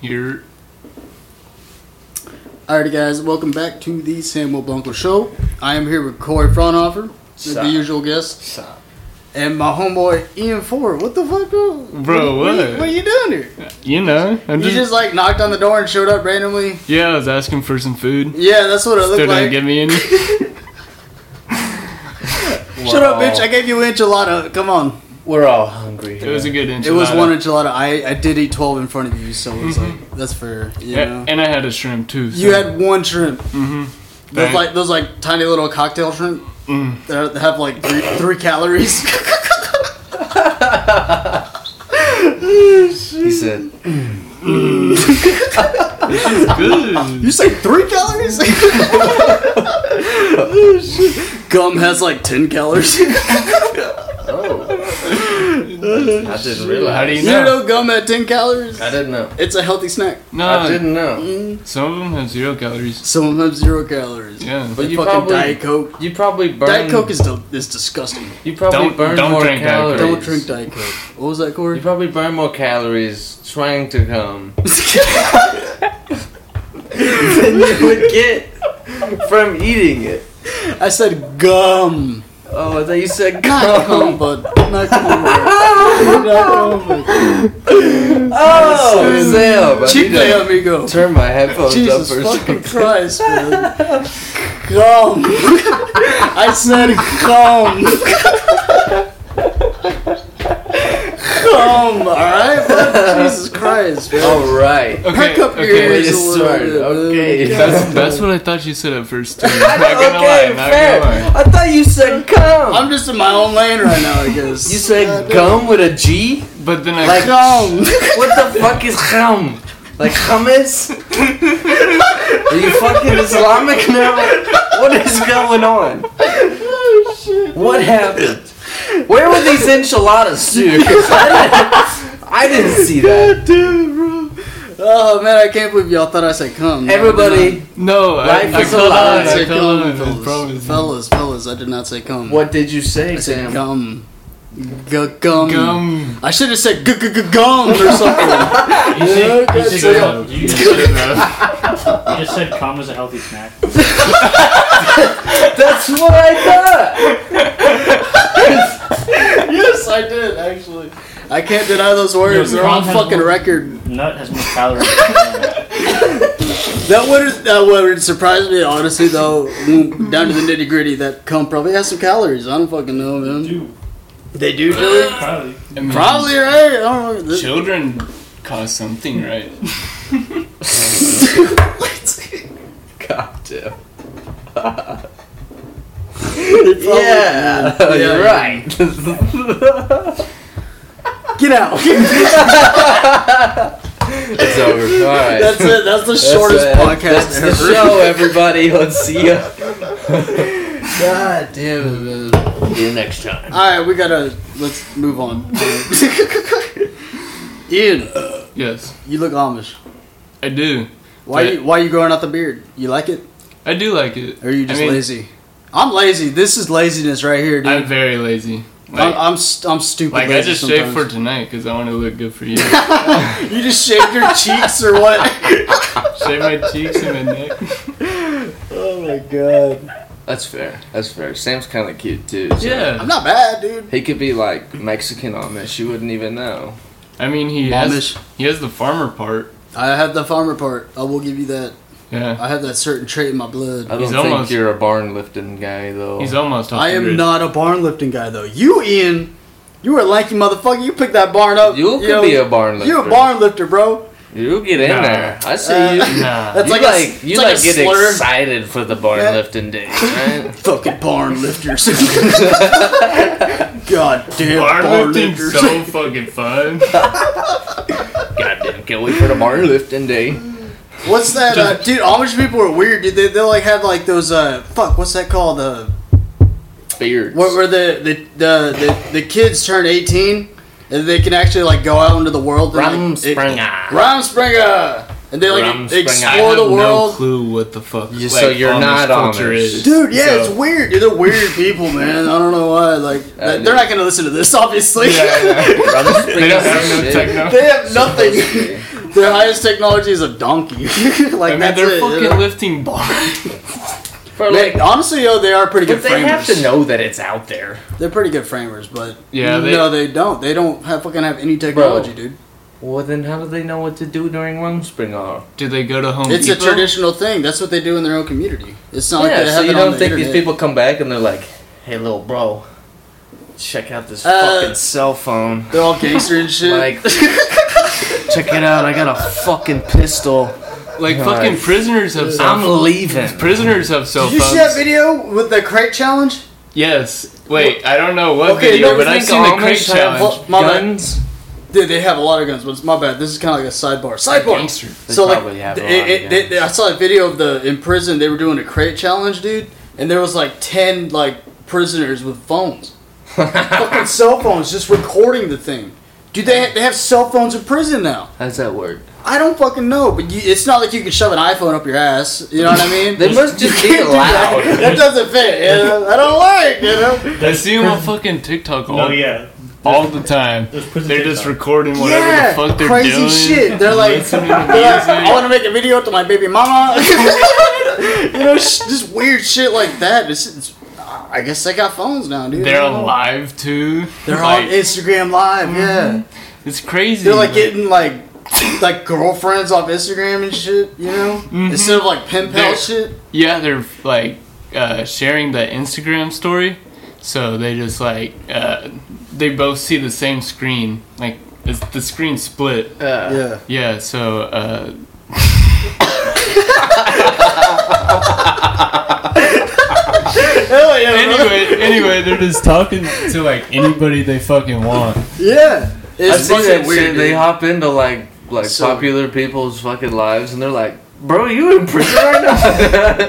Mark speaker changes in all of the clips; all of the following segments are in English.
Speaker 1: You're
Speaker 2: Alrighty, guys, welcome back to the Samuel Blanco Show. I am here with Corey Fraunhofer, with
Speaker 3: Sup.
Speaker 2: the usual guest,
Speaker 3: Stop.
Speaker 2: and my homeboy Ian Ford. What the fuck, bro?
Speaker 1: Bro,
Speaker 2: What, are, you,
Speaker 1: what?
Speaker 2: what are you doing here?
Speaker 1: you know I'm
Speaker 2: You
Speaker 1: just,
Speaker 2: just, like knocked on the door and showed up randomly.
Speaker 1: yeah I was asking for some food.
Speaker 2: Yeah, that's what it
Speaker 1: Still
Speaker 2: looked
Speaker 1: didn't
Speaker 2: like.
Speaker 1: give me any.
Speaker 2: Shut up, bitch! I gave you an enchilada. Come on.
Speaker 3: We're all hungry.
Speaker 1: It was a good enchilada. Mm-hmm.
Speaker 2: It was one enchilada. I, I did eat twelve in front of you, so it was like that's fair. You
Speaker 1: A-
Speaker 2: know.
Speaker 1: and I had a shrimp too. So.
Speaker 2: You had one shrimp.
Speaker 1: mm-hmm.
Speaker 2: Those like those like tiny little cocktail shrimp
Speaker 1: Mm.
Speaker 2: that are- that have like three, three calories.
Speaker 3: He said,
Speaker 1: good.
Speaker 2: You say three calories? Gum has like ten calories. you
Speaker 3: "Oh, I didn't realize.
Speaker 1: How do you
Speaker 2: don't know gum had ten calories.
Speaker 3: I didn't know.
Speaker 2: It's a healthy snack.
Speaker 1: No,
Speaker 3: I didn't know.
Speaker 2: Mm.
Speaker 1: some of them have zero calories.
Speaker 2: Some of them have zero calories.
Speaker 1: Yeah,
Speaker 3: But you
Speaker 2: fucking
Speaker 3: probably
Speaker 2: Diet Coke.
Speaker 3: you probably burn
Speaker 2: Diet Coke is di- is disgusting.
Speaker 3: you probably
Speaker 1: Don't-
Speaker 3: burn
Speaker 1: don't
Speaker 3: more
Speaker 1: drink Diet Coke.
Speaker 3: calories.
Speaker 2: Don't drink Diet Coke. What was that,
Speaker 3: You
Speaker 2: Corey?
Speaker 3: probably burn more calories trying to come than you would get from eating it.
Speaker 2: I said gum.
Speaker 3: Oh, I thought you said
Speaker 2: Not gum,
Speaker 3: come.
Speaker 2: but not gum. Not gum, but-
Speaker 3: Oh, Sam, I need
Speaker 2: Chicle,
Speaker 3: to
Speaker 2: amigo.
Speaker 3: turn my headphones
Speaker 2: Jesus
Speaker 3: up or
Speaker 2: fucking
Speaker 3: something.
Speaker 2: Christ, man. Gum. I said gum. Gum, alright? bud? Jesus Christ, man.
Speaker 3: All right.
Speaker 1: Okay,
Speaker 2: Pack up your
Speaker 1: okay.
Speaker 3: Way
Speaker 2: ears
Speaker 3: to
Speaker 2: a little
Speaker 3: start,
Speaker 2: bit, man.
Speaker 3: okay.
Speaker 1: That's that's what I thought you said at first. Too. Not gonna lie. Not gonna lie.
Speaker 3: I thought you said come.
Speaker 2: I'm just in my own lane right now, I guess.
Speaker 3: you said gum with a G?
Speaker 1: But then I
Speaker 3: Like-
Speaker 2: gum.
Speaker 3: What the fuck is gum? Like hummus? Are you fucking Islamic now? What is going on? What happened? Where were these enchiladas, dude? I didn't, I didn't see that.
Speaker 2: Oh man, I can't believe y'all thought I said cum. No, I did
Speaker 3: Everybody,
Speaker 1: no, I,
Speaker 3: Life
Speaker 1: I
Speaker 3: is a
Speaker 1: fell
Speaker 3: lie.
Speaker 1: out.
Speaker 2: not. I
Speaker 1: I
Speaker 2: said
Speaker 1: fell out. I
Speaker 2: cum, fellas.
Speaker 1: promise.
Speaker 2: Fellas, fellas, I did not say cum.
Speaker 3: what did you say,
Speaker 2: I said
Speaker 3: Sam?
Speaker 2: gum. G- gum.
Speaker 1: Gum.
Speaker 2: I should have said g- g- g- gum or something.
Speaker 4: You should, you should
Speaker 2: Yeah.
Speaker 4: go- you just said- you just said cum was a healthy snack.
Speaker 3: That's what I thought.
Speaker 2: yes, I did actually. I can't deny those words.
Speaker 4: Your
Speaker 2: They're on
Speaker 4: mom has
Speaker 2: fucking
Speaker 4: one.
Speaker 2: record.
Speaker 4: Nut has more calories. than
Speaker 2: That would that would surprise me honestly though. mm, Down to the nitty gritty, that cum probably has some calories. I don't fucking know, man.
Speaker 4: Dude,
Speaker 2: They do, really?
Speaker 4: probably.
Speaker 1: I mean,
Speaker 2: Probably right. I don't know. This-
Speaker 1: children cause something, right?
Speaker 3: God damn.
Speaker 2: they probably-
Speaker 3: Yeah, you're right.
Speaker 2: Get out.
Speaker 3: it's over. All right.
Speaker 2: that's it. That's the shortest
Speaker 3: That's it.
Speaker 2: podcast
Speaker 3: That's
Speaker 2: ever.
Speaker 3: the show, everybody. Let's see ya. God damn it, man. See you next time.
Speaker 2: All right, we gotta let's move on. Ian,
Speaker 1: Yes,
Speaker 2: you look Amish.
Speaker 1: I do.
Speaker 2: Why
Speaker 1: Yeah.
Speaker 2: you, why you growing out the beard? You like it,
Speaker 1: I do like it.
Speaker 2: or are you just
Speaker 1: I mean,
Speaker 2: lazy? I'm lazy. This is laziness right here, dude.
Speaker 1: I'm
Speaker 2: I'm
Speaker 1: very lazy.
Speaker 2: I'm,
Speaker 1: Like,
Speaker 2: st- I'm stupid.
Speaker 1: like I
Speaker 2: lazy
Speaker 1: just shaved for
Speaker 2: sometimes.
Speaker 1: tonight because I want to look good for you.
Speaker 2: you just shaved your cheeks or what?
Speaker 1: Shave my cheeks and my neck.
Speaker 2: Oh my god.
Speaker 3: That's fair. That's fair. Sam's kind of cute too. so-
Speaker 2: I'm
Speaker 1: Yeah,
Speaker 2: not bad, dude.
Speaker 3: He could be like Mexican Amish. You wouldn't even know.
Speaker 1: I mean he has
Speaker 2: Amish.
Speaker 1: he has the farmer part.
Speaker 2: I have the farmer part. I will give you that.
Speaker 1: Yeah,
Speaker 2: I have that certain trait in my blood.
Speaker 3: I don't
Speaker 1: He's
Speaker 3: think
Speaker 1: almost-
Speaker 3: you're a barn lifting guy though.
Speaker 1: he's almost.
Speaker 2: Oh. I am
Speaker 1: 100.
Speaker 2: not a barn lifting guy though. You, Ian, you were a lanky motherfucker. You picked that barn up.
Speaker 3: you could
Speaker 2: know,
Speaker 3: be a barn lifter.
Speaker 2: You a barn lifter, bro.
Speaker 3: You get in
Speaker 1: Nah.
Speaker 3: there. I see
Speaker 2: Uh,
Speaker 3: you.
Speaker 1: Nah.
Speaker 2: That's
Speaker 3: you
Speaker 2: like,
Speaker 3: like,
Speaker 2: a s-
Speaker 3: you
Speaker 2: it's
Speaker 3: like,
Speaker 2: a
Speaker 3: get
Speaker 2: slur.
Speaker 3: excited for the barn
Speaker 2: Yeah.
Speaker 3: lifting day, right?
Speaker 2: Fucking barn lifters. God damn barn,
Speaker 1: Barn lifting's
Speaker 2: lifters.
Speaker 1: so fucking fun.
Speaker 3: Goddamn, can't wait for the barn lifting day.
Speaker 2: What's that, uh, dude? Amish people are weird, dude. They they like have like those uh fuck. What's that called? Uh,
Speaker 3: Beards.
Speaker 2: where, where the, the the the the kids turn eighteen and they can actually like go out into the world. and, like, it-
Speaker 3: Rumspringa.
Speaker 2: Rumspringa. And they like
Speaker 3: Rumspringa.
Speaker 1: I
Speaker 2: explore
Speaker 1: have
Speaker 2: the
Speaker 1: no
Speaker 2: world.
Speaker 1: clue what the fuck.
Speaker 3: You- so you're
Speaker 1: Amish
Speaker 3: not
Speaker 1: culture
Speaker 3: Amish.
Speaker 1: is.
Speaker 2: Dude, yeah,
Speaker 1: So-
Speaker 2: it's weird. Dude, they're weird people, man. I don't know why. Like,
Speaker 3: Uh,
Speaker 2: they're not gonna listen to this, obviously.
Speaker 1: Yeah, yeah.
Speaker 3: Rumspringa
Speaker 1: They don't have no
Speaker 3: shit.
Speaker 1: techno.
Speaker 2: they have nothing. Their highest technology is a donkey.
Speaker 1: I
Speaker 2: like
Speaker 1: mean,
Speaker 2: that's
Speaker 1: they're
Speaker 2: it,
Speaker 1: fucking
Speaker 2: you know?
Speaker 1: lifting bars.
Speaker 3: For
Speaker 2: They-
Speaker 3: like,
Speaker 2: honestly, yo, they are pretty
Speaker 3: but
Speaker 2: good
Speaker 3: they
Speaker 2: framers.
Speaker 3: have to know that it's out there.
Speaker 2: They're pretty good framers, but
Speaker 1: Yeah, they-
Speaker 2: no, they don't. They don't have fucking have any technology, dude.
Speaker 3: Well, then how do they know what to do during Rung Spring Hour?
Speaker 1: Do they go to Home
Speaker 2: It's a
Speaker 1: Depot?
Speaker 2: traditional thing. That's what they do in their own community. It's not like
Speaker 3: yeah,
Speaker 2: they
Speaker 3: so
Speaker 2: have
Speaker 3: you
Speaker 2: it on
Speaker 3: don't
Speaker 2: the
Speaker 3: think these
Speaker 2: internet.
Speaker 3: people come back and they're like, "Hey, little bro, check out this
Speaker 2: Uh,
Speaker 3: fucking cell phone.
Speaker 2: They're all gangster and shit.
Speaker 3: Like, check it out. I got a fucking pistol.
Speaker 1: Like
Speaker 3: Right.
Speaker 1: fucking prisoners have cell
Speaker 3: I'm
Speaker 1: phones.
Speaker 3: leaving."
Speaker 1: Prisoners have cell
Speaker 2: Did you
Speaker 1: phones.
Speaker 2: see that video with the crate challenge?
Speaker 1: Yes. Wait, I don't know what
Speaker 2: Okay,
Speaker 1: video,
Speaker 2: don't
Speaker 1: but I've
Speaker 3: think
Speaker 1: seen the
Speaker 3: Amish
Speaker 1: crate
Speaker 3: have
Speaker 1: challenge.
Speaker 2: My bad.
Speaker 3: guns.
Speaker 2: Dude, they have a lot of guns, but it's my bad. This is kind of like a sidebar. Sidebar.
Speaker 1: Gangster.
Speaker 3: They
Speaker 2: so like,
Speaker 3: probably have a
Speaker 2: it,
Speaker 3: lot of
Speaker 2: it- they-
Speaker 3: guns.
Speaker 2: they- I saw a video of the in prison. They were doing a crate challenge, dude, and there was like ten like prisoners with phones, fucking cell phones, just recording the thing. Dude, they they have cell phones in prison now.
Speaker 3: How's that work?
Speaker 2: I don't fucking know, but you, it's not like you can shove an iPhone up your ass. You know what I mean?
Speaker 3: They must just be
Speaker 2: Can't do that.
Speaker 3: loud.
Speaker 2: That doesn't fit. You know? I don't like. You know.
Speaker 1: I see them on fucking TikTok all,
Speaker 4: Oh yeah,
Speaker 1: all the time.
Speaker 4: there's prison.
Speaker 1: They're just recording whatever
Speaker 2: yeah,
Speaker 1: the fuck they're
Speaker 2: crazy
Speaker 1: doing.
Speaker 2: shit. They're like, they're
Speaker 1: listening to
Speaker 2: like, I
Speaker 1: music.
Speaker 2: want to make a video to my baby mama. you know, sh- just weird shit like that. It's, it's, I guess they got phones now, dude.
Speaker 1: They're
Speaker 2: I don't know.
Speaker 1: on live too.
Speaker 2: They're
Speaker 1: like, Mhm.
Speaker 2: on Instagram Live. Yeah,
Speaker 1: It's crazy.
Speaker 2: they're like getting like like girlfriends off Instagram and shit. You know, instead of like pen
Speaker 1: Mm-hmm.
Speaker 2: pal
Speaker 1: They're-
Speaker 2: shit.
Speaker 1: yeah, they're like uh, sharing the Instagram story, so they just like uh, they both see the same screen. Like it's the screen split.
Speaker 3: Uh,
Speaker 2: Yeah,
Speaker 1: Yeah, so uh,
Speaker 2: hell yeah. bro.
Speaker 1: anyway, anyway, they're just talking to like anybody they fucking want.
Speaker 2: yeah.
Speaker 3: I
Speaker 2: It's
Speaker 3: see
Speaker 2: fucking
Speaker 3: that
Speaker 2: weird.
Speaker 3: shit.
Speaker 2: dude.
Speaker 3: They hop into like like
Speaker 2: So-
Speaker 3: popular people's fucking lives, and they're like, "Bro, you in prison right now?"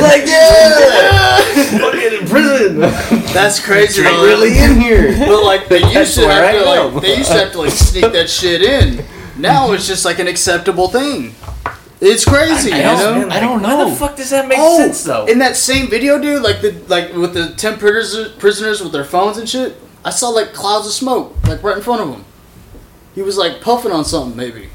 Speaker 3: like, yeah, fucking in prison.
Speaker 2: That's crazy.
Speaker 3: I'm
Speaker 2: though.
Speaker 3: really in here.
Speaker 2: But like they used
Speaker 3: That's
Speaker 2: to
Speaker 3: where
Speaker 2: have to
Speaker 3: I
Speaker 2: like
Speaker 3: am.
Speaker 2: they used to have to like sneak that shit in. Now it's just like an acceptable thing. It's crazy, you know.
Speaker 1: I don't
Speaker 3: How
Speaker 1: know.
Speaker 3: the fuck does that make
Speaker 2: Oh,
Speaker 3: sense though?
Speaker 2: in that same video, dude, like the like with the ten prisoners, prisoners with their phones and shit, I saw like clouds of smoke like right in front of him. He was like puffing on something, maybe.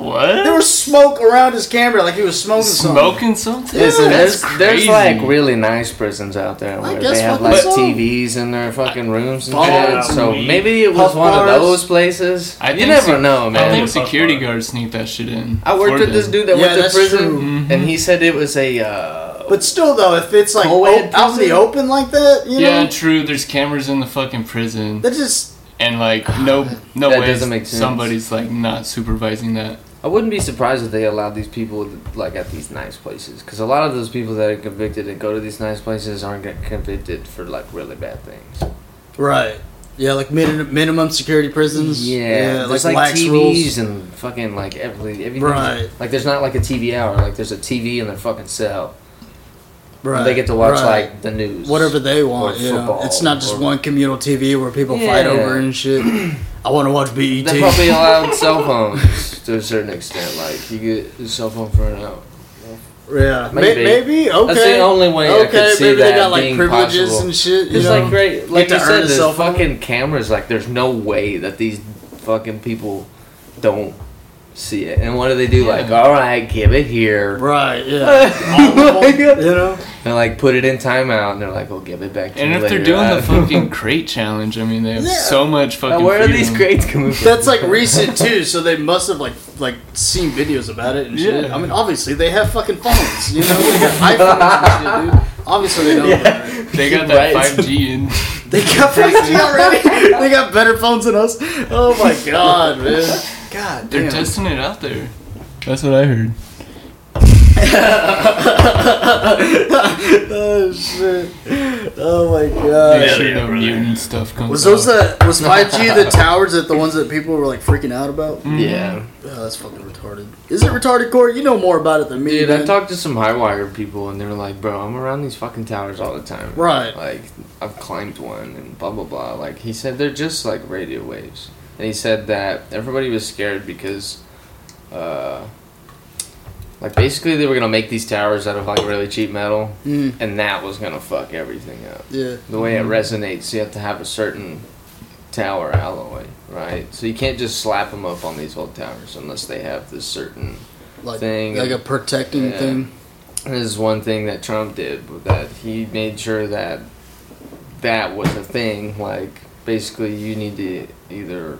Speaker 2: There
Speaker 1: What?
Speaker 2: was smoke around his camera, like he was smoking something.
Speaker 1: Smoking something?
Speaker 3: Listen,
Speaker 1: That's
Speaker 3: there's, there's
Speaker 1: crazy.
Speaker 3: like really nice prisons out there where
Speaker 2: guess
Speaker 3: they have
Speaker 2: fucking
Speaker 3: like
Speaker 2: so.
Speaker 3: TVs in their fucking rooms and
Speaker 2: Bars.
Speaker 3: shit. So maybe it was
Speaker 2: Puff
Speaker 3: one of
Speaker 2: bars.
Speaker 3: those places.
Speaker 1: I
Speaker 3: you
Speaker 1: think
Speaker 3: never
Speaker 1: so.
Speaker 3: know, man.
Speaker 1: I think
Speaker 4: Yeah.
Speaker 1: security guards sneak that shit in.
Speaker 3: I worked
Speaker 1: for
Speaker 3: with this
Speaker 1: them.
Speaker 3: dude that
Speaker 2: Yeah,
Speaker 3: went to
Speaker 2: that's
Speaker 3: prison,
Speaker 2: true. Mm-hmm.
Speaker 3: and he said it was a. Uh,
Speaker 2: But still, though, if it's like
Speaker 3: Co-ed
Speaker 2: o- out in the
Speaker 3: prison?
Speaker 2: open like that, you know,
Speaker 1: Yeah, true. There's cameras in the fucking prison,
Speaker 2: that just
Speaker 1: and like no, no
Speaker 3: That
Speaker 1: way
Speaker 3: doesn't make sense.
Speaker 1: somebody's like not supervising that.
Speaker 3: I wouldn't be surprised if they allowed these people like at these nice places, because a lot of those people that are convicted and go to these nice places aren't get convicted for like really bad things.
Speaker 2: right. Yeah, like min- minimum security prisons.
Speaker 3: Yeah, there's like,
Speaker 2: lax
Speaker 3: TVs
Speaker 2: rules.
Speaker 3: and fucking like every everything.
Speaker 2: Right.
Speaker 3: Like there's not like a TV hour. Like there's a TV in their fucking cell.
Speaker 2: Right.
Speaker 3: They get to watch
Speaker 2: right.
Speaker 3: like the news.
Speaker 2: whatever they want. You know?
Speaker 3: football,
Speaker 2: It's not just
Speaker 3: or-
Speaker 2: one communal TV where people fight
Speaker 3: Yeah.
Speaker 2: over and shit. I want to watch E BET.
Speaker 3: They probably allowed cell phones to a certain extent. Like you get a cell phone for an hour.
Speaker 2: yeah, May- maybe.
Speaker 3: Maybe.
Speaker 2: okay.
Speaker 3: That's the only way I
Speaker 2: okay,
Speaker 3: could see
Speaker 2: maybe
Speaker 3: that
Speaker 2: they got like
Speaker 3: being
Speaker 2: privileges
Speaker 3: possible.
Speaker 2: and shit. You
Speaker 3: It's
Speaker 2: know?
Speaker 3: like great, like
Speaker 2: to
Speaker 3: you
Speaker 2: earn
Speaker 3: said,
Speaker 2: a
Speaker 3: there's
Speaker 2: cell phone.
Speaker 3: fucking cameras. Like there's no way that these fucking people don't see it. And what do they do? Like, all right, give it here.
Speaker 2: right? Yeah, you
Speaker 3: and
Speaker 2: know.
Speaker 3: like put it in timeout, and they're like, "We'll give it back to
Speaker 1: And
Speaker 3: you
Speaker 1: if they're
Speaker 3: later."
Speaker 1: doing the
Speaker 3: Uh,
Speaker 1: fucking crate challenge, I mean, they have
Speaker 2: Yeah.
Speaker 1: so much
Speaker 3: Now,
Speaker 1: fucking.
Speaker 3: where are
Speaker 1: freedom.
Speaker 3: these crates coming from?
Speaker 2: That's like recent too, so they must have like like seen videos about it and shit.
Speaker 1: Yeah.
Speaker 2: I mean, obviously they have fucking phones, you know. They got iPhones and shit, dude. Obviously they don't.
Speaker 1: They got that
Speaker 3: Right.
Speaker 1: 5G in.
Speaker 2: They got 5G already. they got better phones than us. Oh my god, man. God
Speaker 1: They're
Speaker 2: damn.
Speaker 1: testing it out there. That's what I heard.
Speaker 2: oh shit! Oh my god!
Speaker 1: Make
Speaker 4: yeah,
Speaker 1: sure no
Speaker 4: brother.
Speaker 1: mutant stuff comes.
Speaker 2: Was those
Speaker 1: out.
Speaker 2: the was five G the towers that the ones that people were like freaking out about? Oh,
Speaker 3: yeah,
Speaker 2: that's fucking retarded. Is it retarded, Corey? You know more about it than me.
Speaker 3: dude.
Speaker 2: man.
Speaker 3: I talked to some high wire people, and they were like, "Bro, I'm around these fucking towers all the time.
Speaker 2: Right.
Speaker 3: Like, I've climbed one, and blah blah blah." Like he said, they're just like radio waves, and he said that everybody was scared because, uh, like basically they were gonna make these towers out of like really cheap metal,
Speaker 2: Mm,
Speaker 3: and that was gonna fuck everything up.
Speaker 2: yeah.
Speaker 3: The way it resonates, you have to have a certain tower alloy. right? So you can't just slap them up on these old towers unless they have this certain.
Speaker 2: Like,
Speaker 3: Thing.
Speaker 2: like a protecting
Speaker 3: Yeah.
Speaker 2: thing.
Speaker 3: This is one thing that Trump did with that he made sure that that was a thing. Like basically, you need to either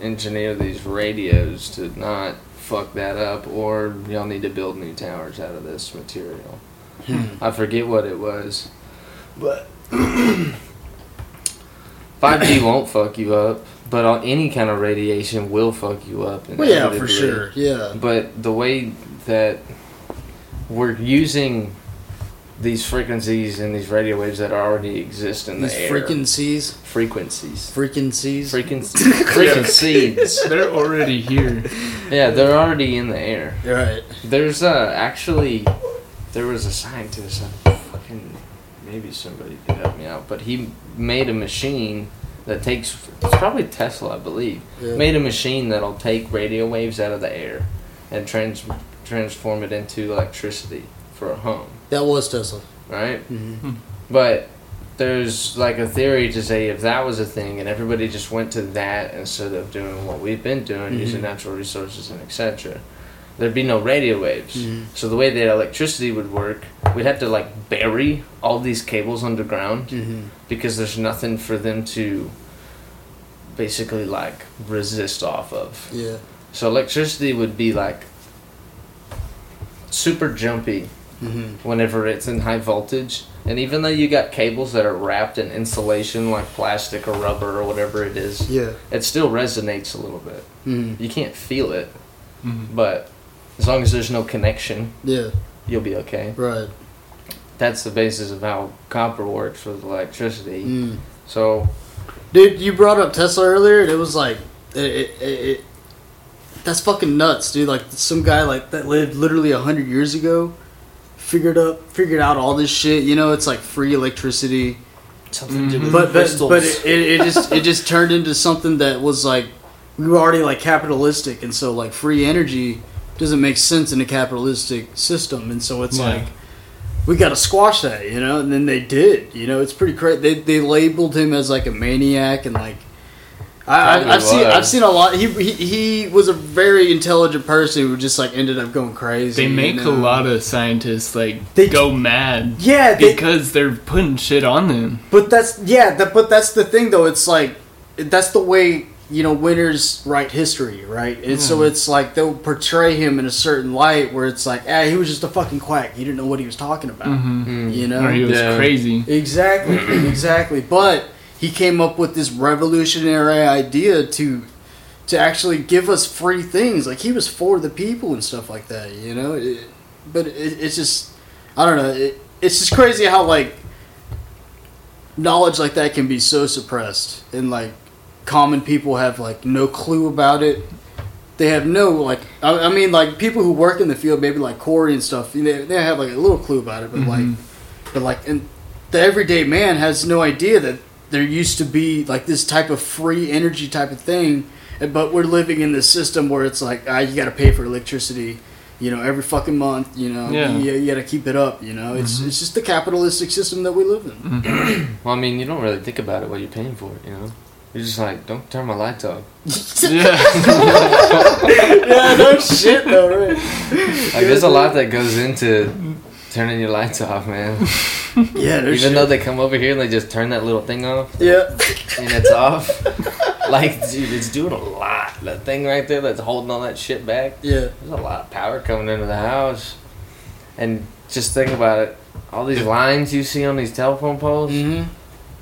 Speaker 3: engineer these radios to not fuck that up, or y'all need to build new towers out of this material.
Speaker 2: Hmm.
Speaker 3: I forget what it was, but. 5G won't fuck you up, but on any kind of radiation will fuck you up.
Speaker 2: Well, yeah, for
Speaker 3: inevitably.
Speaker 2: sure. Yeah.
Speaker 3: But the way that we're using these frequencies and these radio waves that already exist in the
Speaker 2: These
Speaker 3: air.
Speaker 2: freaking seas.
Speaker 3: frequencies.
Speaker 2: Freaking seas.
Speaker 3: Frequencies. Frequencies.
Speaker 1: They're already here.
Speaker 3: yeah, they're already in the air.
Speaker 2: You're right.
Speaker 3: There's uh, actually, there was a scientist, I fucking, maybe somebody could help me out, but he made a machine that takes, it's probably Tesla, I believe,
Speaker 2: Yeah.
Speaker 3: made a machine that'll take radio waves out of the air and trans- transform it into electricity for a home,
Speaker 2: That was Tesla.
Speaker 3: right?
Speaker 2: hmm
Speaker 3: But there's like a theory to say if that was a thing and everybody just went to that instead of doing what we've been doing,
Speaker 2: Mhm.
Speaker 3: using natural resources and etc., there'd be no radio waves.
Speaker 2: Mm. Mm-hmm.
Speaker 3: So the way that electricity would work, we'd have to like bury all these cables underground
Speaker 2: hmm
Speaker 3: because there's nothing for them to basically like resist off of.
Speaker 2: Yeah.
Speaker 3: So electricity would be like super jumpy
Speaker 2: hmm
Speaker 3: whenever it's in high voltage. And even though you got cables that are wrapped in insulation like plastic or rubber or whatever it is,
Speaker 2: Yeah.
Speaker 3: it still resonates a little bit.
Speaker 2: hmm
Speaker 3: You can't feel it,
Speaker 1: Mhm.
Speaker 3: but as long as there's no connection,
Speaker 2: Yeah.
Speaker 3: you'll be okay.
Speaker 2: Right.
Speaker 3: That's the basis of how copper works with electricity.
Speaker 2: Mm.
Speaker 3: So,
Speaker 2: Dude, you brought up Tesla earlier, and it was like, it, it, it, it- that's fucking nuts, dude. Like some guy like that lived literally hundred years ago, figured up, figured out all this shit. You know, it's like free electricity,
Speaker 1: to
Speaker 3: something
Speaker 1: do with
Speaker 2: Mm-hmm. but but, but it, it, it just it just turned into something that was like we were already like capitalistic, and so like free energy doesn't make sense in a capitalistic system, and so it's
Speaker 1: Yeah.
Speaker 2: like we got to squash that, you know. And then they did, you know. It's pretty crazy. They they labeled him as like a maniac and like. I,
Speaker 3: Probably
Speaker 2: I, I've seen
Speaker 3: was.
Speaker 2: I've seen a lot. He, he he was a very intelligent person who just like ended up going crazy.
Speaker 1: They make
Speaker 2: you know?
Speaker 1: a lot of scientists like
Speaker 2: They-
Speaker 1: go mad
Speaker 2: Yeah, they,
Speaker 1: because they're putting shit on them.
Speaker 2: But that's yeah, that, but that's the thing though. It's like that's the way you know winners write history, right? And so it's like they'll portray him in a certain light where it's like, ah, he was just a fucking quack. He didn't know what he was talking about,
Speaker 1: Mm-hmm.
Speaker 2: you know?
Speaker 1: or he was
Speaker 3: yeah.
Speaker 1: crazy.
Speaker 2: Exactly, exactly. But he came up with this revolutionary idea to to actually give us free things. Like he was for the people and stuff like that, you know. It, but it, it's just, I don't know. It, it's just crazy how like knowledge like that can be so suppressed, and like common people have like no clue about it. They have no like. I, I mean, like people who work in the field, maybe like Corey and stuff. you know, They they have like a little clue about it, but like, but like, and the everyday man has no idea that there used to be like this type of free energy type of thing, and- but we're living in this system where it's like ah, you got to pay for electricity, you know, every fucking month, you know,
Speaker 1: Yeah.
Speaker 2: you, you got to keep it up, you know. It's it's just the capitalistic system that we live in.
Speaker 3: well, I mean, you don't really think about it what you're paying for, you know? You're just like, don't turn my lights off.
Speaker 1: Yeah,
Speaker 2: yeah, no shit, though, right?
Speaker 3: Like, there's a lot that goes into turning your lights off, man.
Speaker 2: Yeah, no
Speaker 3: Even
Speaker 2: shit.
Speaker 3: though they come over here and they just turn that little thing off
Speaker 2: yeah,
Speaker 3: and it's off. Like, dude, it's doing a lot. That thing right there that's holding all that shit back.
Speaker 2: yeah.
Speaker 3: There's a lot of power coming into the house. And just think about it. All these lines you see on these telephone poles,
Speaker 2: Mm-hmm.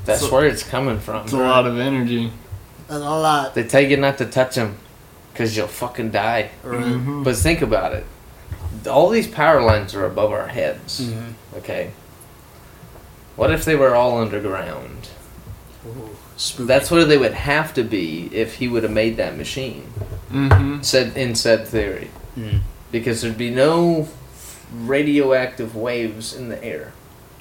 Speaker 3: that's
Speaker 1: So-
Speaker 3: where it's coming from.
Speaker 1: it's a lot of energy.
Speaker 2: That's a lot.
Speaker 3: They tell you not to touch them because you'll fucking die.
Speaker 2: Right.
Speaker 1: Mm-hmm.
Speaker 3: But think about it. All these power lines are above our
Speaker 1: Mm-hmm.
Speaker 3: heads.
Speaker 2: Mhm.
Speaker 3: Okay. What if they were all underground?
Speaker 2: Ooh, spooky.
Speaker 3: That's where they would have to be if he would have made that machine.
Speaker 1: Mm-hmm.
Speaker 3: Said in said theory,
Speaker 2: Mm.
Speaker 3: because there'd be no radioactive waves in the air.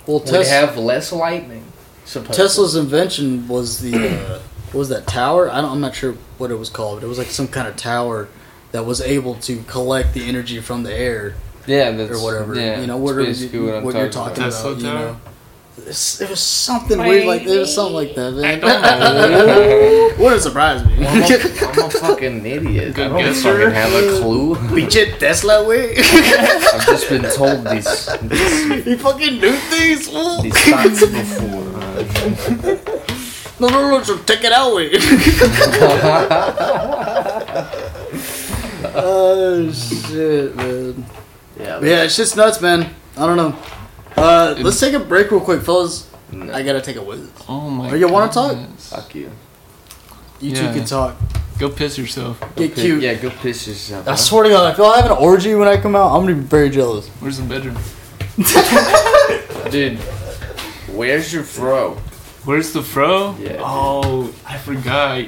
Speaker 2: well,
Speaker 3: We'd
Speaker 2: Tesla,
Speaker 3: have less lightning. Supposedly.
Speaker 2: Tesla's invention was the uh, what was that tower? I don't, I'm not sure what it was called, but it was like some kind of tower that was able to collect the energy from the air
Speaker 3: yeah, that's,
Speaker 2: or whatever.
Speaker 3: Yeah,
Speaker 2: you know,
Speaker 3: that's
Speaker 2: whatever
Speaker 3: basically
Speaker 2: you,
Speaker 3: what,
Speaker 2: what,
Speaker 3: I'm
Speaker 2: you're
Speaker 3: talking
Speaker 2: talking
Speaker 1: about.
Speaker 2: about.
Speaker 1: Tesla
Speaker 2: you know? It's- It was something weird, like it was something like that,
Speaker 1: I
Speaker 2: man.
Speaker 1: don't know.
Speaker 2: Wouldn't surprise me.
Speaker 3: I'm a, I'm a fucking idiot. I don't
Speaker 1: guesser.
Speaker 3: fucking have a clue.
Speaker 2: Bitch, Tesla way.
Speaker 3: I've just been told these these,
Speaker 2: you fucking knew things. fool.
Speaker 3: these facts before.
Speaker 2: No, no, no, so take it out way. oh shit, man.
Speaker 3: yeah.
Speaker 2: Yeah, it's just nuts, man. I don't know. Uh, let's take a break real quick, fellas.
Speaker 3: No,
Speaker 2: I gotta take a whiz.
Speaker 1: Oh my.
Speaker 2: Oh, you wanna talk?
Speaker 1: goodness.
Speaker 3: fuck you.
Speaker 2: You
Speaker 1: Yeah.
Speaker 2: two can talk.
Speaker 1: Go piss yourself.
Speaker 2: Get
Speaker 3: Pi-
Speaker 2: cute.
Speaker 3: Yeah, go piss yourself.
Speaker 2: I swear to God, if y'all have an orgy when I come out, I'm gonna be very jealous.
Speaker 1: Where's the bedroom?
Speaker 3: Dude, where's your fro?
Speaker 1: Where's the fro?
Speaker 3: Yeah.
Speaker 1: Oh, I forgot.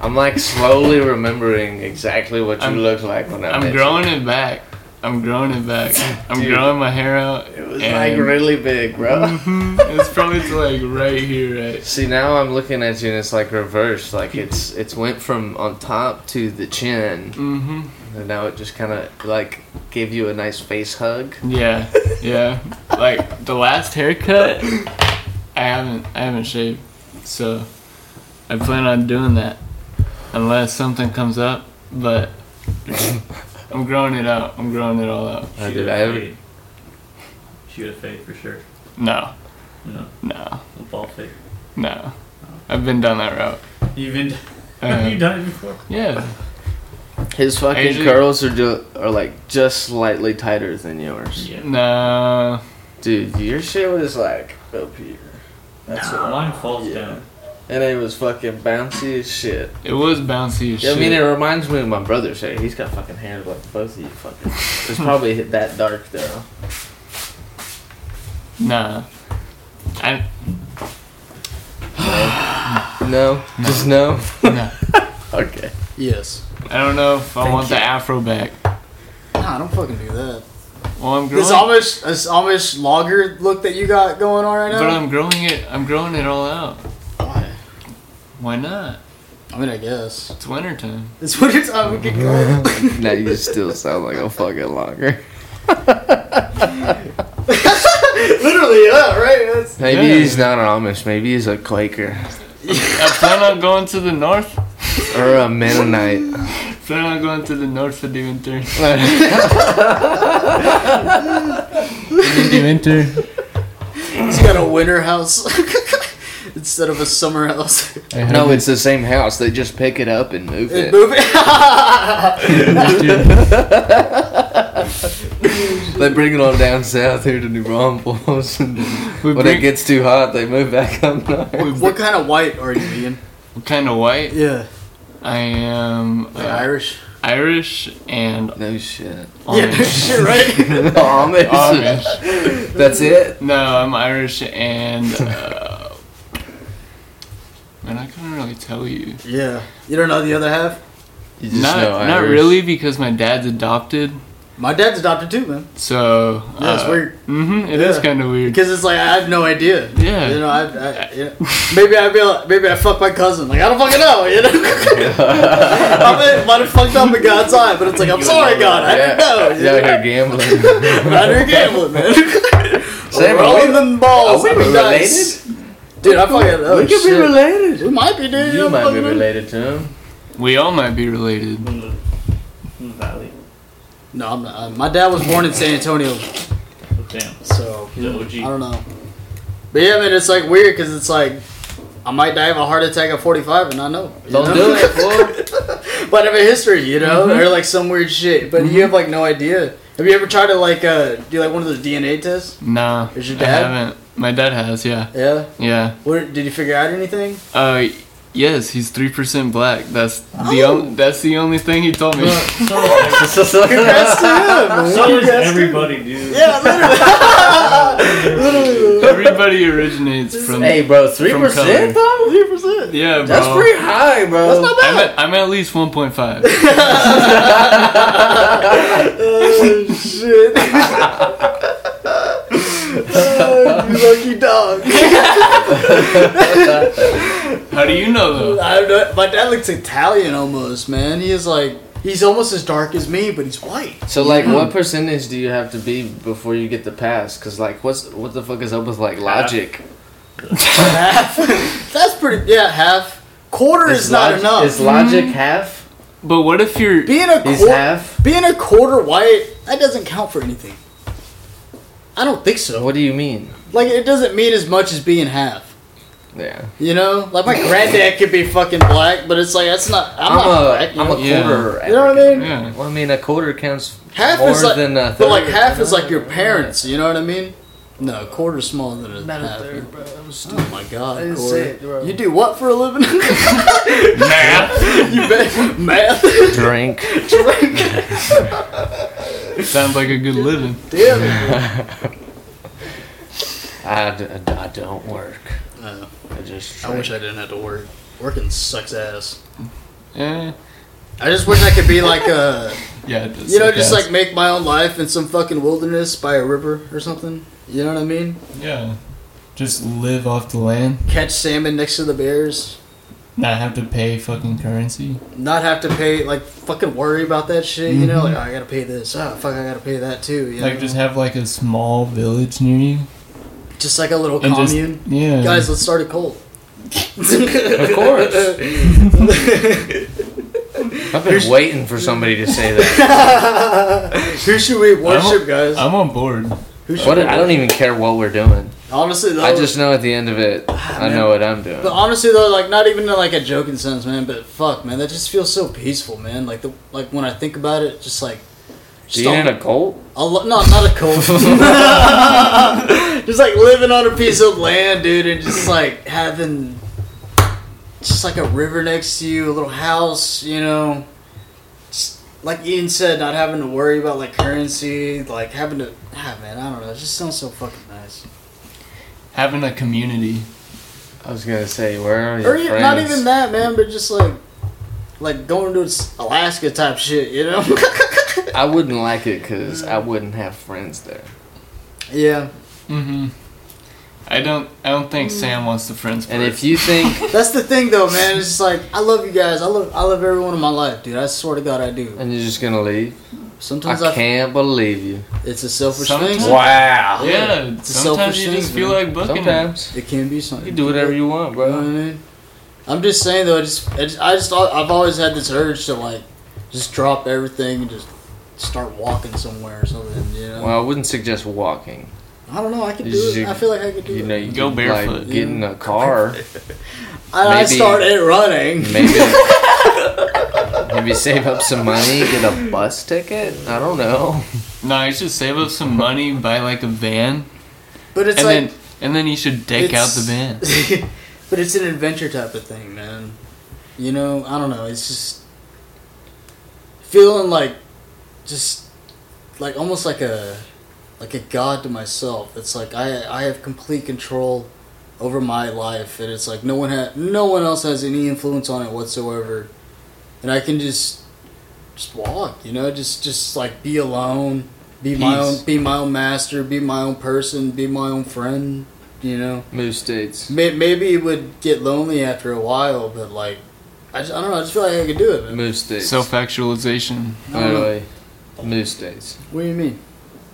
Speaker 3: I'm like slowly remembering exactly what you
Speaker 1: I'm-
Speaker 3: look like when I met
Speaker 1: I'm
Speaker 3: you.
Speaker 1: growing it back. I'm growing it back. I'm
Speaker 3: Dude.
Speaker 1: growing my hair out.
Speaker 3: It was like
Speaker 1: and-
Speaker 3: really big, bro.
Speaker 1: Mhm, It's probably to like right here, right?
Speaker 3: See now I'm looking at you and it's like reversed, like it's it's went from on top to the chin,
Speaker 1: Mm-hmm.
Speaker 3: and now it just kind of like gave you a nice face hug.
Speaker 1: Yeah, yeah. Like the last haircut, I haven't, I haven't shaved, so I plan on doing that unless something comes up. But I'm growing it out. I'm growing it all out.
Speaker 2: Oh,
Speaker 3: I
Speaker 4: Shoot
Speaker 3: did,
Speaker 4: a
Speaker 3: I haven't-
Speaker 4: fade. Shoot a fade for sure.
Speaker 1: No,
Speaker 4: No,
Speaker 1: no,
Speaker 4: a ball fade.
Speaker 1: no. I've been down that route.
Speaker 4: You've been. have
Speaker 2: Uh-huh.
Speaker 4: you
Speaker 1: Uh,
Speaker 4: done it before?
Speaker 1: yeah,
Speaker 3: His fucking
Speaker 1: Usually-
Speaker 3: curls are ju- are like just slightly tighter than yours,
Speaker 4: Yeah.
Speaker 1: no.
Speaker 3: dude. Your shit was like up here,
Speaker 4: That's what mine falls
Speaker 3: Yeah.
Speaker 4: down.
Speaker 3: and it was fucking bouncy as shit.
Speaker 1: It was bouncy as
Speaker 3: Yeah,
Speaker 1: shit.
Speaker 3: I mean, it reminds me of my brother's hair. He's got fucking hair like both of you fucking. It's probably hit that dark though.
Speaker 1: nah. I
Speaker 3: No, just no.
Speaker 1: no.
Speaker 3: Okay.
Speaker 2: Yes.
Speaker 1: I don't know if I
Speaker 3: Thank
Speaker 1: want
Speaker 3: you.
Speaker 1: the afro back.
Speaker 2: Nah, don't fucking do that.
Speaker 1: Well, I'm growing.
Speaker 2: This Amish, this Amish logger look that you got going on right now.
Speaker 1: But I'm growing it. I'm growing it all out.
Speaker 2: Why?
Speaker 1: Why not?
Speaker 2: I mean, I guess
Speaker 1: It's wintertime.
Speaker 2: it's what it's. I would get going.
Speaker 3: now you still sound like a fucking logger.
Speaker 2: Literally, yeah, right. That's,
Speaker 3: Maybe
Speaker 1: Yeah.
Speaker 3: he's not Amish. Maybe he's a Quaker
Speaker 1: I plan on going to the north.
Speaker 3: or a Mennonite.
Speaker 1: Plan on going to the north for the winter. winter.
Speaker 2: he's got a winter house instead of a summer house.
Speaker 3: no, it's the same house. They just pick it up and move
Speaker 2: And
Speaker 3: it.
Speaker 2: move it.
Speaker 3: They bring it on down south here to New Braunfels. and
Speaker 1: We
Speaker 3: when
Speaker 1: bring,
Speaker 3: it gets too hot, they move back up north.
Speaker 1: we
Speaker 2: what kind of white are you, Ian?
Speaker 1: kind of white.
Speaker 2: Yeah,
Speaker 1: I am
Speaker 2: like
Speaker 1: uh,
Speaker 2: Irish.
Speaker 1: Irish and
Speaker 3: No shit.
Speaker 2: Yeah,
Speaker 3: Um,
Speaker 2: no
Speaker 1: Amish.
Speaker 2: shit, right?
Speaker 3: Amish.
Speaker 1: Amish.
Speaker 3: That's it.
Speaker 1: No, I'm Irish and. Uh, man, I couldn't really tell you.
Speaker 2: yeah, you don't know the other half.
Speaker 3: You
Speaker 1: Not, not
Speaker 3: Irish.
Speaker 1: really, because my dad's adopted.
Speaker 2: My dad's adopted too, man.
Speaker 1: So
Speaker 2: Yeah,
Speaker 3: Uh,
Speaker 2: it's weird.
Speaker 1: Mm-hmm. It
Speaker 2: Yeah.
Speaker 1: kind of weird.
Speaker 2: Because it's like I have no idea.
Speaker 1: Yeah.
Speaker 2: You know, I, I you know, maybe I be like, maybe I fucked my cousin. Like I don't fucking know. You know, I might have fucked up in God's eye, but it's like I'm sorry, God. I
Speaker 3: Yeah.
Speaker 2: didn't know. You
Speaker 3: Yeah,
Speaker 2: know?
Speaker 3: you're gambling.
Speaker 2: Not your gambling, man.
Speaker 3: Sam, are
Speaker 2: rolling
Speaker 3: we-
Speaker 2: them balls.
Speaker 3: are we
Speaker 2: up and dice. Dude, I fucking. Oh,
Speaker 3: we could be
Speaker 2: shit.
Speaker 3: related.
Speaker 2: We might be, dude.
Speaker 3: You
Speaker 2: I'm
Speaker 3: might be
Speaker 2: fucking-
Speaker 3: related to him.
Speaker 1: We all might be related.
Speaker 4: From the, from the valley.
Speaker 2: No, I'm not. Uh, My dad was born in San Antonio,
Speaker 4: Oh, damn.
Speaker 2: so
Speaker 4: The OG.
Speaker 2: I don't know. But yeah, man, it's like weird because it's like I might die of a heart attack at 45 and not know. you
Speaker 3: Don't
Speaker 2: know?
Speaker 3: do it, fool.
Speaker 2: but I have a history, you know, or like some weird shit. But you have like no idea. Have you ever tried to like uh, do like one of those DNA tests?
Speaker 1: Nah.
Speaker 2: Is your
Speaker 1: I
Speaker 2: dad?
Speaker 1: haven't. My dad has, yeah.
Speaker 2: Yeah.
Speaker 1: Yeah.
Speaker 2: What did you figure out anything?
Speaker 1: Uh, yes, he's 3% black. That's the
Speaker 2: Oh.
Speaker 1: on- that's the only thing he told me.
Speaker 4: So, is-
Speaker 2: Congrats to him. man.
Speaker 4: so is
Speaker 2: Congrats to him.
Speaker 4: everybody, dude.
Speaker 2: Yeah, literally.
Speaker 1: Everybody originates from.
Speaker 3: hey, bro, three
Speaker 1: color.
Speaker 3: percent though.
Speaker 2: Three percent.
Speaker 1: Yeah, bro.
Speaker 3: That's pretty high, bro.
Speaker 2: That's not
Speaker 1: I'm
Speaker 2: bad.
Speaker 1: at, I'm at least 1.5.
Speaker 2: Oh shit. oh, you lucky dog.
Speaker 1: How do you know, though?
Speaker 2: I don't know. My dad looks Italian almost, man. He is like He's almost as dark as me, but he's white.
Speaker 3: So like, what percentage do you have to be before you get the pass? Cause like, what's what the fuck is up with like logic?
Speaker 2: half. That's pretty. Yeah, half. Quarter is, not
Speaker 3: log-
Speaker 2: enough.
Speaker 3: Is logic half?
Speaker 1: But what if you're
Speaker 2: being a
Speaker 3: Is
Speaker 2: quarter,
Speaker 3: half?
Speaker 2: being a quarter white, that doesn't count for anything. I don't think so.
Speaker 3: What do you mean?
Speaker 2: Like it doesn't mean as much as being half.
Speaker 3: Yeah,
Speaker 2: You know, like my granddad could be fucking black, but it's like that's not. I'm,
Speaker 3: I'm,
Speaker 2: not
Speaker 3: a
Speaker 2: black. You
Speaker 3: am a
Speaker 2: know?
Speaker 3: quarter.
Speaker 1: Yeah.
Speaker 2: You know what I
Speaker 3: African.
Speaker 2: mean?
Speaker 1: yeah?
Speaker 3: Well, I mean, a quarter counts
Speaker 2: Half
Speaker 3: more
Speaker 2: is like,
Speaker 3: than uh, a third.
Speaker 2: but like half is like your parents. You know what I mean? No, quarter smaller than a
Speaker 4: Not a
Speaker 2: half.
Speaker 4: third, bro. That was stupid.
Speaker 2: Oh my god,
Speaker 4: I didn't
Speaker 2: quarter.
Speaker 4: say it, bro.
Speaker 2: You do what for a living? you
Speaker 1: Nah.
Speaker 2: bet math.
Speaker 3: drink.
Speaker 1: Sounds like a good living.
Speaker 2: Damn.
Speaker 3: I, d- I don't work.
Speaker 2: Uh,
Speaker 3: I just.
Speaker 2: I wish I didn't have to work. Working sucks ass.
Speaker 1: Yeah.
Speaker 2: I just wish I could be like a,
Speaker 1: Eh, Yeah. it does
Speaker 2: you know,
Speaker 1: suck
Speaker 2: just
Speaker 1: ass.
Speaker 2: like make my own life in some fucking wilderness by a river or something. You know what I mean?
Speaker 1: yeah. Just live off the land,
Speaker 2: Catch salmon next to the bears.
Speaker 1: not have to pay fucking currency.
Speaker 2: Not have to pay, like, fucking worry about that shit. You know,
Speaker 1: Mhm.
Speaker 2: like, oh, I gotta pay this. Oh, fuck, I gotta pay that too. You
Speaker 1: Like
Speaker 2: know?
Speaker 1: just have like a small village near you.
Speaker 2: just like a little
Speaker 1: and just-
Speaker 2: commune.
Speaker 1: Yeah.
Speaker 2: Guys, let's start a cult.
Speaker 3: Of course. I've been waiting for somebody to say that.
Speaker 2: Who should we worship, guys?
Speaker 1: I'm on board.
Speaker 2: Who should
Speaker 3: What,
Speaker 2: we
Speaker 3: I don't even care what we're doing.
Speaker 2: Honestly, though,
Speaker 3: I just know at the end of it,
Speaker 2: Ah,
Speaker 3: I know what I'm doing.
Speaker 2: But honestly, though, like not even in like a joking sense, man. But fuck, man, that just feels so peaceful, man. Like the like when I think about it, just like just
Speaker 3: Do you
Speaker 2: a,
Speaker 3: need a cult?
Speaker 2: a lo- no, not a cult. just like living on a piece of land, dude, and just like having just like a river next to you, a little house, you know. Just like Ian said, not having to worry about like currency, like having to ah man, I don't know. It just sounds so fucking nice.
Speaker 1: Having a community.
Speaker 3: I was gonna say, where are your
Speaker 2: Or e-
Speaker 3: friends?
Speaker 2: not even that, man, but just like like going to s- Alaska type shit, you know?
Speaker 3: I wouldn't like it because I wouldn't have friends there.
Speaker 2: yeah,
Speaker 1: Mm-hmm. I don't. I don't think
Speaker 2: Hmm.
Speaker 1: Sam wants the friends.
Speaker 3: And
Speaker 1: part.
Speaker 3: if you think,
Speaker 2: that's the thing though, man. It's just like I love you guys. I love I love everyone in my life, dude. I swear to God, I do.
Speaker 3: and you're just gonna leave,
Speaker 2: Sometimes I,
Speaker 3: I can't believe you.
Speaker 2: it's a selfish
Speaker 1: Sometimes-
Speaker 2: thing.
Speaker 3: Wow.
Speaker 1: yeah,
Speaker 2: It's a
Speaker 1: sometimes
Speaker 2: selfish
Speaker 1: you just
Speaker 2: thing,
Speaker 1: feel
Speaker 2: man.
Speaker 1: like booking. it.
Speaker 3: Sometimes
Speaker 2: It can be something.
Speaker 3: you do whatever you want,
Speaker 2: You know what I
Speaker 3: bro.
Speaker 2: mean? I'm just saying though. I just I just, I just al- I've always had this urge to like just drop everything and just start walking somewhere or something. You know?
Speaker 3: Well, I wouldn't suggest walking.
Speaker 2: I don't know. I could
Speaker 3: you
Speaker 2: do
Speaker 3: should-
Speaker 2: it. I feel like I could do
Speaker 3: You
Speaker 2: it.
Speaker 3: know, you
Speaker 1: Go
Speaker 3: could,
Speaker 1: barefoot.
Speaker 3: Like, get in a car.
Speaker 2: I, I
Speaker 3: maybe-
Speaker 2: started running.
Speaker 3: Maybe. Maybe save up some money, get a bus ticket. I don't know.
Speaker 1: No, I should save up some money, buy like a van,
Speaker 2: But it's
Speaker 1: and
Speaker 2: like
Speaker 1: then and then you should deck out the van.
Speaker 2: van. but it's an adventure type of thing, man. You know, I don't know. It's just feeling like just like almost like a like a god to myself. It's like I I have complete control over my life, and it's like no one ha- no one else has any influence on it whatsoever, and I can just just walk, you know, just just like be alone, be my
Speaker 1: Peace.
Speaker 2: own be my own master, be my own person, be my own friend, you know.
Speaker 3: Move states.
Speaker 2: May- Maybe it would get lonely after a while, but like, I, just, I don't know. I just feel like I could do it. Man.
Speaker 3: Move states.
Speaker 1: Self actualization.
Speaker 3: literally, move states.
Speaker 2: What do you mean?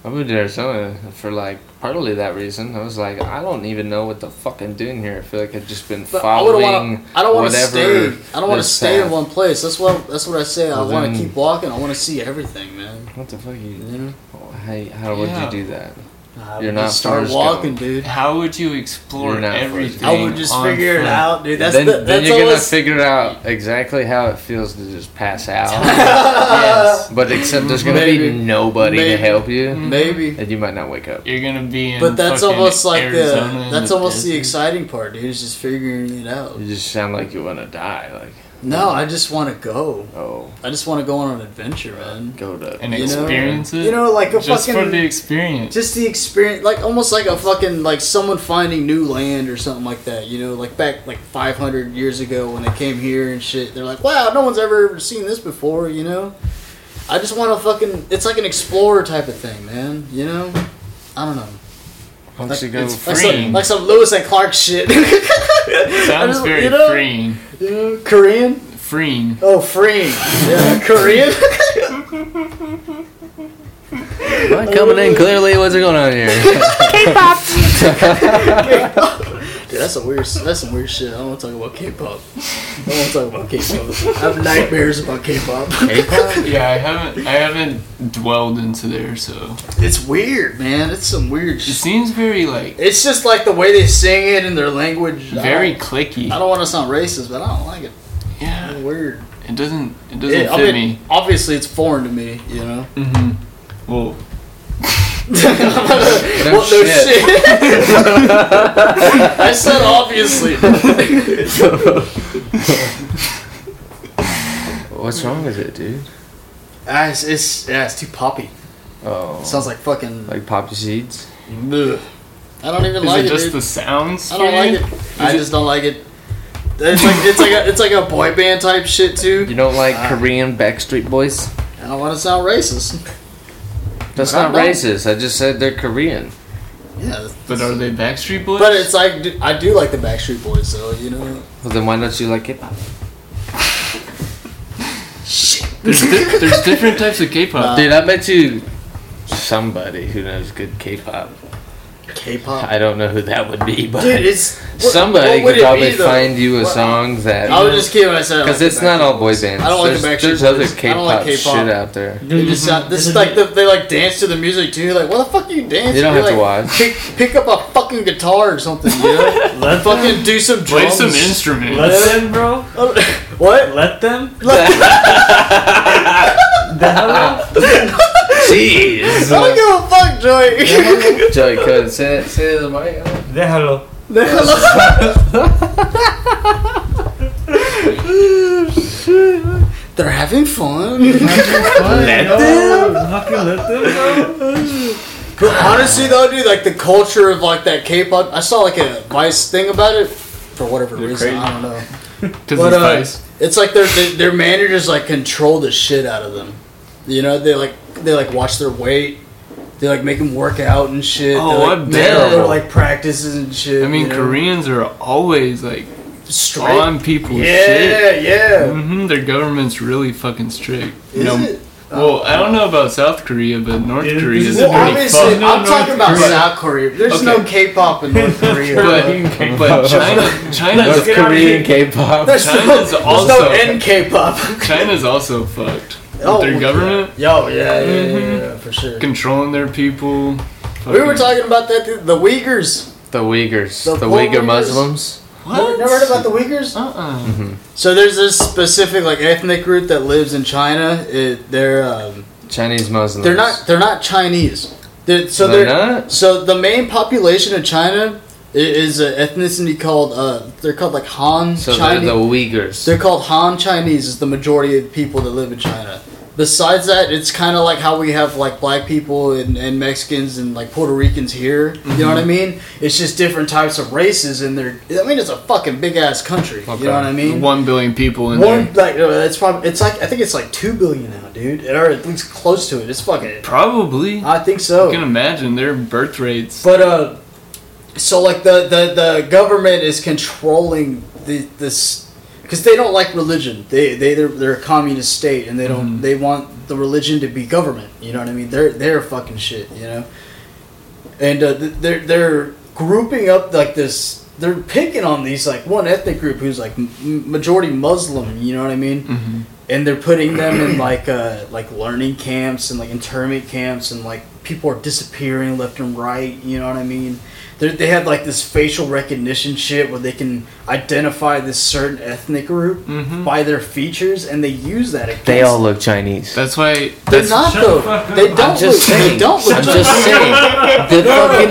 Speaker 3: I moved to Arizona for like partly that reason. I was like, I don't even know what the fuck I'm doing here. I feel like I've just been
Speaker 2: But I wouldn't
Speaker 3: following.
Speaker 2: want. I don't want to
Speaker 3: whatever
Speaker 2: stay. I don't want to
Speaker 3: this
Speaker 2: stay in
Speaker 3: path.
Speaker 2: one place. That's what. That's what I say. I
Speaker 3: Well,
Speaker 2: want to
Speaker 3: then-
Speaker 2: keep walking. I want to see everything, man.
Speaker 3: What the fuck
Speaker 2: You
Speaker 3: you?
Speaker 2: know?
Speaker 3: How, how would
Speaker 1: Yeah.
Speaker 3: you do that?
Speaker 2: I
Speaker 3: You're
Speaker 2: would
Speaker 3: not
Speaker 2: just start
Speaker 3: Forrest
Speaker 2: walking, dude.
Speaker 1: How would you explore
Speaker 3: You're not
Speaker 1: everything?
Speaker 2: I would just
Speaker 1: on
Speaker 2: figure it
Speaker 1: foot?
Speaker 2: out, dude. That's
Speaker 3: then,
Speaker 2: the,
Speaker 3: then
Speaker 2: that's
Speaker 3: you're gonna
Speaker 2: always-
Speaker 3: figure out exactly how it feels to just pass out.
Speaker 1: Yes.
Speaker 3: but except there's gonna
Speaker 2: Maybe.
Speaker 3: be nobody to
Speaker 2: Maybe.
Speaker 3: help you,
Speaker 2: maybe.
Speaker 3: and you might not wake up.
Speaker 1: You're gonna be in.
Speaker 2: But that's
Speaker 1: fucking
Speaker 2: almost like
Speaker 1: Arizona
Speaker 2: the
Speaker 1: in
Speaker 2: that's
Speaker 1: the
Speaker 2: almost the
Speaker 1: desert.
Speaker 2: exciting part, dude. Is just figuring it out.
Speaker 3: You just sound like you want to die. Like,
Speaker 2: No, I just want to go.
Speaker 3: oh,
Speaker 2: I just want to go on an adventure, man.
Speaker 3: go to
Speaker 1: And
Speaker 2: You know?
Speaker 1: experience it.
Speaker 2: You know, like a
Speaker 1: just
Speaker 2: fucking
Speaker 1: for the experience.
Speaker 2: just the experience like almost like a fucking like someone finding new land or something like that you know like back like 500 years ago when they came here and shit they're like wow no one's ever seen this before you know i just want to fucking it's like an explorer type of thing man you know i don't know
Speaker 3: Once
Speaker 2: like,
Speaker 3: you go,
Speaker 2: it's- like,
Speaker 1: freeing.
Speaker 2: some, like some lewis and clark shit
Speaker 1: Sounds
Speaker 2: just-
Speaker 1: very
Speaker 2: you know?
Speaker 1: freeing.
Speaker 2: you know korean
Speaker 1: freeing.
Speaker 2: Oh, freeing. Yeah, Korean.
Speaker 3: Not coming in clearly. What's going on here?
Speaker 2: Dude, that's some weird. That's some weird shit. I don't want to talk about K-pop. I don't want to talk about K-pop. I have nightmares about K-pop.
Speaker 3: K-pop?
Speaker 1: Yeah, I haven't I haven't dwelled into there, so
Speaker 2: It's weird, man. It's some weird
Speaker 1: it
Speaker 2: shit.
Speaker 1: seems very like
Speaker 2: It's just like the way they sing it in their language. I
Speaker 1: very
Speaker 2: don't-
Speaker 1: clicky.
Speaker 2: I don't want to sound racist, but I don't like it. It's
Speaker 1: Yeah,
Speaker 2: weird.
Speaker 1: it doesn't it doesn't
Speaker 2: Yeah, I
Speaker 1: fit
Speaker 2: mean,
Speaker 1: me.
Speaker 2: Obviously, it's foreign to me. You know.
Speaker 1: Mm-hmm. Well,
Speaker 2: well, no
Speaker 3: shit.
Speaker 2: shit. I said obviously.
Speaker 3: What's wrong with it, dude?
Speaker 2: Ah, it's, it's yeah, it's too poppy.
Speaker 3: Oh,
Speaker 2: Sounds like fucking.
Speaker 3: like poppy seeds.
Speaker 2: ugh. I don't even
Speaker 1: is
Speaker 2: like
Speaker 1: it
Speaker 2: it.
Speaker 1: just
Speaker 2: dude.
Speaker 1: the sounds?
Speaker 2: I don't like
Speaker 1: dude?
Speaker 2: it. I just don't like it. It's like it's like a, it's like a boy band type shit
Speaker 3: You
Speaker 2: too.
Speaker 3: don't like
Speaker 2: Ah.
Speaker 3: Korean Backstreet Boys?
Speaker 2: I don't want to sound racist.
Speaker 3: That's
Speaker 2: I
Speaker 3: not
Speaker 2: don't.
Speaker 3: racist. I just said they're Korean.
Speaker 2: Yeah,
Speaker 1: But are they Backstreet Boys?
Speaker 2: but it's like dude, I do like the Backstreet Boys, so you know.
Speaker 3: Well, then why don't you like K-pop?
Speaker 1: there's, di- there's different types of K-pop.
Speaker 3: Dude, I bet you somebody who knows good K-pop.
Speaker 2: K-pop.
Speaker 3: I don't know who that would be, but
Speaker 2: Dude, it's what-
Speaker 3: somebody
Speaker 2: what would
Speaker 3: could
Speaker 2: it
Speaker 3: probably
Speaker 2: be, though?
Speaker 3: find you a
Speaker 2: What-
Speaker 3: song that
Speaker 2: I was just kidding when I said I
Speaker 3: because
Speaker 2: like
Speaker 3: it's
Speaker 2: the
Speaker 3: not
Speaker 2: Backstreet
Speaker 3: all boy
Speaker 2: Boys. I
Speaker 3: bands.
Speaker 2: don't like
Speaker 3: there's,
Speaker 2: the Backstreet
Speaker 3: There's
Speaker 2: Boys.
Speaker 3: other
Speaker 2: I don't like
Speaker 3: K-pop,
Speaker 2: K-pop.
Speaker 3: shit out there.
Speaker 2: They just sound, this is like the, they like dance to the music too. Like, what the fuck are you dancing?
Speaker 3: You don't
Speaker 2: You're
Speaker 3: have to
Speaker 2: like,
Speaker 3: watch.
Speaker 2: Pick, pick up a fucking guitar or something. You know?
Speaker 4: Let them,
Speaker 2: fucking do some drums.
Speaker 1: Play some instruments.
Speaker 4: let them, bro.
Speaker 2: what?
Speaker 4: Let them.
Speaker 3: Jeez,
Speaker 2: I don't give a fuck, Joey.
Speaker 3: Joey Code, say it, say it to the mic.
Speaker 4: The hello.
Speaker 2: They're having fun.
Speaker 4: Let them. Fucking let them, bro.
Speaker 2: But honestly, though, dude, like the culture of like that K-pop, I saw like a Vice thing about it for whatever
Speaker 1: They're
Speaker 2: reason.
Speaker 1: crazy.
Speaker 2: I don't know.
Speaker 1: 'Cause
Speaker 2: But,
Speaker 1: it's
Speaker 2: uh,
Speaker 1: nice.
Speaker 2: It's like their their their managers like control the shit out of them. You know, they like they like watch their weight. They like make them work out and shit.
Speaker 1: Oh,
Speaker 2: they, like,
Speaker 1: I bet.
Speaker 2: they're- They're like practices and shit.
Speaker 1: I mean, Oh,
Speaker 2: you know?
Speaker 1: Koreans are always like
Speaker 2: straight.
Speaker 1: on people's
Speaker 2: yeah,
Speaker 1: shit.
Speaker 2: yeah.
Speaker 1: hmm Their government's really fucking strict. You
Speaker 2: Is
Speaker 1: know,
Speaker 2: it?
Speaker 1: well, I don't know about South Korea, but North
Speaker 4: Dude,
Speaker 1: Korea
Speaker 4: this
Speaker 1: is
Speaker 4: is-
Speaker 2: Well,
Speaker 1: pretty
Speaker 2: obviously,
Speaker 1: fucked.
Speaker 4: fucked.
Speaker 2: I'm talking about
Speaker 1: Korea.
Speaker 2: South Korea. There's
Speaker 1: Okay.
Speaker 2: no K-pop in North Korea. bro.
Speaker 1: But, but China,
Speaker 3: North
Speaker 1: China's,
Speaker 4: get out of
Speaker 3: Korean
Speaker 4: here.
Speaker 3: K-pop.
Speaker 2: There's no,
Speaker 1: China's
Speaker 2: there's no
Speaker 1: also-
Speaker 2: end K-pop.
Speaker 1: China's also fucked. With
Speaker 2: Oh,
Speaker 1: their
Speaker 2: yeah.
Speaker 1: government
Speaker 2: Yo, yeah, yeah, yeah, yeah, yeah, for sure.
Speaker 1: controlling their people.
Speaker 2: We were
Speaker 1: Fucking-
Speaker 2: talking about that the, the Uyghurs.
Speaker 3: The Uyghurs,
Speaker 2: The
Speaker 3: the,
Speaker 2: poor
Speaker 3: Uyghur
Speaker 2: Uyghurs.
Speaker 3: Muslims.
Speaker 2: Never,
Speaker 1: What?
Speaker 2: never heard about the Uyghurs?
Speaker 1: Uh-uh.
Speaker 2: So there's this specific like ethnic group that lives in China. It, they're um,
Speaker 3: Chinese Muslims.
Speaker 2: they're not they're not Chinese. They're, so
Speaker 3: They're
Speaker 2: they're,
Speaker 3: not?
Speaker 2: so the main population of China i- is an ethnicity called uh, they're called like Han
Speaker 3: So
Speaker 2: Chinese.
Speaker 3: they're
Speaker 2: They're,
Speaker 3: the Uyghurs.
Speaker 2: called Han Chinese. Is the majority of people that live in China. Besides that, it's kind of like how we have like black people and, and Mexicans and like Puerto Ricans here. You know what I mean? It's just different types of races, and they're I mean it's a fucking big ass country.
Speaker 3: Okay.
Speaker 2: You know what I mean?
Speaker 1: One billion people in
Speaker 2: One
Speaker 1: there.
Speaker 2: like uh, it's probably it's like I think it's like two billion now, dude, or at least close to it. It's fucking.
Speaker 1: Probably.
Speaker 2: I
Speaker 1: I can
Speaker 2: think so.
Speaker 1: imagine their birth rates.
Speaker 2: But uh, so like the the the government is controlling the this because they don't like religion. They they they're, they're a communist state and they don't they want the religion to be government. You know what I mean? They're they're fucking shit. You know, and uh, th- they're they're grouping up like this. They're picking on these like one ethnic group who's like m- majority Muslim. You know what I mean?
Speaker 1: hmm
Speaker 2: and they're putting them in like uh like learning camps and like internment camps and like people are disappearing left and right you know what i mean they they have like this facial recognition shit where they can identify this certain ethnic group
Speaker 4: Mm-hmm.
Speaker 1: Mhm.
Speaker 2: by their features and they use that against
Speaker 3: They all look Chinese.
Speaker 1: That's why.
Speaker 2: they're
Speaker 1: That's
Speaker 2: not
Speaker 4: shut
Speaker 2: though
Speaker 4: the fuck up.
Speaker 2: they don't
Speaker 3: I'm just
Speaker 2: look,
Speaker 3: saying.
Speaker 2: they don't look
Speaker 3: I'm just saying. The fucking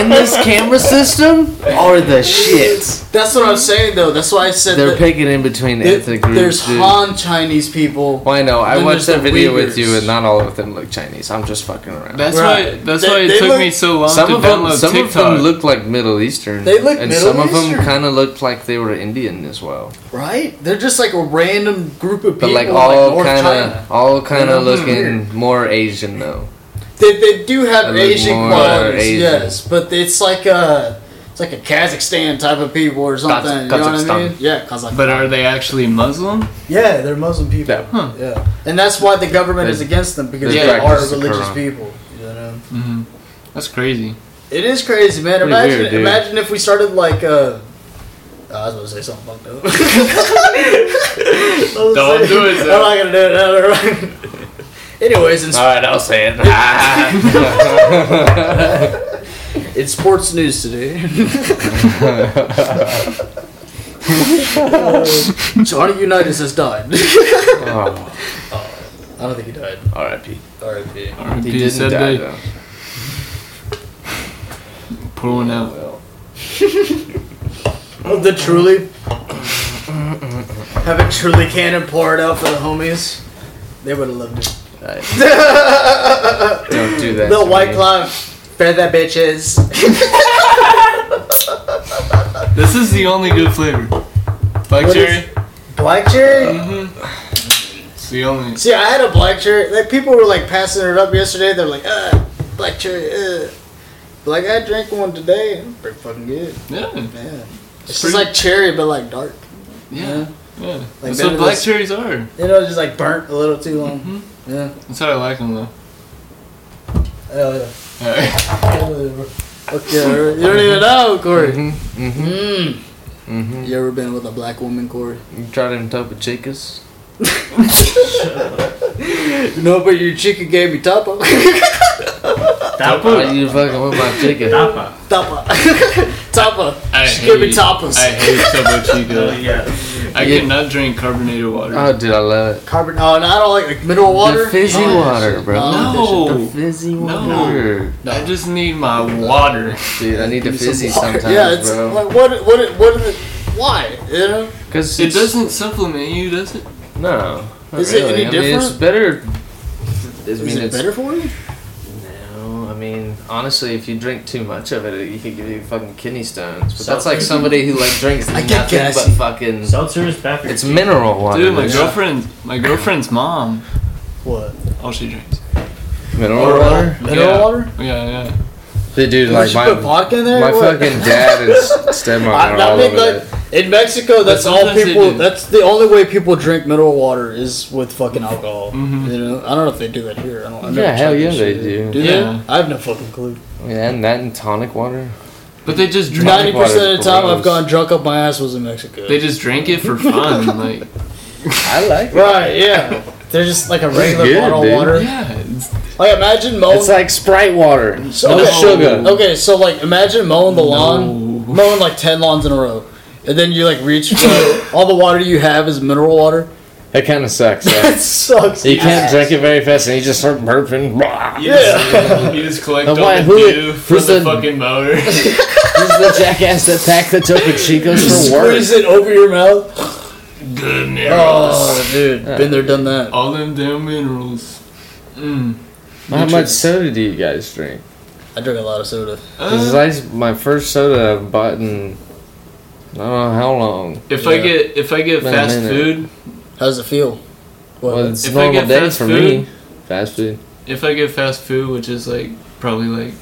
Speaker 3: in this camera system are the shit.
Speaker 2: that's what i'm saying though that's why i said
Speaker 3: They're
Speaker 2: that
Speaker 3: picking in between
Speaker 2: th-
Speaker 3: ethnic groups.
Speaker 2: there's
Speaker 3: dude.
Speaker 2: han chinese people
Speaker 3: Well, I know. I
Speaker 2: Then
Speaker 3: watched
Speaker 2: there's the
Speaker 3: that video with you,
Speaker 2: Uyghurs.
Speaker 3: and not all of them look Chinese. I'm just fucking around.
Speaker 1: That's
Speaker 2: Right.
Speaker 1: why. That's
Speaker 2: They-
Speaker 1: why it
Speaker 2: they
Speaker 1: took
Speaker 2: look-
Speaker 1: me so long
Speaker 3: some
Speaker 1: to
Speaker 3: of them,
Speaker 1: download
Speaker 3: some
Speaker 1: TikTok.
Speaker 3: of them looked like Middle Eastern.
Speaker 2: They look
Speaker 3: and
Speaker 2: Middle
Speaker 3: some of them
Speaker 2: Eastern.
Speaker 3: kind of looked like they were Indian as well.
Speaker 2: right they're just like a random group of people
Speaker 3: But like
Speaker 2: in,
Speaker 3: all
Speaker 2: North
Speaker 3: kind
Speaker 2: China.
Speaker 3: of, all kind
Speaker 2: They
Speaker 3: of
Speaker 2: look
Speaker 3: looking
Speaker 2: weird.
Speaker 3: more Asian though.
Speaker 2: They, they do have
Speaker 3: They look
Speaker 2: Asian
Speaker 3: more
Speaker 2: qualities,
Speaker 3: Asian.
Speaker 2: yes, but it's like uh, it's It's like a Kazakhstan type of people or something. you know what I
Speaker 3: Kazakhstan.
Speaker 2: mean? Yeah, Kazakhstan.
Speaker 1: But are they actually Muslim?
Speaker 2: yeah, they're Muslim people.
Speaker 3: Yeah.
Speaker 1: Huh.
Speaker 2: Yeah, and that's why the government
Speaker 3: They-
Speaker 2: is against them because
Speaker 3: they
Speaker 2: they are
Speaker 3: practice the
Speaker 2: religious
Speaker 3: Quran.
Speaker 2: people. You know?
Speaker 1: hmm That's crazy.
Speaker 2: It is crazy, man.
Speaker 3: Pretty
Speaker 2: Imagine,
Speaker 3: weird, dude.
Speaker 2: imagine if we started like. Uh, I was gonna say something fucked up. Don't
Speaker 1: Don't do it,
Speaker 2: I'm
Speaker 1: Zach.
Speaker 2: not gonna do it. No, never mind. Anyways, in,
Speaker 3: Alright, I'll say it.
Speaker 2: in sports news today, Johnny Unitas has died.
Speaker 3: oh,
Speaker 2: I don't think he died.
Speaker 3: R.I.P.
Speaker 2: R.I.P.
Speaker 1: R.I.P. said they pulling out.
Speaker 2: The truly. Have a truly cannon poured out for the homies. They would have loved it.
Speaker 3: Don't do that.
Speaker 2: Little
Speaker 3: to
Speaker 2: White
Speaker 3: me.
Speaker 2: Claw. Fair that bitches.
Speaker 1: This is the only good flavor. Black
Speaker 2: What
Speaker 1: cherry.
Speaker 2: is- Black cherry?
Speaker 1: mm-hmm. It's the only.
Speaker 2: See, I had a black cherry. Like people were like passing it up yesterday. They're like, uh, black cherry. Uh. But, Like I drank one today. It was Pretty fucking good.
Speaker 1: Yeah,
Speaker 2: Man, it's,
Speaker 1: It's
Speaker 2: just
Speaker 1: pretty-
Speaker 2: like cherry, but like dark.
Speaker 1: yeah, yeah. That's
Speaker 2: better
Speaker 1: what black
Speaker 2: than-
Speaker 1: cherries are.
Speaker 2: You know, just like burnt a little too long.
Speaker 1: Mhm.
Speaker 2: Yeah.
Speaker 1: That's how I like them though.
Speaker 2: Hell yeah.
Speaker 1: Alright.
Speaker 2: Okay. alright. You don't even know, Corey.
Speaker 3: Mm-hmm. Mm-hmm.
Speaker 2: Mm.
Speaker 3: Mm-hmm.
Speaker 2: You ever been with a black woman, Corey?
Speaker 3: You tried them type of chicas?
Speaker 2: No, but your chicken gave me tapa.
Speaker 3: Why
Speaker 4: Tapa.
Speaker 3: you fucking with my chicken?
Speaker 4: Tapa.
Speaker 2: tapa. tapa.
Speaker 1: I
Speaker 2: she gave me
Speaker 1: hate-
Speaker 2: tapas.
Speaker 1: I hate Topo
Speaker 4: Oh,
Speaker 1: Chico.
Speaker 4: yeah.
Speaker 1: I
Speaker 3: Yeah.
Speaker 1: cannot drink carbonated water.
Speaker 3: Oh, dude, I love it.
Speaker 2: Carbon. Oh, no, I don't like, like mineral water. Oh,
Speaker 3: The fizzy
Speaker 2: No, that
Speaker 3: water,
Speaker 2: shit.
Speaker 3: bro.
Speaker 1: No.
Speaker 3: The fizzy
Speaker 1: No.
Speaker 3: water.
Speaker 1: I just need my water.
Speaker 3: Dude, I need the fizzy sometimes,
Speaker 2: yeah, it's
Speaker 3: bro.
Speaker 2: like what? What? What? Is it, why? You know?
Speaker 3: Cause
Speaker 1: It
Speaker 3: it's-
Speaker 1: doesn't supplement you, does it?
Speaker 3: No. not
Speaker 2: Is it any
Speaker 3: I mean, it's
Speaker 2: different?
Speaker 3: better. I mean,
Speaker 2: Is it
Speaker 3: it's,
Speaker 2: better for you?
Speaker 3: No, I mean, honestly, if you drink too much of it, it could give you fucking kidney stones. But that's
Speaker 4: Seltzer.
Speaker 3: like somebody who like drinks
Speaker 2: I
Speaker 3: nothing
Speaker 2: get
Speaker 3: but
Speaker 2: gassy.
Speaker 3: fucking.
Speaker 4: Seltzer is bad for
Speaker 3: It's mineral water.
Speaker 1: Dude, my
Speaker 3: dude.
Speaker 1: girlfriend, my girlfriend's mom,
Speaker 2: What?
Speaker 1: all she drinks.
Speaker 3: Mineral
Speaker 2: Mineral
Speaker 3: water.
Speaker 1: Yeah.
Speaker 2: water?
Speaker 1: Oh, Yeah, yeah.
Speaker 3: Dude, dude,
Speaker 2: Like
Speaker 3: like
Speaker 2: you
Speaker 3: my
Speaker 2: put vodka in there?
Speaker 3: my
Speaker 2: What?
Speaker 3: fucking dad and s- stepmom
Speaker 2: I,
Speaker 3: are
Speaker 2: I
Speaker 3: all
Speaker 2: think
Speaker 3: over
Speaker 2: like
Speaker 3: that.
Speaker 2: in Mexico, that's all
Speaker 1: sometimes they
Speaker 2: people.
Speaker 1: do.
Speaker 2: That's the only way people drink mineral water is with fucking alcohol.
Speaker 1: Mhm.
Speaker 2: You know, I don't know if they do that here. I don't. I
Speaker 3: Yeah,
Speaker 2: never
Speaker 3: hell
Speaker 2: tried
Speaker 3: yeah,
Speaker 2: that
Speaker 3: they
Speaker 2: shit.
Speaker 3: do.
Speaker 2: Do
Speaker 1: Yeah.
Speaker 2: they? I have no fucking clue.
Speaker 3: Yeah, and that and tonic water.
Speaker 1: But they just drink.
Speaker 2: Ninety percent of the time,
Speaker 3: gross.
Speaker 2: I've gone drunk up my ass was in Mexico.
Speaker 1: They just drink it for fun. Like,
Speaker 3: I like it.
Speaker 2: right? Yeah, they're just like a regular
Speaker 3: good,
Speaker 2: bottle
Speaker 3: dude.
Speaker 2: of water.
Speaker 1: yeah, it's,
Speaker 2: Like imagine mowing.
Speaker 3: It's like Sprite water.
Speaker 2: Oh. So-
Speaker 3: No
Speaker 2: okay.
Speaker 3: sugar.
Speaker 2: Okay, so like imagine mowing the lawn,
Speaker 1: No.
Speaker 2: mowing like ten lawns in a row, and then you like reach for all the water you have is mineral water.
Speaker 3: That kind of sucks.
Speaker 2: That
Speaker 3: Right?
Speaker 2: sucks.
Speaker 3: you can't drink it very fast, and you just start burping. Blah.
Speaker 1: you,
Speaker 2: Yeah.
Speaker 1: just, you just collect all
Speaker 3: And why-
Speaker 1: the
Speaker 3: who-
Speaker 1: dew from
Speaker 3: who's
Speaker 1: the,
Speaker 3: the-
Speaker 1: fucking mower.
Speaker 3: This is the jackass that packed the Topo Chicos for work.
Speaker 2: Squeeze it over your mouth.
Speaker 1: Good minerals.
Speaker 2: Oh, dude, been there, done that.
Speaker 1: All them damn minerals. Mm.
Speaker 3: How much soda do you guys drink?
Speaker 2: I drink a lot of soda.
Speaker 1: Uh,
Speaker 3: This is like my first soda I've bought in I don't know how long.
Speaker 1: if
Speaker 2: Yeah.
Speaker 1: I get if I get
Speaker 3: Wait a
Speaker 1: fast
Speaker 3: minute.
Speaker 1: food,
Speaker 2: How does it feel? What?
Speaker 3: Well, it's
Speaker 1: If I
Speaker 3: normal
Speaker 1: get
Speaker 3: days
Speaker 1: fast
Speaker 3: for me.
Speaker 1: food-
Speaker 3: Fast food.
Speaker 1: if I get fast food, which is like probably like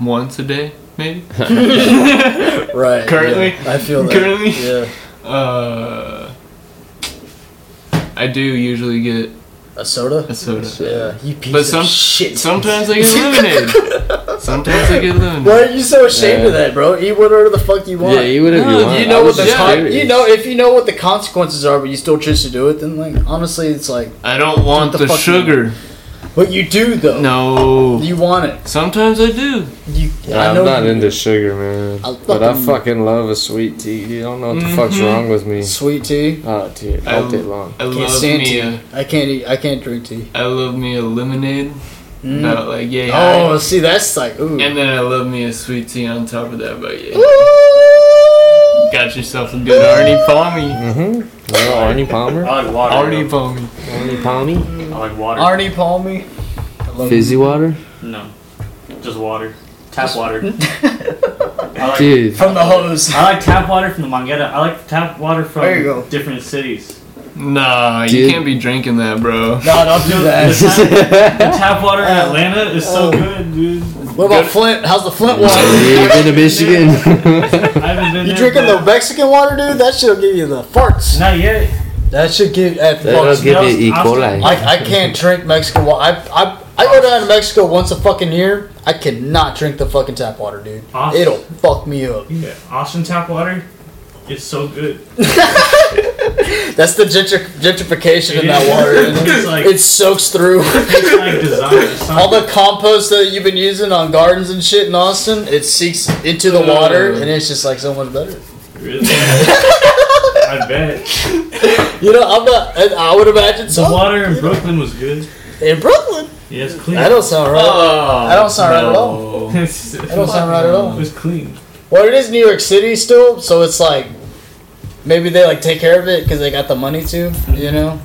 Speaker 1: once a day, maybe.
Speaker 2: right.
Speaker 1: currently-
Speaker 2: yeah, I feel that.
Speaker 1: currently-
Speaker 2: yeah,
Speaker 1: Uh, I do usually get
Speaker 2: a soda.
Speaker 1: a soda.
Speaker 2: Yeah, you piece
Speaker 1: But
Speaker 2: of
Speaker 1: some-
Speaker 2: shit.
Speaker 1: Sometimes I get lemonade. Sometimes I get lemonade.
Speaker 2: Why are you so ashamed of
Speaker 3: Yeah.
Speaker 2: that, bro? Eat whatever the fuck you want.
Speaker 3: Yeah, you whatever
Speaker 1: No,
Speaker 3: you want.
Speaker 2: you
Speaker 3: I
Speaker 2: know what
Speaker 3: was
Speaker 2: the
Speaker 1: Yeah.
Speaker 3: just
Speaker 2: con-
Speaker 3: curious.
Speaker 2: you know if you know what the consequences are, but you still choose to do it, then like honestly, it's like
Speaker 1: I don't want
Speaker 2: the
Speaker 1: the,
Speaker 2: fuck you
Speaker 1: sugar.
Speaker 2: but you do though.
Speaker 1: No.
Speaker 2: you want it.
Speaker 1: Sometimes I do.
Speaker 2: You,
Speaker 3: Yeah,
Speaker 2: I
Speaker 3: I'm
Speaker 2: know
Speaker 3: not
Speaker 2: you
Speaker 3: into sugar, man.
Speaker 2: I
Speaker 3: but
Speaker 2: fucking-
Speaker 3: I
Speaker 2: Mm-hmm.
Speaker 3: fucking love a sweet tea. You don't know what the fuck's
Speaker 1: Mhm.
Speaker 3: wrong with me.
Speaker 2: sweet tea.
Speaker 3: Oh, dude,
Speaker 1: I
Speaker 2: Um,
Speaker 3: all day
Speaker 1: l-
Speaker 3: long.
Speaker 1: I
Speaker 2: Can't
Speaker 1: love
Speaker 2: stand
Speaker 1: me
Speaker 2: tea.
Speaker 1: a,
Speaker 2: I can't eat. I can't drink tea.
Speaker 1: I love me a lemonade.
Speaker 2: Mm.
Speaker 1: About like yeah.
Speaker 2: Oh, see, that's like ooh.
Speaker 1: And then I love me a sweet tea on top of that, but yeah.
Speaker 2: Ooh.
Speaker 1: Got yourself a good Arnie Palmy.
Speaker 3: Mm-hmm. No, Arnie Palmer.
Speaker 4: I like water.
Speaker 1: Arnie
Speaker 4: Already.
Speaker 1: Palmy.
Speaker 3: Arnie Palmy.
Speaker 4: I like water.
Speaker 2: Arnie Palmy. I love
Speaker 3: Fizzy water.
Speaker 4: No. Just water. Tap water. I like,
Speaker 2: you.
Speaker 3: Dude.
Speaker 2: from the hose.
Speaker 4: I like tap water from the Mangetta. I like tap water from
Speaker 2: There you go.
Speaker 4: different cities.
Speaker 1: Nah, you
Speaker 3: Dude.
Speaker 1: can't be drinking that, bro.
Speaker 2: No, don't do
Speaker 4: No,
Speaker 2: that.
Speaker 4: The tap water in Atlanta is so
Speaker 2: Oh.
Speaker 4: good, dude.
Speaker 2: What about Flint? How's the Flint water?
Speaker 3: You've been to Michigan.
Speaker 4: I haven't been
Speaker 2: you
Speaker 4: there,
Speaker 2: drinking
Speaker 4: but-
Speaker 2: the Mexican water, dude? That shit'll give you the farts.
Speaker 4: Not yet.
Speaker 2: That should give that
Speaker 3: That'll
Speaker 2: farts.
Speaker 3: give you E.
Speaker 4: I'll-
Speaker 3: coli.
Speaker 2: I, I can't drink Mexican water. I, I I go down to Mexico once a fucking year. I cannot drink the fucking tap water, dude.
Speaker 4: Awesome.
Speaker 2: It'll fuck me up.
Speaker 4: Yeah, Austin tap water. It's so good.
Speaker 2: That's the gentri- gentrification in
Speaker 4: It
Speaker 2: that
Speaker 4: is.
Speaker 2: water. isn't it?
Speaker 4: It's like-
Speaker 2: it soaks through.
Speaker 4: It's like designed. It's not
Speaker 2: All the compost that you've been using on gardens and shit in Austin, it seeks into the water, and it's just like so much better.
Speaker 4: really. I bet
Speaker 2: You know, I'm not. I, I would imagine
Speaker 4: the
Speaker 2: so.
Speaker 4: water in Brooklyn was good.
Speaker 2: in Brooklyn,
Speaker 4: Yeah, it's clean.
Speaker 2: that don't sound right.
Speaker 3: Uh.
Speaker 1: Oh,
Speaker 2: That don't sound right at
Speaker 1: no.
Speaker 2: all.
Speaker 4: It's-
Speaker 2: that don't sound right at all.
Speaker 4: It was clean.
Speaker 2: Well, it is New York City still, so it's like maybe they like take care of it because they got the money to, you know.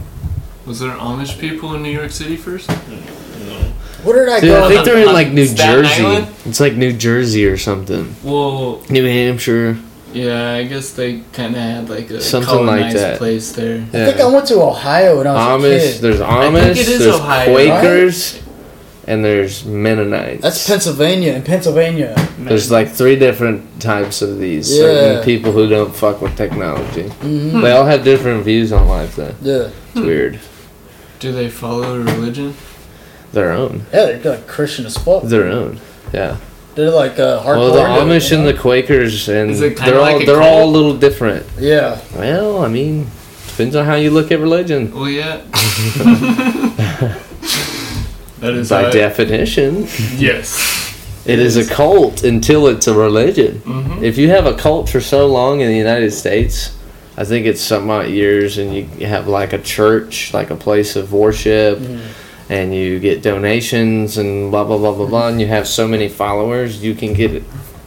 Speaker 1: Was there Amish people in New York City first?
Speaker 2: Where did I
Speaker 3: Dude, I
Speaker 2: go?
Speaker 3: think they're in like New
Speaker 1: Staten
Speaker 3: Jersey.
Speaker 1: Island?
Speaker 3: It's like New Jersey or something.
Speaker 1: Well,
Speaker 3: New Hampshire.
Speaker 1: yeah, I guess they kind of had like a
Speaker 3: Something like
Speaker 1: colonized
Speaker 3: that.
Speaker 1: place there.
Speaker 2: I think I went to Ohio when I was a
Speaker 3: Amish.
Speaker 2: kid.
Speaker 3: There's
Speaker 1: think
Speaker 3: Amish.
Speaker 1: it is
Speaker 3: There's
Speaker 1: Ohio,
Speaker 3: Quakers, and there's Mennonites.
Speaker 2: That's Pennsylvania. In Pennsylvania,
Speaker 3: There's like three different types of these
Speaker 2: Yeah.
Speaker 3: certain people who don't fuck with technology.
Speaker 2: Mhm.
Speaker 3: They all have different views on life, though.
Speaker 2: yeah,
Speaker 3: It's weird.
Speaker 1: Do they follow a religion?
Speaker 3: Their own.
Speaker 2: yeah, they're like Christian as fuck.
Speaker 3: Their own. Yeah.
Speaker 2: They're like uh,
Speaker 3: Well,
Speaker 2: hardcore.
Speaker 3: the Amish
Speaker 2: you
Speaker 3: and
Speaker 2: know?
Speaker 3: the Quakers and
Speaker 1: Is it kinda
Speaker 3: they're all
Speaker 1: like a
Speaker 3: they're all a
Speaker 1: cult?
Speaker 3: little different.
Speaker 2: yeah,
Speaker 3: Well, I mean, depends on how you look at religion.
Speaker 1: Well, yeah. that is
Speaker 3: By
Speaker 1: how it-
Speaker 3: definition,
Speaker 1: Yes.
Speaker 3: it is a cult until it's a religion.
Speaker 1: hmm
Speaker 3: If you have a cult for so long in the United States, I think it's some odd years, and you have like a church, like a place of worship,
Speaker 2: Mm-hmm.
Speaker 3: and you get donations and blah blah blah blah blah, and you have so many followers, you can get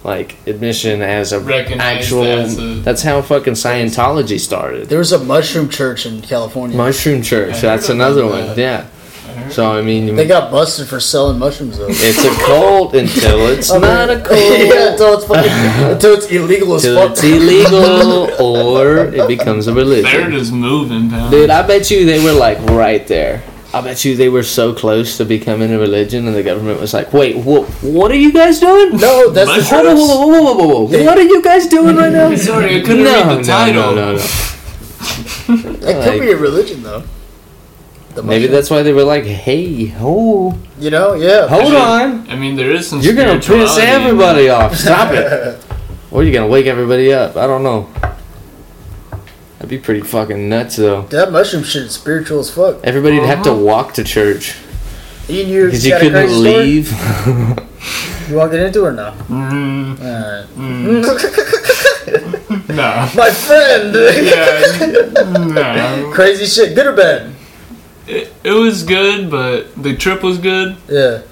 Speaker 3: like admission as a
Speaker 1: Recognized
Speaker 3: actual.
Speaker 1: as a-
Speaker 3: that's how fucking Scientology started.
Speaker 2: there was a mushroom church in California.
Speaker 3: Mushroom Church.
Speaker 1: I
Speaker 3: That's
Speaker 1: heard
Speaker 3: another
Speaker 1: about
Speaker 3: one.
Speaker 1: that.
Speaker 3: Yeah. So I mean,
Speaker 2: they got busted for selling mushrooms though.
Speaker 3: it's a cult until it's not a cult.
Speaker 2: yeah, until it's fucking until it's illegal as
Speaker 3: Till
Speaker 2: fuck.
Speaker 3: it's illegal or it becomes a
Speaker 1: They're
Speaker 3: religion.
Speaker 1: just moving, pal.
Speaker 3: Dude, I bet you they were like right there. I bet you they were so close to becoming a religion, and the government was like, "Wait, wha what are you guys doing?
Speaker 2: No, that's the
Speaker 3: Hold on, whoa, whoa, whoa, whoa, whoa, whoa. What are you guys doing right now?"
Speaker 1: Sorry, I couldn't read the title.
Speaker 3: No, no, no, no.
Speaker 2: That could be a religion though. The
Speaker 3: Maybe
Speaker 2: mushroom.
Speaker 3: that's why they were like, "Hey, ho,
Speaker 2: you know, yeah.
Speaker 3: hold on."
Speaker 1: I mean, there is some.
Speaker 3: You're gonna piss
Speaker 1: spirituality in
Speaker 3: everybody off. Stop it. or you're gonna wake everybody up. I don't know. That'd be pretty fucking nuts, though.
Speaker 2: That mushroom shit is spiritual as fuck.
Speaker 3: Everybody'd have
Speaker 1: Uh-huh.
Speaker 3: to walk to church
Speaker 2: Ian, you
Speaker 3: because you
Speaker 2: got a
Speaker 3: couldn't
Speaker 2: crazy story?
Speaker 3: leave.
Speaker 2: You want to get into it or no?
Speaker 1: that. Mm,
Speaker 2: Alright.
Speaker 3: Mm.
Speaker 1: no.
Speaker 2: My friend!
Speaker 1: Yeah, no.
Speaker 2: crazy shit, good or bad?
Speaker 1: It, it was good, but the trip was good.
Speaker 2: Yeah.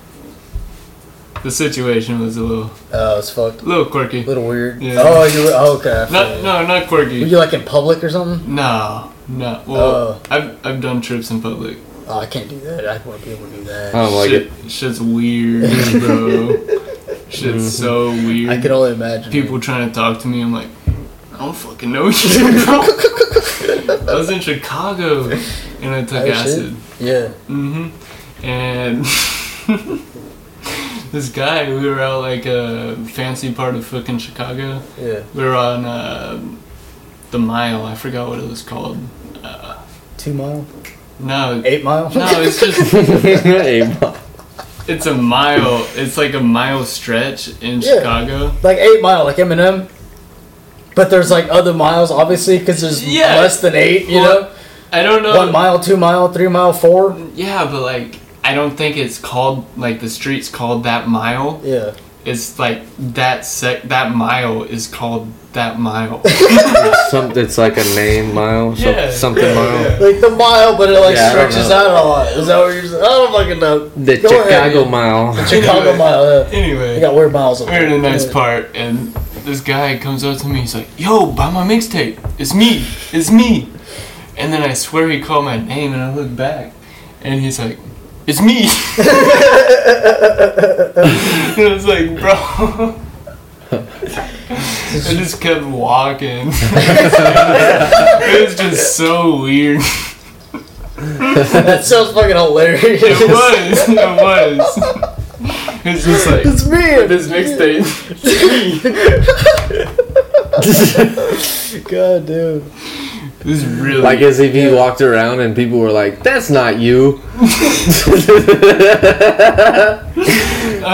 Speaker 1: The situation was a little,
Speaker 2: Oh, it's fucked.
Speaker 1: little quirky.
Speaker 2: A little weird.
Speaker 1: Yeah.
Speaker 2: Oh, you were. Oh, okay. I feel
Speaker 1: No,
Speaker 2: you.
Speaker 1: no, not
Speaker 2: Were
Speaker 1: quirky.
Speaker 2: you like in public or something?
Speaker 1: No, no.
Speaker 2: Oh.
Speaker 1: Well, I've I've done trips in public.
Speaker 2: Oh, I can't do that. I won't be able to do that.
Speaker 3: I don't like it.
Speaker 1: Shit, shit's weird, bro. shit's so weird.
Speaker 2: Mm-hmm. I can only imagine.
Speaker 1: people trying to talk to me. I'm like, I don't fucking know you, bro. I was in Chicago and I took
Speaker 2: Oh, shit.
Speaker 1: acid.
Speaker 2: Yeah.
Speaker 1: hmm And this guy, we were out like a fancy part of fucking Chicago.
Speaker 2: Yeah.
Speaker 1: We were on uh, the mile. I forgot what it was called. Uh,
Speaker 2: Two mile?
Speaker 1: no,
Speaker 2: Eight mile?
Speaker 1: no, it's just
Speaker 3: Hey, bro.
Speaker 1: it's a mile. It's like a mile stretch in
Speaker 2: Yeah.
Speaker 1: Chicago.
Speaker 2: like eight mile, like Eminem. But there's like other miles, obviously, because there's
Speaker 1: Yeah.
Speaker 2: less than eight, you
Speaker 1: Well, uh,
Speaker 2: know?
Speaker 1: I don't know.
Speaker 2: One mile, two mile, three mile, four.
Speaker 1: Yeah, but like I don't think it's called like the street's called that mile.
Speaker 2: Yeah.
Speaker 1: It's like that sec that mile is called that mile.
Speaker 3: Some, it's like a name mile, some-
Speaker 1: Yeah.
Speaker 3: something mile.
Speaker 2: Like the mile, but it like
Speaker 3: Yeah, I don't
Speaker 2: stretches
Speaker 3: know.
Speaker 2: out a lot. Is that what you're saying? I don't fucking know.
Speaker 3: The
Speaker 2: Go ahead,
Speaker 3: Chicago
Speaker 2: yeah.
Speaker 3: mile.
Speaker 2: Chicago
Speaker 1: Anyway.
Speaker 2: mile, yeah.
Speaker 1: anyway,
Speaker 2: They got weird miles. up
Speaker 1: we're in a
Speaker 2: there.
Speaker 1: nice
Speaker 2: Yeah.
Speaker 1: part, and this guy comes up to me. He's like, "Yo, buy my mixtape. It's me. It's me." And then I swear he called my name, and I look back, and he's like, "It's me." and I was like, "Bro." I just kept walking. it was just so weird.
Speaker 2: That sounds fucking hilarious.
Speaker 1: It was. It was. It's just like
Speaker 2: It's me.
Speaker 1: with his mixtape.
Speaker 2: God damn.
Speaker 1: This is really
Speaker 3: Like as if he walked around and people were like, "That's not you."
Speaker 1: I'm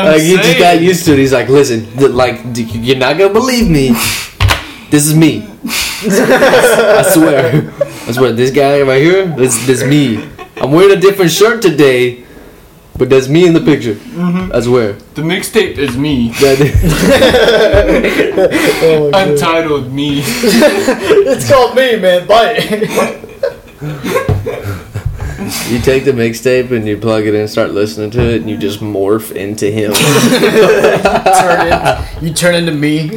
Speaker 3: Like he just
Speaker 1: saying.
Speaker 3: got used to it. He's like, "Listen, th- like d- you're not gonna believe me. This is me. I swear. I swear. This guy right here, this this me. I'm wearing a different shirt today, but that's me in the picture.
Speaker 1: Mm-hmm.
Speaker 3: I swear.
Speaker 1: the mixtape is me.
Speaker 3: That,
Speaker 2: Oh, God.
Speaker 1: Untitled me.
Speaker 2: it's called me, man. Bite.
Speaker 3: you take the mixtape and you plug it in, start listening to it, and you just morph into him.
Speaker 2: turn in, you turn into me.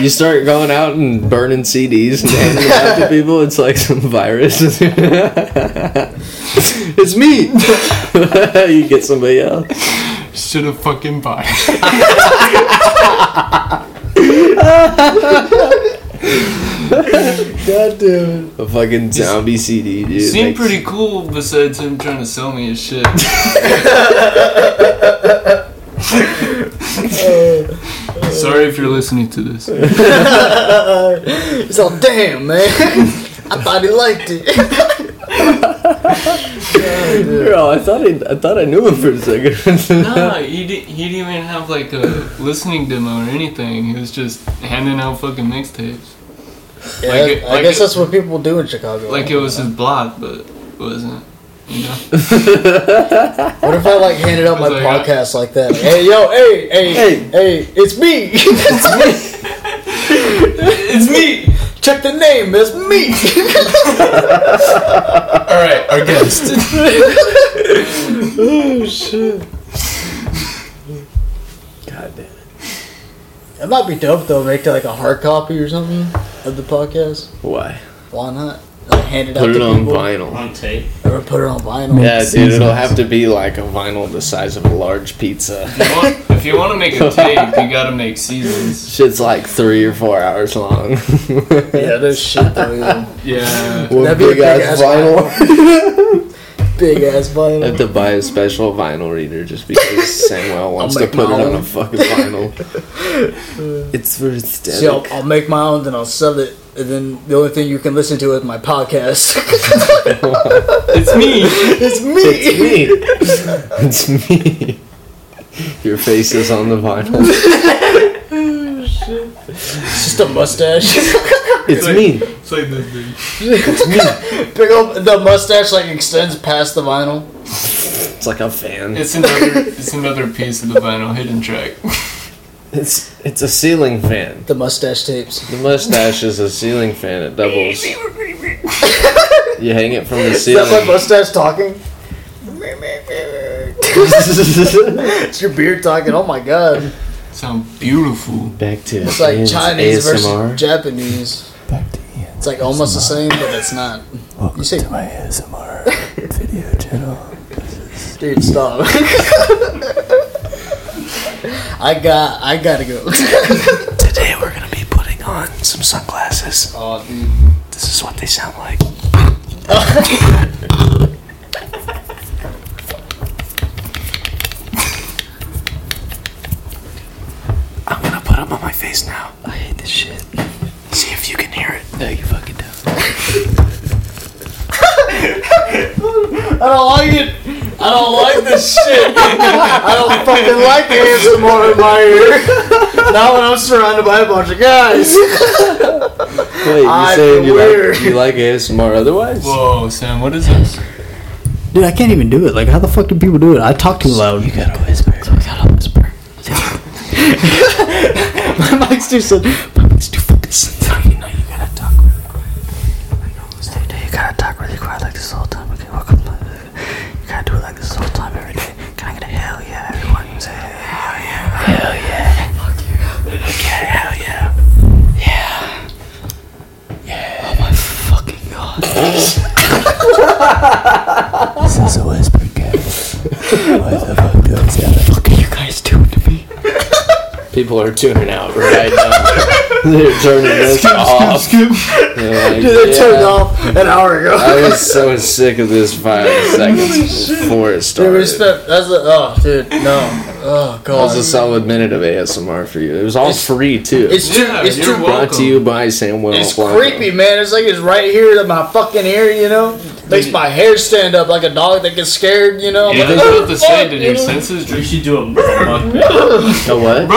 Speaker 3: you start going out and burning CDs and handing them out to people. It's like some virus. it's me. you get somebody else.
Speaker 1: Should have fucking bought. it.
Speaker 2: God damn.
Speaker 3: A fucking zombie CD, dude.
Speaker 1: Seemed
Speaker 3: Like,
Speaker 1: pretty cool besides him trying to sell me his shit. Sorry if you're listening to this.
Speaker 2: It's all damn, man. I thought he liked it.
Speaker 3: Girl, I thought I, I thought I knew him for a second.
Speaker 1: Nah, he didn't. He didn't even have like a listening demo or anything. He was just handing out fucking mixtapes.
Speaker 2: Yeah,
Speaker 1: Like it-
Speaker 2: I
Speaker 1: like
Speaker 2: guess
Speaker 1: it-
Speaker 2: that's what people do in Chicago.
Speaker 1: Like it was his blog, but it wasn't. You know.
Speaker 2: What if I like handed out my
Speaker 1: It's like, uh,
Speaker 2: podcast like that? Hey, yo, hey, hey,
Speaker 3: Hey.
Speaker 2: hey, it's me. it's me.
Speaker 1: It's me.
Speaker 2: Check the name. It's me.
Speaker 1: All right, our guest.
Speaker 2: oh shit.
Speaker 3: God damn.
Speaker 2: It might be dope though. Make like a hard copy or something of the podcast.
Speaker 3: Why?
Speaker 2: Why not? Like hand it out
Speaker 3: Put
Speaker 2: to
Speaker 3: it on
Speaker 2: people
Speaker 3: vinyl.
Speaker 4: On tape.
Speaker 2: or put it on vinyl.
Speaker 3: Yeah, dude, it'll have to be like a vinyl the size of a large pizza.
Speaker 1: If you want- if you want to make a tape, you gotta make seasons.
Speaker 3: Shit's like three or four hours long.
Speaker 2: Yeah, no shit though. yeah.
Speaker 1: Yeah.
Speaker 3: With
Speaker 2: That'd be a
Speaker 3: big ass
Speaker 2: big-ass
Speaker 3: vinyl.
Speaker 2: Big ass
Speaker 3: I
Speaker 2: vinyl.
Speaker 3: have to buy a special vinyl reader just because Samuel wants to
Speaker 2: make
Speaker 3: put it
Speaker 2: my
Speaker 3: on a
Speaker 2: own.
Speaker 3: fucking vinyl. it's for aesthetic.
Speaker 2: So I'll, I'll make my own, then I'll sell it, and then the only thing you can listen to is my podcast.
Speaker 1: It's me.
Speaker 2: it's me.
Speaker 3: It's me. it's me. Your face is on the vinyl.
Speaker 2: It's just a mustache.
Speaker 3: It's me.
Speaker 1: It's like this dude.
Speaker 3: It's me.
Speaker 2: Pick up the mustache like extends past the vinyl.
Speaker 3: It's like a fan.
Speaker 1: It's another. It's another piece of the vinyl hidden track.
Speaker 3: It's it's a ceiling fan.
Speaker 2: The mustache tapes.
Speaker 3: The mustache is a ceiling fan. It doubles. You hang it from the ceiling.
Speaker 2: Is that my mustache talking? it's your beard talking. Oh my god!
Speaker 1: Sound beautiful.
Speaker 3: Back to
Speaker 2: It's like
Speaker 3: Ian's
Speaker 2: Chinese
Speaker 3: ASMR.
Speaker 2: versus Japanese.
Speaker 5: Back to E Ian's
Speaker 2: It's like almost the same, but it's not.
Speaker 5: Welcome
Speaker 2: see-
Speaker 5: to my ASMR video channel.
Speaker 2: Dude, stop. I got. I gotta go.
Speaker 5: Today we're gonna be putting on some sunglasses.
Speaker 2: Oh, dude.
Speaker 5: This is what they sound like. I'm gonna put them on my face now. I hate this shit. See if you can hear it. No, you fucking don't.
Speaker 2: I don't like it. I don't like this shit. I don't fucking like ASMR in my ear. Not when I'm surrounded by a bunch of guys.
Speaker 3: Wait, you
Speaker 2: I
Speaker 3: saying you
Speaker 2: weird.
Speaker 3: like, you like ASMR otherwise?
Speaker 1: Whoa, Sam. What is this?
Speaker 5: Dude, I can't even do it. Like, how the fuck do people do it? I talk too loud. You gotta whisper. So I gotta whisper. my mic's too so. My mic's too fucking sensitive. You know you gotta talk really quiet. I know. You gotta talk really quiet like this all the time. Okay, welcome. You gotta do it like this all the time every day. Can I get a hell yeah, everyone? Say hell yeah. Hell yeah. Fuck you. Okay, hell yeah. Yeah. Yeah. Oh my fucking god. This is a whisper cast. What the fuck does that? What are you guys doing to me?
Speaker 3: People are tuning out right now. They're turning this off.
Speaker 1: Skip,
Speaker 3: They're like,
Speaker 2: Dude, they turned
Speaker 3: "Yeah."
Speaker 2: off an hour ago.
Speaker 3: I was so sick of this five seconds before it
Speaker 2: Dude,
Speaker 3: started.
Speaker 2: we spent. That's a, oh, dude, no. Oh
Speaker 3: that was
Speaker 2: god.
Speaker 3: a solid minute of ASMR for you. It was all free too.
Speaker 2: it's too.
Speaker 1: Yeah,
Speaker 2: it's
Speaker 1: you're
Speaker 2: too.
Speaker 1: welcome.
Speaker 3: Brought to you by Samuel.
Speaker 2: It's
Speaker 3: Blanco.
Speaker 2: creepy, man. It's like it's right here in my fucking ear, you know. Makes my hair stand up like a dog that gets scared, you know. I'm
Speaker 1: Yeah,
Speaker 2: like,
Speaker 1: that's
Speaker 2: "Oh,
Speaker 1: what they say.
Speaker 2: fuck,
Speaker 1: Did your
Speaker 2: you know?"
Speaker 1: senses
Speaker 4: We
Speaker 1: drink?
Speaker 4: should do a mukbang.
Speaker 3: A what?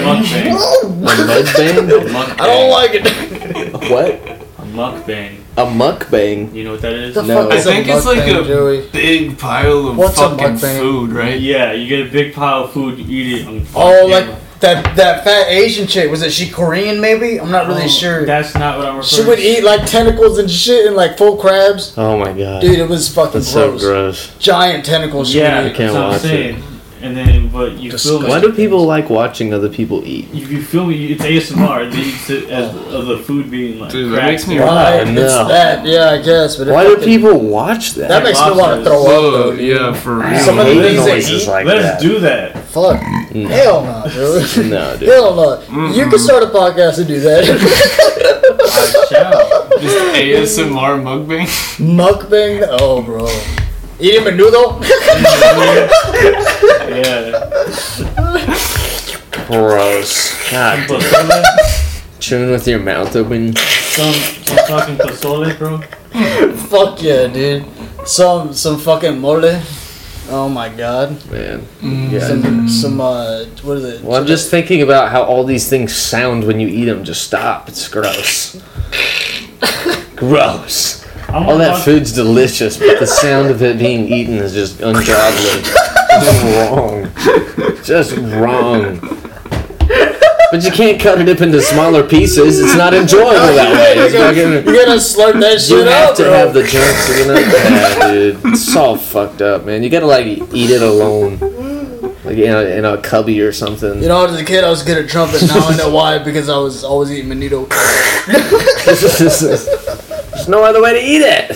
Speaker 4: Mukbang.
Speaker 3: A mukbang?
Speaker 4: Mukbang.
Speaker 2: I don't like it.
Speaker 3: what?
Speaker 4: A mukbang.
Speaker 3: A mukbang?
Speaker 4: You know what that is?
Speaker 2: The
Speaker 3: No.
Speaker 2: fuck is
Speaker 1: I think
Speaker 2: a
Speaker 1: it's like
Speaker 2: mukbang,
Speaker 1: a-
Speaker 2: Joey?
Speaker 1: Big pile of
Speaker 2: What's a
Speaker 1: fucking
Speaker 2: mukbang?
Speaker 1: food, right?
Speaker 4: Yeah, you get a big pile of food, you eat it. On
Speaker 2: Oh,
Speaker 4: yeah.
Speaker 2: like that that fat Asian chick. Was it she Korean? Maybe I'm not really
Speaker 4: Oh,
Speaker 2: sure.
Speaker 4: That's not what I'm referring.
Speaker 2: she would
Speaker 4: to.
Speaker 2: eat like tentacles and shit and like full crabs.
Speaker 3: Oh my god.
Speaker 2: Dude, it was fucking
Speaker 3: That's so
Speaker 2: gross.
Speaker 3: gross.
Speaker 2: Giant tentacles. she
Speaker 4: Yeah,
Speaker 2: would eat.
Speaker 3: can't
Speaker 4: that's what I'm
Speaker 3: watch it.
Speaker 4: saying. And then, but you feel
Speaker 2: Disgusting.
Speaker 3: Why
Speaker 4: like
Speaker 3: do people like watching other people eat?
Speaker 4: if you feel me, it's ASMR. They eat it as of the food being like.
Speaker 1: Dude, that
Speaker 4: cracked.
Speaker 1: makes me.
Speaker 2: Right,
Speaker 3: no.
Speaker 2: it's that. Yeah, I guess. But it
Speaker 3: Why do
Speaker 2: fucking-
Speaker 3: people watch that?
Speaker 2: That makes me want to throw
Speaker 1: Whoa,
Speaker 2: up. Though,
Speaker 1: yeah, for
Speaker 3: I
Speaker 1: real.
Speaker 2: some of the
Speaker 3: hate
Speaker 2: things they
Speaker 3: noises
Speaker 2: eat-
Speaker 3: like
Speaker 4: Let's
Speaker 3: that.
Speaker 4: do that.
Speaker 2: Fuck.
Speaker 3: Mm.
Speaker 2: Hell no, dude.
Speaker 3: no, dude.
Speaker 2: Hell no. You can start a podcast and do that.
Speaker 4: I shall.
Speaker 1: Just ASMR mukbang.
Speaker 2: Mukbang? Oh, bro. Eating a noodle?
Speaker 4: Yeah.
Speaker 3: Gross. God.
Speaker 4: Some pozole,
Speaker 3: Chewing with your mouth open.
Speaker 4: some, some fucking pozole, bro.
Speaker 2: Fuck yeah, dude. Some some fucking mole. Oh my god.
Speaker 3: Man. Yeah.
Speaker 2: Mm, Some some uh what is it?
Speaker 3: Well, I'm just thinking about how all these things sound when you eat them. Just stop. It's gross. gross.
Speaker 4: I'm
Speaker 3: All that food's delicious, but the sound of it being eaten is just ungodly. just wrong. Just wrong. But you can't cut it up into smaller pieces. It's not enjoyable that way.
Speaker 2: You're
Speaker 3: It's
Speaker 2: gonna,
Speaker 3: fucking-
Speaker 2: you're gonna slurp that
Speaker 3: You
Speaker 2: shit
Speaker 3: have
Speaker 2: up,
Speaker 3: to
Speaker 2: bro.
Speaker 3: have the chunks in it. Yeah, dude. It's all fucked up, man. You gotta like eat it alone. Like in a, in a cubby or something.
Speaker 2: you know, as a kid, I was good at trumpet. Now I know why because I was always eating a noodle.
Speaker 3: There's no other way to eat it.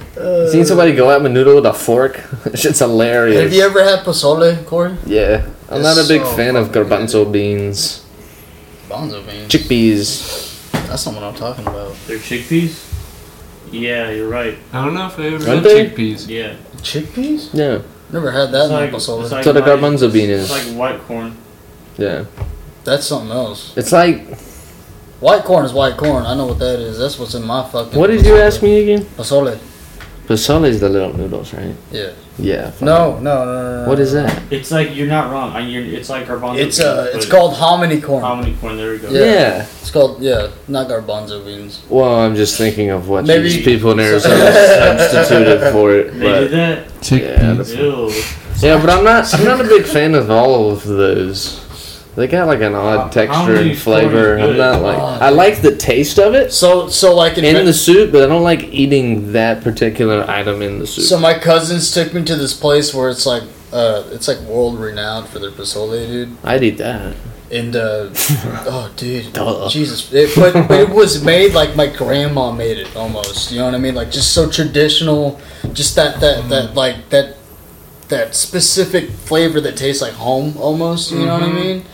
Speaker 3: Seen somebody go at my noodle with a fork? Shit's hilarious.
Speaker 2: Have you ever had pozole, Corey?
Speaker 3: yeah. I'm
Speaker 2: It's
Speaker 3: not a big
Speaker 2: so
Speaker 3: fan of
Speaker 2: fucking
Speaker 3: garbanzo beans,
Speaker 2: Bonzo beans.
Speaker 3: chickpeas.
Speaker 2: That's not what I'm talking about.
Speaker 4: They're chickpeas. Yeah, you're right.
Speaker 1: I don't know if I ever
Speaker 3: Aren't
Speaker 1: had
Speaker 3: they?
Speaker 1: chickpeas.
Speaker 4: Yeah.
Speaker 2: Chickpeas?
Speaker 3: Yeah.
Speaker 2: Never had that
Speaker 4: It's
Speaker 2: in
Speaker 4: like,
Speaker 2: apple
Speaker 4: it's
Speaker 2: soda.
Speaker 4: like
Speaker 3: That's what a
Speaker 4: white-
Speaker 3: garbanzo bean
Speaker 4: It's
Speaker 3: is.
Speaker 4: like white corn.
Speaker 3: Yeah.
Speaker 2: That's something else.
Speaker 3: It's like,
Speaker 2: White corn is white corn. I know what that is. That's what's in my fucking.
Speaker 3: what did you ask me again?
Speaker 2: Pozole.
Speaker 3: Posole's the little noodles, right?
Speaker 2: Yeah.
Speaker 3: Yeah.
Speaker 2: No, no, no, no. no.
Speaker 3: What is that?
Speaker 4: It's like you're not wrong. I, you're, it's like garbanzo.
Speaker 2: It's
Speaker 4: beans,
Speaker 2: uh, it's
Speaker 4: but
Speaker 2: called hominy corn.
Speaker 4: hominy corn. There we go.
Speaker 2: Yeah.
Speaker 3: yeah.
Speaker 2: it's called yeah, not garbanzo beans.
Speaker 3: Well, I'm just thinking of what
Speaker 2: Maybe-
Speaker 3: these people in Arizona substituted for it.
Speaker 4: They
Speaker 3: But
Speaker 4: did that.
Speaker 3: yeah,
Speaker 1: Chickpeas.
Speaker 3: that's-
Speaker 4: Ew.
Speaker 3: yeah, but I'm not. I'm not a big fan of all of those. They got like an odd
Speaker 4: How- how
Speaker 3: texture
Speaker 4: many
Speaker 3: and flavor.
Speaker 4: stories
Speaker 3: I'm
Speaker 4: good?
Speaker 3: not like.
Speaker 2: Oh,
Speaker 3: I like the taste of it
Speaker 2: So so like
Speaker 3: in the soup, but I don't like eating that particular item in the soup.
Speaker 2: so my cousins took me to this place where it's like uh, it's like world renowned for their pozole, dude.
Speaker 3: I'd eat that.
Speaker 2: And uh, oh, dude,
Speaker 3: Duh.
Speaker 2: Jesus, it, but, but it was made like my grandma made it almost. You know what I mean? Like just so traditional, just that that
Speaker 4: Mm-hmm.
Speaker 2: that like that that specific flavor that tastes like home almost. You know
Speaker 4: Mm-hmm.
Speaker 2: what I mean?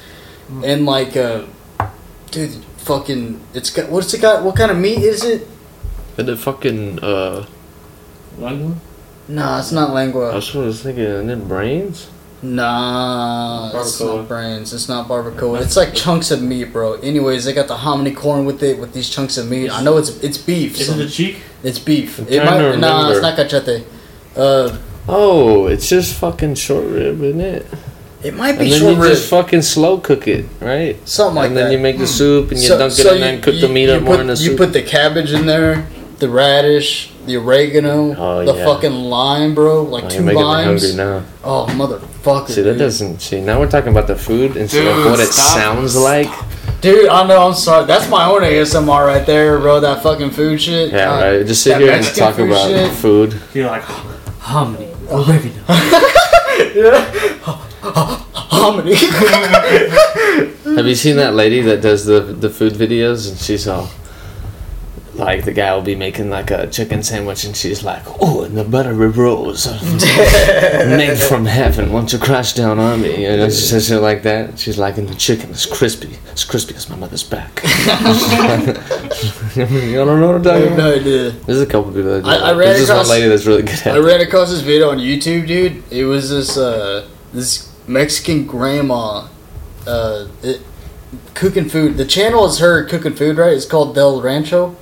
Speaker 2: And like, uh, dude, fucking, it's got what's it got? What kind of meat is it?
Speaker 3: But the fucking uh,
Speaker 4: Lengua?
Speaker 2: Nah, it's not
Speaker 3: I
Speaker 2: lengua.
Speaker 3: was what I was thinking. And then brains.
Speaker 2: Nah, it's
Speaker 4: Barbacoa.
Speaker 2: not brains. It's not barbacoa. It's like chunks of meat, bro. Anyways, they got the hominy corn with it with these chunks of meat. I know it's it's beef.
Speaker 4: Is
Speaker 2: so-
Speaker 4: it the cheek?
Speaker 2: It's beef.
Speaker 3: I'm
Speaker 2: It
Speaker 3: trying
Speaker 2: might,
Speaker 3: to
Speaker 2: nah, it's
Speaker 3: remember.
Speaker 2: not cachete. Uh,
Speaker 3: Oh, it's just fucking short rib, isn't it?
Speaker 2: it might
Speaker 3: And
Speaker 2: be
Speaker 3: then
Speaker 2: short
Speaker 3: you
Speaker 2: rib,
Speaker 3: just fucking slow cook it, right?
Speaker 2: something like
Speaker 3: and then
Speaker 2: that. Hmm.
Speaker 3: you make the soup and you
Speaker 2: So-
Speaker 3: dunk it
Speaker 2: so
Speaker 3: and then cook the meat
Speaker 2: you
Speaker 3: up
Speaker 2: put,
Speaker 3: more in the
Speaker 2: You
Speaker 3: soup.
Speaker 2: put the cabbage in there, the radish, the oregano,
Speaker 3: Oh,
Speaker 2: the
Speaker 3: yeah.
Speaker 2: fucking lime, bro. Like
Speaker 3: Oh,
Speaker 2: two
Speaker 3: you're making
Speaker 2: limes.
Speaker 3: me hungry now.
Speaker 2: Oh, motherfucker,
Speaker 3: See, that
Speaker 2: dude.
Speaker 3: doesn't. See, now we're talking about the food instead of
Speaker 1: Dude,
Speaker 3: what it
Speaker 1: stop.
Speaker 3: sounds like.
Speaker 2: Dude, I know. I'm sorry. That's my own ASMR right there, bro. That fucking food shit.
Speaker 3: Yeah,
Speaker 2: God.
Speaker 3: right. Just sit
Speaker 2: that
Speaker 3: here and
Speaker 2: Mexican
Speaker 3: talk
Speaker 2: food
Speaker 3: about
Speaker 2: shit.
Speaker 3: food.
Speaker 4: You're like, oh, hominy.
Speaker 2: Hominy.
Speaker 3: Have you seen that lady that does the the food videos? And she's all. like the guy will be making like a chicken sandwich and she's like, Oh, and the buttery rolls made from heaven, won't you crash down on me? You know, she says shit like that. She's like, and the chicken is crispy. It's crispy as my mother's back. you don't know what I'm
Speaker 2: I have
Speaker 3: talking about?
Speaker 2: no idea.
Speaker 3: There's a couple people that do
Speaker 2: I- I
Speaker 3: that.
Speaker 2: ran
Speaker 3: There's this one
Speaker 2: across-
Speaker 3: lady that's really good at
Speaker 2: I
Speaker 3: it.
Speaker 2: ran across this video on YouTube, dude. It was this uh, this Mexican grandma uh, it, cooking food. The channel is her cooking food, right? It's called Del Rancho,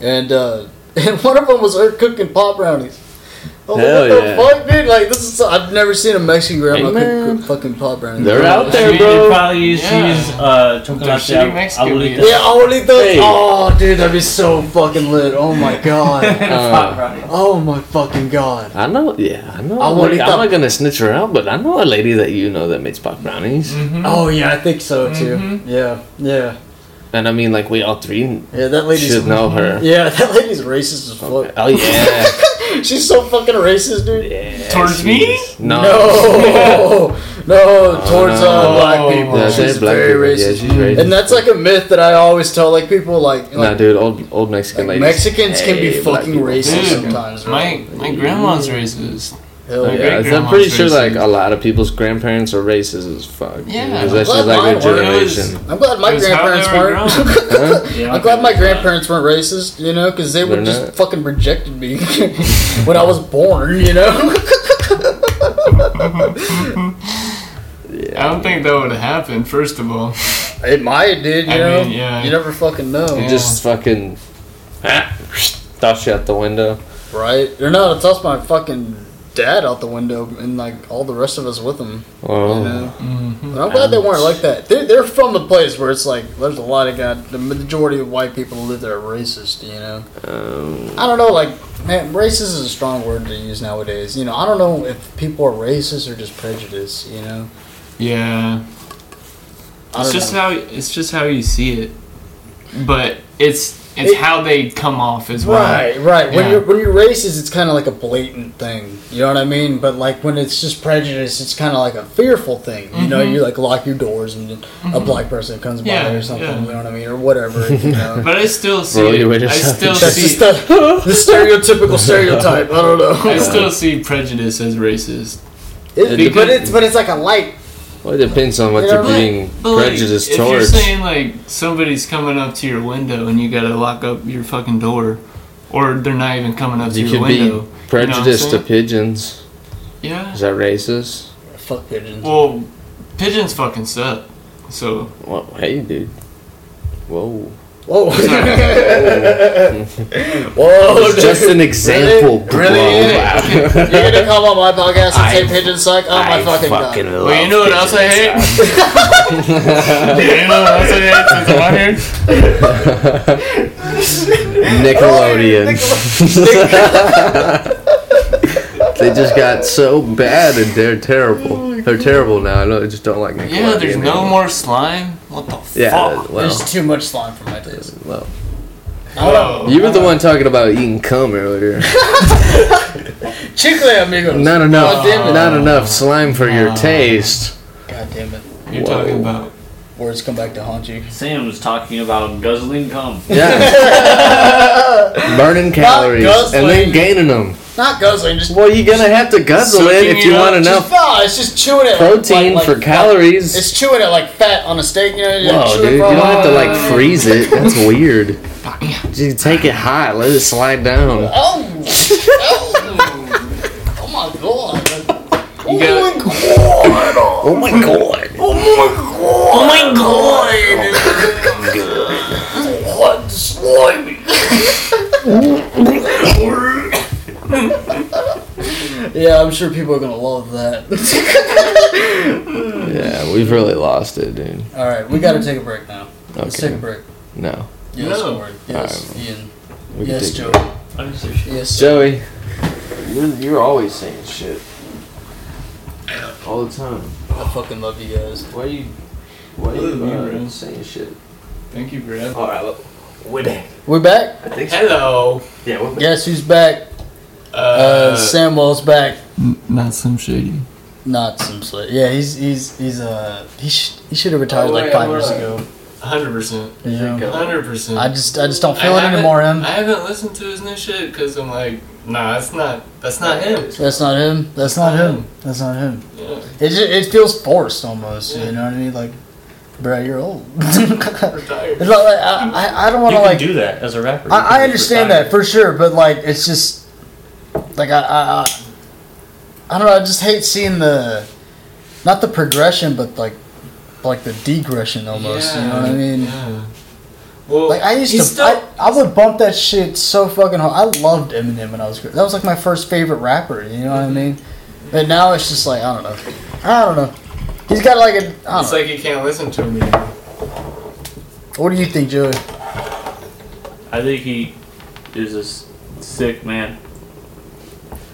Speaker 2: and uh, and one of them was her cooking pop brownies. Oh, what
Speaker 3: Hell
Speaker 2: the
Speaker 3: yeah.
Speaker 2: fuck, dude? Like this is I've never seen a Mexican grandma cook,
Speaker 3: Hey, man.
Speaker 2: cook fucking pop brownies.
Speaker 3: They're out
Speaker 4: I
Speaker 3: there,
Speaker 4: mean, they
Speaker 3: bro.
Speaker 4: probably use
Speaker 1: Yeah.
Speaker 4: cheese, uh, chocolate,
Speaker 1: shitty Mexican
Speaker 4: abuelita.
Speaker 1: meat.
Speaker 2: Yeah, I would eat those.
Speaker 3: Hey.
Speaker 2: Oh, dude, that'd be so fucking lit. Oh my god.
Speaker 3: Uh,
Speaker 2: oh my fucking god.
Speaker 3: I know, yeah, I know.
Speaker 2: I
Speaker 3: I'm,
Speaker 2: wanna eat
Speaker 3: I'm
Speaker 2: that-
Speaker 3: not gonna snitch her out, but I know a lady that you know that makes pop brownies,
Speaker 2: Oh yeah, I think so too.
Speaker 1: Mhm.
Speaker 2: Yeah, yeah,
Speaker 3: and I mean, like we all three
Speaker 2: yeah. That lady's
Speaker 3: should know her.
Speaker 2: Yeah, that lady's racist as fuck.
Speaker 3: Oh yeah,
Speaker 2: She's so fucking racist, dude.
Speaker 3: yeah
Speaker 1: Towards me?
Speaker 3: she's- No,
Speaker 2: No, no, towards
Speaker 3: no.
Speaker 2: uh, black people.
Speaker 3: Yeah,
Speaker 2: she's
Speaker 3: they're black
Speaker 2: very
Speaker 3: people. Yeah,
Speaker 2: racist.
Speaker 3: she's racist.
Speaker 2: and that's like a myth that I always tell like people like,
Speaker 3: Nah,
Speaker 2: like,
Speaker 3: dude, old old Mexican
Speaker 2: like,
Speaker 3: ladies.
Speaker 2: Mexicans can be
Speaker 3: hate black
Speaker 2: fucking
Speaker 3: people.
Speaker 2: racist
Speaker 1: Dude,
Speaker 2: sometimes. Right?
Speaker 1: My my grandma's racist.
Speaker 2: Hell
Speaker 1: my
Speaker 2: yeah.
Speaker 3: Yeah,
Speaker 1: great-grandma's
Speaker 3: I'm pretty sure like
Speaker 1: racist.
Speaker 3: a lot of people's grandparents are racist as fuck.
Speaker 1: Yeah.
Speaker 3: because that's
Speaker 2: I'm
Speaker 3: just
Speaker 2: glad
Speaker 3: like their
Speaker 2: mine were.
Speaker 3: generation.
Speaker 2: I'm glad my
Speaker 1: It was how
Speaker 2: grandparents
Speaker 1: they were
Speaker 2: weren't.
Speaker 1: grown.
Speaker 3: Huh?
Speaker 4: Yeah,
Speaker 2: I'm glad my grandparents weren't racist, you know, because they would
Speaker 3: They're
Speaker 2: just
Speaker 3: not.
Speaker 2: fucking rejected me when I was born, you know.
Speaker 1: I don't think that would have happened. First of all,
Speaker 2: It might have did, you
Speaker 1: I
Speaker 2: know.
Speaker 1: mean, yeah.
Speaker 2: You never fucking know,
Speaker 1: Yeah.
Speaker 3: Just fucking ah, toss you out the window.
Speaker 2: right? Or no, it's also my fucking dad out the window and like all the rest of us with him.
Speaker 3: Oh,
Speaker 2: You know?
Speaker 1: Mm-hmm.
Speaker 2: But I'm glad they weren't like that. They're, they're from a place where it's like there's a lot of god. The majority of white people who live there are racist, you know.
Speaker 3: um,
Speaker 2: I don't know, like man, racist is a strong word to use nowadays. You know, I don't know if people are racist or just prejudiced. You know,
Speaker 1: yeah,
Speaker 2: I
Speaker 1: it's
Speaker 2: don't
Speaker 1: just
Speaker 2: know.
Speaker 1: how it's just how you see it, but it's it's
Speaker 2: It-
Speaker 1: how they come off as well.
Speaker 2: Right, right. When
Speaker 1: Yeah.
Speaker 2: you're when you're racist, it's kind of like a blatant thing. You know what I mean? But like when it's just prejudice, it's kind of like a fearful thing. You know, you like lock your doors and a black person comes
Speaker 1: Mm-hmm. Yeah,
Speaker 2: by or something.
Speaker 1: yeah.
Speaker 2: You know what I mean, or whatever. You know.
Speaker 1: But I still see
Speaker 3: Roll your
Speaker 1: it.
Speaker 3: windows
Speaker 1: I
Speaker 3: up.
Speaker 1: still
Speaker 2: That's
Speaker 1: see
Speaker 2: just the, the stereotypical stereotype. I don't
Speaker 1: I
Speaker 2: know.
Speaker 1: still see prejudice as racist.
Speaker 2: It- but
Speaker 1: because-
Speaker 2: it's but it's like a light.
Speaker 3: well, it depends on what
Speaker 2: Yeah,
Speaker 3: you're
Speaker 2: but-
Speaker 3: being
Speaker 1: But like,
Speaker 3: prejudiced
Speaker 1: if
Speaker 3: towards.
Speaker 1: you're saying like somebody's coming up to your window and you gotta lock up your fucking door, or they're not even coming up to
Speaker 3: you
Speaker 1: your
Speaker 3: could
Speaker 1: window.
Speaker 3: be prejudiced
Speaker 1: saying?
Speaker 3: to pigeons.
Speaker 1: yeah.
Speaker 3: Is that racist?
Speaker 2: Fuck pigeons.
Speaker 1: Well, pigeons fucking suck. So
Speaker 3: Well, hey, dude. Whoa.
Speaker 2: Whoa.
Speaker 3: It's
Speaker 2: Whoa.
Speaker 3: just an example,
Speaker 2: Really?
Speaker 3: bro.
Speaker 2: Really?
Speaker 3: Wow.
Speaker 2: You're gonna come on my podcast and say
Speaker 3: I-
Speaker 2: pigeons suck? Oh my
Speaker 3: I
Speaker 2: fucking god.
Speaker 3: love
Speaker 1: Well, you know what else I hate? you know what else I hate since I'm here?
Speaker 3: Nickelodeon. they just got so bad and they're terrible. They're terrible now. I know. I just don't like Nickelodeon.
Speaker 1: Yeah, there's no
Speaker 3: anymore.
Speaker 1: more slime. What the fuck?
Speaker 3: Yeah, well,
Speaker 2: There's too much slime for my taste.
Speaker 3: well.
Speaker 1: Oh,
Speaker 3: You were the one talking about eating cum earlier.
Speaker 2: Chicle amigos.
Speaker 3: Not
Speaker 2: Oh,
Speaker 3: enough.
Speaker 2: damn it.
Speaker 3: Not enough slime for your
Speaker 2: Ah.
Speaker 1: Oh.
Speaker 3: taste.
Speaker 2: God damn it.
Speaker 1: you're
Speaker 3: Whoa.
Speaker 1: talking about.
Speaker 2: Words come back to haunt you.
Speaker 4: Sam was talking about guzzling cum.
Speaker 3: Yeah. Burning calories and then
Speaker 2: guzzling.
Speaker 3: gaining them.
Speaker 2: Not guzzling, just.
Speaker 3: Well, you're gonna have to guzzle it
Speaker 1: Soaking
Speaker 3: if you
Speaker 1: it
Speaker 3: want
Speaker 1: up,
Speaker 3: enough
Speaker 2: just no, it's just chewing it.
Speaker 3: protein
Speaker 2: like- like-
Speaker 3: for calories.
Speaker 2: It's chewing it like fat on a steak, you know? you
Speaker 3: Whoa,
Speaker 2: chew it
Speaker 3: dude, you
Speaker 2: for a
Speaker 3: don't
Speaker 2: while.
Speaker 3: have to like freeze it. That's weird. Just take it hot, let it slide down.
Speaker 2: Oh! oh. oh my god.
Speaker 1: You
Speaker 2: Oh
Speaker 1: got,
Speaker 2: my god.
Speaker 3: Oh my god.
Speaker 2: Oh my god! What slimy? yeah, I'm sure people are gonna love that.
Speaker 3: Yeah, we've really lost it, dude.
Speaker 2: All right, we gotta take a break now. Let's take a
Speaker 3: Okay.
Speaker 2: break.
Speaker 3: No.
Speaker 2: Yes,
Speaker 1: No.
Speaker 2: Lord. Yes, Ian.
Speaker 3: We can
Speaker 2: Yes,
Speaker 3: take-
Speaker 2: Joe. Yes, Joe.
Speaker 3: Joey. You're, you're always saying shit. All the time.
Speaker 2: I fucking love you guys.
Speaker 3: Why you why
Speaker 1: you, uh,
Speaker 3: saying shit?
Speaker 1: thank you, Brad.
Speaker 3: Alright, we're back.
Speaker 2: We're back.
Speaker 3: I think
Speaker 1: Hello.
Speaker 3: Yeah, we're
Speaker 2: Guess who's back?
Speaker 1: Uh,
Speaker 2: Uh, Samuel's back.
Speaker 1: not Slim Shady.
Speaker 2: Not some slut. Yeah, he's he's he's uh he sh- he should have retired
Speaker 3: Oh,
Speaker 2: like
Speaker 3: wait,
Speaker 2: five
Speaker 3: I'm
Speaker 2: years
Speaker 3: right.
Speaker 2: ago.
Speaker 1: Hundred percent.
Speaker 6: Yeah.
Speaker 1: Hundred percent.
Speaker 2: I just I just don't feel it
Speaker 1: haven't-
Speaker 2: anymore, him.
Speaker 1: I haven't listened to his new shit because I'm like, nah, that's not that's not him.
Speaker 2: That's not him. That's not him. That's not him.
Speaker 1: Yeah.
Speaker 2: It just, it feels forced almost.
Speaker 1: Yeah.
Speaker 2: You know what I mean? Like, bro, you're old. it's
Speaker 1: Retired.
Speaker 2: not like I, I, I don't want
Speaker 4: you
Speaker 2: to
Speaker 4: can
Speaker 2: like.
Speaker 4: do that as a rapper. You can
Speaker 2: I, I
Speaker 4: be
Speaker 2: understand
Speaker 4: retired.
Speaker 2: that for sure, but like it's just like I I, I I don't know. I just hate seeing the not the progression, but like like the degression almost. You know what I mean?
Speaker 1: Yeah. Well,
Speaker 2: Like I used to,
Speaker 1: he's still-
Speaker 2: I, I would bump that shit so fucking hard. I loved Eminem when I was growing. That was like my first favorite rapper. You know what I mean? But now it's just like I don't know. I don't know. He's got like a. I don't
Speaker 1: it's
Speaker 2: know.
Speaker 1: like you can't listen to him. Anymore.
Speaker 2: what do you think, Joey?
Speaker 4: I think he is a s- sick man.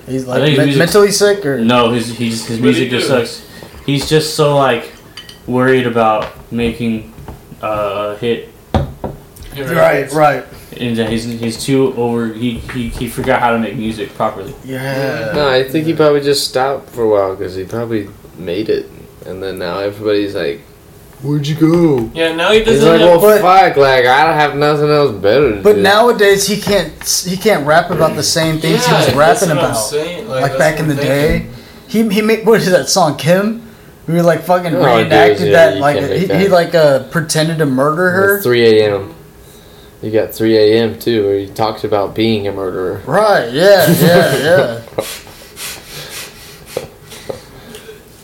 Speaker 2: He's
Speaker 4: I
Speaker 2: like
Speaker 4: think
Speaker 2: me-
Speaker 4: music-
Speaker 2: mentally sick or
Speaker 4: No, his he's, his
Speaker 1: What do
Speaker 4: music
Speaker 1: you
Speaker 4: just
Speaker 1: do?
Speaker 4: sucks. He's just so like worried about making uh, a hit,
Speaker 2: right, right.
Speaker 4: and that he's he's too over. He, he he forgot how to make music properly.
Speaker 2: Yeah.
Speaker 3: No, I think he probably just stopped for a while because he probably made it, and then now everybody's like, "Where'd you go?"
Speaker 1: Yeah, now he
Speaker 3: He's
Speaker 1: doesn't.
Speaker 3: like,
Speaker 1: have-
Speaker 3: "Well,
Speaker 2: but-
Speaker 3: fuck! Like, I don't have nothing else better to
Speaker 2: But
Speaker 3: do."
Speaker 2: nowadays he can't he can't rap about the same things
Speaker 1: Yeah,
Speaker 2: he was
Speaker 1: that's
Speaker 2: rapping
Speaker 1: what I'm
Speaker 2: about.
Speaker 1: saying,
Speaker 2: Like
Speaker 1: that's
Speaker 2: back
Speaker 1: what
Speaker 2: in
Speaker 1: I'm
Speaker 2: the
Speaker 1: thinking.
Speaker 2: day, he he made what is that song Kim? We like fucking
Speaker 3: Oh,
Speaker 2: reenacted
Speaker 3: dude, yeah,
Speaker 2: that
Speaker 3: you
Speaker 2: like
Speaker 3: can't make
Speaker 2: he,
Speaker 3: that.
Speaker 2: he like uh pretended to murder her.
Speaker 3: It's 3 a.m. You got 3 a.m. too, where he talks about being a murderer.
Speaker 2: Right? Yeah, yeah, yeah.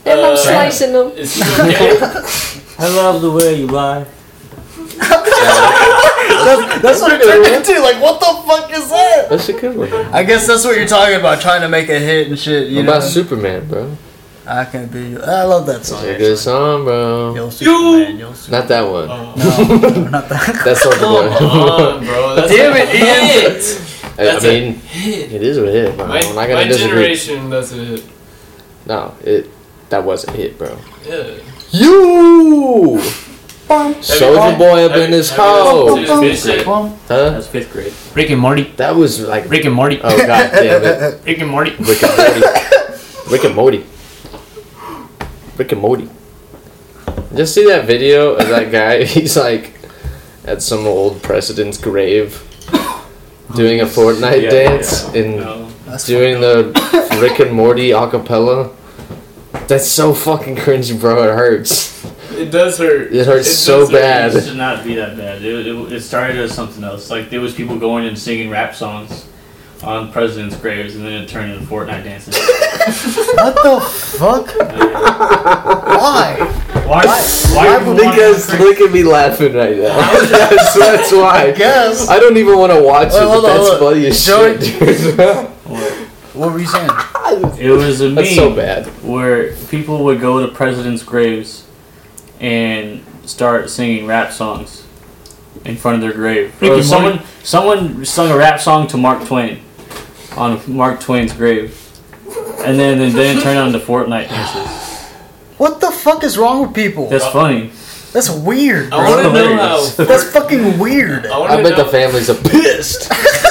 Speaker 7: And
Speaker 1: Uh,
Speaker 7: I'm slicing them.
Speaker 1: Is he okay?
Speaker 4: I love the way you lie.
Speaker 2: that's, that's what it turned into. Like, what the fuck is that?
Speaker 3: That's a good one. What
Speaker 2: I guess that's what you're talking about, trying to make a hit and shit. You
Speaker 3: about
Speaker 2: know,
Speaker 3: Superman, bro?
Speaker 2: I can be. I love that song.
Speaker 3: It's a
Speaker 2: actually.
Speaker 3: good song, bro.
Speaker 2: Yo, Superman, yo, Superman.
Speaker 3: Not that one.
Speaker 2: No, not that.
Speaker 3: That's not the
Speaker 1: Oh. Come
Speaker 3: one.
Speaker 1: on, bro. That's
Speaker 2: Damn
Speaker 1: a
Speaker 2: it, Ian.
Speaker 1: hit.
Speaker 3: I I
Speaker 1: That's a
Speaker 3: mean, it is a hit, bro.
Speaker 1: My,
Speaker 3: I'm not
Speaker 1: my
Speaker 3: gonna disagree.
Speaker 1: generation, that's a hit.
Speaker 3: No, it that was a hit, bro.
Speaker 1: Yeah.
Speaker 3: You. Soldier
Speaker 1: Have you-
Speaker 3: boy up
Speaker 1: have
Speaker 3: in
Speaker 1: you-
Speaker 3: this
Speaker 1: have you
Speaker 3: hole.
Speaker 1: listened to his shit?
Speaker 3: Huh?
Speaker 4: That's fifth grade.
Speaker 1: Rick and Morty.
Speaker 3: That was like.
Speaker 1: Rick and Morty.
Speaker 3: Oh god damn it!
Speaker 1: Rick and Morty.
Speaker 3: Rick and Morty. Rick and Morty. Rick and Morty. Just see that video of that guy. He's like at some old president's grave, doing a Fortnite
Speaker 4: Yeah,
Speaker 3: dance and
Speaker 4: No.
Speaker 3: doing the Rick and Morty acapella. That's so fucking cringy, bro. It hurts.
Speaker 1: It does hurt.
Speaker 3: It hurts
Speaker 1: does
Speaker 3: so
Speaker 1: hurt.
Speaker 3: bad.
Speaker 4: It should not be that bad. It, it, it started as something else. Like there was people going and singing rap songs on presidents' graves, and then it turned into Fortnite dances.
Speaker 2: What the fuck? Why?
Speaker 4: Why? Why? would you want
Speaker 3: Because
Speaker 4: to-
Speaker 3: look at me laughing right now. that's, that's why. I
Speaker 2: guess.
Speaker 3: I don't even want to watch
Speaker 2: Wait,
Speaker 3: it, but
Speaker 2: hold on,
Speaker 3: that's
Speaker 2: hold on.
Speaker 3: funny as
Speaker 2: Joey-
Speaker 3: shit, dude.
Speaker 2: What were you saying?
Speaker 4: It was a meme
Speaker 3: That's so bad.
Speaker 4: where people would go to presidents' graves and start singing rap songs in front of their grave.
Speaker 1: Rick
Speaker 4: Or
Speaker 1: and
Speaker 4: someone, someone sung a rap song to Mark Twain on Mark Twain's grave, and then then, then it turned on to Fortnite dances.
Speaker 2: What the fuck is wrong with people?
Speaker 4: That's funny.
Speaker 2: That's weird,
Speaker 1: I want to
Speaker 2: bro.
Speaker 1: know
Speaker 4: hilarious.
Speaker 1: how.
Speaker 2: That's fucking weird.
Speaker 1: I, wanna
Speaker 3: I bet
Speaker 1: know,
Speaker 3: the families are pissed. pissed.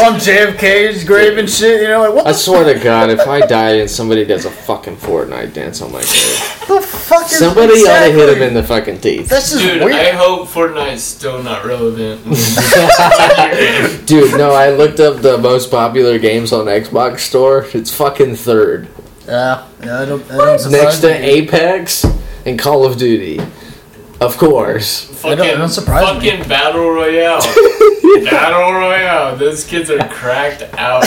Speaker 2: On JFK's grave and shit, you know, like what
Speaker 3: I swear to God, if I died and somebody does a fucking Fortnite dance on my grave,
Speaker 2: the fuck is
Speaker 3: somebody ought to hit him
Speaker 2: exactly?
Speaker 3: in the fucking teeth.
Speaker 2: That's just
Speaker 1: Dude,
Speaker 2: weird.
Speaker 1: I hope Fortnite's still not relevant.
Speaker 3: Dude, no, I looked up the most popular games on Xbox Store. It's fucking third.
Speaker 2: yeah, yeah, I don't. I don't surprise
Speaker 3: Next to
Speaker 2: me.
Speaker 3: Apex and Call of Duty. Of course.
Speaker 1: fucking,
Speaker 2: don't- don't surprise me.
Speaker 1: fucking battle royale. battle royale. Those kids are cracked out.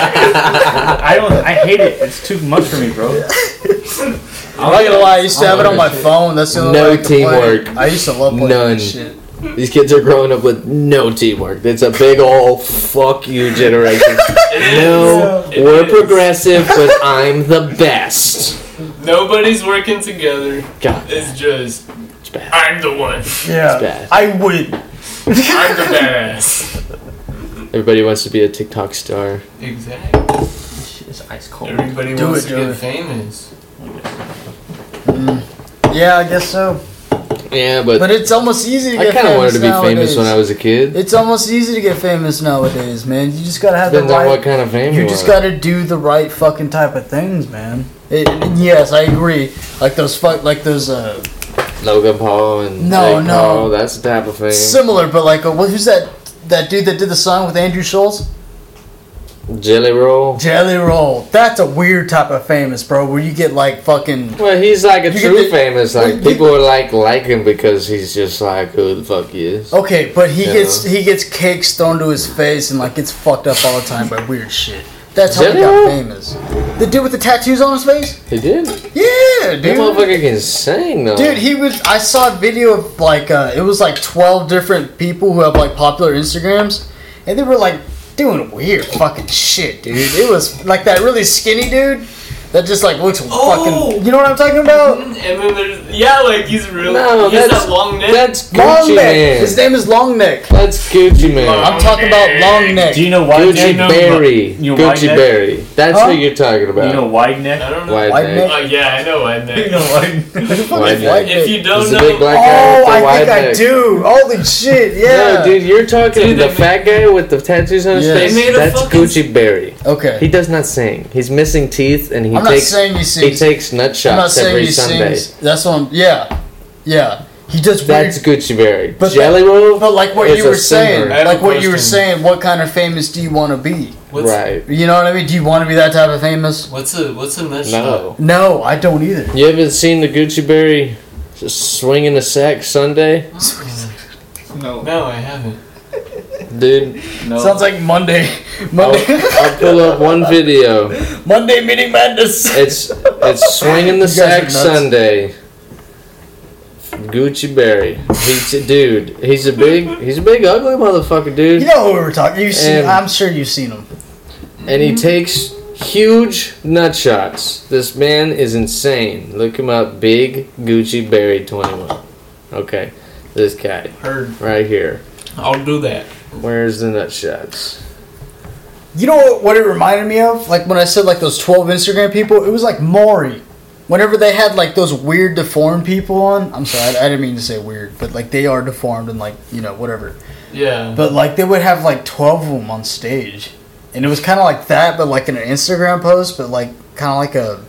Speaker 4: I don't. I hate it. It's too much for me, bro.
Speaker 2: I'm not gonna lie, I used to have it on my
Speaker 3: Shit.
Speaker 2: phone. That's the only
Speaker 3: No
Speaker 2: way I could play it.
Speaker 3: teamwork.
Speaker 2: I used to love playing
Speaker 3: None.
Speaker 2: that shit.
Speaker 3: These kids are growing up with no teamwork. It's a big ol' fuck you generation. No,
Speaker 1: It
Speaker 3: we're
Speaker 1: is.
Speaker 3: progressive, but I'm the best.
Speaker 1: Nobody's working together.
Speaker 3: God,
Speaker 1: It's just
Speaker 3: it's bad.
Speaker 1: I'm the one.
Speaker 2: Yeah,
Speaker 3: It's bad.
Speaker 2: I win.
Speaker 1: I'm the badass.
Speaker 3: Everybody wants to be a TikTok star.
Speaker 1: Exactly.
Speaker 4: It's ice cold.
Speaker 1: Everybody
Speaker 2: Do
Speaker 1: wants
Speaker 2: it,
Speaker 1: to
Speaker 2: do
Speaker 1: get
Speaker 2: it.
Speaker 1: famous.
Speaker 2: Yeah, I guess so.
Speaker 3: Yeah, but,
Speaker 2: But it's almost easy to
Speaker 3: I
Speaker 2: get
Speaker 3: kind of wanted
Speaker 2: famous
Speaker 3: to be
Speaker 2: nowadays.
Speaker 3: famous when I was a kid.
Speaker 2: It's almost easy to get famous nowadays, man. You just gotta have the
Speaker 3: Depends on
Speaker 2: right.
Speaker 3: what kind of fame you,
Speaker 2: You just
Speaker 3: want.
Speaker 2: gotta do the right fucking type of things, man. It, and yes, I agree. Like those fuck, like those uh,
Speaker 3: Logan Paul and
Speaker 2: No,
Speaker 3: Jake
Speaker 2: no.
Speaker 3: Paul, that's the type of thing.
Speaker 2: Similar, but like, uh, what- who's that? That dude that did the song with Andrew Schultz,
Speaker 3: Jelly roll.
Speaker 2: Jelly Roll. That's a weird type of famous, bro. Where you get like fucking.
Speaker 3: Well, he's like a
Speaker 2: You get
Speaker 3: true
Speaker 2: the-
Speaker 3: famous.
Speaker 2: well,
Speaker 3: Like
Speaker 2: you-
Speaker 3: people are like like him because he's just like who the fuck he is.
Speaker 2: Okay, but he
Speaker 3: Yeah.
Speaker 2: gets he gets cakes thrown to his face and like gets fucked up all the time by weird shit. That's how he
Speaker 3: Jelly
Speaker 2: got
Speaker 3: Roll?
Speaker 2: famous. The dude with the tattoos on his face?
Speaker 3: He did.
Speaker 2: Yeah,
Speaker 3: That
Speaker 2: dude.
Speaker 3: motherfucker can sing though.
Speaker 2: Dude, he was. I saw a video of like uh, it was like twelve different people who have like popular Instagrams, and they were like doing weird fucking shit, dude. It was like that really skinny dude that just like looks
Speaker 1: Oh!
Speaker 2: fucking. You know what I'm talking about?
Speaker 1: And then there's yeah, like he's really
Speaker 3: Oh. No,
Speaker 1: he has
Speaker 3: that's-
Speaker 1: that long neck.
Speaker 3: that's
Speaker 2: Long
Speaker 3: Gucci
Speaker 2: neck.
Speaker 3: man.
Speaker 2: His name is Long Neck.
Speaker 3: That's Gucci man.
Speaker 2: I'm talking about Long Neck.
Speaker 4: Do you know why?
Speaker 3: Gucci
Speaker 4: you know,
Speaker 3: Berry.
Speaker 4: You know
Speaker 3: Gucci
Speaker 4: wide neck?
Speaker 3: Berry. That's
Speaker 2: Huh?
Speaker 3: who you're talking about.
Speaker 4: You know wide neck.
Speaker 1: I don't know.
Speaker 3: Wide,
Speaker 2: Wide
Speaker 3: neck.
Speaker 2: neck?
Speaker 1: Oh yeah, I know why neck.
Speaker 3: Wide
Speaker 2: White Neck.
Speaker 3: neck.
Speaker 1: If you
Speaker 3: It's
Speaker 1: don't
Speaker 3: a
Speaker 1: know,
Speaker 3: big black guy
Speaker 2: Oh,
Speaker 3: with the
Speaker 2: I
Speaker 3: wide
Speaker 2: think I
Speaker 3: neck.
Speaker 2: do. Holy shit! Yeah.
Speaker 3: No, dude, you're talking
Speaker 1: Dude,
Speaker 3: the
Speaker 1: they
Speaker 3: fat guy with the tattoos on his
Speaker 2: Yeah.
Speaker 3: face.
Speaker 1: They made a
Speaker 3: That's
Speaker 1: fucking-
Speaker 3: Gucci Berry.
Speaker 2: Okay.
Speaker 3: He does not sing. He's missing teeth, and he
Speaker 2: I'm not
Speaker 3: takes
Speaker 2: saying he
Speaker 3: he
Speaker 2: sings.
Speaker 3: takes nut
Speaker 2: I'm not
Speaker 3: shots
Speaker 2: saying
Speaker 3: every
Speaker 2: he
Speaker 3: Sunday.
Speaker 2: sings. That's what I'm. Yeah. Yeah. He does weird
Speaker 3: That's Gucci Berry.
Speaker 2: But
Speaker 3: Jelly roll.
Speaker 2: But like what
Speaker 3: is
Speaker 2: you
Speaker 3: a
Speaker 2: were saying,
Speaker 3: singer.
Speaker 1: I have
Speaker 2: like
Speaker 1: a
Speaker 2: what you were
Speaker 1: question.
Speaker 2: saying, what kind of famous do you want to be?
Speaker 1: what's,
Speaker 3: right?
Speaker 2: You know what I mean? Do you want to be that type of famous?
Speaker 1: What's a what's a nut shot?
Speaker 3: No,
Speaker 2: No, I don't either.
Speaker 3: you haven't seen the Gucci Berry just swinging a sack Sunday,
Speaker 1: No, no, I haven't.
Speaker 3: dude.
Speaker 1: No.
Speaker 2: Sounds like Monday,
Speaker 3: I'll,
Speaker 2: Monday,
Speaker 3: I'll pull up one video.
Speaker 2: Monday meeting madness.
Speaker 3: It's it's swinging
Speaker 2: You
Speaker 3: the
Speaker 2: guys are
Speaker 3: sack
Speaker 2: nuts.
Speaker 3: Sunday. Gucci Berry. He's a dude. He's a big he's a big ugly motherfucker,
Speaker 2: You
Speaker 3: dude.
Speaker 2: know who we were talking. You seen?
Speaker 3: And-
Speaker 2: I'm sure you've seen him.
Speaker 3: And he takes huge nut shots. This man is insane. Look him up. Big Gucci Berry 21. Okay. This guy
Speaker 1: Heard.
Speaker 3: right here.
Speaker 1: I'll do that.
Speaker 3: Where's the nut shots?
Speaker 2: You know what it reminded me of? Like when I said like those 12 Instagram people, it was like Maury. Whenever they had like those weird deformed people on, I'm sorry, I, I didn't mean to say weird, but like they are deformed and like you know whatever.
Speaker 1: Yeah.
Speaker 2: But like they would have like twelve of them on stage, and it was kind of like that, but like in an Instagram post, but like kind of like a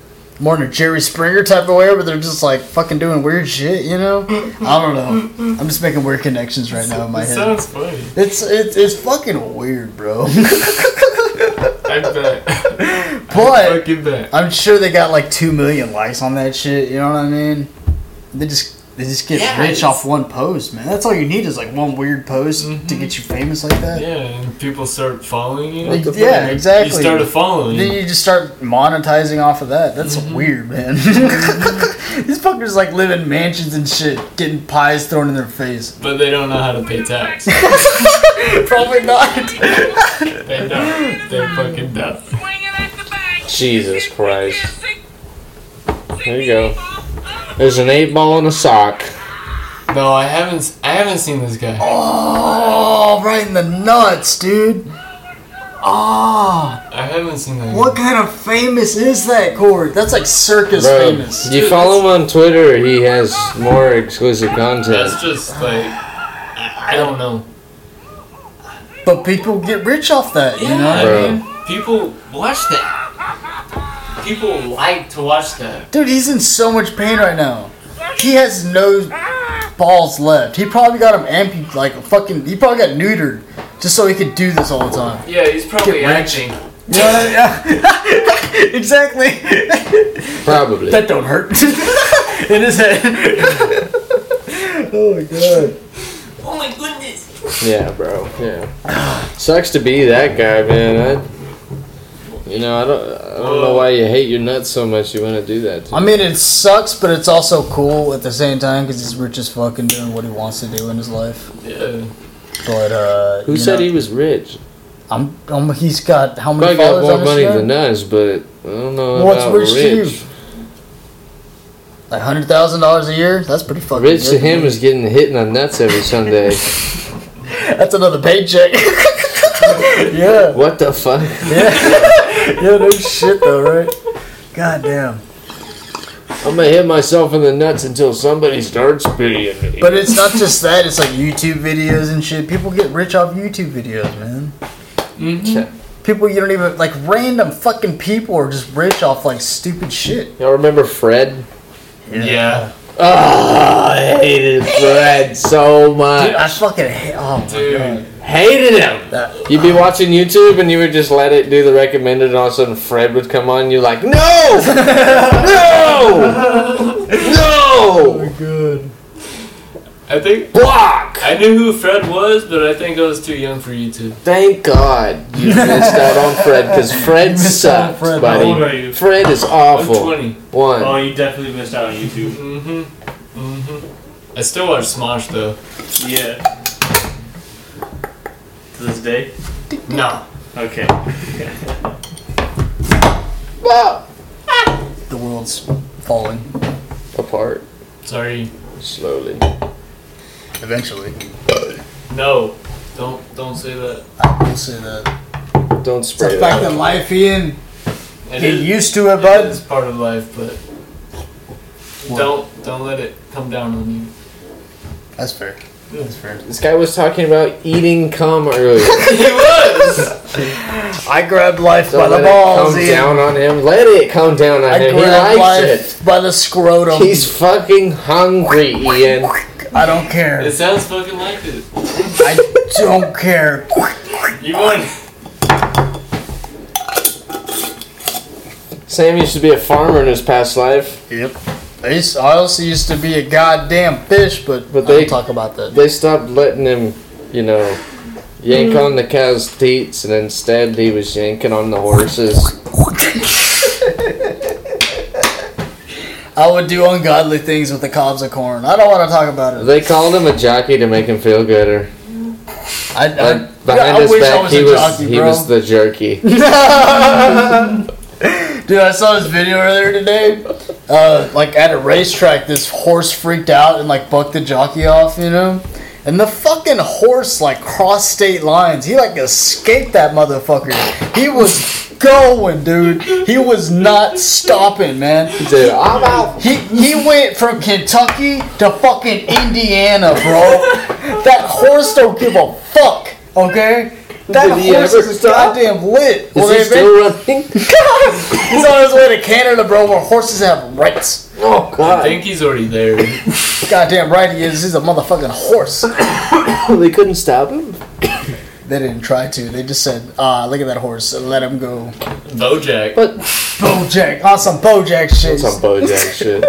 Speaker 2: more in a Jerry Springer type of way, where they're just like fucking doing weird shit, you know? I don't know. I'm just making weird connections right now in my
Speaker 1: it
Speaker 2: head.
Speaker 1: sounds funny.
Speaker 2: It's it's it's fucking weird, bro.
Speaker 1: I bet. I
Speaker 2: But-
Speaker 1: fucking bet.
Speaker 2: I'm sure they got like two million likes on that shit. You know what I mean? They just they just get
Speaker 1: Yeah,
Speaker 2: rich
Speaker 1: it's-
Speaker 2: off one post, man. That's all you need is like one weird post to get you famous like that.
Speaker 1: Mm-hmm. Yeah, and people start following you.
Speaker 2: Like,
Speaker 3: the fuck?
Speaker 2: yeah, exactly.
Speaker 1: You started following.
Speaker 2: Then you just start monetizing off of that. That's
Speaker 1: Mm-hmm.
Speaker 2: weird, man. These fuckers like live in mansions and shit, getting pies thrown in their face.
Speaker 1: But they don't know how to pay tax.
Speaker 2: Probably not.
Speaker 1: they don't. They fucking don't.
Speaker 3: Jesus Christ. There you go. There's an eight ball and a sock.
Speaker 1: No, I haven't. s- I haven't seen this guy.
Speaker 2: Oh, right in the nuts, dude. Ah,
Speaker 1: I haven't seen that.
Speaker 2: what kind of famous is that, Cord? That's like circus
Speaker 3: Bro,
Speaker 2: famous.
Speaker 3: you follow him on Twitter, he has more exclusive content.
Speaker 1: That's just like. I I don't know.
Speaker 2: But people get rich off that, you know?
Speaker 3: Bro.
Speaker 1: I mean, people watch that. People like to watch that.
Speaker 2: Dude, he's in so much pain right now. He has no balls left. He probably got him amputated, like fucking. He probably got neutered just so he could do this all the time.
Speaker 1: Yeah, he's probably
Speaker 2: Get rich.
Speaker 1: acting.
Speaker 2: Yeah, yeah. exactly.
Speaker 3: Probably.
Speaker 2: That don't hurt. in his head. oh my god.
Speaker 1: Oh my goodness.
Speaker 3: Yeah, bro. Yeah. Sucks to be that guy, man. I, you know, I don't, I don't know why you hate your nuts so much. You want to do that. To
Speaker 2: I mean, it sucks, but it's also cool at the same time because he's rich as fucking doing what he wants to do in his life.
Speaker 1: Yeah.
Speaker 2: But uh,
Speaker 3: Who
Speaker 2: you
Speaker 3: said
Speaker 2: know,
Speaker 3: he was rich?
Speaker 2: I'm, i he's got how many
Speaker 3: Probably got
Speaker 2: followers
Speaker 3: more
Speaker 2: on
Speaker 3: money
Speaker 2: Instagram?
Speaker 3: than us, but I don't know
Speaker 2: What's
Speaker 3: about
Speaker 2: rich
Speaker 3: rich.
Speaker 2: to Like hundred thousand dollars a year? That's pretty fucking.
Speaker 3: Rich to
Speaker 2: good,
Speaker 3: him
Speaker 2: dude.
Speaker 3: is getting hit in the nuts every Sunday.
Speaker 2: That's another paycheck. yeah,
Speaker 3: what the fuck?
Speaker 2: yeah, no shit though, right? God damn.
Speaker 3: I'm gonna hit myself in the nuts until somebody starts pitying me.
Speaker 2: But it's not just that. It's like YouTube videos and shit. People get rich off YouTube videos, man.
Speaker 3: Yeah.
Speaker 2: People you don't even like. Random fucking people are just rich off like stupid shit.
Speaker 3: Y'all remember Fred?
Speaker 1: Yeah.
Speaker 3: Oh, I hated Fred so much.
Speaker 2: Dude, I fucking hate. Oh
Speaker 1: Dude.
Speaker 2: my god.
Speaker 3: hated him.
Speaker 2: That-
Speaker 3: You'd be watching YouTube and you would just let it do the recommended, and all of a sudden Fred would come on. You're like, no, no, no,
Speaker 2: Good.
Speaker 1: I think
Speaker 3: block.
Speaker 1: I knew who Fred was, but I think I was too young for YouTube.
Speaker 3: Thank God you missed out on Fred because Fred
Speaker 2: missed out on
Speaker 3: sucks,
Speaker 2: Fred.
Speaker 4: How old
Speaker 3: buddy.
Speaker 4: are you?
Speaker 3: Fred is
Speaker 1: I'm
Speaker 3: awful.
Speaker 1: 20.
Speaker 4: Oh,
Speaker 3: One.
Speaker 4: you definitely missed out on YouTube.
Speaker 1: Mhm. Mhm. I still watch Smosh though.
Speaker 4: Yeah. To this day?
Speaker 1: No.
Speaker 4: Okay.
Speaker 3: Wow.
Speaker 2: The world's falling.
Speaker 3: Apart
Speaker 1: Sorry.
Speaker 3: slowly.
Speaker 2: Eventually.
Speaker 1: No. Don't don't say that.
Speaker 2: I will say that.
Speaker 3: Don't
Speaker 8: It's a
Speaker 3: spray
Speaker 8: fact
Speaker 3: that.
Speaker 8: of life, Ian.
Speaker 1: It
Speaker 2: Get
Speaker 1: is,
Speaker 2: used to it,
Speaker 1: it
Speaker 2: bud.
Speaker 1: is part of life, but don't don't let it come down on you.
Speaker 2: That's fair. That's fair.
Speaker 3: This guy was talking about eating cum earlier.
Speaker 2: I grabbed life
Speaker 3: So
Speaker 2: by
Speaker 3: let
Speaker 2: the balls.
Speaker 3: it come
Speaker 2: Ian.
Speaker 3: down on him. Let it come down on
Speaker 2: I
Speaker 3: him. He
Speaker 2: grabbed
Speaker 3: likes
Speaker 2: life
Speaker 3: it.
Speaker 2: by the scrotum.
Speaker 3: He's fucking hungry, Ian.
Speaker 2: I don't care.
Speaker 1: It sounds fucking like it.
Speaker 2: I don't care.
Speaker 1: You won.
Speaker 3: Sam used to be a farmer in his past life.
Speaker 2: Yep. I, used, I also used to be a goddamn fish, but,
Speaker 3: But
Speaker 2: I
Speaker 3: they-
Speaker 2: don't talk about that.
Speaker 3: They stopped letting him, you know, yank
Speaker 2: Mm.
Speaker 3: on the cow's teats, and instead he was yanking on the horses.
Speaker 2: I would do ungodly things with the cobs of corn. I don't want to talk about it.
Speaker 3: They called him a jockey to make him feel gooder.
Speaker 2: I, I,
Speaker 3: But
Speaker 2: Uh, I
Speaker 3: behind his
Speaker 2: wish I
Speaker 3: back,
Speaker 2: was
Speaker 3: he
Speaker 2: a
Speaker 3: was
Speaker 2: jockey,
Speaker 3: he
Speaker 2: bro.
Speaker 3: was the jerky.
Speaker 2: Dude, I saw this video earlier today. Uh, like at a racetrack, this horse freaked out and like bucked the jockey off, you know. And the fucking horse like crossed state lines. He like escaped that motherfucker. He was going, dude. He was not stopping, man.
Speaker 3: Dude, I'm out.
Speaker 2: He he went from Kentucky to fucking Indiana, bro. that horse don't give a fuck, okay? That
Speaker 3: Did he
Speaker 2: horse
Speaker 3: ever
Speaker 2: is
Speaker 3: stop?
Speaker 2: goddamn lit.
Speaker 3: Is
Speaker 2: Well,
Speaker 3: he
Speaker 2: they-
Speaker 3: still running?
Speaker 2: He's on his way to Canada, bro, where horses have rights.
Speaker 3: Oh
Speaker 1: I
Speaker 3: God!
Speaker 1: think he's already there.
Speaker 2: Goddamn right he is. He's a motherfucking horse.
Speaker 3: They couldn't stop him.
Speaker 2: They didn't try to. They just said, ah, look at that horse. Let him go.
Speaker 1: Bojack.
Speaker 2: Bojack. On some Bojack shit.
Speaker 3: That's some Bojack shit.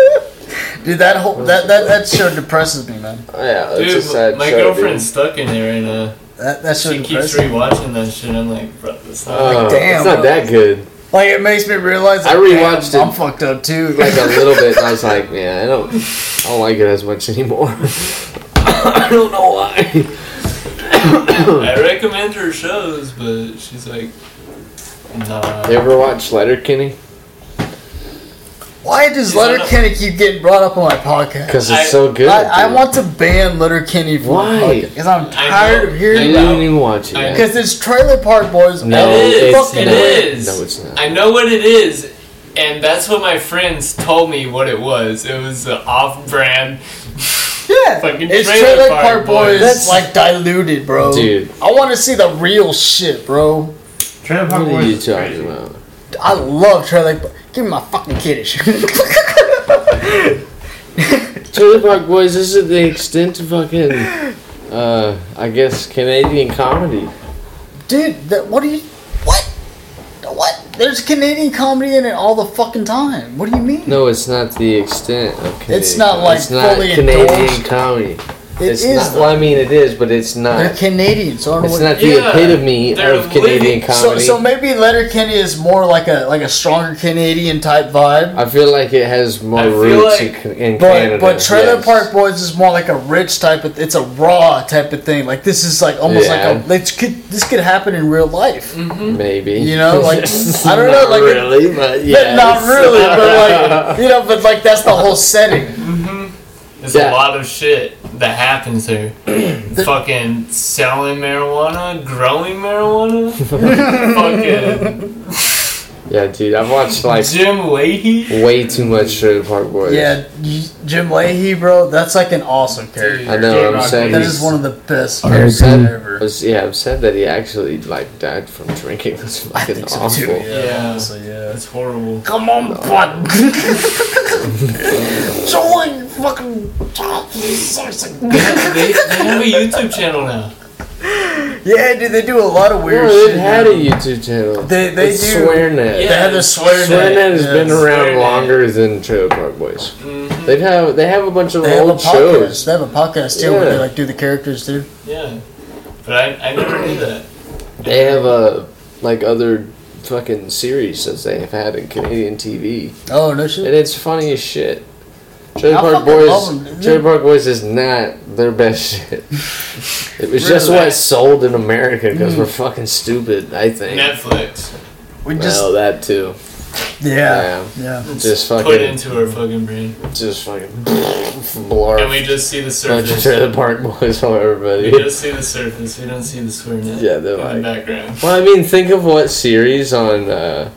Speaker 2: Dude, that whole, that, that, that show depresses me, man.
Speaker 3: Yeah, it's a
Speaker 1: Dude,
Speaker 3: sad
Speaker 1: my
Speaker 3: show, dude.
Speaker 1: girlfriend's stuck in there and uh,
Speaker 2: That, that show
Speaker 1: she keeps
Speaker 2: depresses me.
Speaker 1: rewatching that shit. I'm like, bro, this not.
Speaker 3: Oh,
Speaker 2: damn,
Speaker 3: it's not
Speaker 2: bro.
Speaker 3: that good.
Speaker 2: Like, it makes me realize
Speaker 3: I
Speaker 2: like,
Speaker 3: rewatched
Speaker 2: damn,
Speaker 3: it.
Speaker 2: I'm fucked up, too.
Speaker 3: Like a little bit, and I was like, man, I don't, I don't like it as much anymore. I don't know why.
Speaker 1: I recommend her shows, but she's like, nah.
Speaker 3: You ever watch Letterkenny?
Speaker 2: Why does Letterkenny keep getting brought up on my podcast?
Speaker 3: Because it's
Speaker 1: I-
Speaker 3: so good.
Speaker 2: I, I
Speaker 3: dude.
Speaker 2: want to ban Letterkenny from
Speaker 3: Why?
Speaker 2: my podcast. Because I'm
Speaker 1: I know.
Speaker 2: tired of
Speaker 3: You
Speaker 1: I
Speaker 2: hearing
Speaker 1: know.
Speaker 2: about
Speaker 3: didn't even watch it.
Speaker 1: I-
Speaker 3: yet.
Speaker 2: Because it's Trailer Park Boys.
Speaker 3: No,
Speaker 1: It is,
Speaker 3: it's
Speaker 1: it
Speaker 3: not.
Speaker 1: is.
Speaker 3: No, it's not.
Speaker 1: I know what it is, and that's what my friends told me what it was. It was an off-brand.
Speaker 2: Yeah,
Speaker 1: Fucking
Speaker 2: it's
Speaker 1: Trailer
Speaker 2: Trailer
Speaker 1: Park
Speaker 2: Park
Speaker 1: Boys.
Speaker 2: Boys. That's like diluted, bro.
Speaker 3: Dude.
Speaker 2: I want to see the real shit, bro.
Speaker 4: Trailer Park
Speaker 3: What are
Speaker 4: Boys
Speaker 3: you
Speaker 4: is
Speaker 3: talking
Speaker 4: crazy.
Speaker 3: about?
Speaker 2: I love Trailer Park. Give me my fucking kiddish.
Speaker 3: Trailer Park Boys this is the extent of fucking, uh, I guess Canadian comedy.
Speaker 2: Dude, that, what do you? What? What? There's Canadian comedy in it all the fucking time. What do you mean?
Speaker 3: No, it's not the extent of Canadian.
Speaker 2: It's not,
Speaker 3: comedy.
Speaker 2: like,
Speaker 3: it's not
Speaker 2: fully
Speaker 3: Canadian
Speaker 2: endorsed.
Speaker 3: comedy.
Speaker 2: It
Speaker 3: it's
Speaker 2: is,
Speaker 3: Not,
Speaker 2: though.
Speaker 3: well, I mean, it is, but it's
Speaker 2: They're
Speaker 3: not.
Speaker 2: Canadian, so I don't know
Speaker 3: It's
Speaker 2: what.
Speaker 3: not the
Speaker 1: Yeah,
Speaker 3: epitome
Speaker 1: they're
Speaker 3: of Canadian
Speaker 1: living-
Speaker 2: so,
Speaker 3: comedy.
Speaker 2: so maybe Letterkenny is more like a like a stronger Canadian type vibe.
Speaker 3: I feel like it has more
Speaker 1: I feel
Speaker 3: roots
Speaker 1: like-
Speaker 3: in, in
Speaker 2: But
Speaker 3: Canada.
Speaker 2: but Trailer
Speaker 3: yes.
Speaker 2: Park Boys is more like a rich type of. It's a raw type of thing. Like this is like almost
Speaker 3: Yeah.
Speaker 2: like a. This could this could happen in real life.
Speaker 3: maybe
Speaker 2: You know, like I don't know,
Speaker 3: Not
Speaker 2: like. it-
Speaker 3: really, but
Speaker 2: but
Speaker 3: yeah,
Speaker 2: Not really, but like you know, but like that's the whole setting.
Speaker 1: There's
Speaker 3: Yeah.
Speaker 1: a lot of shit that happens there. fucking selling marijuana, growing marijuana, fucking
Speaker 3: Yeah, dude, I've watched like
Speaker 1: Jim Leahy.
Speaker 3: way too much Trailer Park Boys.
Speaker 2: Yeah, y- Jim Leahy, bro, that's like an awesome character.
Speaker 3: I know. I'm saying
Speaker 2: That
Speaker 3: he's-
Speaker 2: is one of the best
Speaker 3: I'm
Speaker 2: characters
Speaker 3: sad-
Speaker 2: ever.
Speaker 3: was- yeah, I'm sad that he actually like died from drinking. That's fucking awful.
Speaker 2: Yeah,
Speaker 1: Yeah.
Speaker 2: honestly, yeah.
Speaker 1: That's horrible.
Speaker 2: Come on, bud. Join fucking.
Speaker 1: they, they have a YouTube channel now.
Speaker 2: Yeah, dude, they do a lot of weird
Speaker 3: No,
Speaker 2: shit.
Speaker 3: it had a
Speaker 2: man.
Speaker 3: YouTube channel.
Speaker 2: They- they
Speaker 3: it's
Speaker 2: do.
Speaker 3: SwearNet.
Speaker 2: They had to swear
Speaker 3: SwearNet has
Speaker 2: yeah.
Speaker 3: been around
Speaker 1: SwearNet.
Speaker 3: longer than Trailer Park Boys.
Speaker 1: Mm-hmm.
Speaker 3: They have they have a bunch of
Speaker 2: They have a
Speaker 3: old
Speaker 2: podcast.
Speaker 3: shows.
Speaker 2: They have a podcast too where they
Speaker 3: Yeah.
Speaker 2: like do the characters too.
Speaker 1: Yeah. But I, I never knew that.
Speaker 3: They have uh, like other fucking series that they have had in Canadian TV,
Speaker 2: Oh no
Speaker 3: and
Speaker 2: shit.
Speaker 3: it's funny as shit. Trailer
Speaker 2: I
Speaker 3: Park
Speaker 2: fucking love 'em,
Speaker 3: Boys,
Speaker 2: dude.
Speaker 3: Trailer Park Boys is not their best shit. It was just
Speaker 1: Really?
Speaker 3: what sold in America
Speaker 1: Mm-hmm.
Speaker 3: because we're fucking stupid. I think.
Speaker 1: Netflix
Speaker 2: We
Speaker 3: well,
Speaker 2: just
Speaker 3: that too.
Speaker 2: yeah
Speaker 3: Yeah,
Speaker 2: yeah.
Speaker 3: just
Speaker 1: put
Speaker 3: fucking,
Speaker 1: into our fucking brain.
Speaker 3: just fucking
Speaker 1: And
Speaker 3: blarf.
Speaker 1: we just see the
Speaker 3: Bunch of
Speaker 1: surface.
Speaker 3: Trailer Park Boys on
Speaker 1: We
Speaker 3: everybody.
Speaker 1: just see the surface. We don't see the swear net
Speaker 3: Yeah, they're
Speaker 1: in the
Speaker 3: like.
Speaker 1: background.
Speaker 3: Well, I mean, think of what series on, uh,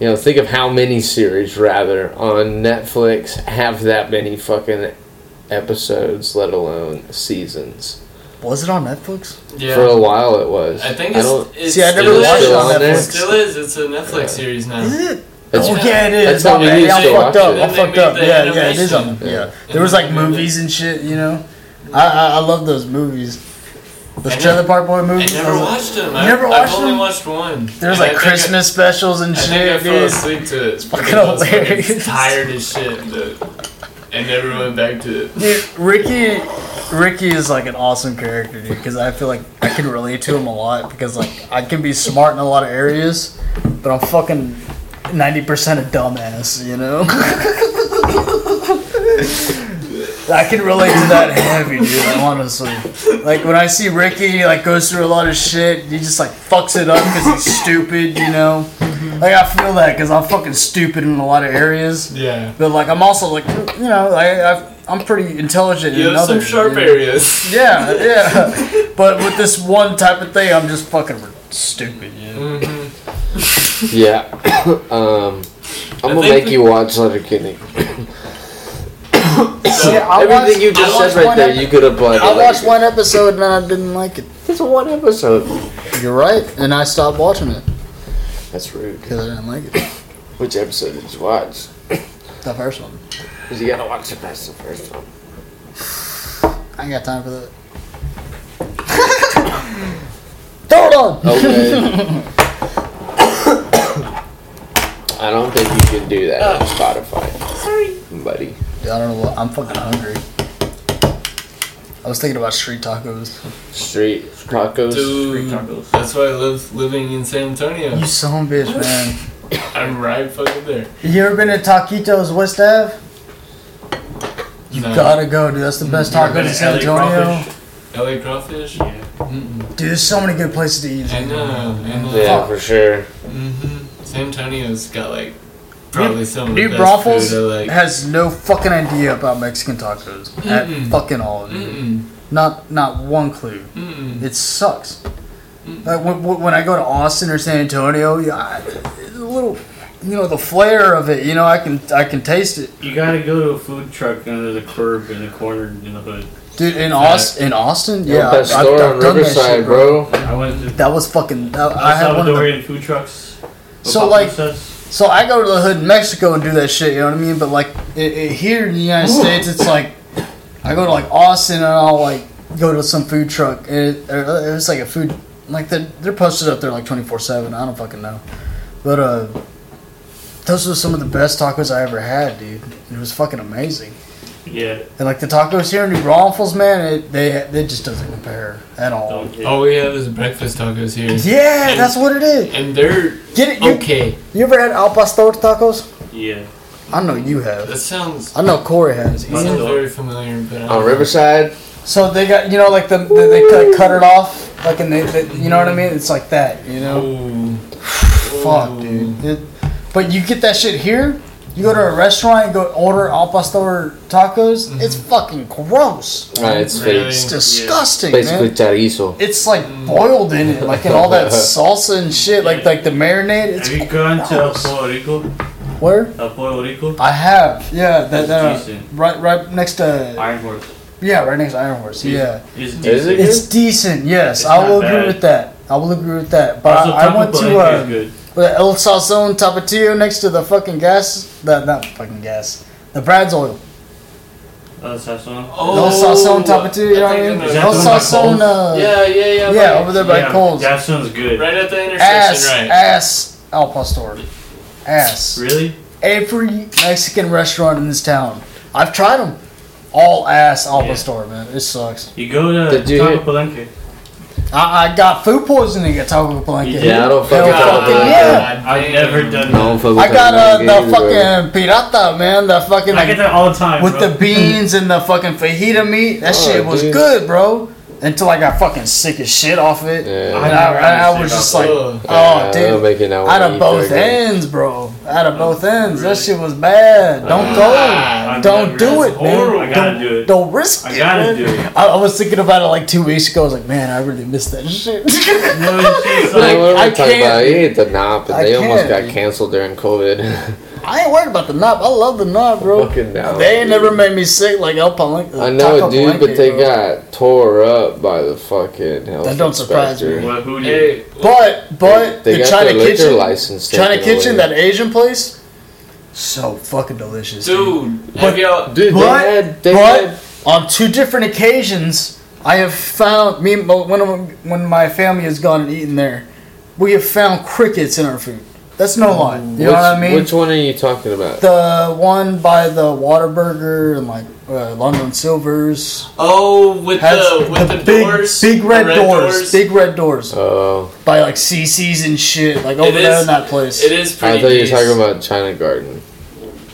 Speaker 3: you know, think of how many series rather on Netflix have that many fucking episodes, let alone seasons.
Speaker 2: Was it on Netflix?
Speaker 1: Yeah.
Speaker 3: For a while, it was.
Speaker 1: I think
Speaker 3: I don't.
Speaker 1: it's, it's
Speaker 2: See, I never
Speaker 1: still
Speaker 2: watched
Speaker 1: is.
Speaker 2: it on
Speaker 1: It
Speaker 3: Netflix.
Speaker 1: still is. It's a Netflix series now.
Speaker 2: Is it?
Speaker 3: It's,
Speaker 2: oh yeah, it is.
Speaker 3: that's how
Speaker 2: My
Speaker 3: we
Speaker 2: bad.
Speaker 3: used
Speaker 2: Yeah,
Speaker 3: to
Speaker 2: I
Speaker 3: watch
Speaker 2: fucked up.
Speaker 3: it.
Speaker 2: I
Speaker 1: Then they
Speaker 2: fucked up.
Speaker 1: made the
Speaker 2: Yeah, yeah, it is on.
Speaker 1: animation.
Speaker 2: Yeah, there was like movies and shit. You know, I I, I love those movies. Those
Speaker 1: I
Speaker 2: Trailer Park Boy
Speaker 1: I
Speaker 2: movies.
Speaker 1: never
Speaker 2: I was like-
Speaker 1: watched them.
Speaker 2: You never
Speaker 1: I,
Speaker 2: watched
Speaker 1: I've only
Speaker 2: them?
Speaker 1: watched one.
Speaker 2: There's
Speaker 1: And I
Speaker 2: like
Speaker 1: think
Speaker 2: Christmas specials and
Speaker 1: I, I think I
Speaker 2: shit,
Speaker 1: fell
Speaker 2: dude.
Speaker 1: asleep to it. It's
Speaker 2: fucking hilarious.
Speaker 1: tired as shit, dude. And never went back to it.
Speaker 2: Dude, Ricky, Ricky is like an awesome character, dude. Because I feel like I can relate to him a lot. Because like I can be smart in a lot of areas, but I'm fucking ninety percent a dumbass. You know. I can relate to that heavy, dude. Honestly, like when I see Ricky, he, like goes through a lot of shit. He just like fucks it up because he's stupid. You know. Like I feel that because I'm fucking stupid in a lot of areas.
Speaker 1: Yeah.
Speaker 2: But like, I'm also like, you know, I, I I'm pretty intelligent.
Speaker 1: You
Speaker 2: in
Speaker 1: have some
Speaker 2: others,
Speaker 1: sharp
Speaker 2: you know?
Speaker 1: areas.
Speaker 2: Yeah, yeah. but with this one type of thing, I'm just fucking stupid. Yeah.
Speaker 3: Yeah. um, I'm
Speaker 1: I
Speaker 3: gonna
Speaker 1: think
Speaker 3: make you watch Letterkenny.
Speaker 2: See, I
Speaker 3: Everything you
Speaker 2: I
Speaker 3: just
Speaker 2: watched
Speaker 3: said right
Speaker 2: one
Speaker 3: there,
Speaker 2: ep-
Speaker 3: you could apply. to
Speaker 2: I watched
Speaker 3: Letterkenny.
Speaker 2: one episode and I didn't like it.
Speaker 3: It's one episode.
Speaker 2: You're right, and I stopped watching it
Speaker 3: That's rude.
Speaker 2: because I didn't like it.
Speaker 3: Which episode did you watch?
Speaker 2: The first one.
Speaker 3: Because you gotta watch it past the first one.
Speaker 2: I ain't got time for that. Throw it on.
Speaker 3: Oh. Okay. I don't think you can do that on Spotify. Sorry. Buddy.
Speaker 2: Dude, I don't know what. I'm fucking hungry. I was thinking about street tacos.
Speaker 3: Street tacos.
Speaker 1: Dude,
Speaker 4: tacos.
Speaker 1: that's why I live living in San Antonio.
Speaker 2: You son of a bitch, man.
Speaker 1: I'm right fucking there.
Speaker 2: You ever been to Taquitos West Ave?
Speaker 1: You
Speaker 2: Gotta go, dude. That's the
Speaker 1: Mm-hmm.
Speaker 2: best
Speaker 4: I've been
Speaker 2: tacos in
Speaker 4: to
Speaker 2: San
Speaker 4: LA
Speaker 2: Antonio.
Speaker 4: Crawfish.
Speaker 1: LA crawfish.
Speaker 4: Yeah.
Speaker 2: Dude, there's so many good places to eat. in
Speaker 1: I
Speaker 2: San
Speaker 1: know.
Speaker 2: Antonio.
Speaker 1: I know.
Speaker 3: Yeah, for sure.
Speaker 1: uh, Mm-hmm. San Antonio's got like probably some of the
Speaker 2: Dude,
Speaker 1: best
Speaker 2: Brothels
Speaker 1: food I like.
Speaker 2: has no fucking idea about Mexican tacos at
Speaker 1: Mm-mm.
Speaker 2: fucking all. Dude.
Speaker 1: Mm-mm.
Speaker 2: Not not one clue.
Speaker 1: Mm-mm.
Speaker 2: It sucks. Like when, when when I go to Austin or San Antonio, yeah, I, it's a little, you know, the flair of it. You know, I can I can taste it,
Speaker 4: You gotta go to a food truck under the curb in the corner in the hood.
Speaker 2: dude. In Austin, in Austin, yeah,
Speaker 3: that
Speaker 2: I've- I've
Speaker 3: store on
Speaker 2: done that shit,
Speaker 3: Riverside, bro.
Speaker 4: I went to
Speaker 2: That was fucking. That, I had one of the
Speaker 4: Salvadorian food trucks. with
Speaker 2: So,
Speaker 4: pop
Speaker 2: like-
Speaker 4: pizzas.
Speaker 2: So I go to the hood in Mexico and do that shit, you know what I mean? But like it, it, here in the United States, it's like I go to like Austin and I'll like go to some food truck. and It, or, uh, it's like a food like they're, they're posted up there like twenty four seven. I don't fucking know, but uh, those were some of the best tacos I ever had, dude. It was fucking amazing.
Speaker 4: yeah,
Speaker 2: And like the tacos here in New Braunfels, man, it they it just doesn't compare at all.
Speaker 4: don't hit.
Speaker 1: All we have is breakfast tacos here.
Speaker 2: Yeah, that's what it is.
Speaker 1: And they're
Speaker 2: Get it? You,
Speaker 1: okay.
Speaker 2: you ever had al pastor tacos?
Speaker 4: yeah.
Speaker 2: I know you have.
Speaker 1: That sounds,
Speaker 2: I know Corey has.
Speaker 1: sounds very familiar, but I
Speaker 3: On
Speaker 1: don't-
Speaker 3: Riverside.
Speaker 2: So they got you know like the, the they like, cut it off like and they, they you know what I mean? It's like that you know.
Speaker 1: Ooh.
Speaker 2: Fuck,
Speaker 1: Ooh.
Speaker 2: dude. It, but you get that shit here, You go to a restaurant and go order al pastor tacos. It's fucking gross.
Speaker 3: Uh, it's
Speaker 1: Really?
Speaker 3: fake.
Speaker 2: It's
Speaker 1: Yeah.
Speaker 2: disgusting,
Speaker 3: Basically
Speaker 2: man.
Speaker 3: chorizo.
Speaker 2: It's like boiled in it, like in all that salsa and shit, like like the marinade. It's
Speaker 4: Have you gone to
Speaker 2: gross.
Speaker 4: Puerto Rico?
Speaker 2: where
Speaker 4: Uh, Puerto Rico?
Speaker 2: I have, yeah, that, that uh,
Speaker 4: Decent.
Speaker 2: right right next to
Speaker 4: Iron Horse.
Speaker 2: yeah, right next to Iron Horse. Yeah,
Speaker 4: Is
Speaker 3: Is it?
Speaker 2: It's decent, yes.
Speaker 4: It's
Speaker 2: I will
Speaker 4: not
Speaker 2: agree
Speaker 4: bad.
Speaker 2: with that. I will agree with that. But
Speaker 4: Also,
Speaker 2: I, I
Speaker 4: Taco
Speaker 2: went
Speaker 4: Bell
Speaker 2: to
Speaker 4: is
Speaker 2: uh,
Speaker 4: good.
Speaker 2: the El Sazon Tapatio next to the fucking gas. The, not fucking gas. The Brad's oil.
Speaker 4: Uh, Sazon.
Speaker 1: Oh.
Speaker 2: El Sazon Tapatio, you know what I mean?
Speaker 4: Is that
Speaker 2: El
Speaker 4: the one by
Speaker 2: Sazon,
Speaker 4: Coles?
Speaker 2: uh,
Speaker 1: Yeah,
Speaker 2: yeah,
Speaker 1: yeah, yeah. right.
Speaker 2: over there by Coles.
Speaker 4: That sounds good.
Speaker 1: Right at the intersection,
Speaker 2: Ass,
Speaker 1: right.
Speaker 2: ass, Al Pastor. Ass.
Speaker 4: Really?
Speaker 2: Every Mexican restaurant in this town. I've tried them. All ass Al
Speaker 4: Yeah.
Speaker 2: Pastor, man. It sucks.
Speaker 4: You go to
Speaker 3: Did you
Speaker 4: Taco
Speaker 3: hear-
Speaker 4: Palenque.
Speaker 2: I, I got food poisoning at Taco Blanket.
Speaker 4: did?
Speaker 3: Yeah, I don't
Speaker 2: Hell
Speaker 3: fucking fuck
Speaker 2: fucking
Speaker 3: with
Speaker 2: yeah.
Speaker 3: that.
Speaker 4: I've never done
Speaker 3: I
Speaker 4: that.
Speaker 3: don't fuck with
Speaker 2: I got uh,
Speaker 3: that
Speaker 2: the
Speaker 3: fucking either.
Speaker 2: fucking pirata, man. The fucking
Speaker 4: I get that all the time.
Speaker 2: with
Speaker 4: bro.
Speaker 2: the beans and the fucking fajita meat. That
Speaker 3: Oh,
Speaker 2: shit was
Speaker 3: dude.
Speaker 2: good, bro. Until I got fucking sick as shit off it.
Speaker 3: Yeah.
Speaker 2: And I, I, I was
Speaker 4: Yeah.
Speaker 2: just like,
Speaker 1: Ugh.
Speaker 2: oh,
Speaker 3: Yeah, I'm
Speaker 2: dude.
Speaker 3: making that
Speaker 2: Out
Speaker 3: one
Speaker 2: of both
Speaker 3: either again.
Speaker 2: ends, bro. Out of both ends. That shit was bad. Don't go.
Speaker 4: I've
Speaker 2: Don't
Speaker 4: never-
Speaker 2: do
Speaker 4: that's
Speaker 2: it,
Speaker 4: horrible. I
Speaker 2: man.
Speaker 4: gotta
Speaker 2: Don't,
Speaker 4: do it.
Speaker 2: don't risk
Speaker 4: I
Speaker 2: it.
Speaker 4: gotta
Speaker 2: man.
Speaker 4: do it.
Speaker 2: I, I was thinking about it like two weeks ago. I was like, man, I really missed that shit.
Speaker 4: No, she's
Speaker 3: Like,
Speaker 4: like,
Speaker 3: what
Speaker 2: I
Speaker 3: are we talking
Speaker 2: can't.
Speaker 3: about? He ate the knob, and
Speaker 2: I
Speaker 3: they almost
Speaker 2: can't.
Speaker 3: got canceled during COVID.
Speaker 2: I ain't worried about the knob. I love the knob, bro.
Speaker 3: Fucking knob,
Speaker 2: They ain't
Speaker 3: dude.
Speaker 2: never made me sick like El Palenque.
Speaker 3: I know,
Speaker 2: Taco
Speaker 3: it, dude,
Speaker 2: Palenque,
Speaker 3: but they
Speaker 2: bro.
Speaker 3: got tore up by the fucking health
Speaker 2: That don't surprise
Speaker 3: inspector.
Speaker 2: me.
Speaker 4: what, who did?
Speaker 1: Hey,
Speaker 2: But but
Speaker 3: They
Speaker 2: the
Speaker 3: got
Speaker 2: China
Speaker 3: their liquor
Speaker 2: Kitchen,
Speaker 3: license
Speaker 2: China
Speaker 3: taken
Speaker 2: Kitchen,
Speaker 3: away.
Speaker 2: that Asian place, so fucking delicious.
Speaker 1: dude. Have y'all?
Speaker 3: Dude,
Speaker 2: But-
Speaker 3: they had, they
Speaker 2: but
Speaker 3: had,
Speaker 2: on two different occasions, I have found me when when my family has gone and eaten there, we have found crickets in our food. That's no lie. You know
Speaker 3: which,
Speaker 2: what I mean?
Speaker 3: Which one are you talking about?
Speaker 2: the one by the Waterburger and like uh, London Silvers
Speaker 1: Oh, with
Speaker 2: has
Speaker 1: the with the,
Speaker 2: big
Speaker 1: doors,
Speaker 2: big
Speaker 1: the
Speaker 2: red, doors, big red doors
Speaker 3: oh,
Speaker 2: by like CC's and shit like over there
Speaker 1: is-
Speaker 2: in that place.
Speaker 1: It is pretty.
Speaker 3: I thought you were
Speaker 1: nice.
Speaker 3: talking about China Garden,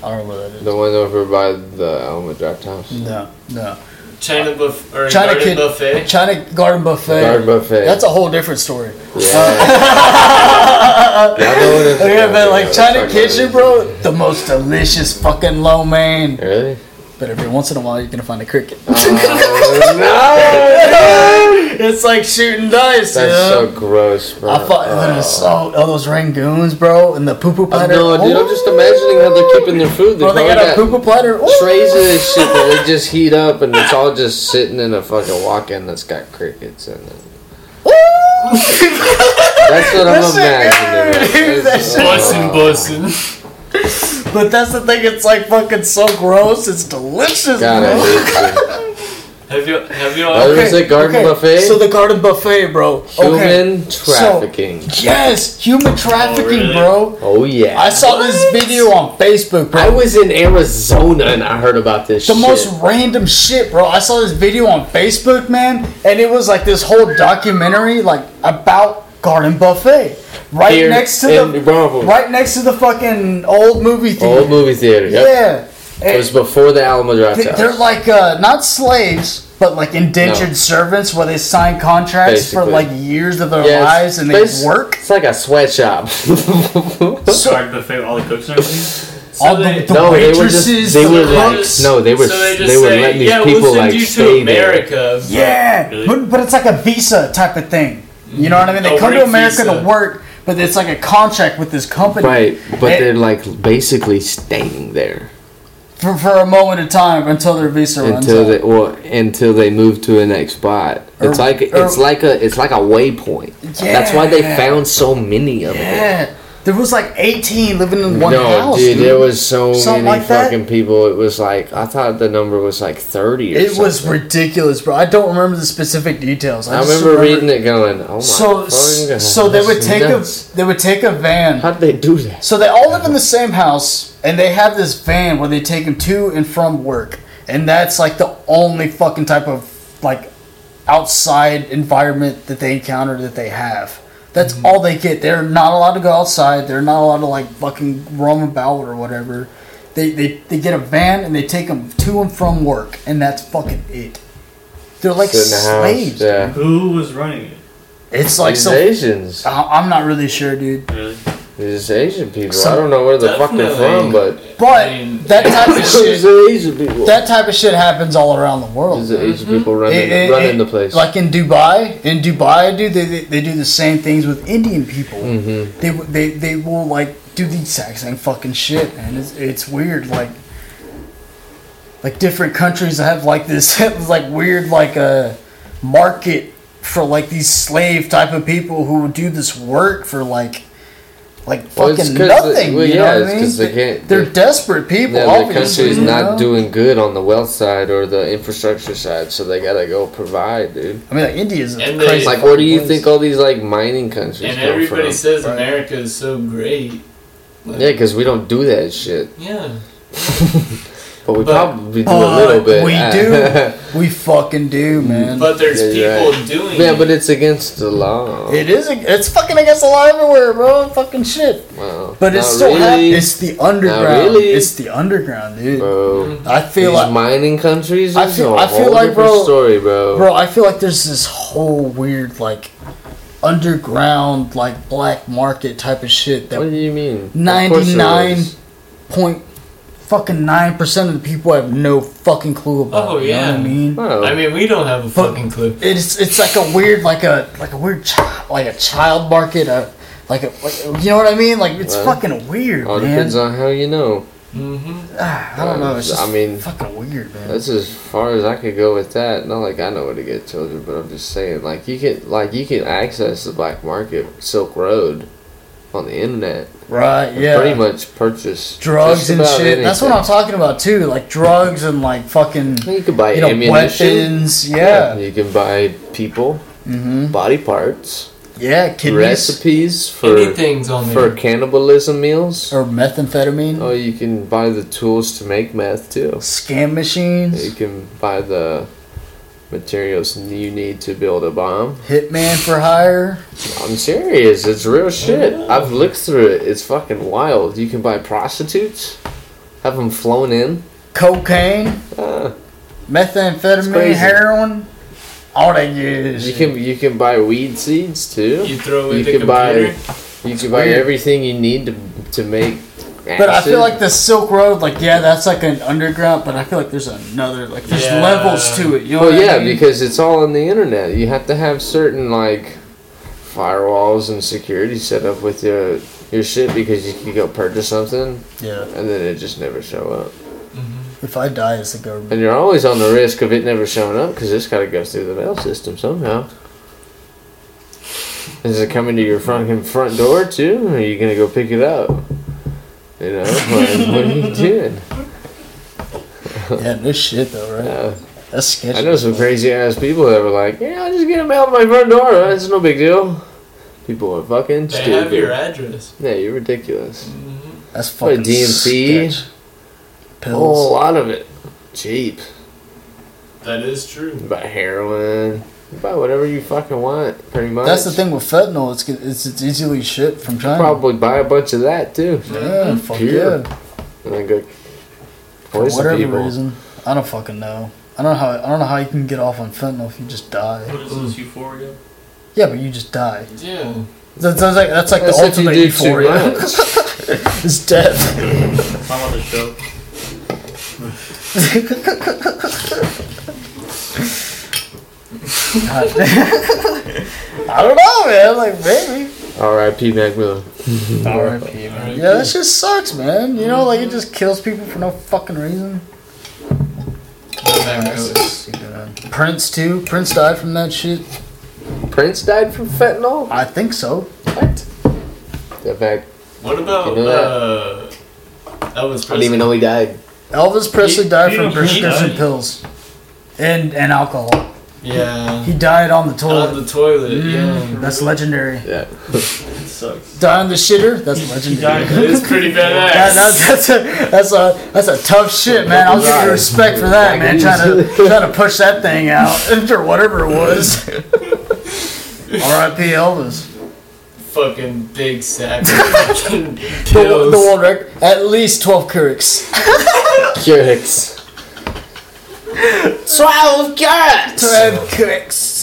Speaker 2: I don't know where that is.
Speaker 3: the one over by the Alma Draft House.
Speaker 2: No, no.
Speaker 1: China buff or
Speaker 2: China
Speaker 1: garden
Speaker 2: kid-
Speaker 1: buffet.
Speaker 2: China Garden Buffet.
Speaker 3: Garden Buffet.
Speaker 2: That's a whole different story.
Speaker 3: yeah. Y'all know what it's-
Speaker 2: Okay, but like
Speaker 3: Yeah,
Speaker 2: China
Speaker 3: Garden.
Speaker 2: Kitchen, bro, the most delicious fucking lo mein.
Speaker 3: Really?
Speaker 2: But every once in a while, you're gonna find a cricket.
Speaker 3: Uh, Oh, no!
Speaker 2: it's like shooting dice.
Speaker 3: That's
Speaker 2: yeah.
Speaker 3: so gross, bro.
Speaker 2: I thought
Speaker 3: Oh.
Speaker 2: that is so. All those rangoons, bro, and the poo poo platter.
Speaker 3: No, dude, I'm just imagining how they're keeping their food. They
Speaker 2: Bro, they
Speaker 3: probably
Speaker 2: got a
Speaker 3: got
Speaker 2: poo poo platter. Ooh.
Speaker 3: trays of this shit that they just heat up, and it's all just sitting in a fucking walk-in that's got crickets in it. That's what I'm
Speaker 2: That shit
Speaker 3: imagining.
Speaker 2: good. That
Speaker 3: It's-
Speaker 2: shit-
Speaker 1: Bussin', bussin'.
Speaker 2: But that's the thing. It's like fucking so gross. It's delicious,
Speaker 3: God, I
Speaker 2: bro.
Speaker 3: hate you.
Speaker 1: Have you have you
Speaker 3: Oh,
Speaker 1: all?
Speaker 3: there's a garden buffet.
Speaker 2: So the garden buffet, bro. Okay.
Speaker 3: Human trafficking.
Speaker 2: Yes, human trafficking,
Speaker 4: really?
Speaker 2: bro.
Speaker 3: oh yeah.
Speaker 2: I saw this video on Facebook, bro.
Speaker 3: I was in Arizona and I heard about this.
Speaker 2: the
Speaker 3: shit.
Speaker 2: most random shit, bro. I saw this video on Facebook, man, and it was like this whole documentary, like about Garden Buffet, right
Speaker 3: Here
Speaker 2: next to
Speaker 3: in
Speaker 2: the
Speaker 3: Bravo.
Speaker 2: right next to the fucking old movie theater.
Speaker 3: old movie theater. Yep.
Speaker 2: yeah,
Speaker 3: It was before the Alamo Draft
Speaker 2: They-
Speaker 3: House.
Speaker 2: they're like uh, not slaves, but like indentured
Speaker 3: No.
Speaker 2: servants, where they sign contracts for
Speaker 3: Basically.
Speaker 2: like years of their
Speaker 3: Yeah, it's-
Speaker 2: lives, and they
Speaker 3: it's-
Speaker 2: work.
Speaker 3: It's like a sweatshop.
Speaker 4: Card buffet, all the cooks and everything?
Speaker 1: So
Speaker 2: All the,
Speaker 1: they-
Speaker 2: the
Speaker 3: no, they were just
Speaker 2: waitresses,
Speaker 3: they
Speaker 2: the
Speaker 3: were like
Speaker 2: cooks.
Speaker 3: no, Oh, they were
Speaker 1: so
Speaker 3: they,
Speaker 1: just
Speaker 3: were
Speaker 1: say,
Speaker 3: letting these
Speaker 1: yeah,
Speaker 3: people
Speaker 1: we'll send
Speaker 3: like
Speaker 1: you
Speaker 3: stay
Speaker 1: to
Speaker 3: there.
Speaker 1: America.
Speaker 2: Yeah,
Speaker 4: Really?
Speaker 2: but, but it's like a visa type of thing. You know what I mean? They
Speaker 1: A
Speaker 2: come to
Speaker 1: work
Speaker 2: America to
Speaker 1: visa.
Speaker 2: work, but it's like a contract with this company
Speaker 3: Right, but
Speaker 2: They-
Speaker 3: they're like basically staying there
Speaker 2: for, for a moment of time until their visa runs
Speaker 3: until
Speaker 2: out.
Speaker 3: they well until they move to the next spot.
Speaker 2: Or-
Speaker 3: It's like
Speaker 2: or-
Speaker 3: it's like a it's like a waypoint. That's why they found so many of them.
Speaker 2: yeah, there was like eighteen living in one
Speaker 3: no,
Speaker 2: house.
Speaker 3: dude, there was so
Speaker 2: Something
Speaker 3: many
Speaker 2: like that?
Speaker 3: fucking people. It was like I thought the number was like thirty. Or
Speaker 2: it was
Speaker 3: something.
Speaker 2: ridiculous, bro. I don't remember the specific details. I,
Speaker 3: I
Speaker 2: just
Speaker 3: remember reading it, going, "Oh my
Speaker 2: So,
Speaker 3: fucking God,
Speaker 2: so they would
Speaker 3: that's
Speaker 2: take
Speaker 3: nuts.
Speaker 2: a they would take a van
Speaker 3: How'd they do that?
Speaker 2: So they all live in the same house, and they have this van where they take them to and from work, and that's like the only fucking type of like outside environment that they encounter that they have. That's
Speaker 3: Mm-hmm.
Speaker 2: all they get. They're not allowed to go outside. They're not allowed to like fucking roam about or whatever. They they, they get a van and they take them to and from work, and that's fucking it. They're like
Speaker 3: Sit in the house,
Speaker 2: slaves.
Speaker 3: yeah.
Speaker 4: Who was running it?
Speaker 2: It's like
Speaker 3: These
Speaker 2: so.
Speaker 3: Asians.
Speaker 2: I- I'm not really sure, dude.
Speaker 4: Really?
Speaker 3: These Asian people. I
Speaker 2: Some-
Speaker 3: don't know where the fuck they're from, but
Speaker 2: But
Speaker 1: I mean,
Speaker 2: that type of
Speaker 3: these
Speaker 2: shit,
Speaker 3: Asian people.
Speaker 2: that type of shit happens all around the world.
Speaker 3: These Asian people running
Speaker 2: Mm-hmm. It- it-
Speaker 3: running
Speaker 2: it-
Speaker 3: the place.
Speaker 2: Like in Dubai, in Dubai, dude, they, they, they do the same things with Indian people.
Speaker 3: Hmm.
Speaker 2: They w- they they will like do the exact same fucking shit, man. It's it's weird, like like different countries have like this like weird like a market for like these slave type of people who will do this work for like. Like
Speaker 3: Well,
Speaker 2: fucking
Speaker 3: it's 'cause the-
Speaker 2: nothing,
Speaker 3: well,
Speaker 2: you
Speaker 3: yeah,
Speaker 2: know
Speaker 3: it's
Speaker 2: what I mean?
Speaker 3: 'cause they can't-
Speaker 2: They're
Speaker 3: they-
Speaker 2: desperate people,
Speaker 3: yeah, the
Speaker 2: obviously.
Speaker 3: country's
Speaker 2: you
Speaker 3: not
Speaker 2: know?
Speaker 3: doing good on the wealth side or the infrastructure side, so they gotta go provide, dude.
Speaker 2: I mean, like, India's a
Speaker 1: And
Speaker 2: crazy.
Speaker 1: It's
Speaker 3: Like, where do you
Speaker 2: fucking
Speaker 3: think
Speaker 2: place.
Speaker 3: all these like mining countries
Speaker 1: and
Speaker 3: come
Speaker 1: everybody
Speaker 3: from?
Speaker 1: says
Speaker 2: Right.
Speaker 1: America is so great. Like,
Speaker 3: Yeah, because we don't do that shit,
Speaker 1: yeah.
Speaker 3: but we
Speaker 1: But-
Speaker 3: probably do a
Speaker 2: But
Speaker 3: little bit. Ah.
Speaker 2: we do. we fucking do, man.
Speaker 1: But there's
Speaker 3: Yeah, you're
Speaker 1: people doing
Speaker 3: yeah,
Speaker 1: it.
Speaker 3: but it's against the law.
Speaker 2: it is. It's fucking against the law everywhere, bro. Fucking shit.
Speaker 3: Wow.
Speaker 2: But it's
Speaker 3: Not
Speaker 2: still hap-
Speaker 3: really,
Speaker 2: It's the underground.
Speaker 3: really.
Speaker 2: It's the underground, dude.
Speaker 3: bro.
Speaker 2: I feel
Speaker 3: These
Speaker 2: like,
Speaker 3: mining countries.
Speaker 2: I
Speaker 3: is
Speaker 2: feel-
Speaker 3: a
Speaker 2: I feel
Speaker 3: whole
Speaker 2: like,
Speaker 3: different
Speaker 2: bro-
Speaker 3: Story, bro.
Speaker 2: bro. I feel like there's this whole weird like underground like black market type of shit
Speaker 3: What
Speaker 2: that
Speaker 3: do you mean? Of course there
Speaker 2: 99
Speaker 3: is.
Speaker 2: point fucking nine percent of the people have no fucking clue about.
Speaker 1: Oh,
Speaker 2: you know what
Speaker 1: yeah.
Speaker 2: I mean.
Speaker 3: Bro,
Speaker 1: I mean, we don't have a
Speaker 2: But-
Speaker 1: fucking clue.
Speaker 2: it's it's like a weird like a like a weird child like a child market a like a like, you know what I mean like it's
Speaker 3: Well,
Speaker 2: fucking weird
Speaker 3: all
Speaker 2: man
Speaker 3: depends on how you know.
Speaker 1: hmm
Speaker 2: Ah, I don't know it's just
Speaker 3: I mean,
Speaker 2: fucking weird man
Speaker 3: That's as far as I could go with that. Not like I know where to get children, but I'm just saying, like you can, like you can access the black market, Silk Road, on the internet.
Speaker 2: right
Speaker 3: and
Speaker 2: yeah
Speaker 3: Pretty much purchase
Speaker 2: drugs
Speaker 3: just
Speaker 2: and
Speaker 3: about
Speaker 2: shit that's what I'm
Speaker 3: anything.
Speaker 2: talking about too like drugs and like fucking
Speaker 3: You can buy
Speaker 2: you know
Speaker 3: ammunition.
Speaker 2: weapons yeah
Speaker 3: You can buy people,
Speaker 2: hmm
Speaker 3: body parts,
Speaker 2: yeah kidneys
Speaker 3: recipes for
Speaker 1: Anything's on
Speaker 3: for
Speaker 1: there.
Speaker 3: cannibalism meals.
Speaker 2: or methamphetamine
Speaker 3: Oh, you can buy the tools to make meth too.
Speaker 2: scam
Speaker 3: You
Speaker 2: machines
Speaker 3: can buy the materials you need to build a bomb.
Speaker 2: hitman for hire
Speaker 3: I'm serious. It's real shit. I've looked through it. It's fucking wild. You can buy prostitutes, have them flown in.
Speaker 2: cocaine
Speaker 3: Uh,
Speaker 2: methamphetamine
Speaker 3: crazy.
Speaker 2: heroin all that good
Speaker 3: you
Speaker 2: shit.
Speaker 3: can you can buy weed seeds too.
Speaker 1: You throw away
Speaker 3: You
Speaker 1: the
Speaker 3: can buy-
Speaker 1: computer.
Speaker 3: You can buy
Speaker 2: weird.
Speaker 3: everything you need to to make.
Speaker 2: But I feel
Speaker 3: acid.
Speaker 2: like the Silk Road, like yeah, that's like an underground, but I feel like there's another, like there's
Speaker 1: Yeah.
Speaker 2: levels to it. You know
Speaker 3: Well,
Speaker 2: what I
Speaker 3: yeah,
Speaker 2: mean?
Speaker 3: because it's all on the internet. You have to have certain like firewalls and security set up with your your shit because you can go purchase something
Speaker 2: yeah,
Speaker 3: and then it just never show up.
Speaker 2: if I die as the government,
Speaker 3: And you're always on the risk of it never showing up because it's got to go through the mail system somehow. Is it coming to your front front door too? Or are you gonna go pick it up? You know, like, what are you doing?
Speaker 2: yeah, no shit though, right?
Speaker 3: Uh,
Speaker 2: That's sketchy.
Speaker 3: I know some crazy ass people that were like, "Yeah, I just get it mailed to my front door. uh, It's no big deal." People are fucking
Speaker 1: They
Speaker 3: stupid.
Speaker 1: have your address. Mm-hmm.
Speaker 3: yeah, you're ridiculous.
Speaker 2: That's fucking
Speaker 3: DMT.
Speaker 2: sketch.
Speaker 3: A whole
Speaker 2: pills.
Speaker 3: lot of it, cheap.
Speaker 1: That is true.
Speaker 3: You buy heroin. You buy whatever you fucking want, pretty much.
Speaker 2: That's the thing with fentanyl; it's it's it's easily shit from China.
Speaker 3: Probably buy a bunch of that too.
Speaker 2: Yeah, fuck
Speaker 3: Pure.
Speaker 2: yeah.
Speaker 3: and then go
Speaker 2: For
Speaker 3: poison
Speaker 2: whatever
Speaker 3: people.
Speaker 2: reason, I don't fucking know. I don't know how I don't know how you can get off on fentanyl if you just die.
Speaker 4: What is this euphoria?
Speaker 2: Yeah, but you just die.
Speaker 1: Yeah.
Speaker 2: That's, that's like that's like
Speaker 3: That's
Speaker 2: the
Speaker 3: if you
Speaker 2: ultimate
Speaker 3: do
Speaker 2: euphoria.
Speaker 3: too much.
Speaker 2: It's death.
Speaker 4: It's not on the show.
Speaker 2: God. I don't know, man. Like maybe.
Speaker 3: R.I.P. Mac Miller.
Speaker 2: R.I.P. Man. Yeah, that shit sucks, man. You know, like it just kills people for no fucking reason.
Speaker 1: That
Speaker 2: That's
Speaker 1: really-
Speaker 2: just stupid, man. Prince too. Prince died from that shit.
Speaker 3: Prince died from fentanyl.
Speaker 2: I think so.
Speaker 3: In fact,
Speaker 1: What about
Speaker 3: You know that?
Speaker 1: uh, Elvis
Speaker 3: I didn't even
Speaker 1: Presley?
Speaker 3: know he died.
Speaker 2: Elvis Presley
Speaker 4: He-
Speaker 2: died
Speaker 4: he
Speaker 2: from
Speaker 4: don't- he
Speaker 2: prescription
Speaker 4: died.
Speaker 2: pills. And and alcohol.
Speaker 1: Yeah.
Speaker 2: He died on the
Speaker 1: On
Speaker 2: toilet.
Speaker 1: the toilet.
Speaker 2: Mm,
Speaker 1: Yeah.
Speaker 2: that's legendary.
Speaker 3: Yeah.
Speaker 4: It sucks.
Speaker 2: Die on the shitter. That's legendary.
Speaker 4: died.
Speaker 1: It's pretty badass.
Speaker 2: That, that's, that's, a, that's, a, that's a tough shit, man. I'll give you respect for that, man. Trying to, trying to push that thing out, or whatever it was. R.I.P. Elvis.
Speaker 1: Fucking big sack. Fucking
Speaker 2: The, the
Speaker 1: kills.
Speaker 2: world record. At least 12 Keurigs.
Speaker 3: Curious.
Speaker 2: 12 Keurigs!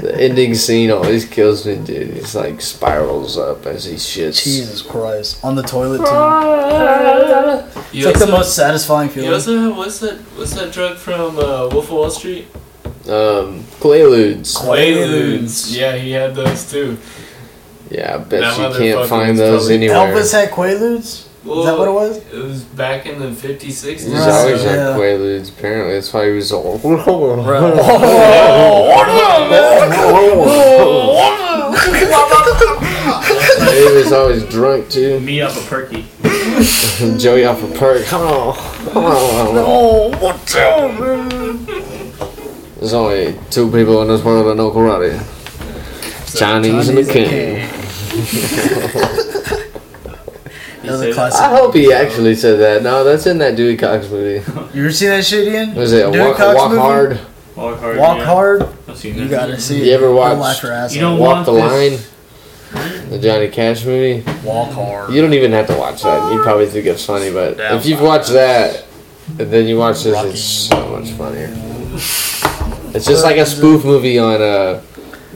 Speaker 3: The ending scene always kills me, dude. It's like spirals up as he shits.
Speaker 2: Jesus Christ. On the toilet, too. It's
Speaker 1: You
Speaker 2: like the
Speaker 1: also-
Speaker 2: most satisfying
Speaker 1: You
Speaker 2: feeling.
Speaker 1: also have what's that? What's that drug from uh, Wolf of Wall Street?
Speaker 3: Um, Quaaludes.
Speaker 1: Quaaludes. Yeah, he had those too.
Speaker 3: Yeah, I bet
Speaker 1: That
Speaker 3: you can't
Speaker 1: motherfucker
Speaker 3: find
Speaker 1: was
Speaker 3: those
Speaker 1: probably-
Speaker 3: anywhere.
Speaker 2: Elvis had Quaaludes? Is that what it was?
Speaker 1: It was back in the 50s, 60s.
Speaker 3: He's always
Speaker 2: Right,
Speaker 3: had
Speaker 2: yeah.
Speaker 3: Quaaludes. Apparently, that's why he was all. Oh, oh, oh." he was always drunk too.
Speaker 4: Me up a perky.
Speaker 3: Joey off Oh. a perk. Oh, There's only two people in this world that know karate. Chinese, and the king.
Speaker 2: Another
Speaker 4: said-
Speaker 2: classic.
Speaker 3: I hope he actually said that. No, that's in that Dewey Cox movie.
Speaker 2: You ever see that shit, Ian?
Speaker 3: Was it
Speaker 2: Dewey
Speaker 3: Walk,
Speaker 2: Cox
Speaker 3: Walk
Speaker 2: movie?
Speaker 3: Hard?
Speaker 4: Walk hard.
Speaker 2: Walk
Speaker 4: yeah.
Speaker 2: Hard?
Speaker 4: I've seen
Speaker 2: You
Speaker 4: that.
Speaker 2: gotta see
Speaker 3: You
Speaker 2: it.
Speaker 3: ever
Speaker 2: Don't
Speaker 3: watch-
Speaker 2: laugh your ass
Speaker 4: You
Speaker 2: off.
Speaker 4: don't
Speaker 3: Walk
Speaker 4: want
Speaker 3: the Line?
Speaker 4: this.
Speaker 3: The Johnny Cash movie?
Speaker 2: Walk Hard.
Speaker 3: You don't even have to watch that. You probably think it's funny, but if you've watched that, and then you watch this, it's so much funnier. It's just like a spoof movie on a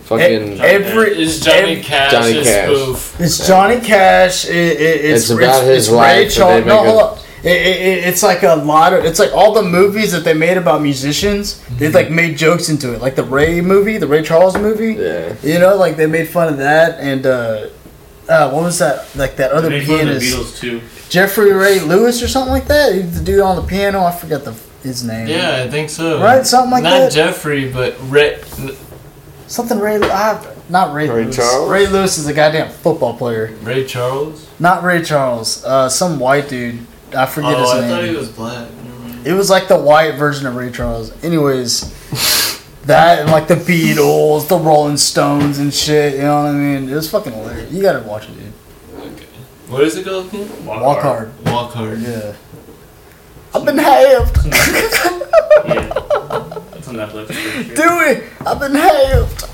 Speaker 3: fucking.
Speaker 4: Hey,
Speaker 2: Every
Speaker 1: It's Johnny Cash.
Speaker 3: Johnny
Speaker 1: is
Speaker 3: Cash.
Speaker 1: Spoof.
Speaker 2: It's Johnny Cash. It, it, it's,
Speaker 3: It's about his
Speaker 2: Ray
Speaker 3: life,
Speaker 2: Charles.
Speaker 3: and they
Speaker 2: No,
Speaker 3: make a-
Speaker 2: hold up. It, it, it- it's like a lot of. It's like all the movies that they made about musicians. They like made jokes into it, like the Ray movie, the Ray Charles movie.
Speaker 3: Yeah.
Speaker 2: You know, like they made fun of that, and uh, uh, what was that? Like that other
Speaker 4: They made fun of the
Speaker 2: pianist,
Speaker 4: Beatles too.
Speaker 2: Jeffrey Ray Lewis or something like that. He's The dude on the piano, I forget the his name.
Speaker 1: Yeah, I think so.
Speaker 2: Right, something like
Speaker 1: Not
Speaker 2: that.
Speaker 1: Jeffrey, but Rick.
Speaker 2: Something Ray. Uh, not Ray.
Speaker 3: Ray
Speaker 2: Lewis.
Speaker 3: Charles?
Speaker 2: Ray Lewis is a goddamn football player.
Speaker 1: Ray Charles.
Speaker 2: Not Ray Charles. Uh, some white dude. I forget
Speaker 1: oh, I
Speaker 2: his
Speaker 1: thought
Speaker 2: name.
Speaker 1: he was black. Never mind.
Speaker 2: It was like the white version of Ray Charles. Anyways, that and like the Beatles, the Rolling Stones, and shit. You know what I mean? It was fucking hilarious. You gotta watch it, dude.
Speaker 1: What is it called again?
Speaker 4: Walk,
Speaker 2: Walk
Speaker 4: hard.
Speaker 2: hard.
Speaker 1: Walk hard.
Speaker 2: Yeah. I've been halved.
Speaker 4: Yeah. That's on Netflix. for sure.
Speaker 2: Do it. I've been halved.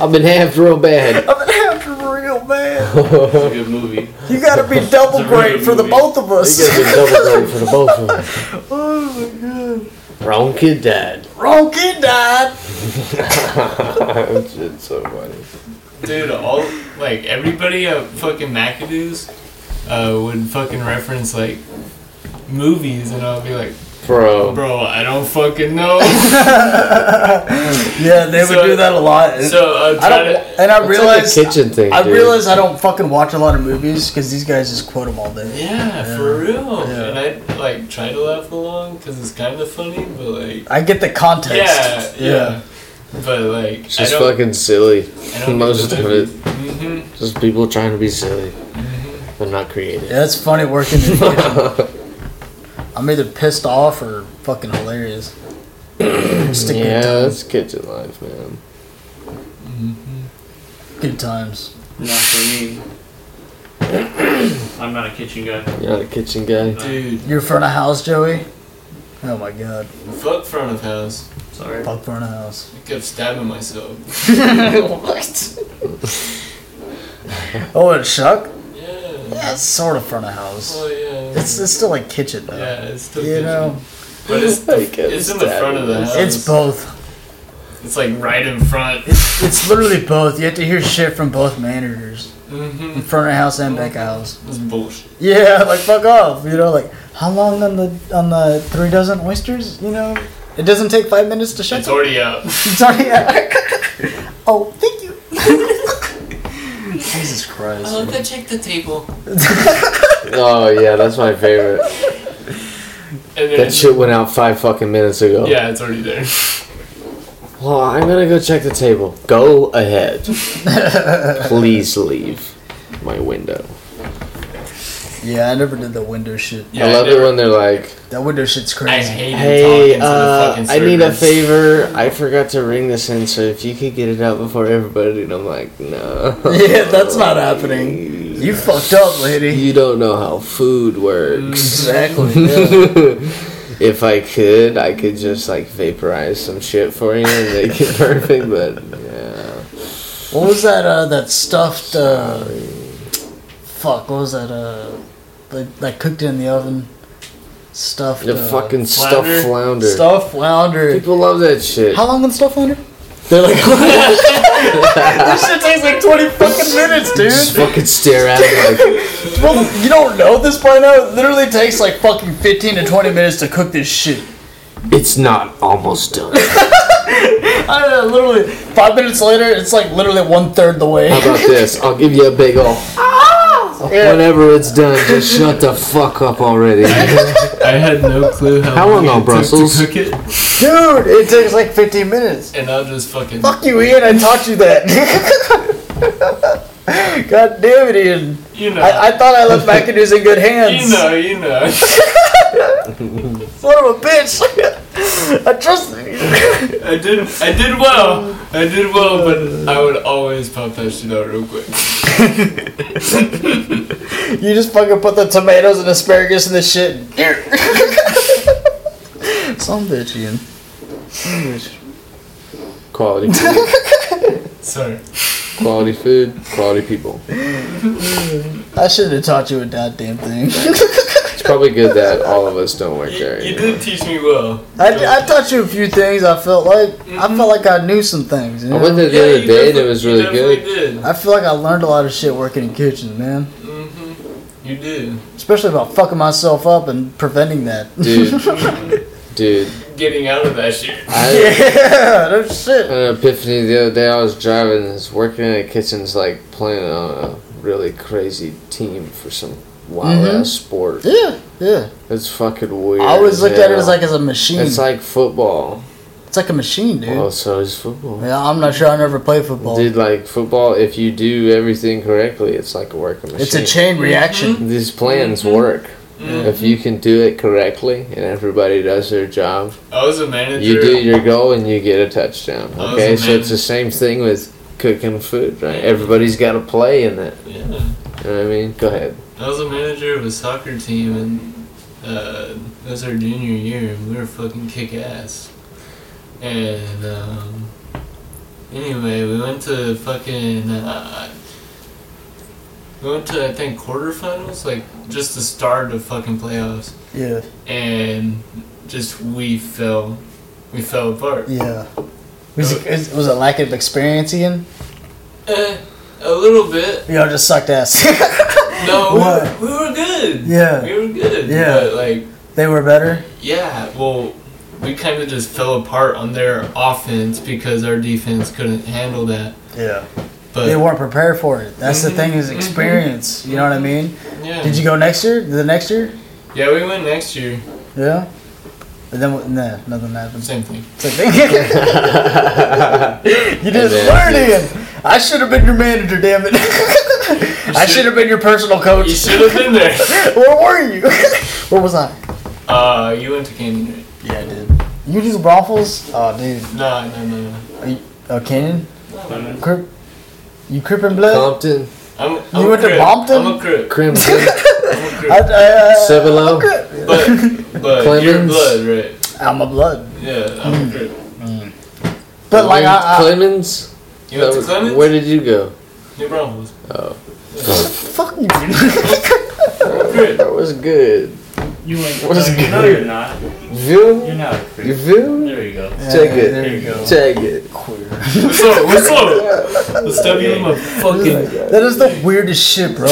Speaker 3: I've been half real bad.
Speaker 2: I've been halved real bad.
Speaker 4: It's a good movie.
Speaker 2: You gotta be double
Speaker 4: It's a really
Speaker 2: great for the
Speaker 4: movie.
Speaker 2: both of
Speaker 3: You
Speaker 2: us.
Speaker 3: guys are double great for the both of us. Oh my god. Wrong kid died.
Speaker 2: Wrong kid died.
Speaker 3: it's it's so funny.
Speaker 1: Dude, all like everybody at fucking McAdoo's uh, would fucking reference like movies, and I'll be like,
Speaker 3: Bro.
Speaker 1: bro, I don't fucking know.
Speaker 2: Yeah, they would
Speaker 1: So-
Speaker 2: do that a lot.
Speaker 1: so uh, try
Speaker 2: I don't,
Speaker 1: to,
Speaker 2: and I
Speaker 3: It's like a
Speaker 2: realized
Speaker 3: kitchen thing,
Speaker 2: I
Speaker 3: dude.
Speaker 2: realize I don't fucking watch a lot of movies because these guys just quote them all day.
Speaker 1: yeah, for real.
Speaker 2: Yeah.
Speaker 1: And I like try to laugh along because it's kind of funny, but like,
Speaker 2: I get the context.
Speaker 1: yeah, yeah, But like,
Speaker 3: It's just
Speaker 1: I don't,
Speaker 3: fucking silly.
Speaker 1: I don't
Speaker 3: Most of it.
Speaker 1: hmm
Speaker 3: Just people trying to be silly. But not creative.
Speaker 2: Yeah, it's funny working in the kitchen. I'm either pissed off or fucking hilarious. Just a
Speaker 3: Yeah,
Speaker 2: good, time.
Speaker 3: that's kitchen life, man.
Speaker 2: good times.
Speaker 4: Not for me. I'm not a kitchen guy.
Speaker 3: You're not a kitchen guy.
Speaker 1: Dude,
Speaker 2: You're front of house, Joey. Oh my god,
Speaker 1: fuck front of house.
Speaker 4: Sorry.
Speaker 2: fuck front of house.
Speaker 1: I kept stabbing myself.
Speaker 2: Oh, it's Chuck.
Speaker 1: Yeah.
Speaker 2: That's sort of front of house.
Speaker 1: Oh yeah.
Speaker 2: It's it's still like kitchen though.
Speaker 1: yeah, it's still
Speaker 2: You
Speaker 1: kitchen.
Speaker 2: know,
Speaker 1: But it's,
Speaker 3: Like,
Speaker 1: it's in the front of the house.
Speaker 2: it's both.
Speaker 1: It's like right in front.
Speaker 2: It's it's literally both. You have to hear shit from both managers,
Speaker 1: Mm-hmm.
Speaker 2: in front of house and back of house.
Speaker 1: It's bullshit.
Speaker 2: Yeah, like fuck off. You know, like how long on the on the three dozen oysters? You know, it doesn't take five minutes to shut.
Speaker 1: It's already out.
Speaker 2: It's already out. oh, thank you. Jesus Christ!
Speaker 1: go check the table.
Speaker 3: Oh yeah, that's my favorite.
Speaker 1: And then
Speaker 3: That shit went out five fucking minutes ago.
Speaker 1: Yeah, it's already there.
Speaker 3: Well, I'm gonna go check the table. Go ahead. Please leave my window.
Speaker 2: Yeah, I never did the window shit.
Speaker 1: Yeah,
Speaker 3: I love it
Speaker 1: never-
Speaker 3: when they're like,
Speaker 2: That window shit's
Speaker 1: I
Speaker 2: crazy.
Speaker 1: hate
Speaker 3: "Hey,
Speaker 1: talking
Speaker 3: uh,
Speaker 1: to the fucking
Speaker 3: I need a
Speaker 1: servers.
Speaker 3: favor. I forgot to ring this in, so if you could get it out before everybody." And I'm like, "No."
Speaker 2: yeah, that's not happening. You fucked up, lady.
Speaker 3: You don't know how food works.
Speaker 2: Exactly. Mm-hmm. Yeah.
Speaker 3: if I could, I could just like vaporize some shit for you and make it perfect. But yeah,
Speaker 2: what was that? Uh, that stuffed. Uh, fuck. What was that? Uh, like, like cooked in the oven. Stuffed.
Speaker 3: the
Speaker 2: uh,
Speaker 3: fucking stuffed
Speaker 1: flounder?
Speaker 3: flounder.
Speaker 2: stuffed flounder.
Speaker 3: People love that shit.
Speaker 2: How long on the stuff flounder? They're like, this shit takes like 20 fucking minutes,
Speaker 3: Just
Speaker 2: dude.
Speaker 3: fucking stare at it like,
Speaker 2: Well, you don't know this by now. It literally takes like fucking 15 to 20 minutes to cook this shit.
Speaker 3: it's not almost done.
Speaker 2: I uh, literally, five minutes later, it's like literally one third the way.
Speaker 3: How about this? I'll give you a big ol' Whenever it's done, just shut the fuck up already.
Speaker 1: I had no clue how,
Speaker 3: How long
Speaker 1: it
Speaker 3: on
Speaker 1: took
Speaker 3: Brussels?
Speaker 1: to cook it,
Speaker 2: Dude, it takes like 15 minutes.
Speaker 1: and I'll just fucking.
Speaker 2: Fuck you, Ian. I taught you that. God damn it, Ian.
Speaker 1: You know.
Speaker 2: I, I thought I left McAdoo's in good hands.
Speaker 1: you know. You know.
Speaker 2: Son of a bitch. I trust
Speaker 1: I did. I did well. I did well, but I would always pop that shit out real quick.
Speaker 2: you. just fucking put the tomatoes and asparagus and the shit. Here. Some bitch, Ian. Some bitch.
Speaker 3: Quality food,
Speaker 1: Sorry.
Speaker 3: quality food, quality people.
Speaker 2: I should have taught you a goddamn thing.
Speaker 3: It's probably good that all of us don't work
Speaker 1: You,
Speaker 3: there.
Speaker 1: you
Speaker 3: anymore.
Speaker 1: did teach me well.
Speaker 2: I, I taught you a few things. I felt like I felt like I knew some things. You
Speaker 3: I
Speaker 2: know?
Speaker 3: went there the
Speaker 1: Yeah,
Speaker 3: other
Speaker 1: you
Speaker 3: day and it
Speaker 1: defi-
Speaker 3: was
Speaker 1: you
Speaker 3: really
Speaker 1: definitely
Speaker 3: good.
Speaker 1: Did.
Speaker 2: I feel like I learned a lot of shit working in kitchens, man.
Speaker 1: hmm You did.
Speaker 2: Especially about fucking myself up and preventing that.
Speaker 3: Dude, dude,
Speaker 1: Getting out of that shit.
Speaker 3: I
Speaker 2: yeah, no shit.
Speaker 3: an epiphany the other day. I was driving, and was working in the kitchen's like playing on a really crazy team for some wild ass sport.
Speaker 2: Yeah, yeah.
Speaker 3: It's fucking weird.
Speaker 2: Mm-hmm. I always look at it as
Speaker 3: hell.
Speaker 2: like as a machine.
Speaker 3: it's like football.
Speaker 2: It's like a machine, dude.
Speaker 3: Well, so is football.
Speaker 2: yeah, I'm not sure. I never played football.
Speaker 3: Dude, like football, if you do everything correctly, it's like a working machine.
Speaker 2: it's a Mm-hmm. chain reaction.
Speaker 3: These plans work.
Speaker 1: Mm-hmm.
Speaker 3: If you can do it correctly and everybody does their job,
Speaker 1: I was a manager.
Speaker 3: you do your goal and you get a touchdown.
Speaker 1: Oh,
Speaker 3: Okay, so
Speaker 1: man.
Speaker 3: it's the same thing with cooking food, right? Everybody's got to play in it.
Speaker 1: Yeah.
Speaker 3: You know what I mean? Go ahead.
Speaker 1: I was a manager of a soccer team, and uh, that was our junior year, and we were fucking kick ass. And um, anyway, we went to fucking. Uh, we went to, I think, quarterfinals, like just the start of fucking playoffs,
Speaker 2: Yeah,
Speaker 1: and just we fell. We fell apart.
Speaker 2: yeah. Was it, is- was it lack of experience, Ian?
Speaker 1: Eh, a little bit.
Speaker 2: Y'all just sucked ass.
Speaker 1: No, we were,
Speaker 2: What?
Speaker 1: we were good.
Speaker 2: Yeah.
Speaker 1: We were good.
Speaker 2: Yeah.
Speaker 1: But, like,
Speaker 2: they were better.
Speaker 1: Yeah, well, we kind of just fell apart on their offense because our defense couldn't handle that.
Speaker 2: Yeah.
Speaker 1: But
Speaker 2: They weren't prepared for it. That's the
Speaker 1: Mhm,
Speaker 2: thing is
Speaker 1: mhm.
Speaker 2: experience. You know what I mean?
Speaker 1: yeah,
Speaker 2: Did you go next year? The next year?
Speaker 1: yeah, we went next year.
Speaker 2: Yeah. But then what- nah, nothing happened.
Speaker 1: Same thing.
Speaker 2: It's like, you didn't
Speaker 3: then-
Speaker 2: learn Ian. I should have been your manager, damn it. I
Speaker 1: should-
Speaker 2: should have been your personal coach.
Speaker 1: You should have been there.
Speaker 2: Where were you? Where was I?
Speaker 1: Uh, you went to Canyon. Right?
Speaker 2: Yeah, I did. You do waffles? Oh, dude.
Speaker 1: No, no, no, no.
Speaker 2: Oh, Canyon?
Speaker 4: Clemens.
Speaker 2: Crip? You Crippin' Blood?
Speaker 3: Compton,
Speaker 1: I'm, I'm
Speaker 2: You
Speaker 1: a
Speaker 2: went to
Speaker 1: crip.
Speaker 2: Brompton?
Speaker 1: I'm a crip.
Speaker 3: Crimson,
Speaker 1: I'm a
Speaker 2: I, I,
Speaker 1: crip.
Speaker 2: I,
Speaker 3: Sevelo.
Speaker 1: But, but your
Speaker 3: Clemens.
Speaker 1: blood, right?
Speaker 2: I'm a blood.
Speaker 1: Yeah,
Speaker 2: Hmm.
Speaker 1: I'm a crip.
Speaker 2: But, like, I, I,
Speaker 3: Clemens.
Speaker 1: You went
Speaker 3: That
Speaker 1: to
Speaker 3: was-
Speaker 1: Clemens?
Speaker 3: Where did you go?
Speaker 1: New Braunfels.
Speaker 2: fuck you, dude.
Speaker 1: I'm a crip.
Speaker 3: That was good.
Speaker 4: You ain't.
Speaker 3: What's
Speaker 4: no, you- no,
Speaker 3: good?
Speaker 4: you're not. You're
Speaker 3: View?
Speaker 4: not a creep.
Speaker 3: You view?
Speaker 4: There you go.
Speaker 3: Take
Speaker 2: there
Speaker 3: it.
Speaker 4: There you go.
Speaker 3: Take it.
Speaker 1: What's up? What's up? Let's stab you in my fucking.
Speaker 2: That is the weirdest shit, bro.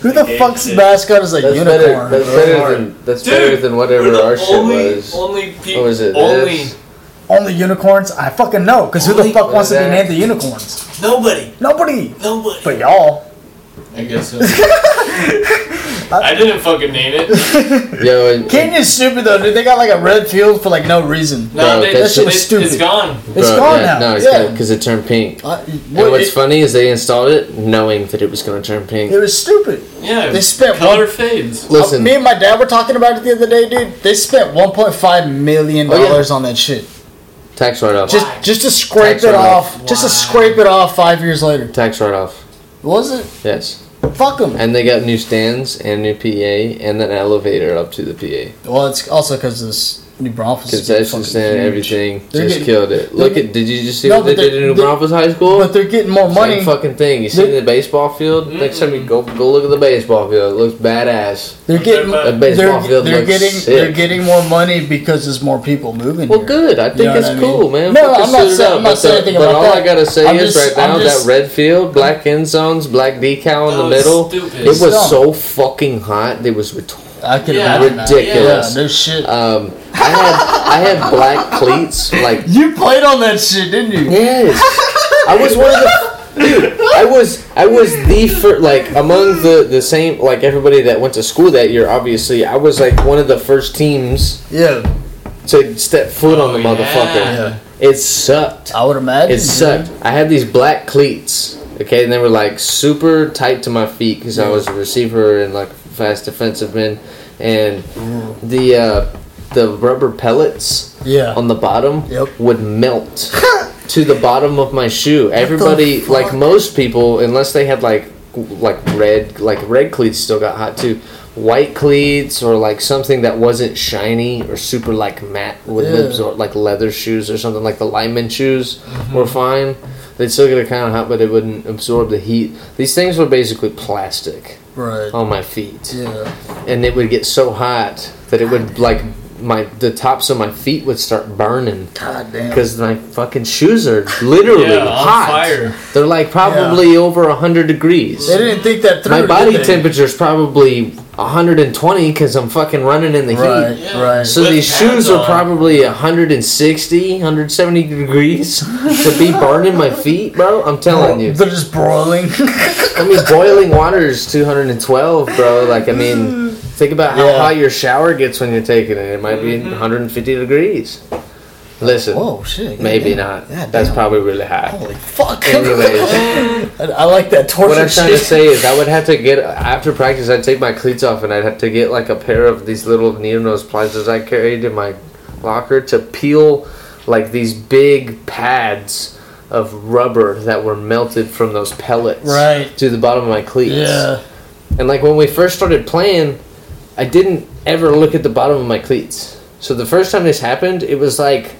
Speaker 2: Who the
Speaker 4: Yeah,
Speaker 2: fuck's
Speaker 4: dude.
Speaker 2: mascot is a
Speaker 3: That's better.
Speaker 2: unicorn?
Speaker 3: That's better than. That's better
Speaker 1: Dude,
Speaker 3: than
Speaker 1: We're
Speaker 3: whatever
Speaker 1: the
Speaker 3: our shit
Speaker 1: only,
Speaker 3: was.
Speaker 1: only people.
Speaker 3: What was it?
Speaker 1: Only.
Speaker 3: This?
Speaker 2: Only unicorns? I fucking know, because who the
Speaker 1: Only-
Speaker 2: fuck wants to be
Speaker 3: that-
Speaker 2: named the unicorns?
Speaker 1: Nobody.
Speaker 2: Nobody!
Speaker 1: Nobody.
Speaker 2: But y'all.
Speaker 1: I guess so. I didn't fucking name it.
Speaker 3: Yo, and,
Speaker 2: Canyon's stupid, though, dude. They got, like, a red field for, like, no reason.
Speaker 1: No,
Speaker 3: Bro,
Speaker 1: they,
Speaker 3: that
Speaker 1: they,
Speaker 3: shit's
Speaker 2: stupid.
Speaker 1: It's gone.
Speaker 2: It's
Speaker 3: Bro,
Speaker 2: gone
Speaker 3: yeah,
Speaker 2: now.
Speaker 3: No, it's
Speaker 2: yeah.
Speaker 3: good because it turned pink.
Speaker 2: I-
Speaker 3: and
Speaker 2: well,
Speaker 3: what's
Speaker 2: it,
Speaker 3: funny is they installed it knowing that it was going to turn pink. Oh,
Speaker 2: it was stupid.
Speaker 1: Yeah.
Speaker 2: They spent uh,
Speaker 1: color fades.
Speaker 3: Listen,
Speaker 2: me and my dad were talking about it the other day, dude. They spent 1.5 million
Speaker 3: Oh, yeah.
Speaker 2: dollars on that shit
Speaker 3: tax write off.
Speaker 2: just just to scrape
Speaker 3: Tax
Speaker 2: it
Speaker 3: write-off.
Speaker 2: off. Just to scrape it off five years later.
Speaker 3: Tax write off.
Speaker 2: Was it?
Speaker 3: Yes.
Speaker 2: Fuck them.
Speaker 3: And they got new stands and new PA and an elevator up to the PA.
Speaker 2: Well, it's also because this New Braunfels. is getting
Speaker 3: concession
Speaker 2: fucking
Speaker 3: stand,
Speaker 2: huge.
Speaker 3: everything
Speaker 2: They're
Speaker 3: just
Speaker 2: getting-
Speaker 3: killed it. Look
Speaker 2: getting-
Speaker 3: at did you just see
Speaker 2: No,
Speaker 3: what they
Speaker 2: but they're-
Speaker 3: did in New
Speaker 2: they're-
Speaker 3: Braunfels High School?
Speaker 2: But they're getting more money.
Speaker 3: Same fucking thing. You seen the baseball field? Next time you go go look at the baseball field. It looks badass.
Speaker 2: They're getting they're,
Speaker 3: The baseball field
Speaker 2: they're
Speaker 3: looks
Speaker 2: getting
Speaker 3: sick.
Speaker 2: they're getting more money because there's more people moving.
Speaker 3: well,
Speaker 2: here.
Speaker 3: good. I think
Speaker 2: You know
Speaker 3: it's
Speaker 2: what I mean?
Speaker 3: cool, man.
Speaker 2: No,
Speaker 3: Fucking
Speaker 2: I'm not
Speaker 3: suit it
Speaker 2: saying-
Speaker 3: up.
Speaker 2: I'm not
Speaker 3: But
Speaker 2: saying
Speaker 3: the-
Speaker 2: anything
Speaker 3: But
Speaker 2: about
Speaker 3: all I
Speaker 2: that.
Speaker 3: gotta say
Speaker 2: I'm
Speaker 3: is
Speaker 2: just-
Speaker 3: right
Speaker 2: I'm
Speaker 3: now
Speaker 2: just-
Speaker 3: that red field, black end zones, black decal in the
Speaker 1: That was
Speaker 3: middle.
Speaker 1: stupid.
Speaker 3: It was
Speaker 2: Dumb.
Speaker 3: so fucking hot. It was retarded.
Speaker 2: I could
Speaker 1: Yeah.
Speaker 2: imagine that.
Speaker 3: Ridiculous.
Speaker 2: Yeah, no shit.
Speaker 3: Um, I had I had black cleats like
Speaker 2: you played on that shit, didn't you?
Speaker 3: Yes, I was one of the dude. I was I was the first like among the the same like everybody that went to school that year. Obviously, I was like one of the first teams
Speaker 2: Yeah,
Speaker 3: to step foot on the
Speaker 1: Oh,
Speaker 3: motherfucker.
Speaker 2: yeah.
Speaker 3: It sucked.
Speaker 2: I would imagine.
Speaker 3: It sucked.
Speaker 2: dude.
Speaker 3: I had these black cleats, okay, and they were like super tight to my feet because I was a receiver and like fast defensive man, and the uh, the rubber pellets
Speaker 2: Yeah.
Speaker 3: on the bottom
Speaker 2: Yep.
Speaker 3: would melt to the bottom of my shoe. Everybody, like most people, unless they had like like red like red cleats, still got hot too. White cleats or like something that wasn't shiny or super like matte with
Speaker 2: Yeah.
Speaker 3: nibs or like leather shoes or something like the lineman shoes
Speaker 2: Mm-hmm.
Speaker 3: were fine. They'd still get it kind of hot, but it wouldn't absorb the heat. These things were basically plastic
Speaker 2: right.
Speaker 3: on my feet
Speaker 2: Yeah.
Speaker 3: and it would get so hot that it would like my the tops of my feet would start burning
Speaker 2: God damn.
Speaker 3: because my fucking shoes are literally
Speaker 1: Yeah, on
Speaker 3: hot.
Speaker 1: fire.
Speaker 3: They're like probably over hundred degrees.
Speaker 2: They didn't think that through.
Speaker 3: My
Speaker 2: did
Speaker 3: body
Speaker 2: they?
Speaker 3: temperature's probably 120 because I'm fucking running in the
Speaker 2: Right.
Speaker 3: heat.
Speaker 2: Right.
Speaker 3: So
Speaker 1: With
Speaker 3: these shoes
Speaker 1: pants
Speaker 3: are
Speaker 1: on.
Speaker 3: probably 160, 170 degrees to be burning my feet, bro. I'm telling you.
Speaker 2: They're just broiling.
Speaker 3: I mean, boiling water is 212, bro. Like, I mean, think about how
Speaker 2: Yeah.
Speaker 3: hot your shower gets when you're taking it. It might be
Speaker 1: Mm-hmm.
Speaker 3: 150 degrees. Listen,
Speaker 2: Whoa, shit. yeah,
Speaker 3: maybe
Speaker 2: yeah.
Speaker 3: not.
Speaker 2: Yeah,
Speaker 3: That's
Speaker 2: damn.
Speaker 3: probably really hot.
Speaker 2: Holy fuck.
Speaker 3: Anyways,
Speaker 2: I, I like that torture
Speaker 3: what I'm trying to
Speaker 2: shit.
Speaker 3: say is I would have to get, after practice, I'd take my cleats off and I'd have to get like a pair of these little needle nose pliers I carried in my locker to peel like these big pads of rubber that were melted from those pellets
Speaker 2: Right.
Speaker 3: to the bottom of my cleats.
Speaker 2: Yeah.
Speaker 3: And like when we first started playing, I didn't ever look at the bottom of my cleats. So the first time this happened, it was like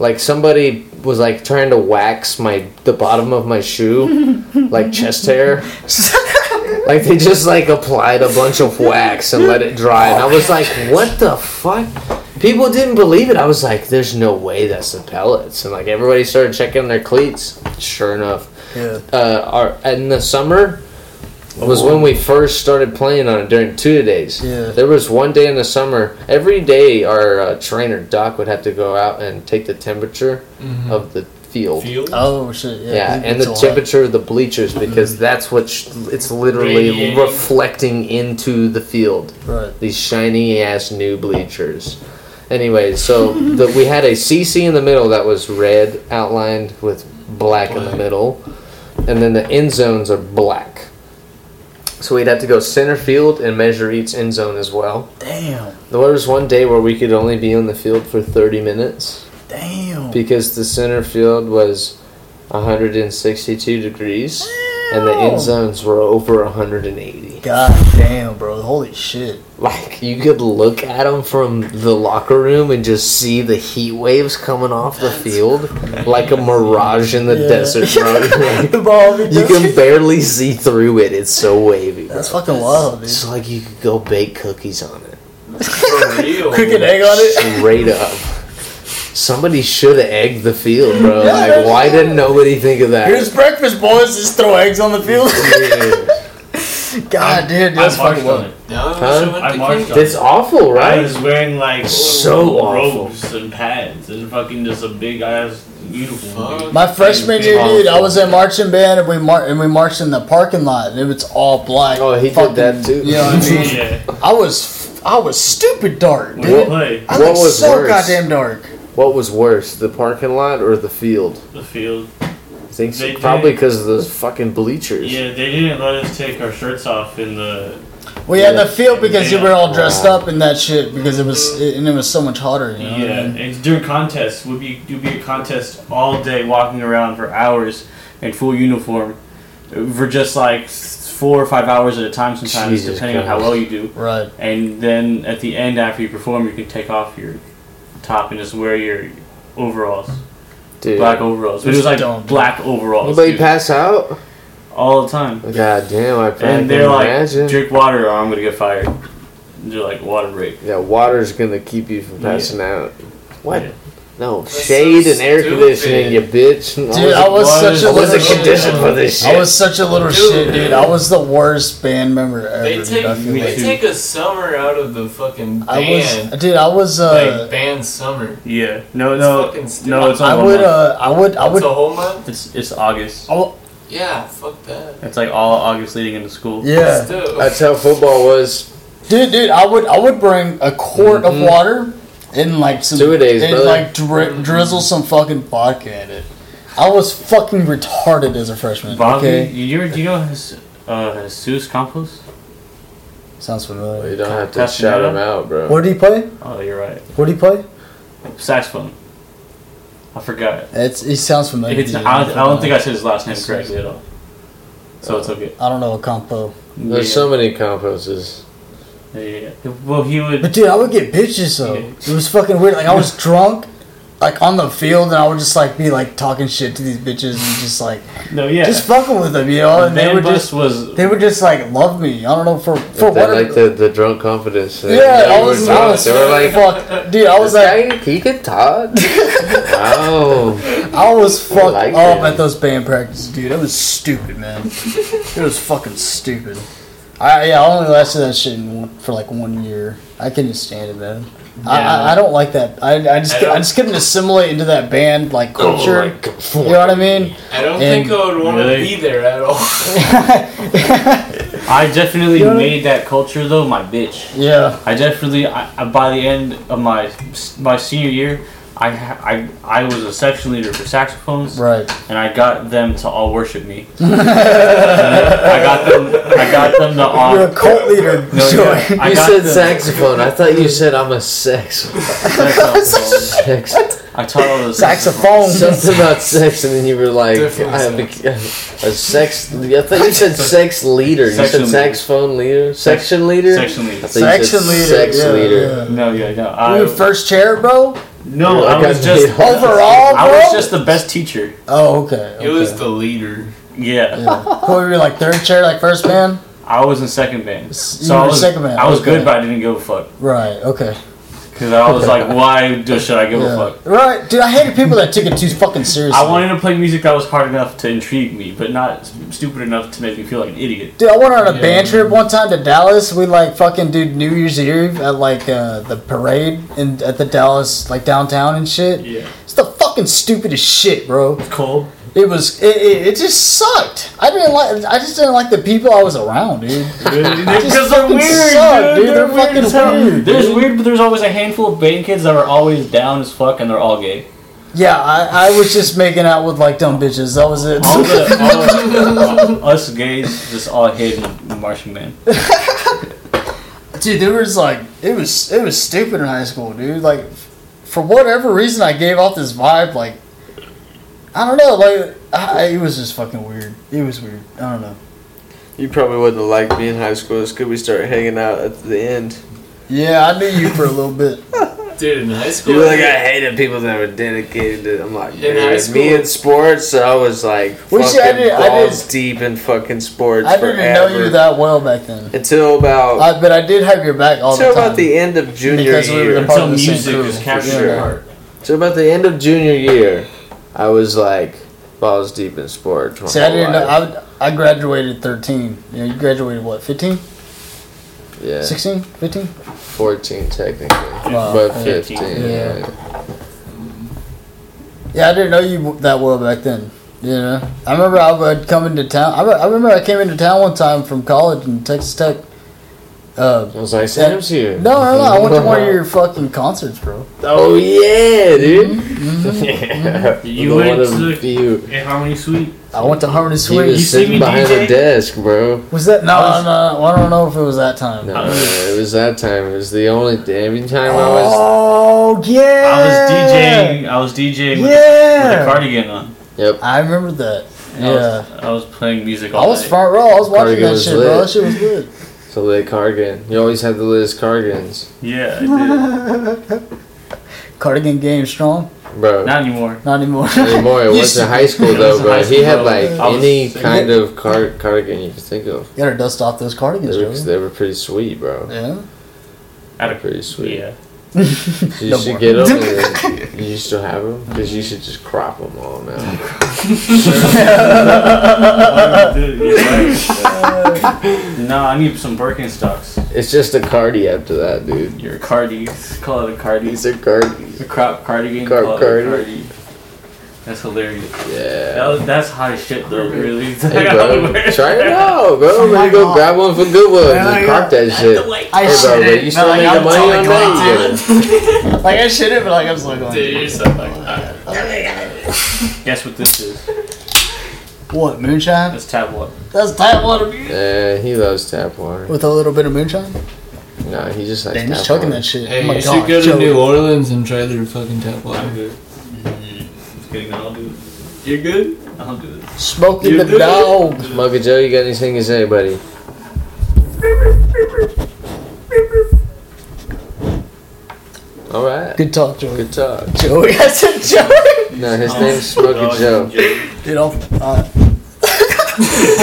Speaker 3: like somebody was like trying to wax my the bottom of my shoe, like chest hair. like they just like applied a bunch of wax and let it dry. And I was like, "What the fuck?" People didn't believe it. I was like, "There's no way that's the pellets." And like everybody started checking their cleats. Sure enough,
Speaker 2: Yeah.
Speaker 3: uh, our in the summer was when we first started playing on it during two days.
Speaker 2: Oh. Yeah.
Speaker 3: There was one day in the summer. Every day, our uh, trainer Doc would have to go out and take the temperature
Speaker 1: Mm-hmm.
Speaker 3: of the field.
Speaker 1: Field?
Speaker 2: Oh shit. Hmm. Yeah.
Speaker 3: Yeah,
Speaker 2: 'cause it
Speaker 3: and
Speaker 2: gets a
Speaker 3: the
Speaker 2: lot. Hmm.
Speaker 3: temperature of the bleachers because that's what sh- it's literally
Speaker 1: Radiating.
Speaker 3: reflecting into the field.
Speaker 2: Right.
Speaker 3: These shiny ass new bleachers. Anyway, so the, we had a CC in the middle that was red outlined with black in the middle, and then the end zones are black. So we'd have to go center field and measure each end zone as well.
Speaker 2: Damn.
Speaker 3: There was one day where we could only be on the field for 30 minutes
Speaker 2: Damn.
Speaker 3: because the center field was 162 degrees and the end zones were over 180.
Speaker 2: God damn, bro. Holy shit.
Speaker 3: Like you could look at them from the locker room and just see the heat waves coming off the field like a mirage in the
Speaker 2: Yeah.
Speaker 3: desert, bro.
Speaker 2: The ball.
Speaker 3: you can barely see through it. It's so wavy. Bro.
Speaker 2: That's fucking wild, dude.
Speaker 3: It's like you could go bake cookies on it.
Speaker 1: For real.
Speaker 2: Cook an egg on it.
Speaker 3: Straight up. Somebody should have egged the field, bro.
Speaker 2: Yeah,
Speaker 3: Like,
Speaker 2: that's-
Speaker 3: why didn't nobody think of that?
Speaker 2: Here's breakfast, boys. Just throw eggs on the field. God, dude,
Speaker 4: I
Speaker 2: that's
Speaker 4: marched
Speaker 2: fucking
Speaker 4: on
Speaker 2: wild.
Speaker 4: it.
Speaker 1: No,
Speaker 3: Huh?
Speaker 1: she went
Speaker 4: I
Speaker 1: to
Speaker 4: marched on
Speaker 1: King-
Speaker 3: That's awful,
Speaker 4: I
Speaker 3: right?
Speaker 4: was wearing like
Speaker 3: So awful.
Speaker 4: robes and pads and fucking just a big ass uniform. dude.
Speaker 2: My freshman year,
Speaker 3: awful.
Speaker 2: dude, I was in marching band and we mar- and we marched in the parking lot and it was all black.
Speaker 3: Oh, he
Speaker 2: Fucking-
Speaker 3: did that too.
Speaker 2: You know what I mean?
Speaker 4: Yeah,
Speaker 2: I was I was stupid dark,
Speaker 4: we would
Speaker 2: dude.
Speaker 4: play
Speaker 2: I
Speaker 3: What
Speaker 2: was
Speaker 3: was
Speaker 2: so
Speaker 3: worse?
Speaker 2: goddamn dark.
Speaker 3: What was worse, the parking lot or the field?
Speaker 4: the field.
Speaker 3: I think so.
Speaker 4: They- they-
Speaker 3: probably because of those fucking bleachers.
Speaker 4: Yeah, they didn't let us take our shirts off in the.
Speaker 2: We had the field because you
Speaker 4: Yeah.
Speaker 2: were all dressed up in that shit because it was it, and it was so much hotter. You know what I
Speaker 4: Yeah,
Speaker 2: mean?
Speaker 4: and uh, during contests, would be do be a contest all day, walking around for hours in full uniform, for just like s- four or five hours at a time, sometimes
Speaker 3: Jesus
Speaker 4: depending on how
Speaker 3: Christ.
Speaker 4: well you do.
Speaker 2: Right.
Speaker 4: And then at the end, after you perform, you can take off your top and just wear your overalls,
Speaker 3: Dude.
Speaker 4: black overalls. It
Speaker 2: Just
Speaker 4: was like
Speaker 2: don't.
Speaker 4: black overalls
Speaker 3: Anybody
Speaker 4: dude,
Speaker 3: pass out?
Speaker 4: all the time.
Speaker 3: God damn, I can
Speaker 4: And they're like,
Speaker 3: imagine.
Speaker 4: drink water or I'm gonna get fired. And they're like, water break.
Speaker 3: yeah, water's gonna keep you from passing out. What?
Speaker 4: Yeah.
Speaker 3: No, shade
Speaker 1: so
Speaker 3: and air
Speaker 1: stupid.
Speaker 3: conditioning, you bitch.
Speaker 2: Dude, I was
Speaker 4: Why
Speaker 2: such
Speaker 4: is-
Speaker 2: a
Speaker 3: I
Speaker 2: little
Speaker 3: wasn't
Speaker 2: shit.
Speaker 3: conditioned for this shit.
Speaker 2: I was such a little shit, dude. I was the worst band member ever.
Speaker 1: They
Speaker 2: dude,
Speaker 1: take
Speaker 2: I feel
Speaker 4: me
Speaker 1: they
Speaker 2: like.
Speaker 4: too.
Speaker 1: take a summer out of the fucking
Speaker 2: I
Speaker 1: band.
Speaker 2: was, dude. I was.
Speaker 1: like
Speaker 2: Uh,
Speaker 1: band summer.
Speaker 4: Yeah. No,
Speaker 1: It's
Speaker 4: no,
Speaker 1: fucking stupid.
Speaker 4: no. It's
Speaker 2: I
Speaker 4: all
Speaker 2: would. Uh, I would. I
Speaker 1: It's
Speaker 2: would.
Speaker 1: a whole month.
Speaker 4: It's it's August.
Speaker 1: Yeah, fuck that.
Speaker 4: It's like all August leading into school.
Speaker 2: Yeah.
Speaker 1: Still.
Speaker 3: That's how football was.
Speaker 2: Dude, dude, I would I would bring a quart
Speaker 3: Mhm.
Speaker 2: of water and like some
Speaker 3: Two a days,
Speaker 2: and
Speaker 3: brother.
Speaker 2: like dri- drizzle some fucking vodka in it. I was fucking retarded as a freshman.
Speaker 4: Bobby,
Speaker 2: Okay,
Speaker 4: you, you, do you know his, uh, Jesus Campos?
Speaker 2: sounds
Speaker 3: You
Speaker 2: familiar.
Speaker 3: don't have to
Speaker 4: Pass it
Speaker 3: shout
Speaker 4: out.
Speaker 3: him out, bro.
Speaker 2: What did he play?
Speaker 4: Oh, you're right.
Speaker 2: What did he play?
Speaker 4: Saxophone. I forgot.
Speaker 2: It's he sounds familiar.
Speaker 4: It's,
Speaker 2: dude.
Speaker 4: I, don't, I don't think I said his last name
Speaker 2: That's
Speaker 4: correctly at all. So it's okay.
Speaker 2: I don't know a compo.
Speaker 3: There's
Speaker 4: yeah.
Speaker 3: so many composes.
Speaker 4: Yeah, yeah, yeah. Well, he would.
Speaker 2: But dude, I would get bitches though. It was fucking weird. Like I was drunk, like on the field, and I would just like be like talking shit to these bitches and just like
Speaker 4: No, yeah.
Speaker 2: just fucking with them, you know.
Speaker 4: the
Speaker 2: And they
Speaker 4: band
Speaker 2: would
Speaker 4: bus
Speaker 2: just
Speaker 4: was.
Speaker 2: they would just like love me. I don't know for for
Speaker 3: If they
Speaker 2: what
Speaker 3: like the, the drunk confidence. thing.
Speaker 2: Oh, Yeah,
Speaker 3: They
Speaker 2: I was,
Speaker 3: were
Speaker 2: I
Speaker 3: drunk.
Speaker 2: was
Speaker 3: They were like,
Speaker 2: fuck, dude. I was like,
Speaker 3: "This guy, he can talk. wow.
Speaker 2: I was fucked
Speaker 3: like
Speaker 2: up
Speaker 3: that.
Speaker 2: at those band practices, dude. That was stupid, man. it was fucking stupid. I yeah, I only lasted that shit in one, for like one year. I couldn't stand it, man. I, I, I don't like that. I, I just
Speaker 1: I
Speaker 2: I,
Speaker 1: don't-
Speaker 2: just couldn't assimilate into that band like
Speaker 3: Oh,
Speaker 2: culture.
Speaker 3: like,
Speaker 2: you know what I mean?
Speaker 1: I don't
Speaker 2: And-
Speaker 1: think I would want to
Speaker 4: Really?
Speaker 1: be there at all.
Speaker 4: I definitely
Speaker 2: Yeah.
Speaker 4: made that culture though my bitch.
Speaker 2: yeah,
Speaker 4: I definitely. I, I, by the end of my my senior year, I ha- I I was a section leader for saxophones,
Speaker 2: right.
Speaker 4: and I got them to all worship me. And I got them. I got them to all.
Speaker 2: You're a cult leader,
Speaker 4: No, yeah,
Speaker 2: Joy.
Speaker 4: I
Speaker 3: you
Speaker 4: got
Speaker 3: said
Speaker 4: them-
Speaker 3: saxophone. I thought you said I'm a sex.
Speaker 4: saxophone.
Speaker 3: sex.
Speaker 4: I taught all those
Speaker 2: Saxophone.
Speaker 3: Something about sex, and then you were like,
Speaker 1: Definitely
Speaker 3: I'm a, a sex. I thought you said sex leader. You
Speaker 4: Section
Speaker 3: said
Speaker 4: leader.
Speaker 3: saxophone leader. Section leader.
Speaker 4: section leaders.
Speaker 3: I thought you said
Speaker 2: Section leader,
Speaker 3: Sex
Speaker 2: yeah,
Speaker 3: leader.
Speaker 4: No, yeah, no.
Speaker 2: yeah.
Speaker 4: I,
Speaker 2: You first chair, bro.
Speaker 4: no, I
Speaker 3: Like, I
Speaker 4: was just.
Speaker 3: made all-
Speaker 2: Overall, bro.
Speaker 4: I was just the best teacher.
Speaker 2: oh, okay.
Speaker 1: It was
Speaker 2: okay.
Speaker 1: the leader.
Speaker 4: Yeah.
Speaker 2: Yeah. Who were you like third chair, like first man?
Speaker 4: I was in second band. So
Speaker 2: you
Speaker 4: I
Speaker 2: were
Speaker 4: was,
Speaker 2: second band,
Speaker 4: I was
Speaker 2: okay.
Speaker 4: good, but I didn't give a fuck.
Speaker 2: Right. Okay.
Speaker 4: Because I was like, why do- should I give
Speaker 2: Yeah.
Speaker 4: a fuck?
Speaker 2: Right, dude. I hated people that took it too fucking seriously.
Speaker 4: I wanted to play music that was hard enough to intrigue me, but not s- stupid enough to make me feel like an idiot.
Speaker 2: Dude, I went on a
Speaker 1: Yeah.
Speaker 2: band trip one time to Dallas. We like fucking did New Year's Eve at like uh, the parade in at the Dallas like downtown and shit.
Speaker 4: Yeah.
Speaker 2: It's the fucking stupidest shit, bro.
Speaker 4: Cold.
Speaker 2: It was it, it, it just sucked. I didn't like I just didn't like the people I was around, dude.
Speaker 4: Because they're
Speaker 2: fucking
Speaker 4: weird,
Speaker 2: suck,
Speaker 4: dude.
Speaker 2: dude.
Speaker 4: They're,
Speaker 2: They're
Speaker 4: weird
Speaker 2: fucking
Speaker 4: as hell.
Speaker 2: weird,
Speaker 4: There's
Speaker 2: dude.
Speaker 4: weird, but there's always a handful of band kids that are always down as fuck, and they're all gay.
Speaker 2: Yeah, I, I was just making out with like dumb bitches. That was it.
Speaker 4: All the, all the- us gays just all hid in Martian Man.
Speaker 2: Dude, there was like it was it was stupid in high school, dude. Like for whatever reason, I gave off this vibe. Like I don't know, like I, it was just fucking weird. It was weird. I don't know.
Speaker 3: You probably wouldn't have liked me in high school. It's good we started hanging out at the end.
Speaker 2: Yeah, I knew you for a little bit.
Speaker 1: Dude, in high school.
Speaker 3: You were like, I hated people that were dedicated to I'm like,
Speaker 1: In high
Speaker 3: man,
Speaker 1: school-
Speaker 3: me in sports, I was like
Speaker 2: Well,
Speaker 3: fucking
Speaker 2: see, I didn't- I
Speaker 3: balls deep in fucking sports
Speaker 2: I
Speaker 3: forever.
Speaker 2: didn't know you that well back then,
Speaker 3: until about
Speaker 2: I, but I did have your back all
Speaker 3: until
Speaker 2: the time.
Speaker 3: about the end of junior
Speaker 2: Because we were
Speaker 3: year.
Speaker 2: the
Speaker 4: Until
Speaker 2: of same
Speaker 4: music
Speaker 2: crew,
Speaker 4: just
Speaker 2: for
Speaker 4: captured
Speaker 2: sure.
Speaker 4: your heart.
Speaker 3: So about the end of junior year, I was like balls deep in sports. my
Speaker 2: See, I
Speaker 3: whole
Speaker 2: didn't know.
Speaker 3: life.
Speaker 2: I, I graduated thirteen. You know, you graduated what? 15?
Speaker 3: yeah,
Speaker 2: 16? 15?
Speaker 3: fourteen technically,
Speaker 2: Wow.
Speaker 3: but
Speaker 2: Yeah.
Speaker 3: fifteen.
Speaker 2: Yeah.
Speaker 3: yeah.
Speaker 2: Yeah, I didn't know you that well back then. You know, I remember I would come into town. I, re- I remember I came into town one time from college in Texas Tech. Uh,
Speaker 3: I was like,
Speaker 2: Yeah.
Speaker 3: Sam's here.
Speaker 2: no, no, no. I went to one of your fucking concerts, bro.
Speaker 3: Oh yeah, dude.
Speaker 2: Mm-hmm,
Speaker 3: yeah.
Speaker 4: Mm-hmm. You
Speaker 3: The
Speaker 4: went
Speaker 3: one of
Speaker 4: to the
Speaker 3: you.
Speaker 4: Hey, Harmony Suite.
Speaker 2: I went to Harmony
Speaker 3: He
Speaker 2: Suite.
Speaker 3: was
Speaker 4: you see me
Speaker 3: sitting behind
Speaker 4: DJ?
Speaker 3: the desk, bro.
Speaker 2: was that? No, no, no. I don't know if it was that time.
Speaker 3: No, it was that time. It was the only every time I was.
Speaker 2: Oh yeah.
Speaker 4: I was DJing. I was DJing with, the, with
Speaker 2: Yeah.
Speaker 4: a cardigan on.
Speaker 3: Yep.
Speaker 2: I remember that.
Speaker 4: And I
Speaker 2: Yeah.
Speaker 4: was, I was playing music
Speaker 2: I
Speaker 4: all
Speaker 2: was
Speaker 4: night.
Speaker 2: front row. I was watching
Speaker 3: Cardigan
Speaker 2: that
Speaker 3: was
Speaker 2: shit, bro.
Speaker 3: lit.
Speaker 2: That shit was good.
Speaker 3: It's a lit cargan. You always had the Liz Cargans.
Speaker 4: Yeah, I did.
Speaker 2: Cardigan game strong?
Speaker 3: bro.
Speaker 4: Not anymore.
Speaker 2: Not anymore.
Speaker 3: anymore. It
Speaker 2: You
Speaker 3: was in
Speaker 2: should-
Speaker 3: high school
Speaker 4: It was
Speaker 3: though,
Speaker 4: in
Speaker 3: bro.
Speaker 4: high
Speaker 3: He
Speaker 4: school,
Speaker 3: had
Speaker 4: though.
Speaker 3: like
Speaker 4: I was
Speaker 3: any
Speaker 4: sick.
Speaker 3: kind of car- cardigan you could think of.
Speaker 2: You gotta dust off those cardigans,
Speaker 3: They were,
Speaker 2: Joey.
Speaker 3: they were pretty sweet, bro.
Speaker 2: Yeah.
Speaker 4: At a-
Speaker 3: Pretty sweet.
Speaker 4: yeah.
Speaker 3: You
Speaker 2: No
Speaker 3: should
Speaker 2: more.
Speaker 3: get them. And you still have them because you should just crop them all now.
Speaker 4: no, I need some Birkenstocks.
Speaker 3: It's just a cardi after that, dude.
Speaker 4: Your cardies. Call it a cardies.
Speaker 3: These are cardis.
Speaker 4: The crop cardigan.
Speaker 3: Car-
Speaker 4: call it a
Speaker 3: cardi.
Speaker 4: cardi. That's hilarious. That
Speaker 3: Yeah.
Speaker 4: was, that's high shit though, really.
Speaker 3: Hey, bro, try it out, bro.
Speaker 2: my
Speaker 3: Maybe go
Speaker 2: God.
Speaker 3: grab one from Goodwood and crop that shit.
Speaker 2: I
Speaker 3: Hey, bro,
Speaker 2: shit
Speaker 3: but
Speaker 2: it.
Speaker 3: you
Speaker 2: but,
Speaker 3: still
Speaker 2: like,
Speaker 3: need the
Speaker 2: I'm
Speaker 3: money
Speaker 2: totally
Speaker 3: on
Speaker 2: going
Speaker 3: that?
Speaker 2: to.
Speaker 3: You get it.
Speaker 2: Like, I shit it, but like, I'm still going.
Speaker 1: Dude,
Speaker 2: to.
Speaker 1: you're so fucking hot.
Speaker 4: Guess what this is?
Speaker 2: What, moonshine?
Speaker 4: That's tap one.
Speaker 2: That's tap water.
Speaker 3: Yeah, he loves tap water.
Speaker 2: With a little bit of moonshine?
Speaker 3: Nah, he just likes
Speaker 2: Damn,
Speaker 3: tap
Speaker 2: he's chugging
Speaker 3: water.
Speaker 2: that shit.
Speaker 1: Hey,
Speaker 2: oh my
Speaker 1: you
Speaker 2: god.
Speaker 1: should go to
Speaker 2: Joey.
Speaker 1: New Orleans and try their fucking tap
Speaker 4: I'm
Speaker 1: water.
Speaker 4: good. Just kidding. Mm-hmm. I'll do it.
Speaker 1: You're good?
Speaker 4: I'll do it.
Speaker 2: Smoking
Speaker 1: You
Speaker 2: the
Speaker 1: did it.
Speaker 2: dog.
Speaker 3: Monkey Oh, Joe, you got anything to say, buddy? All right.
Speaker 2: Good talk, Joey.
Speaker 3: Good talk.
Speaker 2: Joey. I said Joey.
Speaker 3: No, his name's Smokey Joe.
Speaker 2: Dude, I'll, uh,
Speaker 3: this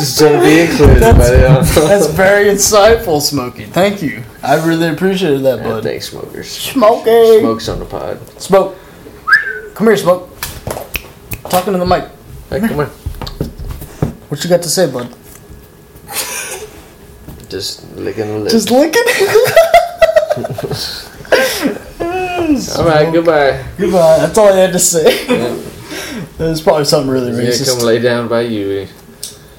Speaker 3: is Joe Beancliffe,
Speaker 2: that's
Speaker 3: buddy.
Speaker 2: very insightful, Smokey. Thank you. I really appreciated that,
Speaker 3: Yeah,
Speaker 2: bud.
Speaker 3: Thanks, smokers.
Speaker 2: Smokey.
Speaker 3: Smokes on the pod.
Speaker 2: Smoke. Come here, Smoke. Talking to the mic.
Speaker 3: Hey, come on.
Speaker 2: What you got to say, bud?
Speaker 3: Just licking the lips.
Speaker 2: Just licking.
Speaker 3: All right, goodbye.
Speaker 2: Goodbye. That's all I had to say. It was probably something really
Speaker 3: Yeah, come
Speaker 2: racist.
Speaker 3: lay down by you.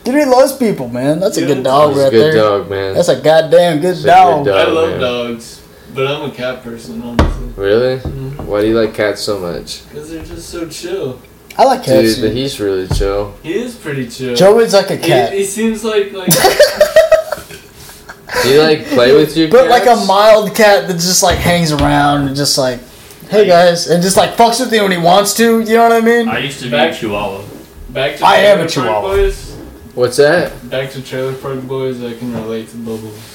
Speaker 2: Dude, he loves people, man. That's a good dog
Speaker 3: He's a
Speaker 2: Oh, right
Speaker 3: good
Speaker 2: there.
Speaker 3: dog, man.
Speaker 2: That's a goddamn good
Speaker 3: He's a good
Speaker 2: dog.
Speaker 3: dog,
Speaker 1: I love
Speaker 3: man.
Speaker 1: dogs, but I'm a cat person, honestly.
Speaker 3: Really?
Speaker 2: Mm-hmm.
Speaker 3: Why do you like cats so much?
Speaker 1: Because they're just so chill.
Speaker 2: I like cats.
Speaker 3: Dude, but he's really chill.
Speaker 1: He is pretty chill.
Speaker 2: Joey's like a
Speaker 1: He-
Speaker 2: cat,
Speaker 1: He, seems like like
Speaker 3: Do you like play with your
Speaker 2: but like
Speaker 3: cats?
Speaker 2: a mild cat that just like hangs around and just like, hey guys, and just like fucks with you when he wants to. You know what I mean?
Speaker 4: I used to be a
Speaker 1: Back-
Speaker 4: chihuahua.
Speaker 1: back to
Speaker 2: I am a
Speaker 1: Trailer Park
Speaker 2: chihuahua.
Speaker 1: Boys.
Speaker 3: What's that?
Speaker 1: Back to Trailer Park Boys, I can relate to Bubbles.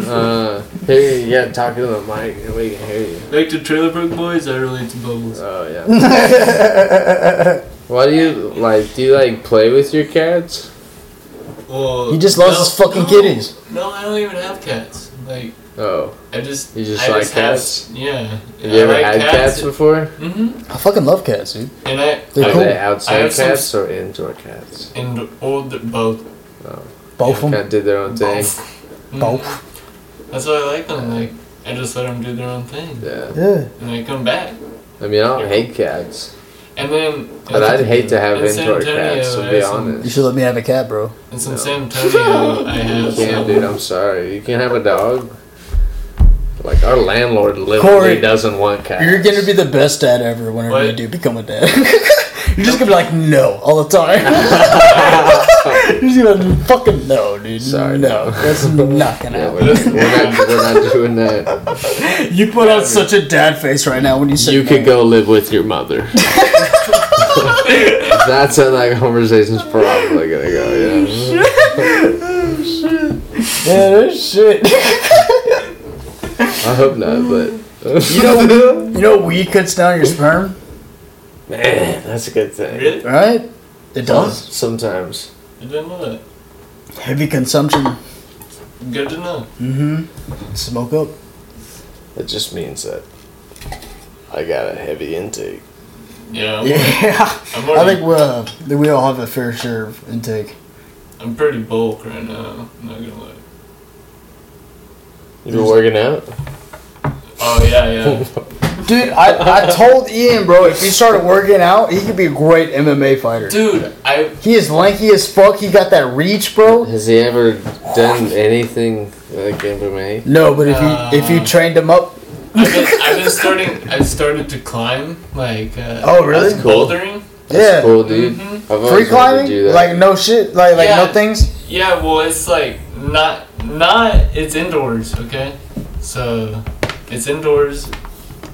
Speaker 3: Uh, here you gotta talk to the mic and we can hear you.
Speaker 1: Back to Trailer Park Boys, I relate to Bubbles.
Speaker 3: Oh yeah. Why do you like? Do you like play with your cats?
Speaker 1: Well,
Speaker 2: he just loves
Speaker 1: no-
Speaker 2: his fucking
Speaker 1: no,
Speaker 2: kitties.
Speaker 1: No, I don't even have cats. Like
Speaker 3: Oh,
Speaker 1: I just
Speaker 3: You just
Speaker 1: I
Speaker 3: like
Speaker 1: have-
Speaker 3: cats?
Speaker 1: yeah.
Speaker 3: have you ever had cats, before?
Speaker 1: Mm-hmm.
Speaker 2: I fucking love cats, dude.
Speaker 1: And I
Speaker 2: They're
Speaker 3: Are
Speaker 1: I-
Speaker 2: cool.
Speaker 3: they
Speaker 1: I
Speaker 3: outside
Speaker 1: have some-
Speaker 3: cats or indoor cats?
Speaker 1: and all the both.
Speaker 2: Both of them.
Speaker 3: Kind of did their own thing.
Speaker 1: Mm.
Speaker 2: Both.
Speaker 1: That's why I like them. Like I just let them do their own thing,
Speaker 3: Yeah.
Speaker 2: Yeah.
Speaker 1: and they come back.
Speaker 3: I mean, I don't hate cats,
Speaker 1: And then.
Speaker 3: but I'd hate to have
Speaker 1: in San
Speaker 3: indoor
Speaker 1: Antonio,
Speaker 3: cats. To
Speaker 1: I
Speaker 3: be
Speaker 1: have some-
Speaker 2: You
Speaker 3: honest.
Speaker 2: should let me have a cat, bro.
Speaker 1: And some San Antonio, I
Speaker 3: You
Speaker 1: have. some-
Speaker 3: can't, dude. I'm sorry. You can have a dog. Like our landlord
Speaker 2: Corey,
Speaker 3: literally doesn't want cats.
Speaker 2: You're gonna be the best dad ever whenever you
Speaker 1: What?
Speaker 2: do become a dad. You're just gonna be like no all the time. You're just gonna be fucking no, dude.
Speaker 3: Sorry,
Speaker 2: no,
Speaker 3: no.
Speaker 2: that's not gonna
Speaker 3: Yeah,
Speaker 2: happen.
Speaker 3: we're, not, we're, not, we're not doing that.
Speaker 2: You put on such a dad face right now when you said
Speaker 3: You
Speaker 2: no.
Speaker 3: could go live with your mother. That's how that conversation's probably gonna go. Yeah.
Speaker 2: Yeah, that's shit.
Speaker 3: I hope not, but
Speaker 2: You know, you know, weed cuts down your sperm,
Speaker 3: man, that's a good thing.
Speaker 1: Really?
Speaker 2: right? It does.
Speaker 3: Sometimes.
Speaker 1: I didn't know that.
Speaker 2: Heavy consumption.
Speaker 1: Good to know.
Speaker 2: Mm-hmm. Smoke up.
Speaker 3: It just means that I got a heavy intake.
Speaker 1: Yeah. I'm,
Speaker 2: Yeah,
Speaker 1: I'm,
Speaker 2: I
Speaker 1: already,
Speaker 2: think we uh, that we all have a fair share of intake.
Speaker 1: I'm pretty bulk right now. I'm not gonna lie.
Speaker 3: You been working out?
Speaker 1: Oh yeah, yeah.
Speaker 2: Dude, I, I told Ian, bro, if he started working out, he could be a great MMA fighter.
Speaker 1: Dude, I
Speaker 2: He is lanky as fuck. He got that reach, bro.
Speaker 3: Has he ever done anything like MMA?
Speaker 2: No, but if you if you
Speaker 3: Um,
Speaker 2: trained him up,
Speaker 1: I've been, I've been starting. I started to climb like. Uh,
Speaker 2: oh really?
Speaker 3: That's cool.
Speaker 1: Bouldering.
Speaker 3: That's
Speaker 2: Yeah.
Speaker 3: cool, dude.
Speaker 1: Mhm.
Speaker 3: I've always
Speaker 2: Mm-hmm. Free
Speaker 3: wanted to
Speaker 2: climbing,
Speaker 3: do that.
Speaker 2: like no shit, like like
Speaker 1: Yeah.
Speaker 2: no things.
Speaker 1: Yeah, well, it's like not not. It's indoors, okay. So, it's indoors.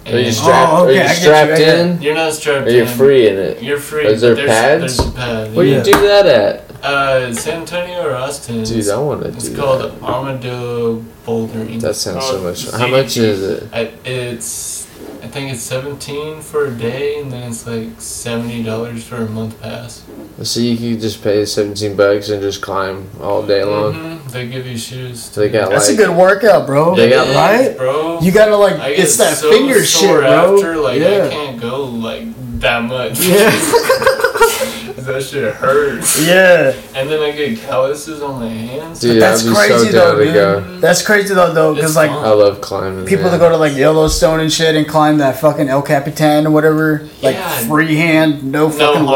Speaker 3: Are you
Speaker 1: and
Speaker 3: strapped?
Speaker 2: Oh, okay,
Speaker 3: are
Speaker 2: I
Speaker 3: you
Speaker 2: get you, I
Speaker 3: strapped
Speaker 2: get
Speaker 3: in?
Speaker 1: You're not strapped.
Speaker 3: Are you
Speaker 1: in.
Speaker 3: free in it?
Speaker 1: You're free.
Speaker 3: Is there
Speaker 1: but there's,
Speaker 3: pads?
Speaker 1: There's a pad.
Speaker 3: Where
Speaker 1: yeah.
Speaker 3: you do that at?
Speaker 1: Uh, San Antonio or Austin?
Speaker 3: Dude, I want to do
Speaker 1: It's
Speaker 3: that.
Speaker 1: called Armadillo Bouldering.
Speaker 3: That sounds so
Speaker 1: Oh,
Speaker 3: much.
Speaker 1: so
Speaker 3: How
Speaker 1: you
Speaker 3: much
Speaker 1: can-
Speaker 3: is it?
Speaker 1: I, it's I think it's seventeen for a day, and then it's like seventy dollars for a month pass.
Speaker 3: So you could just pay seventeen bucks and just climb all day
Speaker 2: Mm-hmm.
Speaker 3: long.
Speaker 1: hmm They give you shoes.
Speaker 3: They got
Speaker 2: That's
Speaker 3: like
Speaker 2: a good workout, bro.
Speaker 3: They got
Speaker 2: right.
Speaker 1: bro.
Speaker 2: You gotta like,
Speaker 1: I get
Speaker 2: it's that
Speaker 1: so
Speaker 2: finger shit,
Speaker 1: sore
Speaker 2: bro.
Speaker 1: After, like I
Speaker 2: yeah,
Speaker 1: can't go like that much.
Speaker 2: yeah,
Speaker 1: that shit hurts.
Speaker 2: yeah.
Speaker 1: And then I get calluses on my hands.
Speaker 3: dude.
Speaker 2: That's
Speaker 3: I'd be
Speaker 2: crazy
Speaker 3: so down
Speaker 2: though,
Speaker 3: to go.
Speaker 2: dude. That's crazy though, though, because
Speaker 1: It's
Speaker 2: like
Speaker 1: fun.
Speaker 3: I love climbing.
Speaker 2: people
Speaker 3: man.
Speaker 2: that go to like Yellowstone and shit and climb that fucking El Capitan or whatever, like
Speaker 1: Yeah.
Speaker 2: freehand, no fucking
Speaker 1: harness.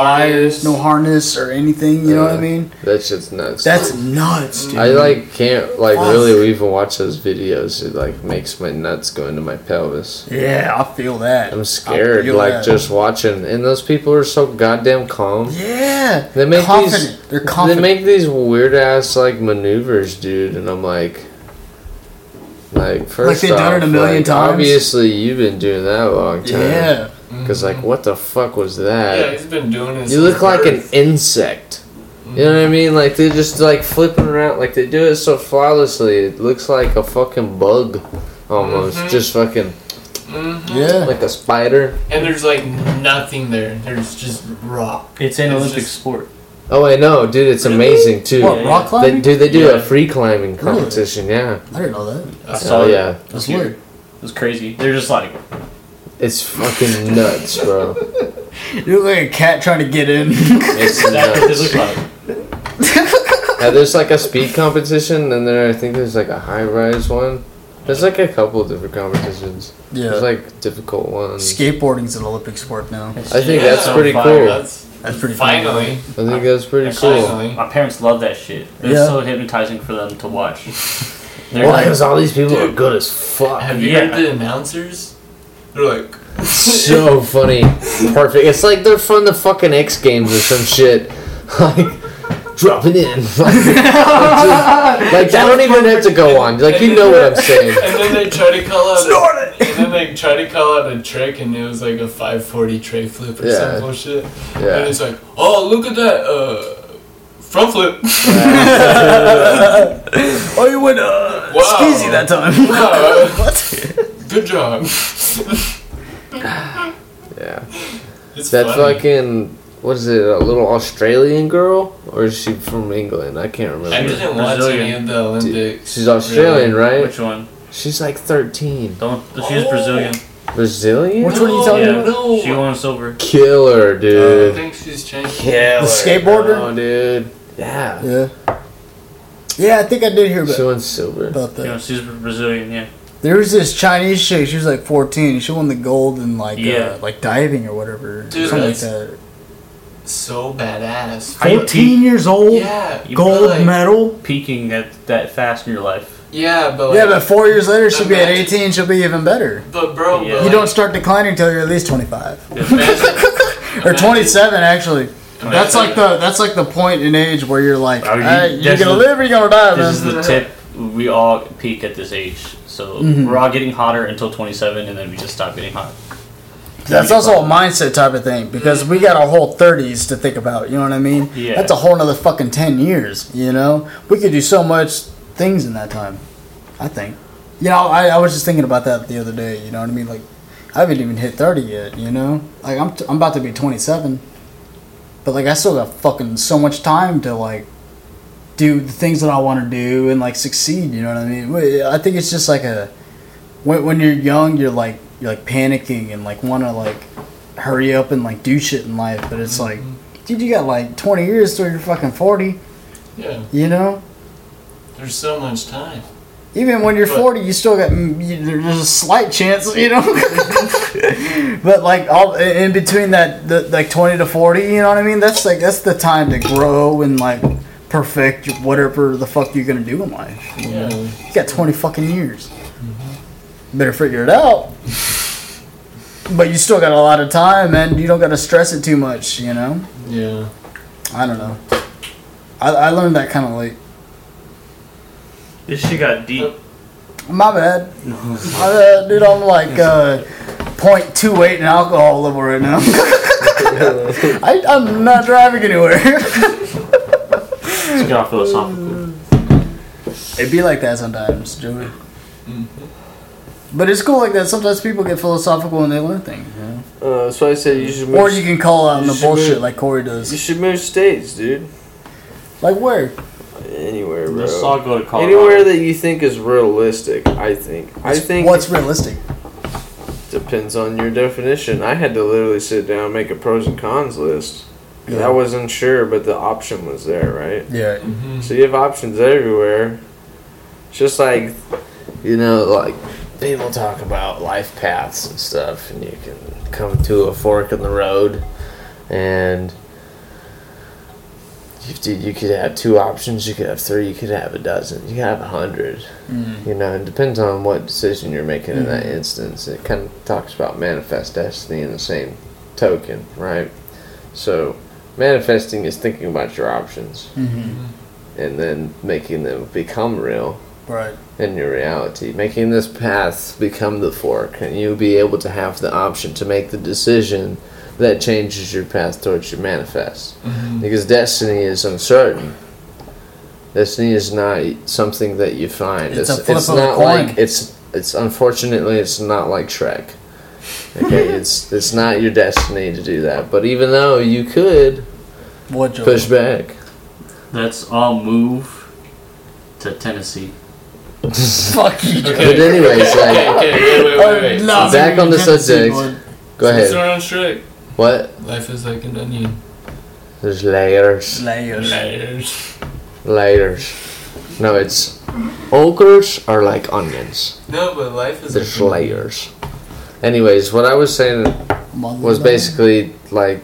Speaker 2: wires, no harness or anything. You know what I
Speaker 3: Yeah.
Speaker 2: mean?
Speaker 3: that shit's nuts.
Speaker 2: That's
Speaker 1: Mm.
Speaker 2: nuts, dude.
Speaker 3: I like can't like
Speaker 2: Fuck.
Speaker 3: really even watch those videos. It like makes my nuts go into my pelvis.
Speaker 2: Yeah, I feel that.
Speaker 3: I'm scared,
Speaker 2: feel
Speaker 3: like
Speaker 2: that.
Speaker 3: just watching. And those people are so goddamn calm.
Speaker 2: Yeah,
Speaker 3: They make
Speaker 2: confident.
Speaker 3: these.
Speaker 2: They're confident.
Speaker 3: They make these weird ass like maneuvers, dude, and I'm like, like first
Speaker 2: they've done
Speaker 3: off,
Speaker 2: it a million
Speaker 3: like,
Speaker 2: times?
Speaker 3: Obviously, you've been doing that a long time.
Speaker 2: yeah, Mm-hmm.
Speaker 3: Because like, what the fuck was
Speaker 1: Yeah,
Speaker 3: that?
Speaker 1: he's been doing this.
Speaker 3: you look like an
Speaker 1: since birth.
Speaker 3: insect. You know what
Speaker 2: Mm-hmm.
Speaker 3: I mean? Like they're just like flipping around. Like they do it so flawlessly. It looks like a fucking bug, almost.
Speaker 4: Mm-hmm.
Speaker 3: Just fucking
Speaker 2: yeah.
Speaker 3: like a spider.
Speaker 1: And there's like nothing there. There's just rock.
Speaker 4: It's an
Speaker 1: It's
Speaker 4: Olympic
Speaker 1: just-
Speaker 4: sport.
Speaker 3: Oh, I know, dude. It's amazing too.
Speaker 2: what
Speaker 4: yeah.
Speaker 2: rock
Speaker 3: They,
Speaker 2: climbing?
Speaker 3: dude, they do
Speaker 4: Yeah.
Speaker 3: a free climbing competition. Yeah.
Speaker 2: I didn't know that.
Speaker 4: I saw
Speaker 3: Oh
Speaker 4: it.
Speaker 3: yeah.
Speaker 2: That's
Speaker 4: Here.
Speaker 2: weird.
Speaker 4: It was crazy. They're just like,
Speaker 3: It's fucking nuts, bro.
Speaker 2: You look like a cat trying to get in.
Speaker 3: It's
Speaker 4: that's what they look
Speaker 3: nuts.
Speaker 4: like.
Speaker 3: Yeah, there's like a speed competition, and then I think there's like a high rise one. There's like a couple of different competitions.
Speaker 2: yeah.
Speaker 3: There's like difficult ones.
Speaker 2: Skateboarding's an Olympic sport now.
Speaker 3: I think
Speaker 1: Yeah,
Speaker 3: that's pretty
Speaker 4: fire.
Speaker 3: cool.
Speaker 1: That's
Speaker 2: That's pretty funny.
Speaker 1: finally.
Speaker 3: I think that's pretty
Speaker 4: That's
Speaker 3: cool.
Speaker 1: Finally.
Speaker 4: My parents love that shit. It's
Speaker 2: Yeah.
Speaker 4: so hypnotizing for them to watch. They're
Speaker 3: Well,
Speaker 4: like,
Speaker 3: because all these people are good as fuck.
Speaker 1: Have you
Speaker 4: Yeah.
Speaker 1: heard the announcers? They're like,
Speaker 3: so funny. Perfect. It's like they're from the fucking X Games or some shit. Like, dropping in. like, they don't even have to go on. Like, you know what I'm saying.
Speaker 1: and then they try to call out. A, and then they try to call out a trick, and it was like a 540 tray flip or
Speaker 3: Yeah.
Speaker 1: some bullshit. And
Speaker 3: Yeah.
Speaker 1: it's like, oh, look at that uh, front flip.
Speaker 2: Oh, you went uh,
Speaker 1: Wow.
Speaker 3: Oh.
Speaker 2: skeezy that time.
Speaker 1: Wow. Good job.
Speaker 3: Yeah.
Speaker 1: It's
Speaker 3: That
Speaker 1: funny.
Speaker 3: fucking what is it? A little Australian girl, or is she from England? I can't
Speaker 1: I
Speaker 3: remember.
Speaker 1: didn't watch any
Speaker 4: Brazilian.
Speaker 1: of the Olympics.
Speaker 3: She's Australian, right?
Speaker 4: Which one?
Speaker 3: She's like thirteen.
Speaker 4: Don't. She's
Speaker 1: Oh.
Speaker 4: Brazilian.
Speaker 3: Brazilian?
Speaker 2: Which one are you talking
Speaker 4: yeah.
Speaker 2: about?
Speaker 1: No.
Speaker 4: She won silver.
Speaker 3: Killer,
Speaker 1: I
Speaker 3: Oh, dude.
Speaker 1: think she's changed.
Speaker 3: Killer.
Speaker 2: The skateboarder?
Speaker 3: Oh, dude. Yeah.
Speaker 2: Yeah. Yeah, Uh, I think I did hear
Speaker 3: She
Speaker 2: about,
Speaker 3: won silver.
Speaker 2: about
Speaker 4: You know,
Speaker 2: that.
Speaker 4: she's Brazilian. Yeah.
Speaker 2: There was this Chinese chick. She was like 14. She won the gold in like
Speaker 4: Yeah.
Speaker 2: uh, like diving or whatever,
Speaker 1: Dude,
Speaker 2: something like
Speaker 1: that's-
Speaker 2: that.
Speaker 1: So badass.
Speaker 4: How you
Speaker 2: 14 years old,
Speaker 1: Yeah. but
Speaker 2: gold
Speaker 1: like-
Speaker 2: medal.
Speaker 4: Peaking at that fast in your life.
Speaker 1: Yeah, but like,
Speaker 2: yeah, but four years later, she'll be at
Speaker 1: Imagine-
Speaker 2: 18. She'll be even better.
Speaker 1: but bro,
Speaker 4: Yeah.
Speaker 1: but
Speaker 2: You
Speaker 1: like,
Speaker 2: don't start declining until you're at least 25
Speaker 1: Imagine,
Speaker 2: or
Speaker 1: imagine-
Speaker 2: 27, actually.
Speaker 1: imagine-
Speaker 2: That's like the that's like the point in age where you're like,
Speaker 4: Are Oh, you-
Speaker 2: "Hey, you're
Speaker 4: that's
Speaker 2: gonna
Speaker 4: the-
Speaker 2: live or you're gonna die,
Speaker 4: This is
Speaker 2: man.
Speaker 4: the tip. We all peak at this age, so we're all getting hotter until 27, and then we just stop getting hot.
Speaker 2: That's also a mindset type of thing because we got our whole 30s to think about. You know what I mean?
Speaker 4: Yeah.
Speaker 2: That's a whole nother fucking 10 years. You know, we could do so much things in that time. I think. You know, I, I was just thinking about that the other day. You know what I mean? Like, I haven't even hit 30 yet. You know, like I'm t- I'm about to be 27, but like I still got fucking so much time to like do the things that I want to do and like succeed. You know what I mean? Wait, I think it's just like a when, when you're young, you're like you're like panicking and like want to like hurry up and like do shit in life, but it's like, dude, you got like 20 years till you're fucking 40.
Speaker 1: Yeah,
Speaker 2: You know.
Speaker 1: there's so much time.
Speaker 2: Even when you're
Speaker 1: But-
Speaker 2: 40, you still got mm, you, there's a slight chance, you know. but like all in between that, the, like 20 to 40, you know what I mean? That's like that's the time to grow and like perfect whatever the fuck you're gonna do in life.
Speaker 1: Yeah.
Speaker 2: You got 20 fucking years. Better figure it out. But you still got a lot of time, and you don't got to stress it too much, you know.
Speaker 1: Yeah.
Speaker 2: I don't know. I, I learned that kind of late.
Speaker 4: This shit got deep.
Speaker 2: My bad. My bad, dude. I'm like uh, 0.28 in alcohol level right now. I, I'm not driving anywhere.
Speaker 4: It's got philosophical.
Speaker 2: It'd be like that sometimes, Joey.
Speaker 3: Mm-hmm.
Speaker 2: But it's cool like that. Sometimes people get philosophical and they learn things. You know?
Speaker 3: Uh, that's why I said you should move.
Speaker 2: Or you can call out on
Speaker 3: You
Speaker 2: the
Speaker 3: should
Speaker 2: bullshit
Speaker 3: move.
Speaker 2: like Corey
Speaker 3: you
Speaker 2: does.
Speaker 3: should move states, dude.
Speaker 2: Like where?
Speaker 3: Anywhere, bro.
Speaker 4: Let's all go to Colorado.
Speaker 3: Anywhere that you think is realistic, I think. I think
Speaker 2: What's realistic?
Speaker 3: depends on your definition. I had to literally sit down and make a pros and cons list. 'Cause
Speaker 2: Yeah.
Speaker 3: I wasn't sure, but the option was there, right?
Speaker 2: Yeah.
Speaker 3: So you have options everywhere. It's just like, you know, like people talk about life paths and stuff, and you can come to a fork in the road, and you, dude, you could have two options, you could have three, you could have a dozen, you could have a hundred. You know, it depends on what decision you're making in that instance. It kind of talks about manifest destiny in the same token, right? So, manifesting is thinking about your options
Speaker 2: Mm-hmm.
Speaker 3: and then making them become real
Speaker 2: Right.
Speaker 3: in your reality, making this path become the fork, and you'll be able to have the option to make the decision that changes your path towards your manifest.
Speaker 2: Mm-hmm.
Speaker 3: Because destiny is uncertain. Destiny is not something that you find.
Speaker 2: It's
Speaker 3: It's
Speaker 2: a
Speaker 3: it's,
Speaker 2: flip of a
Speaker 3: not
Speaker 2: coin.
Speaker 3: like it's it's unfortunately it's not like Shrek. Okay, it's it's not your destiny to do that. But even though you could
Speaker 2: What Joey?
Speaker 3: push back.
Speaker 4: Let's all move to Tennessee.
Speaker 2: Fuck you, Joey.
Speaker 3: But anyways,
Speaker 1: Okay,
Speaker 3: like
Speaker 1: okay, wait, wait, wait, wait.
Speaker 2: No,
Speaker 3: Back on the
Speaker 2: Tennessee
Speaker 3: subject.
Speaker 2: one.
Speaker 3: go
Speaker 1: Since
Speaker 3: ahead.
Speaker 1: we're on Shrek,
Speaker 3: What?
Speaker 1: life is like an onion.
Speaker 3: There's layers.
Speaker 2: Layers.
Speaker 1: Layers.
Speaker 3: Layers. No, it's ogres are like onions.
Speaker 1: No, but life is
Speaker 3: There's
Speaker 1: like
Speaker 3: layers. Anyways, what I was saying was basically like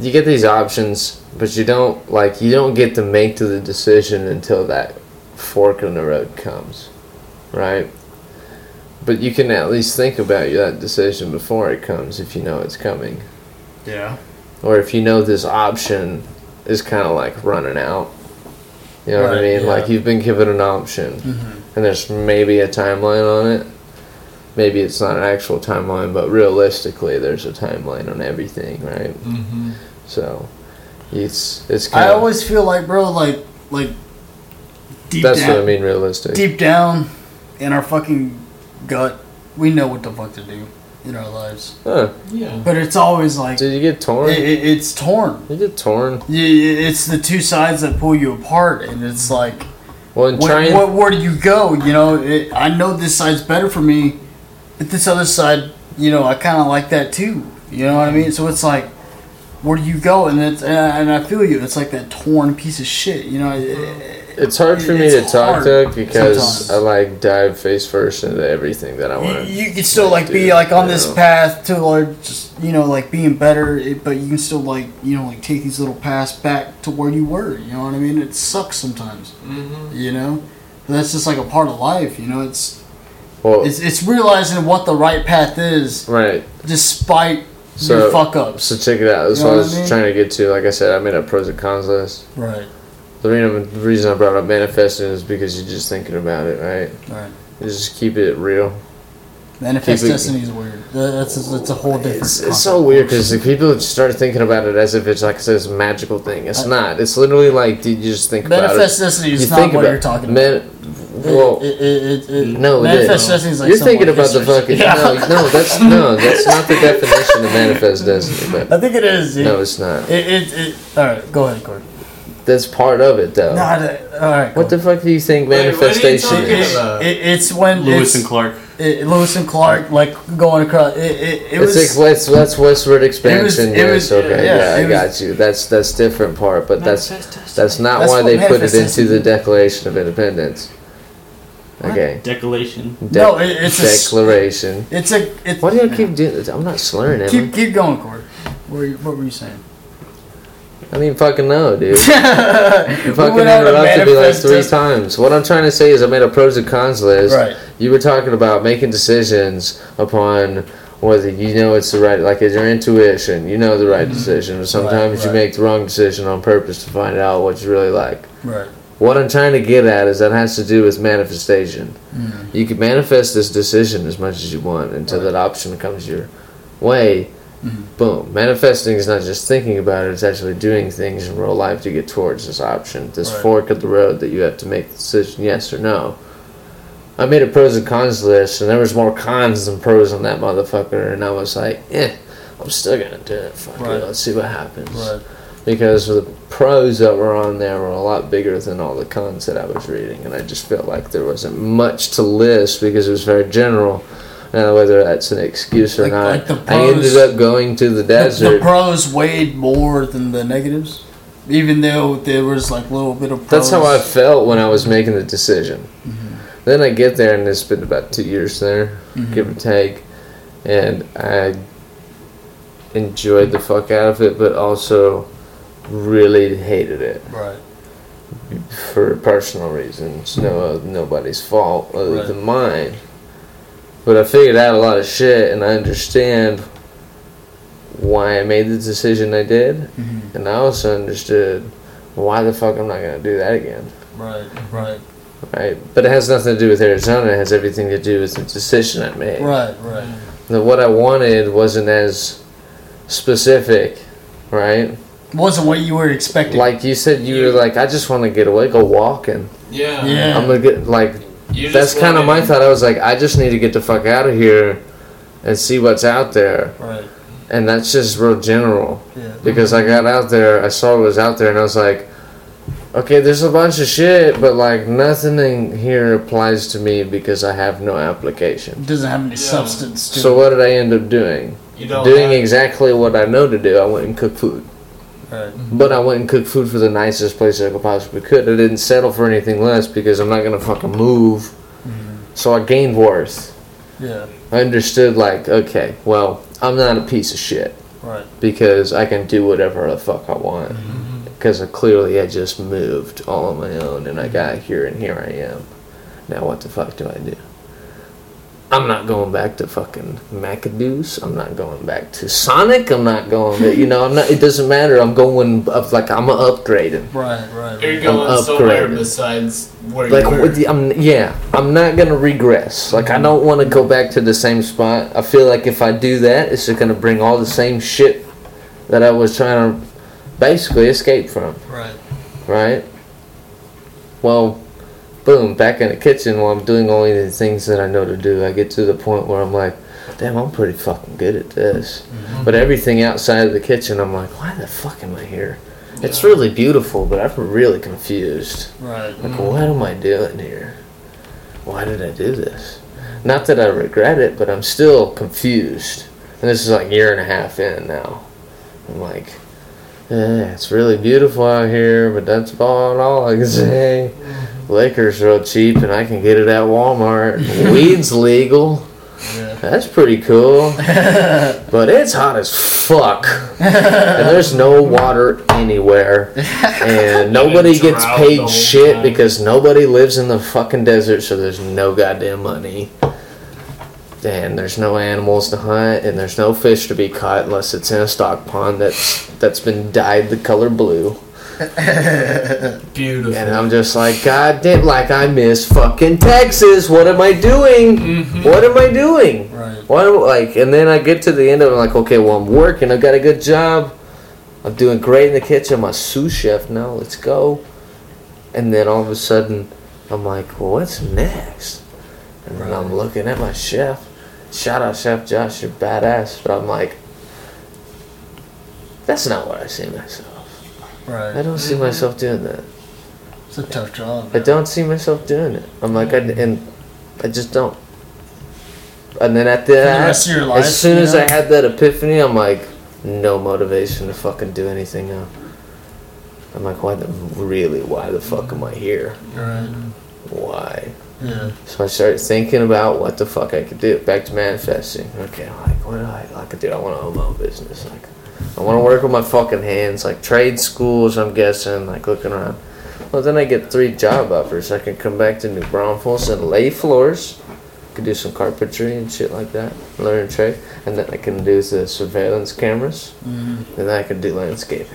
Speaker 3: you get these options, but you don't like you don't get to make to the decision until that fork in the road comes, right? But you can at least think about that decision before it comes if you know it's coming.
Speaker 2: Yeah.
Speaker 3: or if you know this option is kind of like running out. You know what I
Speaker 2: Right,
Speaker 3: mean?
Speaker 2: yeah.
Speaker 3: Like you've been given an option,
Speaker 2: Mm-hmm.
Speaker 3: and there's maybe a timeline on it. Maybe it's not an actual timeline, but realistically, there's a timeline on everything, right?
Speaker 1: hmm
Speaker 3: So it's it's
Speaker 2: I
Speaker 3: kind of
Speaker 2: always feel like, bro, like, like, deep
Speaker 3: that's
Speaker 2: down,
Speaker 3: what I mean. Realistic.
Speaker 2: deep down in our fucking gut, we know what the fuck to do in our lives.
Speaker 3: Huh.
Speaker 1: Yeah.
Speaker 2: But it's always like,
Speaker 3: Did you get torn?
Speaker 2: it, it, it's torn.
Speaker 3: you get torn.
Speaker 2: Y- y- It's the two sides that pull you apart, and it's like,
Speaker 3: Well, and
Speaker 2: where,
Speaker 3: trying.
Speaker 2: where, where do you go? You know, it, I know this side's better for me, but this other side, you know, I kind of like that too. You know what I mean? So it's like, where do you go? And it's and I, and I feel you. It's like that torn piece of shit. You know, it- it-
Speaker 3: it's hard for me
Speaker 2: it's
Speaker 3: to talk
Speaker 2: hard
Speaker 3: to because
Speaker 2: sometimes.
Speaker 3: I like dive face first into everything that I want.
Speaker 2: you, you can still like be like on this path to like just you know like being better, it, but you can still like you know like take these little paths back to where you were. You know what I mean? It sucks sometimes. You know, but that's just like a part of life. You know, it's
Speaker 3: Well,
Speaker 2: It's, it's realizing what the right path is
Speaker 3: right.
Speaker 2: despite your
Speaker 3: So-
Speaker 2: fuck ups.
Speaker 3: So check it out. That's
Speaker 2: You
Speaker 3: what
Speaker 2: know
Speaker 3: I
Speaker 2: what
Speaker 3: was
Speaker 2: I mean?
Speaker 3: trying to get to. Like I said, I made a pros and cons list.
Speaker 2: Right,
Speaker 3: The reason, the reason I brought up manifesting is because you're just thinking about it, right?
Speaker 2: right.
Speaker 3: You just keep it real.
Speaker 2: Manifest
Speaker 3: Keep it-
Speaker 2: destiny is weird. That- That's that's a whole different.
Speaker 3: It's, it's so weird because people start thinking about it as if it's like this magical thing. It's not. It's literally like dude, you just think
Speaker 2: manifest
Speaker 3: about it.
Speaker 2: destiny is
Speaker 3: you
Speaker 2: not what you're talking about.
Speaker 3: man- well,
Speaker 2: It- it- it- it-
Speaker 3: no, it
Speaker 2: manifest
Speaker 3: is.
Speaker 2: destiny is like
Speaker 3: you're
Speaker 2: somewhat
Speaker 3: thinking about the
Speaker 2: research.
Speaker 3: fucking
Speaker 2: Yeah.
Speaker 3: no, no. That's no, that's not the definition of manifest destiny. But
Speaker 2: I think it is. It,
Speaker 3: no, it's not.
Speaker 2: it, it, it, all right, go ahead, Gordon.
Speaker 3: That's part of it, though.
Speaker 2: No, I don't- all right.
Speaker 3: Oh. What
Speaker 2: Gordon.
Speaker 3: the fuck do you think
Speaker 1: Wait, what are you
Speaker 3: manifestation
Speaker 1: talking
Speaker 3: is?
Speaker 1: about?
Speaker 2: It, it's when
Speaker 4: Uh, Lewis
Speaker 2: it's,
Speaker 4: and Clark.
Speaker 2: it, Lewis and Clark like going across. It, it, it
Speaker 3: It's
Speaker 2: was
Speaker 3: like that's that's westward expansion.
Speaker 2: it
Speaker 3: yes,
Speaker 2: was-
Speaker 3: okay,
Speaker 2: yeah,
Speaker 3: yeah,
Speaker 2: it
Speaker 3: I
Speaker 2: was-
Speaker 3: got you. That's that's different part, but that's that's not
Speaker 2: That's
Speaker 3: why
Speaker 2: what
Speaker 3: they put it
Speaker 2: manifest
Speaker 3: into the
Speaker 2: destiny-
Speaker 3: Declaration of Independence. Okay,
Speaker 4: Declaration.
Speaker 3: De-
Speaker 2: no, it, it's a s-
Speaker 3: declaration.
Speaker 2: it's a it's
Speaker 3: Why do you keep doing this? I'm not slurring it.
Speaker 2: keep keep going, Corey. What were you, what were you saying?
Speaker 3: I don't even fucking know, dude. You
Speaker 2: we
Speaker 3: fucking
Speaker 2: went out and
Speaker 3: interrupted me like
Speaker 2: manifest
Speaker 3: three
Speaker 2: destiny.
Speaker 3: times. What I'm trying to say is, I made a pros and cons list.
Speaker 2: Right.
Speaker 3: You were talking about making decisions upon whether you know it's the right, like it's your intuition, you know the right decision, but sometimes
Speaker 2: Mm-hmm.
Speaker 3: you
Speaker 2: right.
Speaker 3: make the wrong decision on purpose to find out what you really like.
Speaker 2: Right.
Speaker 3: What I'm trying to get at is that has to do with manifestation.
Speaker 2: mm,
Speaker 3: You can manifest this decision as much as you want until that option comes your way,
Speaker 2: Mm-hmm.
Speaker 3: Boom. Manifesting is not just thinking about it, it's actually doing things in real life to get towards this option, this
Speaker 2: Right.
Speaker 3: fork of the road that you have to make the decision yes or no. I made a pros and cons list, and there was more cons than pros on that motherfucker, and I was like, eh, I'm still gonna do it. Fuck
Speaker 2: Right.
Speaker 3: it, let's see what happens. Because the pros that were on there were a lot bigger than all the cons that I was reading, and I just felt like there wasn't much to list because it was very general. Now, whether that's an excuse or
Speaker 9: Like-
Speaker 3: not,
Speaker 9: like the
Speaker 3: I ended
Speaker 9: pros-
Speaker 3: up going to the
Speaker 9: The, the
Speaker 3: desert.
Speaker 9: pros weighed more than the negatives, even though there was like a little bit of. Pros.
Speaker 3: That's how I felt when I was making the decision.
Speaker 2: Mm-hmm,
Speaker 3: Then I get there, and it's been about two years there,
Speaker 9: Mm-hmm.
Speaker 3: give or take, and I enjoyed the fuck out of it, but also really hated it
Speaker 2: Right.
Speaker 3: for personal reasons. No, uh, nobody's fault other
Speaker 2: Right.
Speaker 3: than mine. But I figured out a lot of shit, and I understand why I made the decision I did,
Speaker 2: mm-hmm,
Speaker 3: and I also understood why the fuck I'm not gonna do that again.
Speaker 2: Right. Right.
Speaker 3: Right, but it has nothing to do with Arizona. It has everything to do with the decision I made.
Speaker 2: Right. Right.
Speaker 3: The, what I wanted wasn't as specific, right?
Speaker 2: Wasn't what you were expecting.
Speaker 3: Like you said, you were like, I just want to get away, go walking.
Speaker 1: Yeah.
Speaker 2: yeah.
Speaker 3: I'm gonna get like
Speaker 1: You
Speaker 3: that's
Speaker 1: just
Speaker 3: kind of my
Speaker 1: wanted-
Speaker 3: thought. I was like, I just need to get the fuck out of here and see what's out there,
Speaker 2: right.
Speaker 3: and that's just real general.
Speaker 2: Yeah.
Speaker 3: Because
Speaker 1: Mm-hmm.
Speaker 3: I got out there, I saw what was out there, and I was like, okay, there's a bunch of shit, but like nothing in here applies to me because I have no application.
Speaker 2: It doesn't have any
Speaker 1: Yeah.
Speaker 2: substance to
Speaker 3: So what did I end up doing?
Speaker 1: You don't
Speaker 3: doing
Speaker 1: have-
Speaker 3: exactly what I know to do. I went and cooked food.
Speaker 2: it. Right.
Speaker 3: But I went and cooked food for the nicest place I could possibly could. I didn't settle for anything less because I'm not gonna fucking move. So I gained worth.
Speaker 2: Mm-hmm. Yeah.
Speaker 3: I understood like, okay, well, I'm not a piece of shit
Speaker 2: Right.
Speaker 3: because I can do whatever the fuck I want. Because I clearly I just moved all on my own and I got here and here I am. Now what the fuck do I do? I'm not going back to fucking McAdoo's. I'm not going back to Sonic. I'm not going. To, you know, I'm not. It doesn't matter. I'm going up. Like I'm upgrading.
Speaker 2: Right. Right.
Speaker 1: You're
Speaker 2: Right.
Speaker 1: going
Speaker 3: I'm
Speaker 1: somewhere
Speaker 3: upgraded.
Speaker 1: besides where
Speaker 3: Like
Speaker 1: you were.
Speaker 3: with the, I'm. Yeah, I'm not gonna regress. Like I don't want to go back to the same spot. I feel like if I do that, it's just gonna bring all the same shit that I was trying to basically escape from.
Speaker 2: Right.
Speaker 3: right? Well, boom, back in the kitchen while I'm doing only the things that I know to do. I get to the point where I'm like, damn, I'm pretty fucking good at this. But everything outside of the kitchen, I'm like, why the fuck am I here? It's really beautiful, but I'm really confused.
Speaker 2: Right.
Speaker 3: Like, what am I doing here? Why did I do this? Not that I regret it, but I'm still confused. And this is like a year and a half in now. I'm like, eh, it's really beautiful out here, but that's about all I can say. Liquor's real cheap, and I can get it at Walmart. Weed's legal. That's pretty cool. but it's hot as fuck. and there's no water anywhere. And nobody
Speaker 4: Been
Speaker 3: gets
Speaker 4: drought the
Speaker 3: paid
Speaker 4: whole
Speaker 3: shit
Speaker 4: time.
Speaker 3: because nobody lives in the fucking desert, so there's no goddamn money. And there's no animals to hunt, and there's no fish to be caught unless it's in a stock pond that's that's been dyed the color blue.
Speaker 1: Beautiful.
Speaker 3: And I'm just like, God damn, like I miss fucking Texas. What am I doing?
Speaker 4: Mm-hmm.
Speaker 3: What am I doing?
Speaker 2: Right.
Speaker 3: Why do like? And then I get to the end of it, like, okay, well, I'm working. I've got a good job. I'm doing great in the kitchen. I'm a sous chef now. Let's go. And then all of a sudden, I'm like, well, what's next? And then I'm looking at my chef. Shout out, Chef Josh, you're badass. But I'm like, that's not what I see myself. I
Speaker 2: Right.
Speaker 3: don't see myself doing that.
Speaker 2: It's a tough job.
Speaker 3: I don't see myself doing it. I'm like, I, and I just don't. And then at the,
Speaker 2: the rest of your life,
Speaker 3: as soon
Speaker 2: you
Speaker 3: as
Speaker 2: know?
Speaker 3: I had that epiphany, I'm like, no motivation to fucking do anything now. I'm like, why the really? Why the fuck am I here?
Speaker 2: Right.
Speaker 3: Why?
Speaker 2: Yeah.
Speaker 3: So I started thinking about what the fuck I could do. Back to manifesting. Okay, like what do I like to do? I want to own my own business. Like, I want to work with my fucking hands. Like trade schools, I'm guessing. Like looking around. Well, then I get three job offers. I can come back to New Braunfels and lay floors. Could do some carpentry and shit like that. Learn a trade, and then I can do the surveillance cameras.
Speaker 2: Mm-hmm.
Speaker 3: And then I can do landscaping.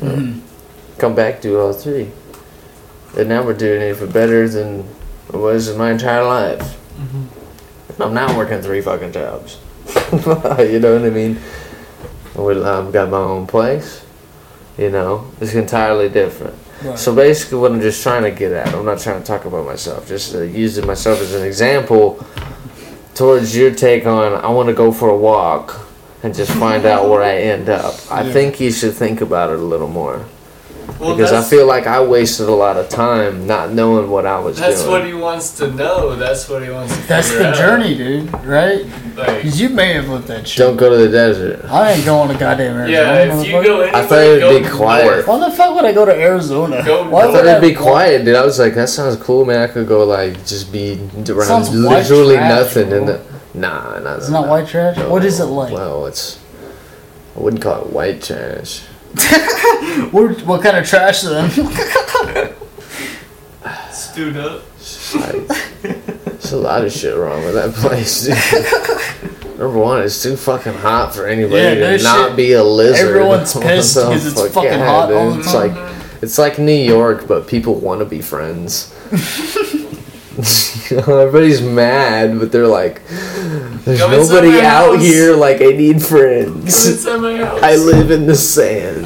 Speaker 2: Mm-hmm.
Speaker 3: Come back, do all three and now we're doing it for better than it was in my entire life. And I'm not working three fucking jobs. you know what I mean? I would, I've got my own place. You know, it's entirely different. So basically, what I'm just trying to get at, I'm not trying to talk about myself, just uh, using myself as an example towards your take on I want to go for a walk and just find out where I end up. I think you should think about it a little more.
Speaker 1: Well,
Speaker 3: because I
Speaker 1: that's,
Speaker 3: feel like I wasted a lot of time not knowing what I was
Speaker 1: that's
Speaker 3: doing.
Speaker 1: what he wants to know. That's what he wants to
Speaker 2: That's
Speaker 1: figure
Speaker 2: the
Speaker 1: out.
Speaker 2: journey, dude. Right?
Speaker 1: Like,
Speaker 2: Because you may have lived that shit.
Speaker 3: Don't go to the desert.
Speaker 2: I ain't going to goddamn Arizona.
Speaker 1: yeah, if you
Speaker 2: motherfucker.
Speaker 1: go anywhere,
Speaker 3: I thought it'd be
Speaker 1: go
Speaker 3: quiet.
Speaker 2: Why the fuck would I go to Arizona?
Speaker 1: Go
Speaker 2: Why
Speaker 3: I
Speaker 2: would
Speaker 3: thought
Speaker 2: I
Speaker 3: it'd be quiet, dude. I was like, that sounds cool, man. I could go like just be around
Speaker 2: Sounds white
Speaker 3: literally
Speaker 2: trash,
Speaker 3: nothing. And
Speaker 2: bro.
Speaker 3: the, nah, nah,
Speaker 2: It's not white trash. What is it like?
Speaker 3: Well, it's. I wouldn't call it white trash.
Speaker 2: What, what kind of trash then?
Speaker 1: Stood up.
Speaker 3: Like, there's a lot of shit wrong with that place. Dude. Number one, it's too fucking hot for anybody
Speaker 2: Yeah, no
Speaker 3: to not
Speaker 2: shit.
Speaker 3: be a lizard.
Speaker 2: Everyone's
Speaker 3: What
Speaker 2: pissed
Speaker 3: the
Speaker 2: 'cause it's
Speaker 3: fuck?
Speaker 2: fucking hot all the
Speaker 3: It's like it's like New York, but people want to be friends. You know, everybody's mad, but they're like, "There's
Speaker 1: Go in
Speaker 3: nobody
Speaker 1: somewhere
Speaker 3: out
Speaker 1: else."
Speaker 3: here. Like, I need friends.
Speaker 1: It's at my house.
Speaker 3: I live in the sand."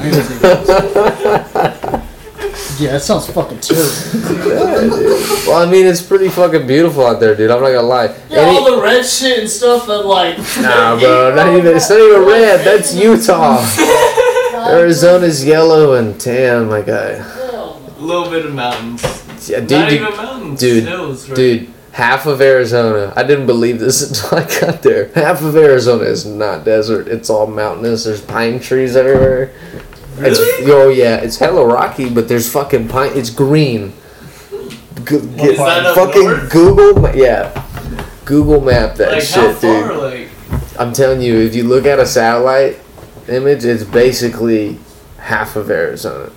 Speaker 2: yeah, that sounds fucking terrible.
Speaker 3: Yeah, dude. Well, I mean, it's pretty fucking beautiful out there, dude. I'm not gonna lie. Any-
Speaker 2: the red shit and stuff that like.
Speaker 3: Nah, bro, not even. It's not even red. That's Utah. Arizona's yellow and tan, my guy.
Speaker 1: A little bit of mountains.
Speaker 3: Yeah, dude,
Speaker 1: Not
Speaker 3: you-
Speaker 1: even mountains.
Speaker 3: dude,
Speaker 1: hills, right?
Speaker 3: dude, half of Arizona. I didn't believe this until I got there. Half of Arizona is not desert. It's all mountainous. There's pine trees everywhere. It's, oh yeah, it's hella rocky, but there's fucking pine. It's green. Go, get,
Speaker 1: that up
Speaker 3: fucking
Speaker 1: north?
Speaker 3: Google, ma- yeah, Google map that
Speaker 1: Like
Speaker 3: shit,
Speaker 1: how far?
Speaker 3: dude.
Speaker 1: Like
Speaker 3: I'm telling you, if you look at a satellite image, it's basically half of Arizona.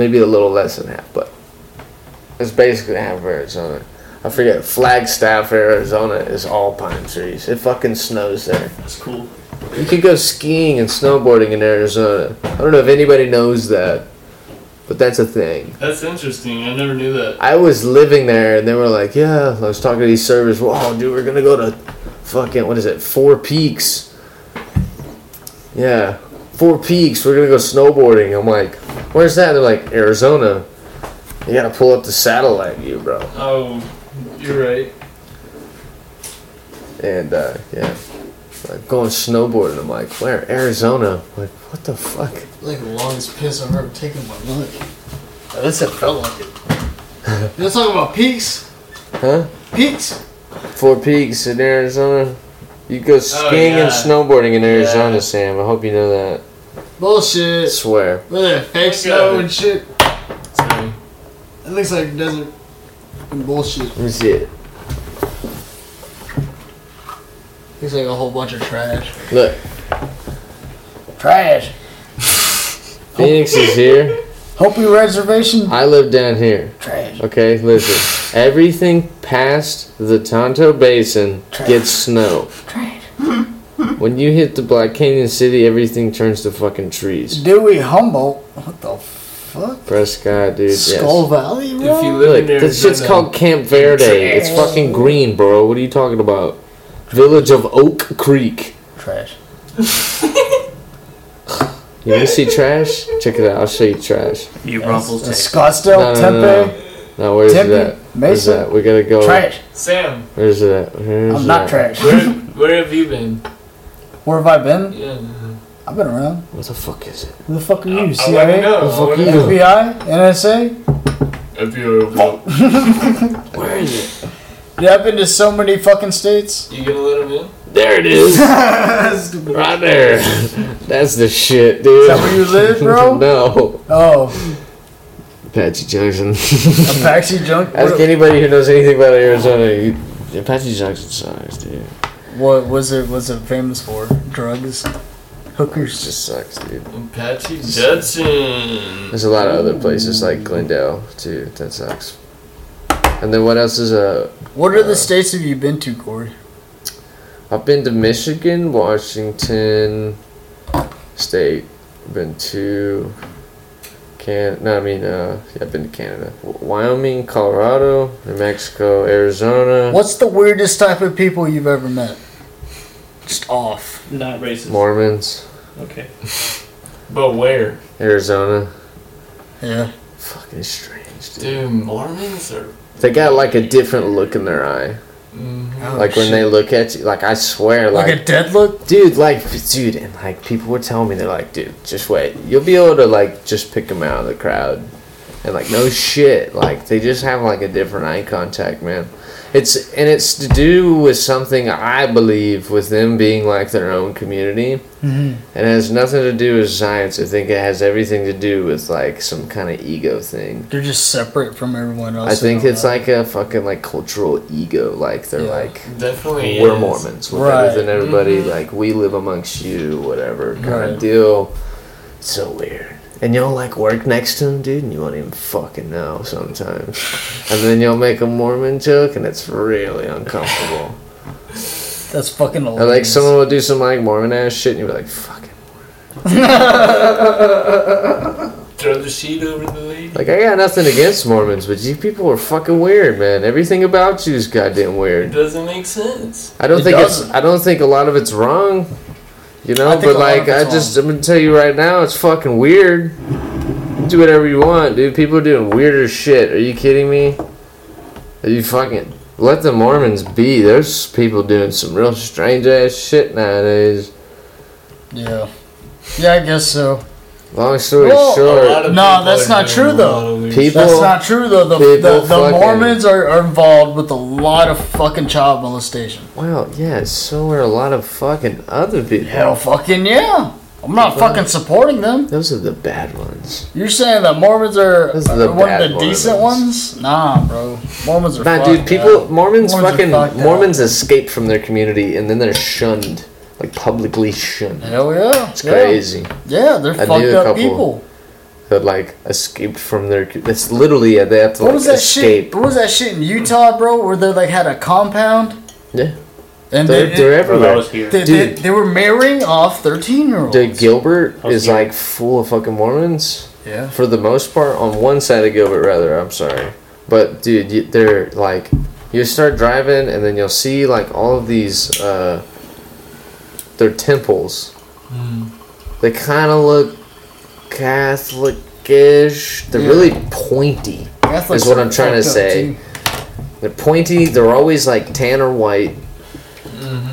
Speaker 3: Maybe a little less than half, but it's basically half of Arizona. I forget, Flagstaff, Arizona is all pine trees. It fucking snows there.
Speaker 4: That's cool.
Speaker 3: You could go skiing and snowboarding in Arizona. I don't know if anybody knows that, but that's a thing.
Speaker 1: that's interesting. I never knew that.
Speaker 3: I was living there, and they were like, "Yeah." I was talking to these servers. Wow, dude, we're gonna go to fucking what is it? Four Peaks. Yeah, Four Peaks. We're gonna go snowboarding. I'm like, "Where's that?" They're like, "Arizona." You gotta pull up the satellite view, bro.
Speaker 1: Oh, you're right.
Speaker 3: And uh, yeah, like going snowboarding. I'm like, "Where? Arizona?" I'm like, what the fuck?
Speaker 2: Like the longest piss I've ever taken in my life. At least it felt like it. You're talking about peaks?
Speaker 3: Huh?
Speaker 2: Peaks?
Speaker 3: Four Peaks in Arizona. You go skiing
Speaker 1: yeah.
Speaker 3: and snowboarding in Arizona,
Speaker 1: Yeah.
Speaker 3: Sam. I hope you know that. I
Speaker 2: Bullshit.
Speaker 3: swear.
Speaker 2: Look at that fake
Speaker 1: Look at
Speaker 2: snow
Speaker 1: it.
Speaker 2: and shit.
Speaker 1: So,
Speaker 2: It looks like desert and bullshit.
Speaker 3: Let me see it.
Speaker 2: Looks like a whole bunch of trash.
Speaker 3: Look.
Speaker 2: Trash.
Speaker 3: Phoenix is here.
Speaker 2: Hopi reservation.
Speaker 3: I live down here.
Speaker 2: Trash.
Speaker 3: Okay, listen. Everything past the Tonto Basin gets snow. When you hit the Black Canyon City, everything turns to fucking trees.
Speaker 2: Dewey Humboldt. What the fuck?
Speaker 3: Prescott, dude. Yes.
Speaker 2: Skull Valley, bro?
Speaker 1: if you
Speaker 3: Look,
Speaker 1: live in
Speaker 3: this shit's
Speaker 2: uh,
Speaker 1: Arizona-
Speaker 3: called Camp Verde. It's fucking green, bro. What are you talking about? Village of Oak Creek.
Speaker 2: Trash.
Speaker 3: You wanna see trash? Check it out. I'll show you trash.
Speaker 4: You rumbles.
Speaker 2: Uh, Scottsdale,
Speaker 3: No, no,
Speaker 2: Tempe.
Speaker 3: no, Now where's
Speaker 2: Tempe,
Speaker 3: that? Where's
Speaker 2: Mason.
Speaker 3: that? We gotta go.
Speaker 2: Trash.
Speaker 1: Sam,
Speaker 3: Where's that? Where's
Speaker 2: I'm not
Speaker 3: that?
Speaker 2: trash.
Speaker 1: where where have you been?
Speaker 2: Where have I been?
Speaker 1: Yeah.
Speaker 2: I've been around.
Speaker 3: What the fuck is it?
Speaker 2: Who the fuck are
Speaker 1: I- I
Speaker 2: you?
Speaker 1: wanna
Speaker 2: CIA?
Speaker 1: know, I wanna
Speaker 3: you?
Speaker 1: know.
Speaker 2: FBI? NSA?
Speaker 1: If you
Speaker 3: Where is it?
Speaker 2: Dude, I've been to so many fucking states.
Speaker 1: you gonna let him in?
Speaker 3: There it is. right there. That's the shit, dude.
Speaker 2: Is that where you live, bro?
Speaker 3: no.
Speaker 2: Oh,
Speaker 3: Apache Junction.
Speaker 2: Apache Junk.
Speaker 3: Ask
Speaker 2: What,
Speaker 3: anybody who knows anything about Arizona. You, Apache Junction sucks, dude.
Speaker 2: what was it? Was it famous for drugs, hookers?
Speaker 3: Just sucks, dude.
Speaker 1: Apache Judson.
Speaker 3: There's a lot of other places like Glendale, too. That sucks. And then what else is uh?
Speaker 2: What are
Speaker 3: Uh,
Speaker 2: the states have you been to, Corey?
Speaker 3: I've been to Michigan, Washington State. I've been to Can no, I mean, uh, yeah, I've been to Canada, W- Wyoming, Colorado, New Mexico, Arizona,
Speaker 2: What's the weirdest type of people you've ever met? Just off.
Speaker 4: Not racist.
Speaker 3: Mormons,
Speaker 4: Okay.
Speaker 1: But where?
Speaker 3: Arizona.
Speaker 2: Yeah.
Speaker 3: Fucking strange, dude.
Speaker 1: Dude, Mormons are.
Speaker 3: They got like a different look in their eye. like when they look at you, like I swear,
Speaker 2: Oh, Like,
Speaker 3: like,
Speaker 2: a dead look?
Speaker 3: dude, like dude, and like people were telling me they're like, dude, just wait, you'll be able to like just pick them out of the crowd, and like no shit, like they just have like a different eye contact, man. It's and it's to do with something I believe with them being like their own community, and it has nothing to do with science. I think it has everything to do with like some kind of ego thing.
Speaker 2: They're just separate from everyone else.
Speaker 3: I think
Speaker 2: and all
Speaker 3: it's
Speaker 2: that.
Speaker 3: like a fucking like cultural ego. Like they're
Speaker 2: Yeah.
Speaker 3: like
Speaker 1: Definitely.
Speaker 3: we're
Speaker 1: is.
Speaker 3: Mormons. We're
Speaker 2: Right. Mm-hmm.
Speaker 3: better than everybody. Like we live amongst you, whatever kind
Speaker 2: Right.
Speaker 3: of deal. So weird. And you'll like work next to him, dude, and you won't even fucking know sometimes. and then you'll make a Mormon joke, and it's really uncomfortable.
Speaker 2: That's fucking
Speaker 3: or
Speaker 2: hilarious.
Speaker 3: like someone will do some like Mormon ass shit, and you'll be like, "Fucking."
Speaker 1: Throw the sheet over the lady.
Speaker 3: Like I got nothing against Mormons, but you people are fucking weird, man. Everything about you is goddamn
Speaker 1: It
Speaker 3: weird.
Speaker 1: doesn't make sense.
Speaker 3: I don't
Speaker 2: It
Speaker 3: think
Speaker 2: doesn't.
Speaker 3: it's. I don't think a lot of it's wrong. You
Speaker 2: I
Speaker 3: know,
Speaker 2: think
Speaker 3: but
Speaker 2: a lot of
Speaker 3: like I
Speaker 2: it's
Speaker 3: just, I'm gonna tell you right now, it's fucking weird. Do whatever you want, dude. People are doing weirder shit. Are you kidding me? Are you fucking? Let the Mormons be. There's people doing some real strange ass shit nowadays.
Speaker 2: Yeah. Yeah, I guess so.
Speaker 3: Long story
Speaker 2: Well, a
Speaker 3: short,
Speaker 2: No, that's not true, though.
Speaker 3: people.
Speaker 2: That's not true though. The,
Speaker 3: people
Speaker 2: the, the
Speaker 3: fucking-
Speaker 2: Mormons are, are involved with a lot of fucking child molestation.
Speaker 3: well, yeah. So are a lot of fucking other people.
Speaker 2: Hell fucking yeah. I'm not fucking supporting them.
Speaker 3: Those are the bad ones.
Speaker 2: You're saying that Mormons are,
Speaker 3: Those are
Speaker 2: are
Speaker 3: the
Speaker 2: one
Speaker 3: bad
Speaker 2: of the decent
Speaker 3: Mormons.
Speaker 2: ones? Nah, bro. Mormons are
Speaker 3: Nah,
Speaker 2: fucked
Speaker 3: dude. People.
Speaker 2: up.
Speaker 3: Mormons,
Speaker 2: Mormons are
Speaker 3: fucking.
Speaker 2: fucked up.
Speaker 3: Mormons escape from their community and then they're shunned, like publicly shunned.
Speaker 2: Hell yeah.
Speaker 3: It's
Speaker 2: yeah.
Speaker 3: crazy.
Speaker 2: Yeah, they're
Speaker 3: knew
Speaker 2: fucked
Speaker 3: a
Speaker 2: up
Speaker 3: couple.
Speaker 2: people.
Speaker 3: That like escaped from their. That's literally yeah, they have to
Speaker 2: What
Speaker 3: like
Speaker 2: was that
Speaker 3: escape.
Speaker 2: shit? What was that shit in Utah, bro? Where they like had a compound
Speaker 3: Yeah,
Speaker 2: and
Speaker 3: they're,
Speaker 2: they,
Speaker 3: they're
Speaker 4: Bro, that
Speaker 3: everywhere.
Speaker 4: was here.
Speaker 2: they, they,
Speaker 3: dude.
Speaker 2: they were marrying off thirteen year olds.
Speaker 3: Dude, Gilbert
Speaker 4: was
Speaker 3: is
Speaker 4: here.
Speaker 3: like full of fucking Mormons
Speaker 2: Yeah,
Speaker 3: for the most part. On one side of Gilbert, rather. I'm sorry, but dude, you, they're like you start driving and then you'll see like all of these. uh They're temples.
Speaker 2: Hmm.
Speaker 3: They kind of look Catholic-ish. They're
Speaker 2: Yeah.
Speaker 3: really pointy.
Speaker 2: Catholics
Speaker 3: is what
Speaker 2: are
Speaker 3: I'm trying to
Speaker 2: fucked up,
Speaker 3: say.
Speaker 2: too.
Speaker 3: They're pointy. They're always like tan or white,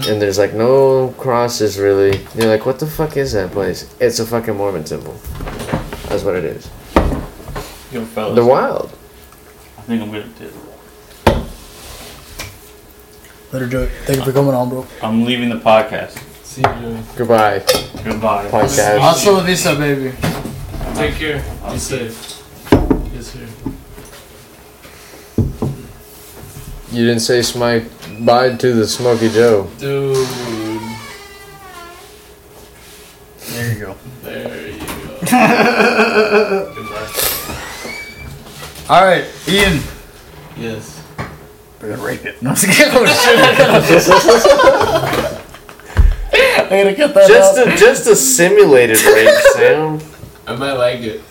Speaker 3: and there's like no crosses really. You're like, what the fuck is that place? It's a fucking Mormon temple. That's what it is.
Speaker 4: Yo, fellas,
Speaker 3: They're wild.
Speaker 4: I think I'm gonna do.
Speaker 2: Let her do it. Thank you for coming on, bro.
Speaker 4: I'm leaving the podcast.
Speaker 1: See you, Joey.
Speaker 3: Goodbye,
Speaker 4: Goodbye.
Speaker 3: podcast.
Speaker 2: Hasta la vista, baby.
Speaker 1: Take care. Be safe. Yes, sir.
Speaker 3: You didn't say smite bye to the Smoky Joe.
Speaker 1: Dude.
Speaker 2: There you go.
Speaker 1: There you go. Goodbye.
Speaker 2: All right, Ian.
Speaker 1: Yes.
Speaker 2: We're gonna rape it. No, I'm just kidding. Oh, shit. I gotta cut that out.
Speaker 3: a just a simulated rape, Sam.
Speaker 1: I might like it.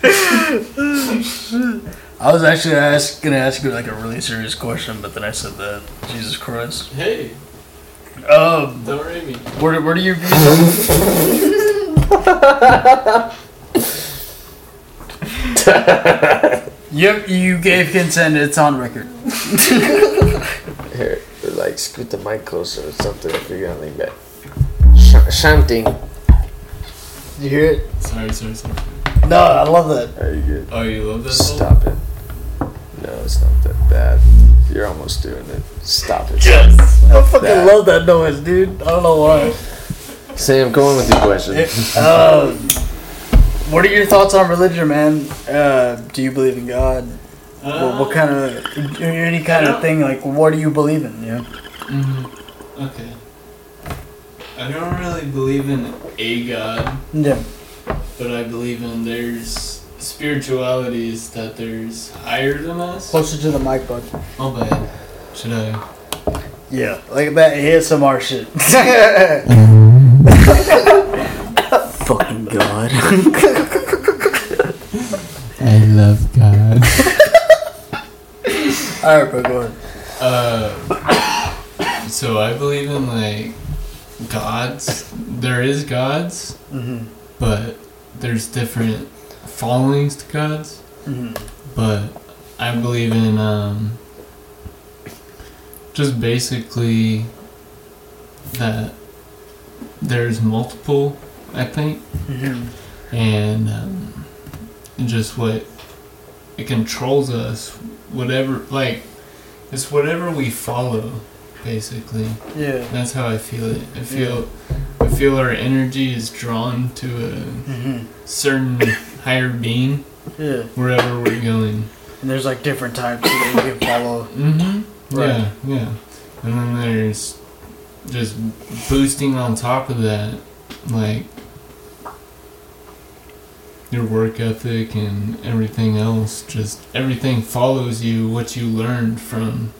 Speaker 2: I was actually ask, gonna ask you like a really serious question, but then I said that. Jesus Christ.
Speaker 1: Hey,
Speaker 2: Um,
Speaker 1: don't worry me.
Speaker 2: where, where do you view? yep, you gave consent. It's on record.
Speaker 3: Here, like scoot the mic closer or something if you're gonna lean back. Sh- something.
Speaker 2: Did you hear it?
Speaker 1: Sorry, sorry, sorry.
Speaker 2: No, I love that.
Speaker 3: Are you good?
Speaker 1: Oh, you love that song?
Speaker 3: Stop it. No, it's not that bad. You're almost doing it. Stop it.
Speaker 2: I fucking
Speaker 3: That.
Speaker 2: love that noise, dude. I don't know why.
Speaker 3: Sam, go on with your question.
Speaker 2: Uh, what are your thoughts on religion, man? Uh, do you believe in God? what,
Speaker 1: Ah.
Speaker 2: what kind of any kind of thing? Like, what do you believe in? Yeah.
Speaker 1: Mm-hmm. Okay. I don't really believe in a god,
Speaker 2: Yeah.
Speaker 1: but I believe in there's spiritualities that there's higher than us.
Speaker 2: Closer to the mic, bud.
Speaker 1: Oh, bad. Should I?
Speaker 2: Yeah, like that ASMR shit. Fucking God.
Speaker 1: I love God.
Speaker 2: All right, bro, go ahead.
Speaker 1: Uh, so I believe in like gods. There is gods,
Speaker 2: Mm-hmm,
Speaker 1: but there's different followings to gods.
Speaker 2: mm-hmm,
Speaker 1: But I believe in um, just basically that there's multiple. I think,
Speaker 2: mm-hmm.
Speaker 1: and um, just what it controls us, whatever like it's whatever we follow, basically.
Speaker 2: Yeah.
Speaker 1: That's how I feel it. I feel I feel our energy is drawn to a
Speaker 2: Mm-hmm.
Speaker 1: certain higher being
Speaker 2: Yeah.
Speaker 1: wherever we're going.
Speaker 2: And there's like different types that you can follow.
Speaker 1: Mm-hmm.
Speaker 2: Right.
Speaker 1: Yeah, yeah. And then there's just boosting on top of that, like your work ethic and everything else. Just everything follows you. What you learned from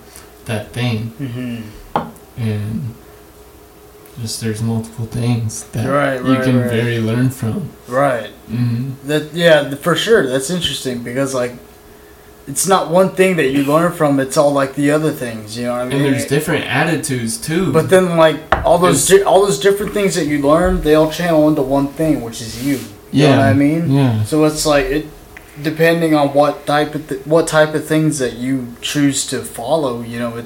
Speaker 1: that thing.
Speaker 2: Mm-hmm.
Speaker 1: and just there's multiple things that
Speaker 2: Right,
Speaker 1: you
Speaker 2: right,
Speaker 1: can
Speaker 2: right.
Speaker 1: very learn from.
Speaker 2: Right.
Speaker 1: Mm-hmm.
Speaker 2: That yeah, th- for sure. That's interesting because like, it's not one thing that you learn from. It's all like the other things. You know what I
Speaker 1: And
Speaker 2: mean?
Speaker 1: there's different attitudes too.
Speaker 2: but then like all those
Speaker 1: It's-
Speaker 2: di- all those different things that you learn, they all channel into one thing, which is you. You
Speaker 1: yeah,
Speaker 2: know what I mean?
Speaker 1: yeah,
Speaker 2: So it's like it depending on what type of th- what type of things that you choose to follow. You know, it,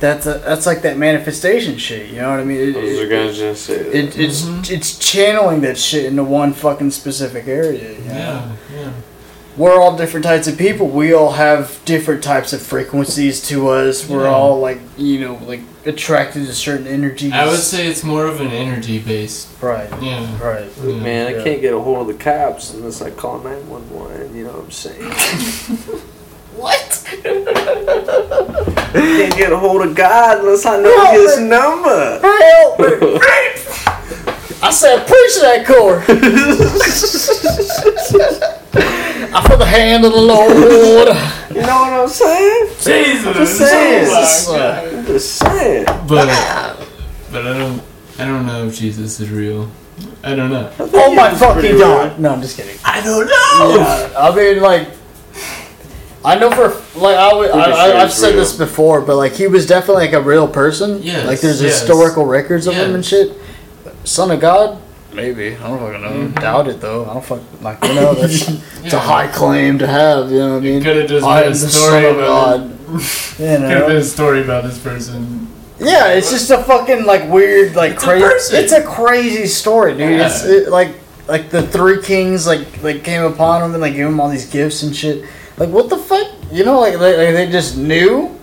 Speaker 2: that's a, that's like that manifestation shit. You know what I mean? It,
Speaker 3: I was
Speaker 2: it-
Speaker 3: gonna just say that.
Speaker 2: it, it's
Speaker 1: Mhm.
Speaker 2: it's channeling that shit into one fucking specific area. you know?
Speaker 1: yeah, yeah,
Speaker 2: We're all different types of people. We all have different types of frequencies to us. We're
Speaker 1: Yeah.
Speaker 2: all like you know like attracted to certain energies.
Speaker 1: I would say it's more of an energy based.
Speaker 2: right,
Speaker 1: Yeah,
Speaker 2: right.
Speaker 1: yeah.
Speaker 10: Man, I
Speaker 2: Yeah.
Speaker 10: can't get a hold of the cops unless I call 911. You know what I'm saying? what? can't get a hold of God unless I know his number.
Speaker 2: Help! I said, preach that core. I feel the hand of the Lord.
Speaker 10: You know what I'm saying?
Speaker 1: Jesus,
Speaker 10: Just saying.
Speaker 1: Jesus.
Speaker 10: I'm just saying.
Speaker 1: But but I don't I don't know if Jesus is real. I don't know.
Speaker 2: Oh my fucking god! No, I'm just kidding.
Speaker 10: I don't know.
Speaker 2: Yeah, I mean, like, I know for like I, would- I,
Speaker 3: Pretty
Speaker 2: I
Speaker 3: sure
Speaker 2: I've
Speaker 3: it's
Speaker 2: said
Speaker 3: real.
Speaker 2: this before, but like he was definitely like a real person.
Speaker 1: Yes,
Speaker 2: like there's
Speaker 1: yes.
Speaker 2: historical records of him and
Speaker 1: Yes.
Speaker 2: shit. Son of God, maybe I don't fucking know. Doubt it though. I don't fuck like you know that's it's a
Speaker 1: Yeah.
Speaker 2: high claim to have. You know what I mean?
Speaker 1: Could have just
Speaker 2: I
Speaker 1: been
Speaker 2: am
Speaker 1: a
Speaker 2: the
Speaker 1: story
Speaker 2: son of
Speaker 1: about.
Speaker 2: God. You
Speaker 1: Could have been
Speaker 2: know?
Speaker 1: a story about this person.
Speaker 2: Yeah, it's just a fucking like weird like
Speaker 1: It's a
Speaker 2: crazy.
Speaker 1: person.
Speaker 2: It's a crazy story, dude.
Speaker 1: Yeah.
Speaker 2: It's it, like like the three kings like like came upon him and like gave him all these gifts and shit. Like what the fuck? You know, like they, like, they just knew.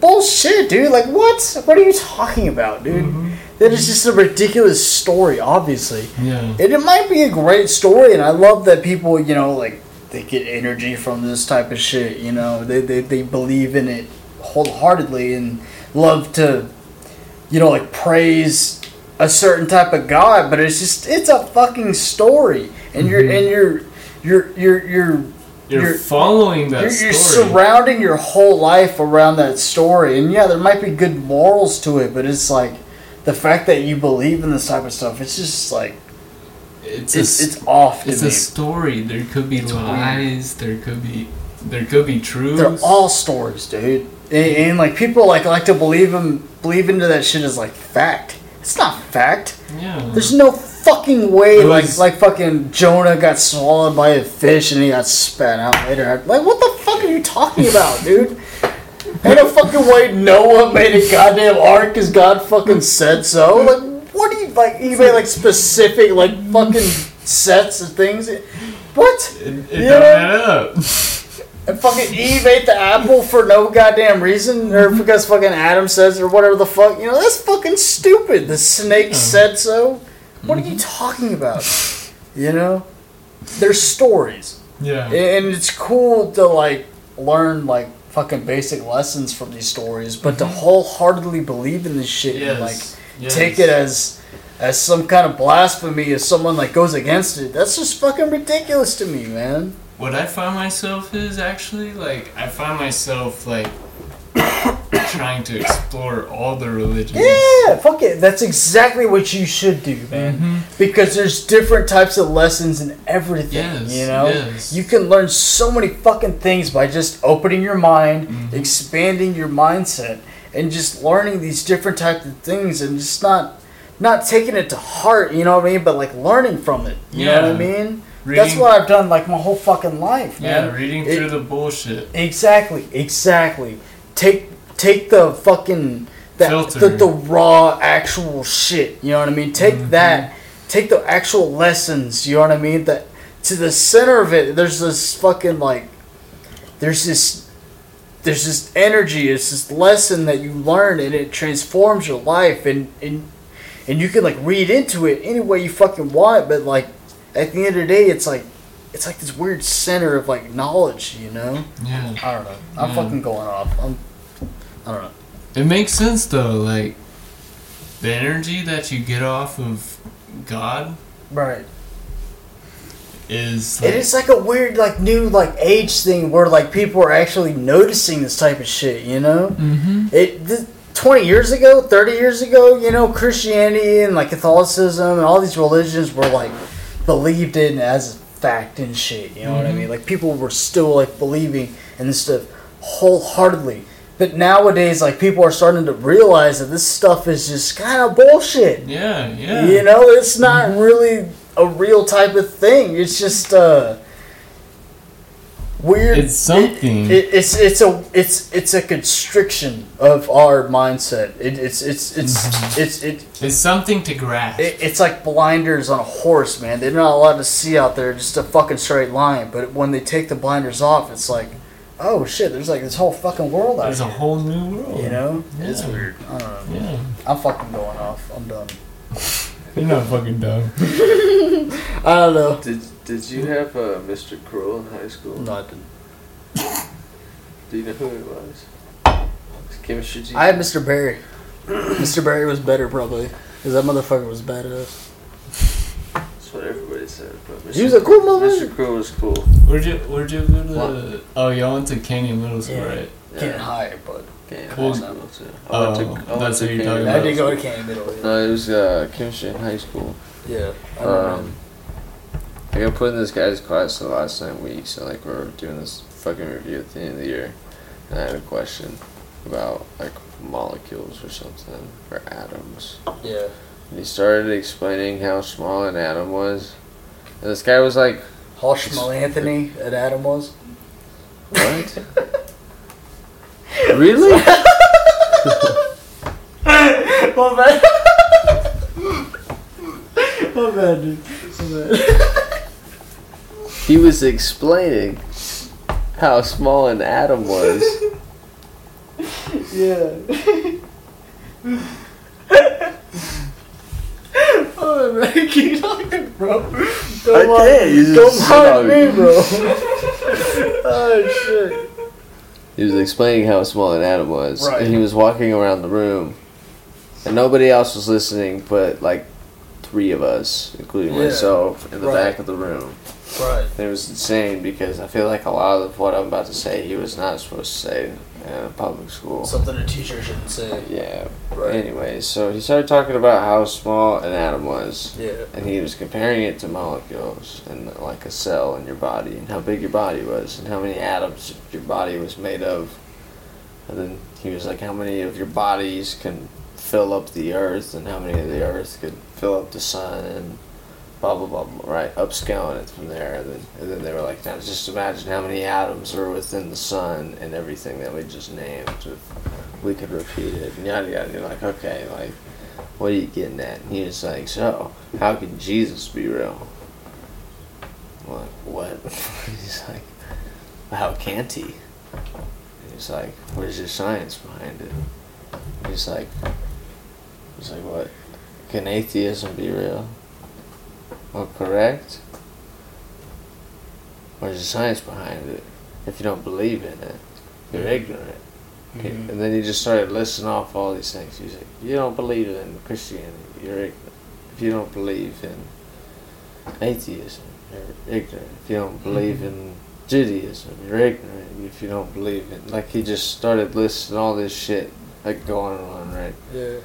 Speaker 2: Bullshit, dude. Like what? What are you talking about, dude?
Speaker 1: Mm-hmm.
Speaker 2: That is just a ridiculous story, obviously.
Speaker 1: Yeah,
Speaker 2: And it might be a great story, and I love that people, you know, like they get energy from this type of shit. You know, they they, they believe in it wholeheartedly and love to, you know, like praise a certain type of god. But it's just it's a fucking story, and you're
Speaker 1: Mm-hmm.
Speaker 2: and you're you're you're you're
Speaker 1: you're,
Speaker 2: You're-
Speaker 1: following that
Speaker 2: you're, you're
Speaker 1: story.
Speaker 2: surrounding your whole life around that story, and yeah, there might be good morals to it, but it's like the fact that you believe in this type of stuff. It's just like
Speaker 1: it's a
Speaker 2: it's, it's off to
Speaker 1: It's
Speaker 2: me.
Speaker 1: a story. There could be lies. There could be there could be truths.
Speaker 2: They're all stories, dude. And, and like people like like to believe them, believe into that shit as like fact. It's not fact.
Speaker 1: yeah.
Speaker 2: There's no fucking way
Speaker 1: It
Speaker 2: like
Speaker 1: was-
Speaker 2: like fucking Jonah got swallowed by a fish and he got spat out later. Like what the fuck are you talking about, dude? Ain't no fucking way Noah made a goddamn ark because God fucking said so. Like what do you like? He made like specific like fucking sets of things. What?
Speaker 1: It, it
Speaker 2: Yeah.
Speaker 1: don't add up.
Speaker 2: And fucking Eve ate the apple for no goddamn reason,
Speaker 1: Mm-hmm.
Speaker 2: or because fucking Adam says, or whatever the fuck. You know, that's fucking stupid. The snake said so. What are you
Speaker 1: Mm-hmm.
Speaker 2: talking about? You know? They're stories.
Speaker 1: Yeah.
Speaker 2: And it's cool to, like, learn, like, fucking basic lessons from these stories, but to wholeheartedly believe in this shit and, like,
Speaker 1: Mm-hmm. yes. yes.
Speaker 2: take it as as some kind of blasphemy if someone like goes against it that's just fucking ridiculous to me man
Speaker 1: what I find myself is actually like I find myself like trying to explore all the religions.
Speaker 2: Yeah, fuck it. That's exactly what you should do, man.
Speaker 1: Mm-hmm.
Speaker 2: Because there's different types of lessons in everything.
Speaker 1: Yes,
Speaker 2: you know,
Speaker 1: yes.
Speaker 2: you can learn so many fucking things by just opening your mind,
Speaker 1: Mm-hmm.
Speaker 2: expanding your mindset, and just learning these different types of things, and just not not taking it to heart. You know what I mean? But like learning from it. You know what I
Speaker 1: Yeah.
Speaker 2: mean?
Speaker 1: Reading,
Speaker 2: That's what I've done like my whole fucking life, man.
Speaker 1: yeah, reading
Speaker 2: It-
Speaker 1: through the bullshit.
Speaker 2: Exactly, exactly. Take take the fucking the,
Speaker 1: Filter.
Speaker 2: the, the raw actual shit. You know what I mean? Take that. Take the actual lessons. You know what I mean? That to the center of it. There's this fucking like. There's this. There's this energy. It's this lesson that you learn, and it transforms your life, and and and you can like read into it any way you fucking want. But like at the end of the day, it's like it's like this weird center of like knowledge. You know.
Speaker 1: Yeah.
Speaker 2: I don't know. I'm
Speaker 1: Yeah.
Speaker 2: fucking going off. I'm, I don't know.
Speaker 1: It makes sense though, like the energy that you get off of God
Speaker 2: Right.
Speaker 1: is like,
Speaker 2: It is like a weird, like new, like age thing where like people are actually noticing this type of shit. You know,
Speaker 1: Mm-hmm.
Speaker 2: it. Th- Twenty years ago, thirty years ago, you know, Christianity and like Catholicism and all these religions were like believed in as fact and shit. You know what I mean? Like people were still like believing in this stuff wholeheartedly. But nowadays, like people are starting to realize that this stuff is just kind of bullshit.
Speaker 1: Yeah, yeah.
Speaker 2: You know, it's not really a real type of thing. It's just uh weird.
Speaker 1: It's something.
Speaker 2: It, it, it's it's a it's it's a constriction of our mindset. It, it's it's it's
Speaker 1: Mm-hmm.
Speaker 2: it's it,
Speaker 1: It's something to grasp.
Speaker 2: it it's like blinders on a horse, man. They're not allowed to see out there just a fucking straight line. But when they take the blinders off, it's like, oh shit, there's like this whole fucking world out
Speaker 1: There's a
Speaker 2: here.
Speaker 1: whole new world.
Speaker 2: you know, it's
Speaker 1: Yeah.
Speaker 2: weird. I don't know.
Speaker 1: Yeah.
Speaker 2: I'm fucking going off. I'm done.
Speaker 1: You're not fucking dumb.
Speaker 2: I don't know.
Speaker 3: Did Did you have uh, Mr. Cruel in high school?
Speaker 2: No, I didn't.
Speaker 3: Do you know who it was? It's chemistry teacher.
Speaker 2: I had Mr. Barry. Mr. Barry was better probably, cause that motherfucker was badass.
Speaker 3: That's what everybody said. But Mr.
Speaker 2: He was a cool
Speaker 3: Mr.
Speaker 2: motherfucker.
Speaker 3: Cruel was cool.
Speaker 1: Where'd you Where'd you go to?
Speaker 3: What?
Speaker 1: Oh, y'all went to Canyon Middle School,
Speaker 2: Yeah.
Speaker 1: right?
Speaker 2: Getting high, but
Speaker 3: Yeah,
Speaker 1: Cool.
Speaker 3: I was able to- I went
Speaker 1: Oh,
Speaker 3: to- I went
Speaker 1: that's
Speaker 3: to
Speaker 1: what you're talking
Speaker 3: Canyon
Speaker 1: about.
Speaker 2: I
Speaker 1: I
Speaker 2: did
Speaker 1: did
Speaker 2: go to Canyon Middle. Yeah,
Speaker 3: No, it was uh, chemistry in high school.
Speaker 2: yeah. I
Speaker 3: Um, I got put in this guy's class the last nine weeks, so like we are doing this fucking review at the end of the year, and I had a question about like molecules or something or atoms.
Speaker 2: yeah.
Speaker 3: And he started explaining how small an atom was, and this guy was like,
Speaker 2: Hoshmal Anthony at Adam was.
Speaker 3: "What? really?"
Speaker 2: My bad. My bad, dude.
Speaker 3: He was explaining how small an atom was.
Speaker 2: Yeah. oh, man, keep talking, bro. Don't
Speaker 3: I did, you
Speaker 2: Don't
Speaker 3: just
Speaker 2: mind
Speaker 3: said-
Speaker 2: me, bro. oh, shit.
Speaker 3: He was explaining how small an atom was,
Speaker 2: Right.
Speaker 3: and he was walking around the room, and nobody else was listening but like three of us, including
Speaker 2: Yeah.
Speaker 3: myself, in the
Speaker 2: Right.
Speaker 3: back of the room.
Speaker 2: Right.
Speaker 3: And it was insane because I feel like a lot of what I'm about to say he was not supposed to say in a public school.
Speaker 2: Something a teacher shouldn't say.
Speaker 3: yeah.
Speaker 2: Right.
Speaker 3: Anyway, so he started talking about how small an atom was,
Speaker 2: Yeah.
Speaker 3: and he was comparing it to molecules and like a cell in your body and how big your body was and how many atoms your body was made of and then he was like how many of your bodies can fill up the earth and how many of the earth could fill up the sun and blah blah blah, blah right upscaling it from there and then, and then they were like now just imagine how many atoms are within the sun and everything that we just named if we could repeat it and yada yada you're like okay like what are you getting at? And he was like, so, how can Jesus be real? I'm like, what? He's like, how can't he? And He's like, where's your science behind it? And He's like, he's like, what? Can atheism be real? Or correct? Where's the science behind it? If you don't believe in it, you're ignorant. And then he just started listing off all these things. He's like, you don't believe in Christianity, you're ignorant. If you don't believe in atheism, you're ignorant. If you don't believe in Judaism, you're ignorant. If you don't believe in, like, he just started listing all this shit I could go on and on, right?
Speaker 2: Yeah.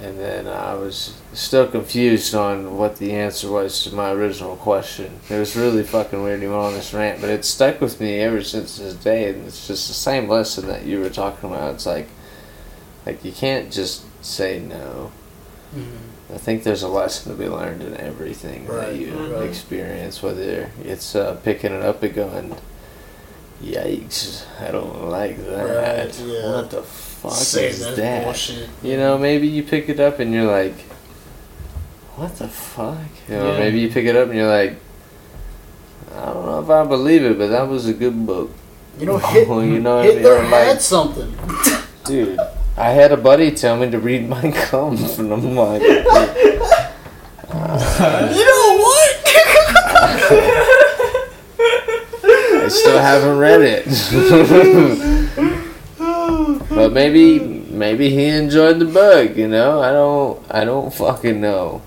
Speaker 3: And then I was still confused on what the answer was to my original question. It was really fucking weird. You went on this rant, but it stuck with me ever since this day. And it's just the same lesson that you were talking about. It's like, like you can't just say no.
Speaker 2: Mm-hmm.
Speaker 3: I think there's a lesson to be learned in everything
Speaker 2: Right, Mm-hmm.
Speaker 3: that you
Speaker 2: right.
Speaker 3: experience, whether it's uh, picking it up and going, "Yikes, I don't like that."
Speaker 2: Right, yeah.
Speaker 3: What the fuck
Speaker 2: Say
Speaker 3: is
Speaker 2: that
Speaker 3: that?
Speaker 2: bullshit.
Speaker 3: You know, maybe you pick it up and you're like, what the fuck? You know,
Speaker 1: Yeah.
Speaker 3: maybe you pick it up and you're like, I don't know if I believe it, but that was a good book.
Speaker 2: You know, Hit-
Speaker 3: you know what I mean?
Speaker 2: Hitler
Speaker 3: Or
Speaker 2: had
Speaker 3: like,
Speaker 2: something.
Speaker 3: dude, I had a buddy tell me to read my Kampf, and I'm like,
Speaker 2: You know what?
Speaker 3: I still haven't read it. but maybe, maybe he enjoyed the book. You know, I don't, I don't fucking know.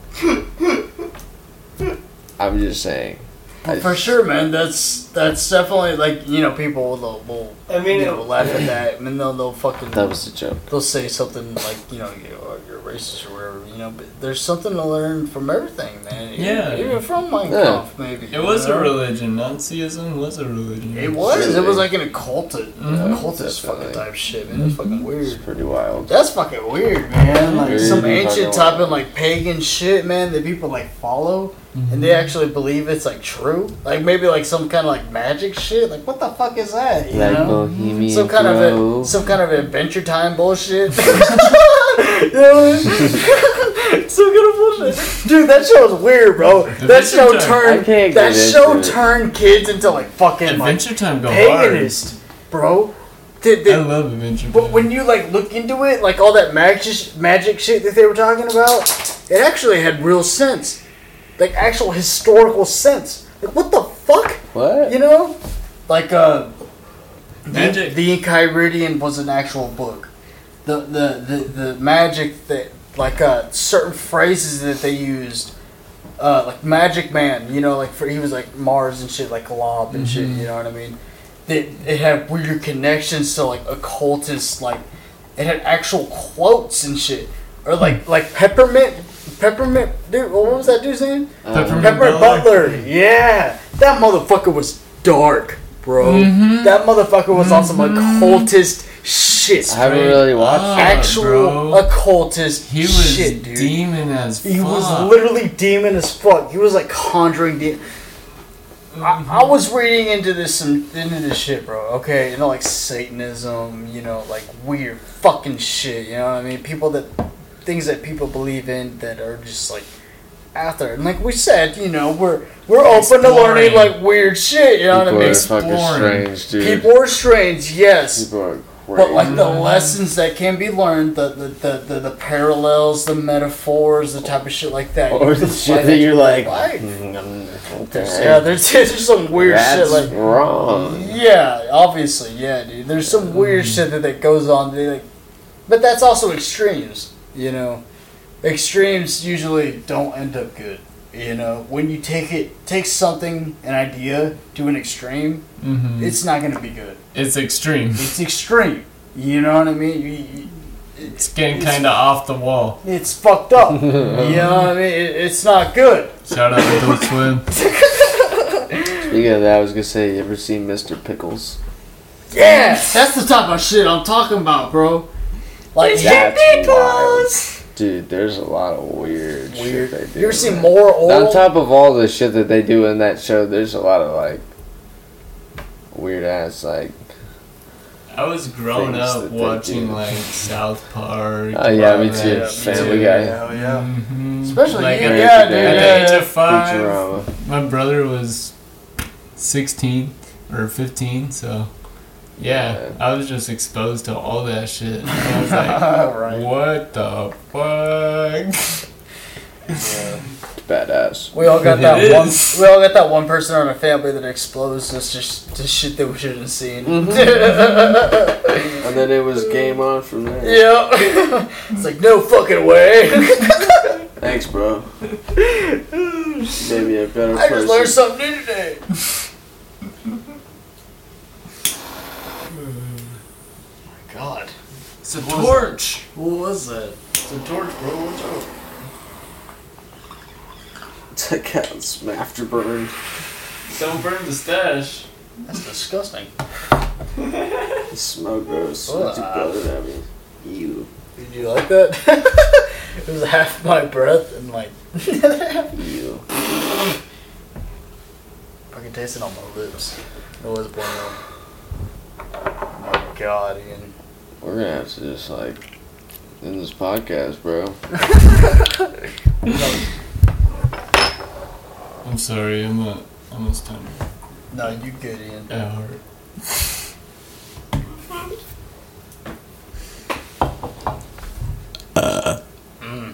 Speaker 3: I'm just saying. I-
Speaker 2: For sure, man. That's that's definitely like you know people will will
Speaker 11: I mean,
Speaker 2: you know, laugh at that and then they'll they'll fucking
Speaker 3: That was the joke.
Speaker 2: they'll say something like you know you- oh, you're racist or whatever you know. But there's something to learn from everything, man. Even-
Speaker 1: Yeah.
Speaker 2: even from Mein
Speaker 3: Yeah.
Speaker 2: Kampf, maybe.
Speaker 1: It was
Speaker 2: you
Speaker 1: a
Speaker 2: know?
Speaker 1: religion. Nazism was a religion.
Speaker 2: It was. It
Speaker 3: Really?
Speaker 2: was like an occult,
Speaker 1: Mhm.
Speaker 2: occultist fucking
Speaker 3: Definitely.
Speaker 2: type shit, man.
Speaker 1: Mm-hmm.
Speaker 2: It's fucking
Speaker 3: It's
Speaker 2: weird.
Speaker 3: pretty wild.
Speaker 2: That's fucking weird, man. Like
Speaker 3: Really
Speaker 2: some
Speaker 3: fucking
Speaker 2: ancient
Speaker 3: wild.
Speaker 2: type of like pagan shit, man, that people like follow and
Speaker 1: Mm-hmm.
Speaker 2: they actually believe it's like true. Like maybe like some kind of like magic shit. Like what the fuck is that? You
Speaker 3: Like
Speaker 2: know?
Speaker 3: Bohemian
Speaker 2: Some kind of a,
Speaker 3: Grove.
Speaker 2: some kind of adventure time bullshit. you know what I mean? some kind of bullshit. Dude, that show was weird, bro. That
Speaker 1: Adventure
Speaker 2: show
Speaker 1: Time.
Speaker 3: I
Speaker 2: turned
Speaker 3: can't
Speaker 2: that
Speaker 3: get into
Speaker 2: show
Speaker 3: it.
Speaker 2: turned kids into like fucking like
Speaker 1: Adventure Time go hard.
Speaker 2: paganist, bro. Did,
Speaker 1: I
Speaker 2: did,
Speaker 1: love Adventure Time.
Speaker 2: but when you like look into it, like all that magic magic shit that they were talking about, it actually had real sense, like actual historical sense. Like what the fuck,
Speaker 3: What?
Speaker 2: you know? Like uh, the,
Speaker 1: Magic.
Speaker 2: the Kyridian was an actual book. The the the, the magic that like uh, certain phrases that they used. Uh, like Magic Man, you know, like for he was like Mars and shit, like Glob and shit. You know what I mean? They it had weird connections to like occultists, like it had actual quotes and shit, or like like peppermint, peppermint dude. What was that dude's name?
Speaker 3: Uh,
Speaker 1: Peppermint
Speaker 2: Pepper
Speaker 1: Butler.
Speaker 2: Butler. Yeah, that motherfucker was dark, bro.
Speaker 1: Mm-hmm.
Speaker 2: That motherfucker was on some occultist shit.
Speaker 3: I haven't really watched.
Speaker 1: Ah,
Speaker 2: Actual
Speaker 1: bro.
Speaker 2: occultist
Speaker 1: He was
Speaker 2: shit, dude.
Speaker 1: demon as fuck.
Speaker 2: he was literally demon as fuck. He was like conjuring demon.
Speaker 3: Mm-hmm.
Speaker 2: I, I was reading into this some into this shit, bro. Okay, you know, like Satanism, you know, like weird fucking shit. You know what I mean? People that things that people believe in that are just like out there. And like we said, you know, we're we're open to learning
Speaker 1: Exploring.
Speaker 2: like weird shit. You know what I
Speaker 3: People
Speaker 2: mean?
Speaker 3: are fucking
Speaker 1: Exploring.
Speaker 3: strange, dude.
Speaker 2: People are strange, yes,
Speaker 3: People are crazy.
Speaker 2: but like the lessons that can be learned, the the, the, the, the parallels, the metaphors, the type of shit like that.
Speaker 3: or the shit that you're like.
Speaker 2: Life.
Speaker 3: mm,
Speaker 2: Yeah,
Speaker 3: Okay.
Speaker 2: there's, there's some weird
Speaker 3: That's
Speaker 2: shit like
Speaker 3: wrong.
Speaker 2: yeah, obviously, yeah, dude. There's some weird shit that, that goes on. They like, but that's also extremes, you know. Extremes usually don't end up good, you know. When you take it, take something, an idea to an extreme,
Speaker 1: Mhm.
Speaker 2: it's not gonna be good.
Speaker 1: It's extreme.
Speaker 2: It's extreme. You know what I mean? You, you,
Speaker 1: It's getting kind of off the wall.
Speaker 2: it's fucked up. you know what I mean? It, it's not good.
Speaker 1: Shout out to Adult Swim.
Speaker 3: Speaking of that, I was gonna say, you ever seen Mr. Pickles?
Speaker 2: Yeah, that's the type of shit I'm talking about, bro. Like yeah,
Speaker 3: Pickles. Dude, there's a lot of weird,
Speaker 2: weird.
Speaker 3: shit they do.
Speaker 2: You ever seen
Speaker 3: man.
Speaker 2: more old?
Speaker 3: On top of all the shit that they do in that show, there's a lot of like weird ass like.
Speaker 1: I was grown
Speaker 3: Things
Speaker 1: up
Speaker 3: that they
Speaker 1: watching
Speaker 3: do.
Speaker 1: like South Park.
Speaker 3: Oh yeah, me
Speaker 1: Bob
Speaker 3: too.
Speaker 1: Ross.
Speaker 3: Family Guy.
Speaker 2: Hell yeah.
Speaker 1: Mhm.
Speaker 2: Especially
Speaker 1: like
Speaker 2: you-
Speaker 1: at,
Speaker 2: yeah, dude,
Speaker 1: at
Speaker 2: yeah,
Speaker 1: the
Speaker 2: yeah.
Speaker 1: age of five,
Speaker 3: Futurama.
Speaker 1: my brother was sixteen or fifteen, so yeah, I was just exposed to all that shit. I was like,
Speaker 2: right.
Speaker 1: what the fuck?
Speaker 3: Badass.
Speaker 2: We all got
Speaker 1: It
Speaker 2: that one.
Speaker 1: is.
Speaker 2: We all got that one person on our family that exposed us to, sh- to shit that we shouldn't have seen.
Speaker 3: And then it was game on from there.
Speaker 2: yeah, it's like no fucking way.
Speaker 3: Thanks, bro. Maybe a better
Speaker 2: I just learned
Speaker 3: person.
Speaker 2: something new today. oh my god.
Speaker 1: It's a torch.
Speaker 2: What was that? It's a torch, bro. What's up?
Speaker 3: Took out some afterburn.
Speaker 1: Don't burn the stash.
Speaker 2: That's disgusting.
Speaker 3: The smoke goes. Looked together at me. You.
Speaker 2: Did you like that? it was half my breath and like
Speaker 3: You.
Speaker 2: I can taste it on my lips. It was blown up. Oh my god, Ian.
Speaker 3: We're gonna have to just like end this podcast, bro.
Speaker 1: I'm sorry. I'm not. I'm almost done.
Speaker 2: No, you good, Ian.
Speaker 1: At heart. I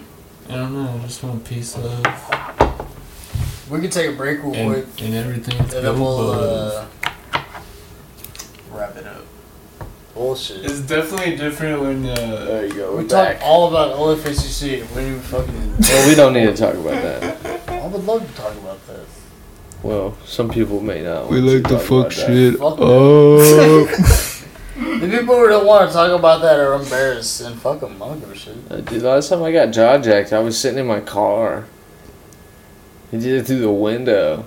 Speaker 1: don't know. I just want peace, love,
Speaker 2: We can take a break real
Speaker 1: and,
Speaker 2: quick,
Speaker 1: and everything.
Speaker 2: and then we'll uh, wrap it up. Bullshit.
Speaker 1: it's definitely different when uh,
Speaker 3: There you go. We're
Speaker 2: We
Speaker 3: back.
Speaker 2: talked all about LFSUC. We didn't even fucking.
Speaker 3: well, we don't need to talk about that.
Speaker 2: I would love to talk about that.
Speaker 3: Well, some people may not.
Speaker 1: we
Speaker 3: want
Speaker 1: like to
Speaker 3: talk
Speaker 1: fuck
Speaker 3: about that.
Speaker 1: shit
Speaker 2: Fuck
Speaker 1: up.
Speaker 2: The people who don't want to talk about that are embarrassed, and fuck them. I don't give a shit.
Speaker 3: Uh, dude, last time I got jaw jacked, I was sitting in my car. He did it through the window.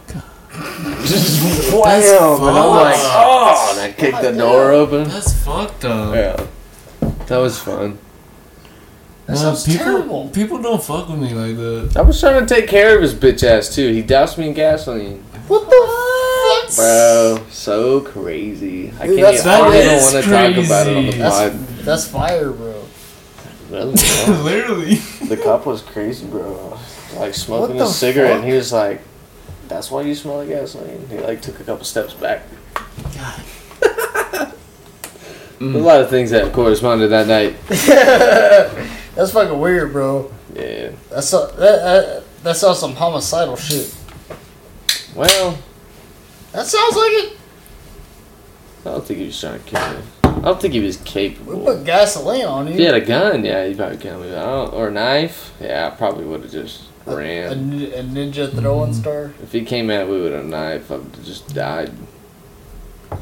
Speaker 3: Just wham! And I'm like, oh! And I kicked the door open.
Speaker 1: That's fucked up.
Speaker 3: Yeah. That was fun.
Speaker 2: That
Speaker 1: Nah,
Speaker 2: sounds
Speaker 1: people,
Speaker 2: terrible.
Speaker 1: People don't fuck with me like that.
Speaker 3: I was trying to take care of his bitch ass, too. He doused me in gasoline.
Speaker 2: What the fuck?
Speaker 3: Bro, so crazy. I can't
Speaker 2: Dude,
Speaker 3: even,
Speaker 2: that's-
Speaker 3: I don't
Speaker 2: that
Speaker 3: even
Speaker 1: is
Speaker 3: want to talk about it on the
Speaker 1: crazy.
Speaker 3: pod.
Speaker 2: That's, that's fire, bro.
Speaker 3: That was fun.
Speaker 1: Literally.
Speaker 3: The cop was crazy, bro. Like smoking
Speaker 2: What
Speaker 3: a
Speaker 2: the
Speaker 3: cigarette, and
Speaker 2: fuck?
Speaker 3: he was like, "That's why you smell like gasoline." He like took a couple steps back. a lot of things that corresponded that night.
Speaker 2: That's fucking weird, bro.
Speaker 3: Yeah.
Speaker 2: That's a, that, that, that sounds some homicidal shit.
Speaker 3: Well,
Speaker 2: That sounds like it.
Speaker 3: I don't think he was trying to kill me. I don't think he was
Speaker 2: We
Speaker 3: capable.
Speaker 2: put gasoline on
Speaker 3: If he
Speaker 2: you.
Speaker 3: had a gun, yeah, he probably killed me. I don't, or a knife, yeah, I probably would have just
Speaker 2: A,
Speaker 3: ran.
Speaker 2: nin- a ninja throwing star.
Speaker 3: If he came at me with a knife, I would have just died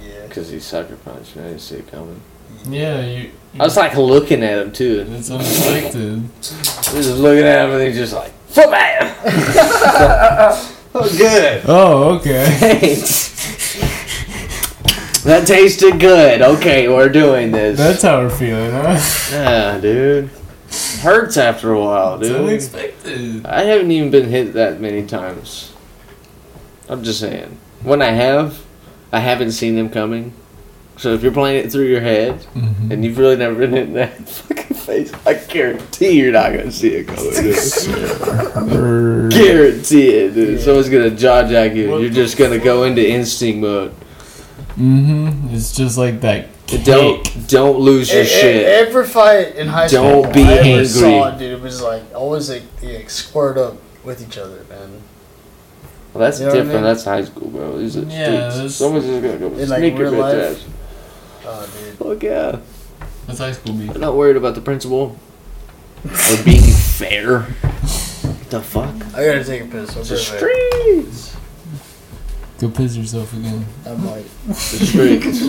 Speaker 2: Yeah.
Speaker 3: because he sucker punched me. I didn't see it coming.
Speaker 1: Yeah, you.
Speaker 3: I was like looking at him too.
Speaker 1: It's unexpected.
Speaker 3: He's just looking at him and he's just like, foot bam! oh, good.
Speaker 1: Oh, okay.
Speaker 3: Thanks. that tasted good. Okay, we're doing this.
Speaker 1: That's how we're feeling, huh?
Speaker 3: yeah, dude. Hurts after a while,
Speaker 1: It's
Speaker 3: dude.
Speaker 1: unexpected.
Speaker 3: I haven't even been hit that many times. I'm just saying. When I have, I haven't seen them coming. So if you're playing it through your head
Speaker 1: Mm-hmm.
Speaker 3: and you've really never been hit in that fucking face, I guarantee you're not gonna see it coming. dude. Guarantee it, dude. Someone's gonna jaw jack you. You're just gonna go into instinct mode.
Speaker 1: Mm-hmm. It's just like that. Cake.
Speaker 3: Don't don't lose your
Speaker 2: E- e-
Speaker 3: shit.
Speaker 2: every fight in high school,
Speaker 3: Don't be
Speaker 2: I ever
Speaker 3: angry.
Speaker 2: saw, dude, it was like always like, yeah, squirt up with each other, man.
Speaker 3: Well, that's
Speaker 2: You know what I
Speaker 3: different.
Speaker 2: mean?
Speaker 3: That's high school, bro. These are
Speaker 1: Yeah,
Speaker 3: dudes.
Speaker 1: that's-
Speaker 3: Someone's just gonna go
Speaker 2: In, like,
Speaker 3: sneak your
Speaker 2: real
Speaker 3: bitch
Speaker 2: life.
Speaker 3: ass.
Speaker 2: Oh, dude.
Speaker 3: Fuck yeah.
Speaker 1: That's high school beef.
Speaker 3: I'm not worried about the principal or being fair. The fuck?
Speaker 2: I gotta take a piss. I'm
Speaker 3: The
Speaker 2: right back.
Speaker 3: streets.
Speaker 1: Go piss yourself again.
Speaker 2: I'm like,
Speaker 3: The streets.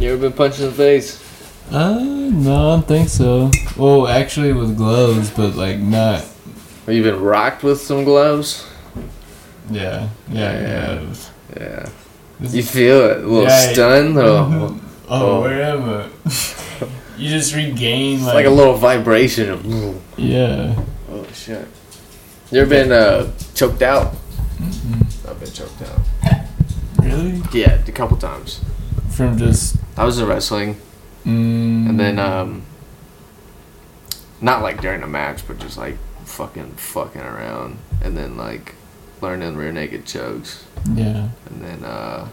Speaker 3: You ever been punched in the face?
Speaker 1: Uh, no, I don't think so. Well, actually with gloves, but like not.
Speaker 3: Or you been rocked with some gloves?
Speaker 1: Yeah, yeah,
Speaker 3: Yeah.
Speaker 1: yeah.
Speaker 3: Yeah.
Speaker 1: This-
Speaker 3: You feel it? A little
Speaker 1: Yeah.
Speaker 3: stun? Little-
Speaker 1: oh, oh,
Speaker 3: Oh.
Speaker 1: where am I? you just regain
Speaker 3: It's
Speaker 1: like,
Speaker 3: like a little vibration of.
Speaker 1: yeah.
Speaker 3: Oh shit! You ever been uh, choked out? I've been choked out.
Speaker 1: Really?
Speaker 3: Yeah, a couple times.
Speaker 1: From just.
Speaker 3: I was in wrestling,
Speaker 1: Mm,
Speaker 3: and then um, not like during a match, but just like fucking fucking around, and then like learning rear naked chokes,
Speaker 1: Yeah.
Speaker 3: and then uh,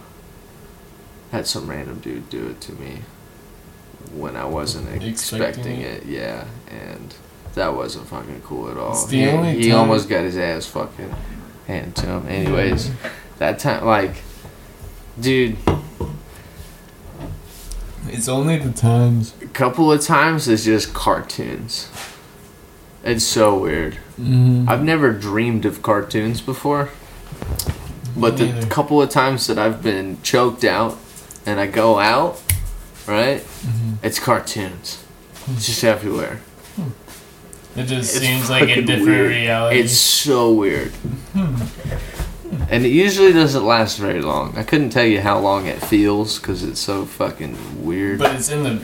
Speaker 3: had some random dude do it to me when I wasn't
Speaker 1: Expecting
Speaker 3: expecting it. Yeah, and that wasn't fucking cool at all.
Speaker 1: It's the
Speaker 3: he
Speaker 1: only
Speaker 3: he
Speaker 1: time-
Speaker 3: almost got his ass fucking handed to him. Anyways, that time, like, dude,
Speaker 1: It's only the times.
Speaker 3: a couple of times it's just cartoons. It's so weird.
Speaker 1: Mm,
Speaker 3: I've never dreamed of cartoons before. But
Speaker 1: Me
Speaker 3: the
Speaker 1: neither.
Speaker 3: couple of times that I've been choked out and I go out right?
Speaker 1: Mm-hmm.
Speaker 3: It's cartoons. It's just everywhere.
Speaker 1: It just
Speaker 3: It's
Speaker 1: seems like a
Speaker 3: fucking
Speaker 1: different
Speaker 3: weird.
Speaker 1: reality.
Speaker 3: It's so weird.
Speaker 1: Hmm.
Speaker 3: And it usually doesn't last very long. I couldn't tell you how long it feels because it's so fucking weird.
Speaker 1: but it's in the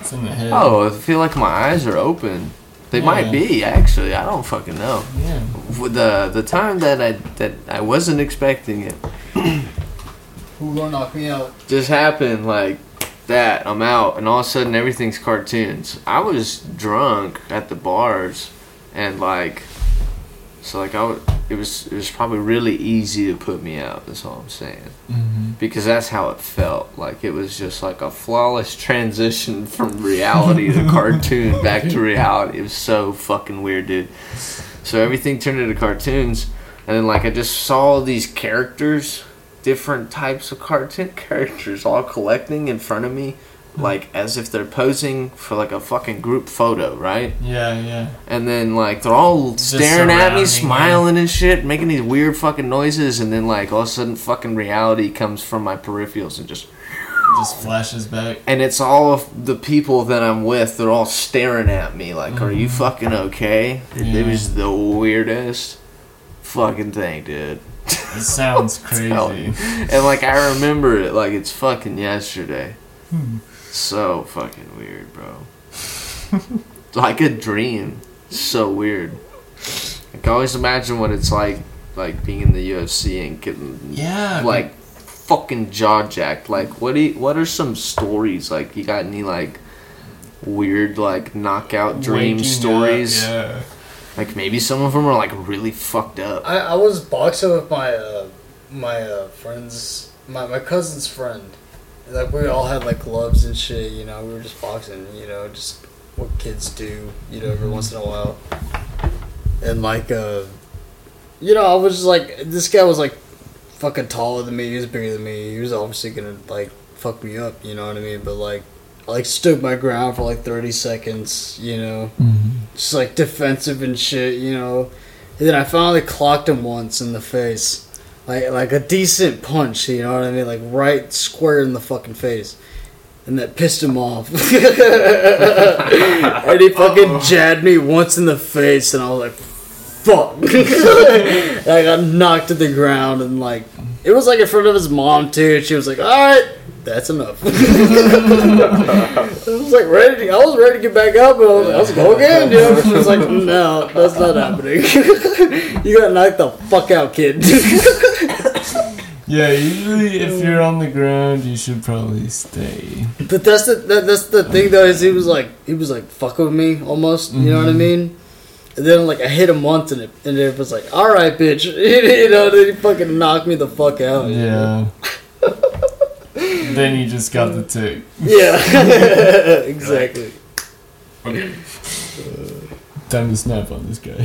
Speaker 1: it's in the head.
Speaker 3: Oh, I feel like my eyes are open. They
Speaker 1: Yeah.
Speaker 3: might be actually. I don't fucking know.
Speaker 1: Yeah.
Speaker 3: With The the time that I that I wasn't expecting it
Speaker 12: Who gonna knock me out?
Speaker 3: just happened like that. I'm out, and all of a sudden everything's cartoons. I was drunk at the bars, and like, so like I w- it was it was probably really easy to put me out. That's all I'm saying
Speaker 1: Mm-hmm.
Speaker 3: because that's how it felt. Like it was just like a flawless transition from reality to cartoon back to reality. It was so fucking weird, dude. So everything turned into cartoons, and then like I just saw these characters, different types of cartoon characters, all collecting in front of me, like as if they're posing for like a fucking group photo, right?
Speaker 1: Yeah, yeah.
Speaker 3: And then like they're all
Speaker 1: Just
Speaker 3: staring at
Speaker 1: surrounding
Speaker 3: me,
Speaker 1: you.
Speaker 3: smiling and shit, making these weird fucking noises, and then like all of a sudden fucking reality comes from my peripherals and just
Speaker 1: Just flashes back.
Speaker 3: and it's all of the people that I'm with, they're all staring at me like, Are you fucking okay?
Speaker 1: Mm-hmm. Yeah.
Speaker 3: It was the weirdest fucking thing, dude.
Speaker 1: It sounds crazy.
Speaker 3: telling and like I remember it like it's fucking yesterday.
Speaker 1: Hmm.
Speaker 3: So fucking weird, bro. like a dream. So weird. I can always imagine what it's like, like being in the UFC and getting
Speaker 1: Yeah.
Speaker 3: like fucking jaw jacked. Like what? Do you, what are some stories? Like you got any like weird like knockout dream
Speaker 1: waking
Speaker 3: stories?
Speaker 1: Up, yeah.
Speaker 3: Like maybe some of them are like really fucked up.
Speaker 2: I, I was boxing with my uh, my uh, friends, my, my cousin's friend. Like we all had like gloves and shit, you know. We were just boxing, you know, just what kids do, you know, every once in a while. And like, uh, you know, I was just like, this guy was like fucking taller than me. He was bigger than me. He was obviously gonna like fuck me up, you know what I mean? But like, I like stood my ground for like thirty seconds, you know, just like defensive and shit, you know. And then I finally clocked him once in the face. Like like a decent punch, you know what I mean? Like right square in the fucking face. And that pissed him off. and he fucking jabbed me once in the face and I was like, fuck. and I got knocked to the ground and like it was like in front of his mom too, and she was like, Alright, that's enough. I was like ready to, I was ready to get back up, but I was like, let's go again, dude. She was like, no, that's not happening. you got knocked the fuck out, kid.
Speaker 1: Yeah, usually if you're on the ground, you should probably stay.
Speaker 2: but that's the that, that's the thing though is he was like he was like fuck with me almost. You know what I mean? And then like I hit him once and it and it was like, all right, bitch. you know, then he fucking knocked me the fuck out. you know?
Speaker 1: Yeah. then you just got the tick.
Speaker 2: Yeah. exactly.
Speaker 1: Time to snap on this guy.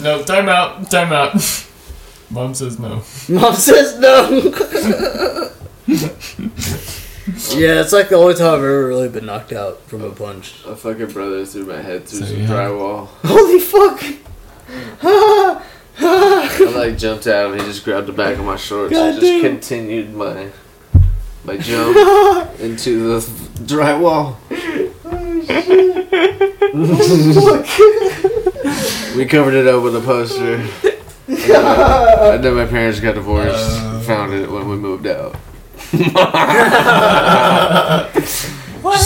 Speaker 1: no, time out. Time out. Mom says no.
Speaker 2: Mom says no. yeah, it's like the only time I've ever really been knocked out from a punch.
Speaker 3: A fucking brother threw my head through
Speaker 1: So,
Speaker 3: some
Speaker 1: yeah.
Speaker 3: drywall.
Speaker 2: Holy fuck!
Speaker 3: I like jumped at him. He just grabbed the back of my shorts and just continued my my jump into the drywall. we covered it up with a poster. And then my- And then my parents got divorced. Found it when we moved out.
Speaker 2: Just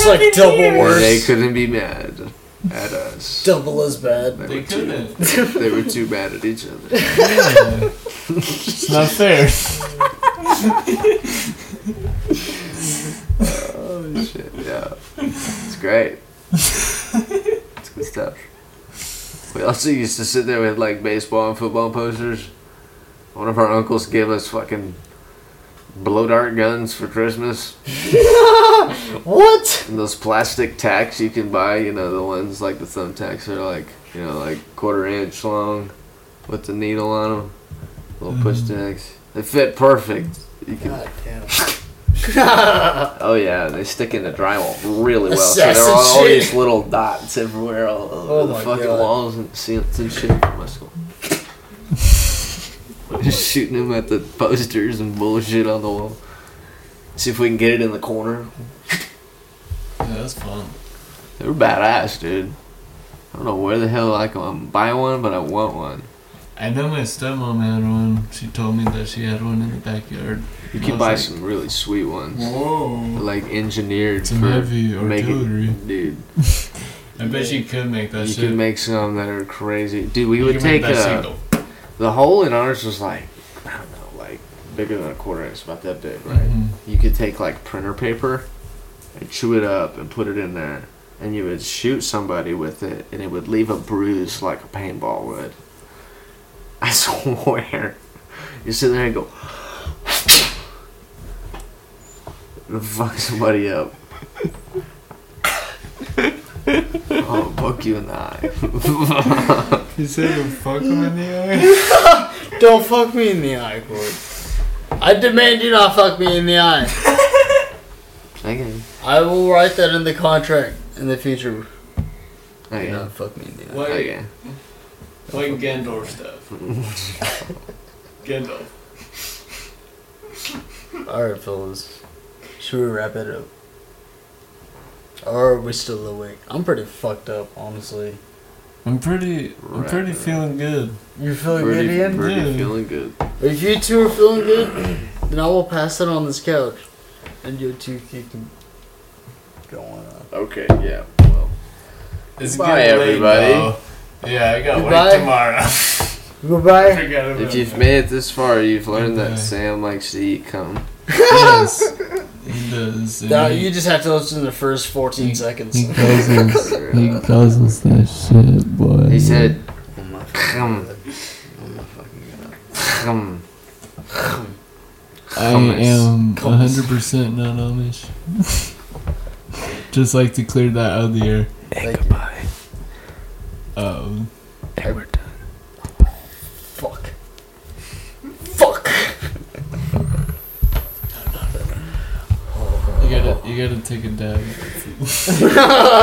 Speaker 2: like double
Speaker 3: They
Speaker 2: worse.
Speaker 3: couldn't be mad at us.
Speaker 2: Double as bad.
Speaker 3: They were, too, they were too mad at each other.
Speaker 1: It's not fair.
Speaker 3: Shit, yeah. It's great. it's good stuff. We also used to sit there with like baseball and football posters. One of our uncles gave us fucking blow dart guns for Christmas.
Speaker 2: What?
Speaker 3: And those plastic tacks you can buy, you know, the ones like the thumbtacks that are like, you know, like quarter inch long with the needle on them. Little push tacks. They fit perfect. You can
Speaker 2: God damn.
Speaker 3: Oh yeah, they stick in the drywall really well. so
Speaker 2: Assassin
Speaker 3: there are all
Speaker 2: shit.
Speaker 3: these little dots everywhere, all over
Speaker 2: Oh
Speaker 3: the
Speaker 2: my
Speaker 3: fucking
Speaker 2: God.
Speaker 3: walls and ceilings and shit from my school. Just shooting them at the posters and bullshit on the wall. See if we can get it in the corner.
Speaker 1: Yeah, that's fun.
Speaker 3: They're badass, dude. I don't know where the hell I can buy one, but I want one.
Speaker 1: I know my stepmom had one. She told me that she had one in the backyard.
Speaker 3: You
Speaker 1: I
Speaker 3: can
Speaker 1: was
Speaker 3: buy
Speaker 1: like,
Speaker 3: some really sweet ones,
Speaker 1: Whoa.
Speaker 3: like engineered
Speaker 1: Some
Speaker 3: for
Speaker 1: heavy
Speaker 3: making,
Speaker 1: artillery.
Speaker 3: dude.
Speaker 1: I bet you could make that
Speaker 3: you
Speaker 1: shit.
Speaker 3: can make some that are crazy, dude. We
Speaker 1: You
Speaker 3: would
Speaker 1: can make
Speaker 3: take
Speaker 1: that
Speaker 3: a.
Speaker 1: single.
Speaker 3: The hole in ours was like, I don't know, like bigger than a quarter inch, about that big, right?
Speaker 1: Mhm.
Speaker 3: You could take like printer paper and chew it up and put it in there, and you would shoot somebody with it, and it would leave a bruise like a paintball would. I swear. You sit there and go, and fuck somebody up. I'll poke you in the eye.
Speaker 1: You said you fuck him in the eye?
Speaker 2: Don't fuck me in the eye, Gord. I demand you not fuck me in the eye.
Speaker 3: okay.
Speaker 2: I will write that in the contract in the future.
Speaker 3: Okay.
Speaker 2: Do not fuck me in the eye.
Speaker 1: Like,
Speaker 3: Okay.
Speaker 1: like Gandalf stuff. Gandalf.
Speaker 2: All right, fellas. Should we wrap it up? Or are we still awake? I'm pretty fucked up, honestly.
Speaker 1: I'm pretty. I'm pretty
Speaker 3: Right.
Speaker 1: feeling good.
Speaker 2: You're feeling
Speaker 3: Birdie,
Speaker 2: good, Ian?
Speaker 3: Birdie
Speaker 1: Yeah.
Speaker 3: feeling good.
Speaker 2: If you two are feeling good, then I will pass it on this couch. And you two can go on up.
Speaker 3: Okay, yeah. Well,
Speaker 1: It's
Speaker 3: Goodbye,
Speaker 1: getting
Speaker 3: everybody.
Speaker 1: though. yeah, I got
Speaker 2: Goodbye.
Speaker 1: work tomorrow. I
Speaker 2: Goodbye.
Speaker 1: forgot about
Speaker 3: if you've
Speaker 1: that.
Speaker 3: made it this far, you've learned that
Speaker 1: Okay.
Speaker 3: Sam likes to eat cum.
Speaker 1: Yes. He does. and
Speaker 2: Now,
Speaker 1: he-
Speaker 2: you just have to listen to the first 14 seconds.
Speaker 1: calls us.
Speaker 3: he
Speaker 1: calls us that shit, boy.
Speaker 3: He said,
Speaker 2: Oh my Oh
Speaker 3: "Cum, cum."
Speaker 1: "I
Speaker 3: Hummus.
Speaker 1: am
Speaker 2: Hummus.
Speaker 1: 100 percent non-Amish." Just like to clear that out of the air.
Speaker 2: Thank you.
Speaker 13: Goodbye.
Speaker 1: Um,
Speaker 13: And we're done.
Speaker 2: Fuck. Fuck.
Speaker 1: you gotta, you gotta take a dive.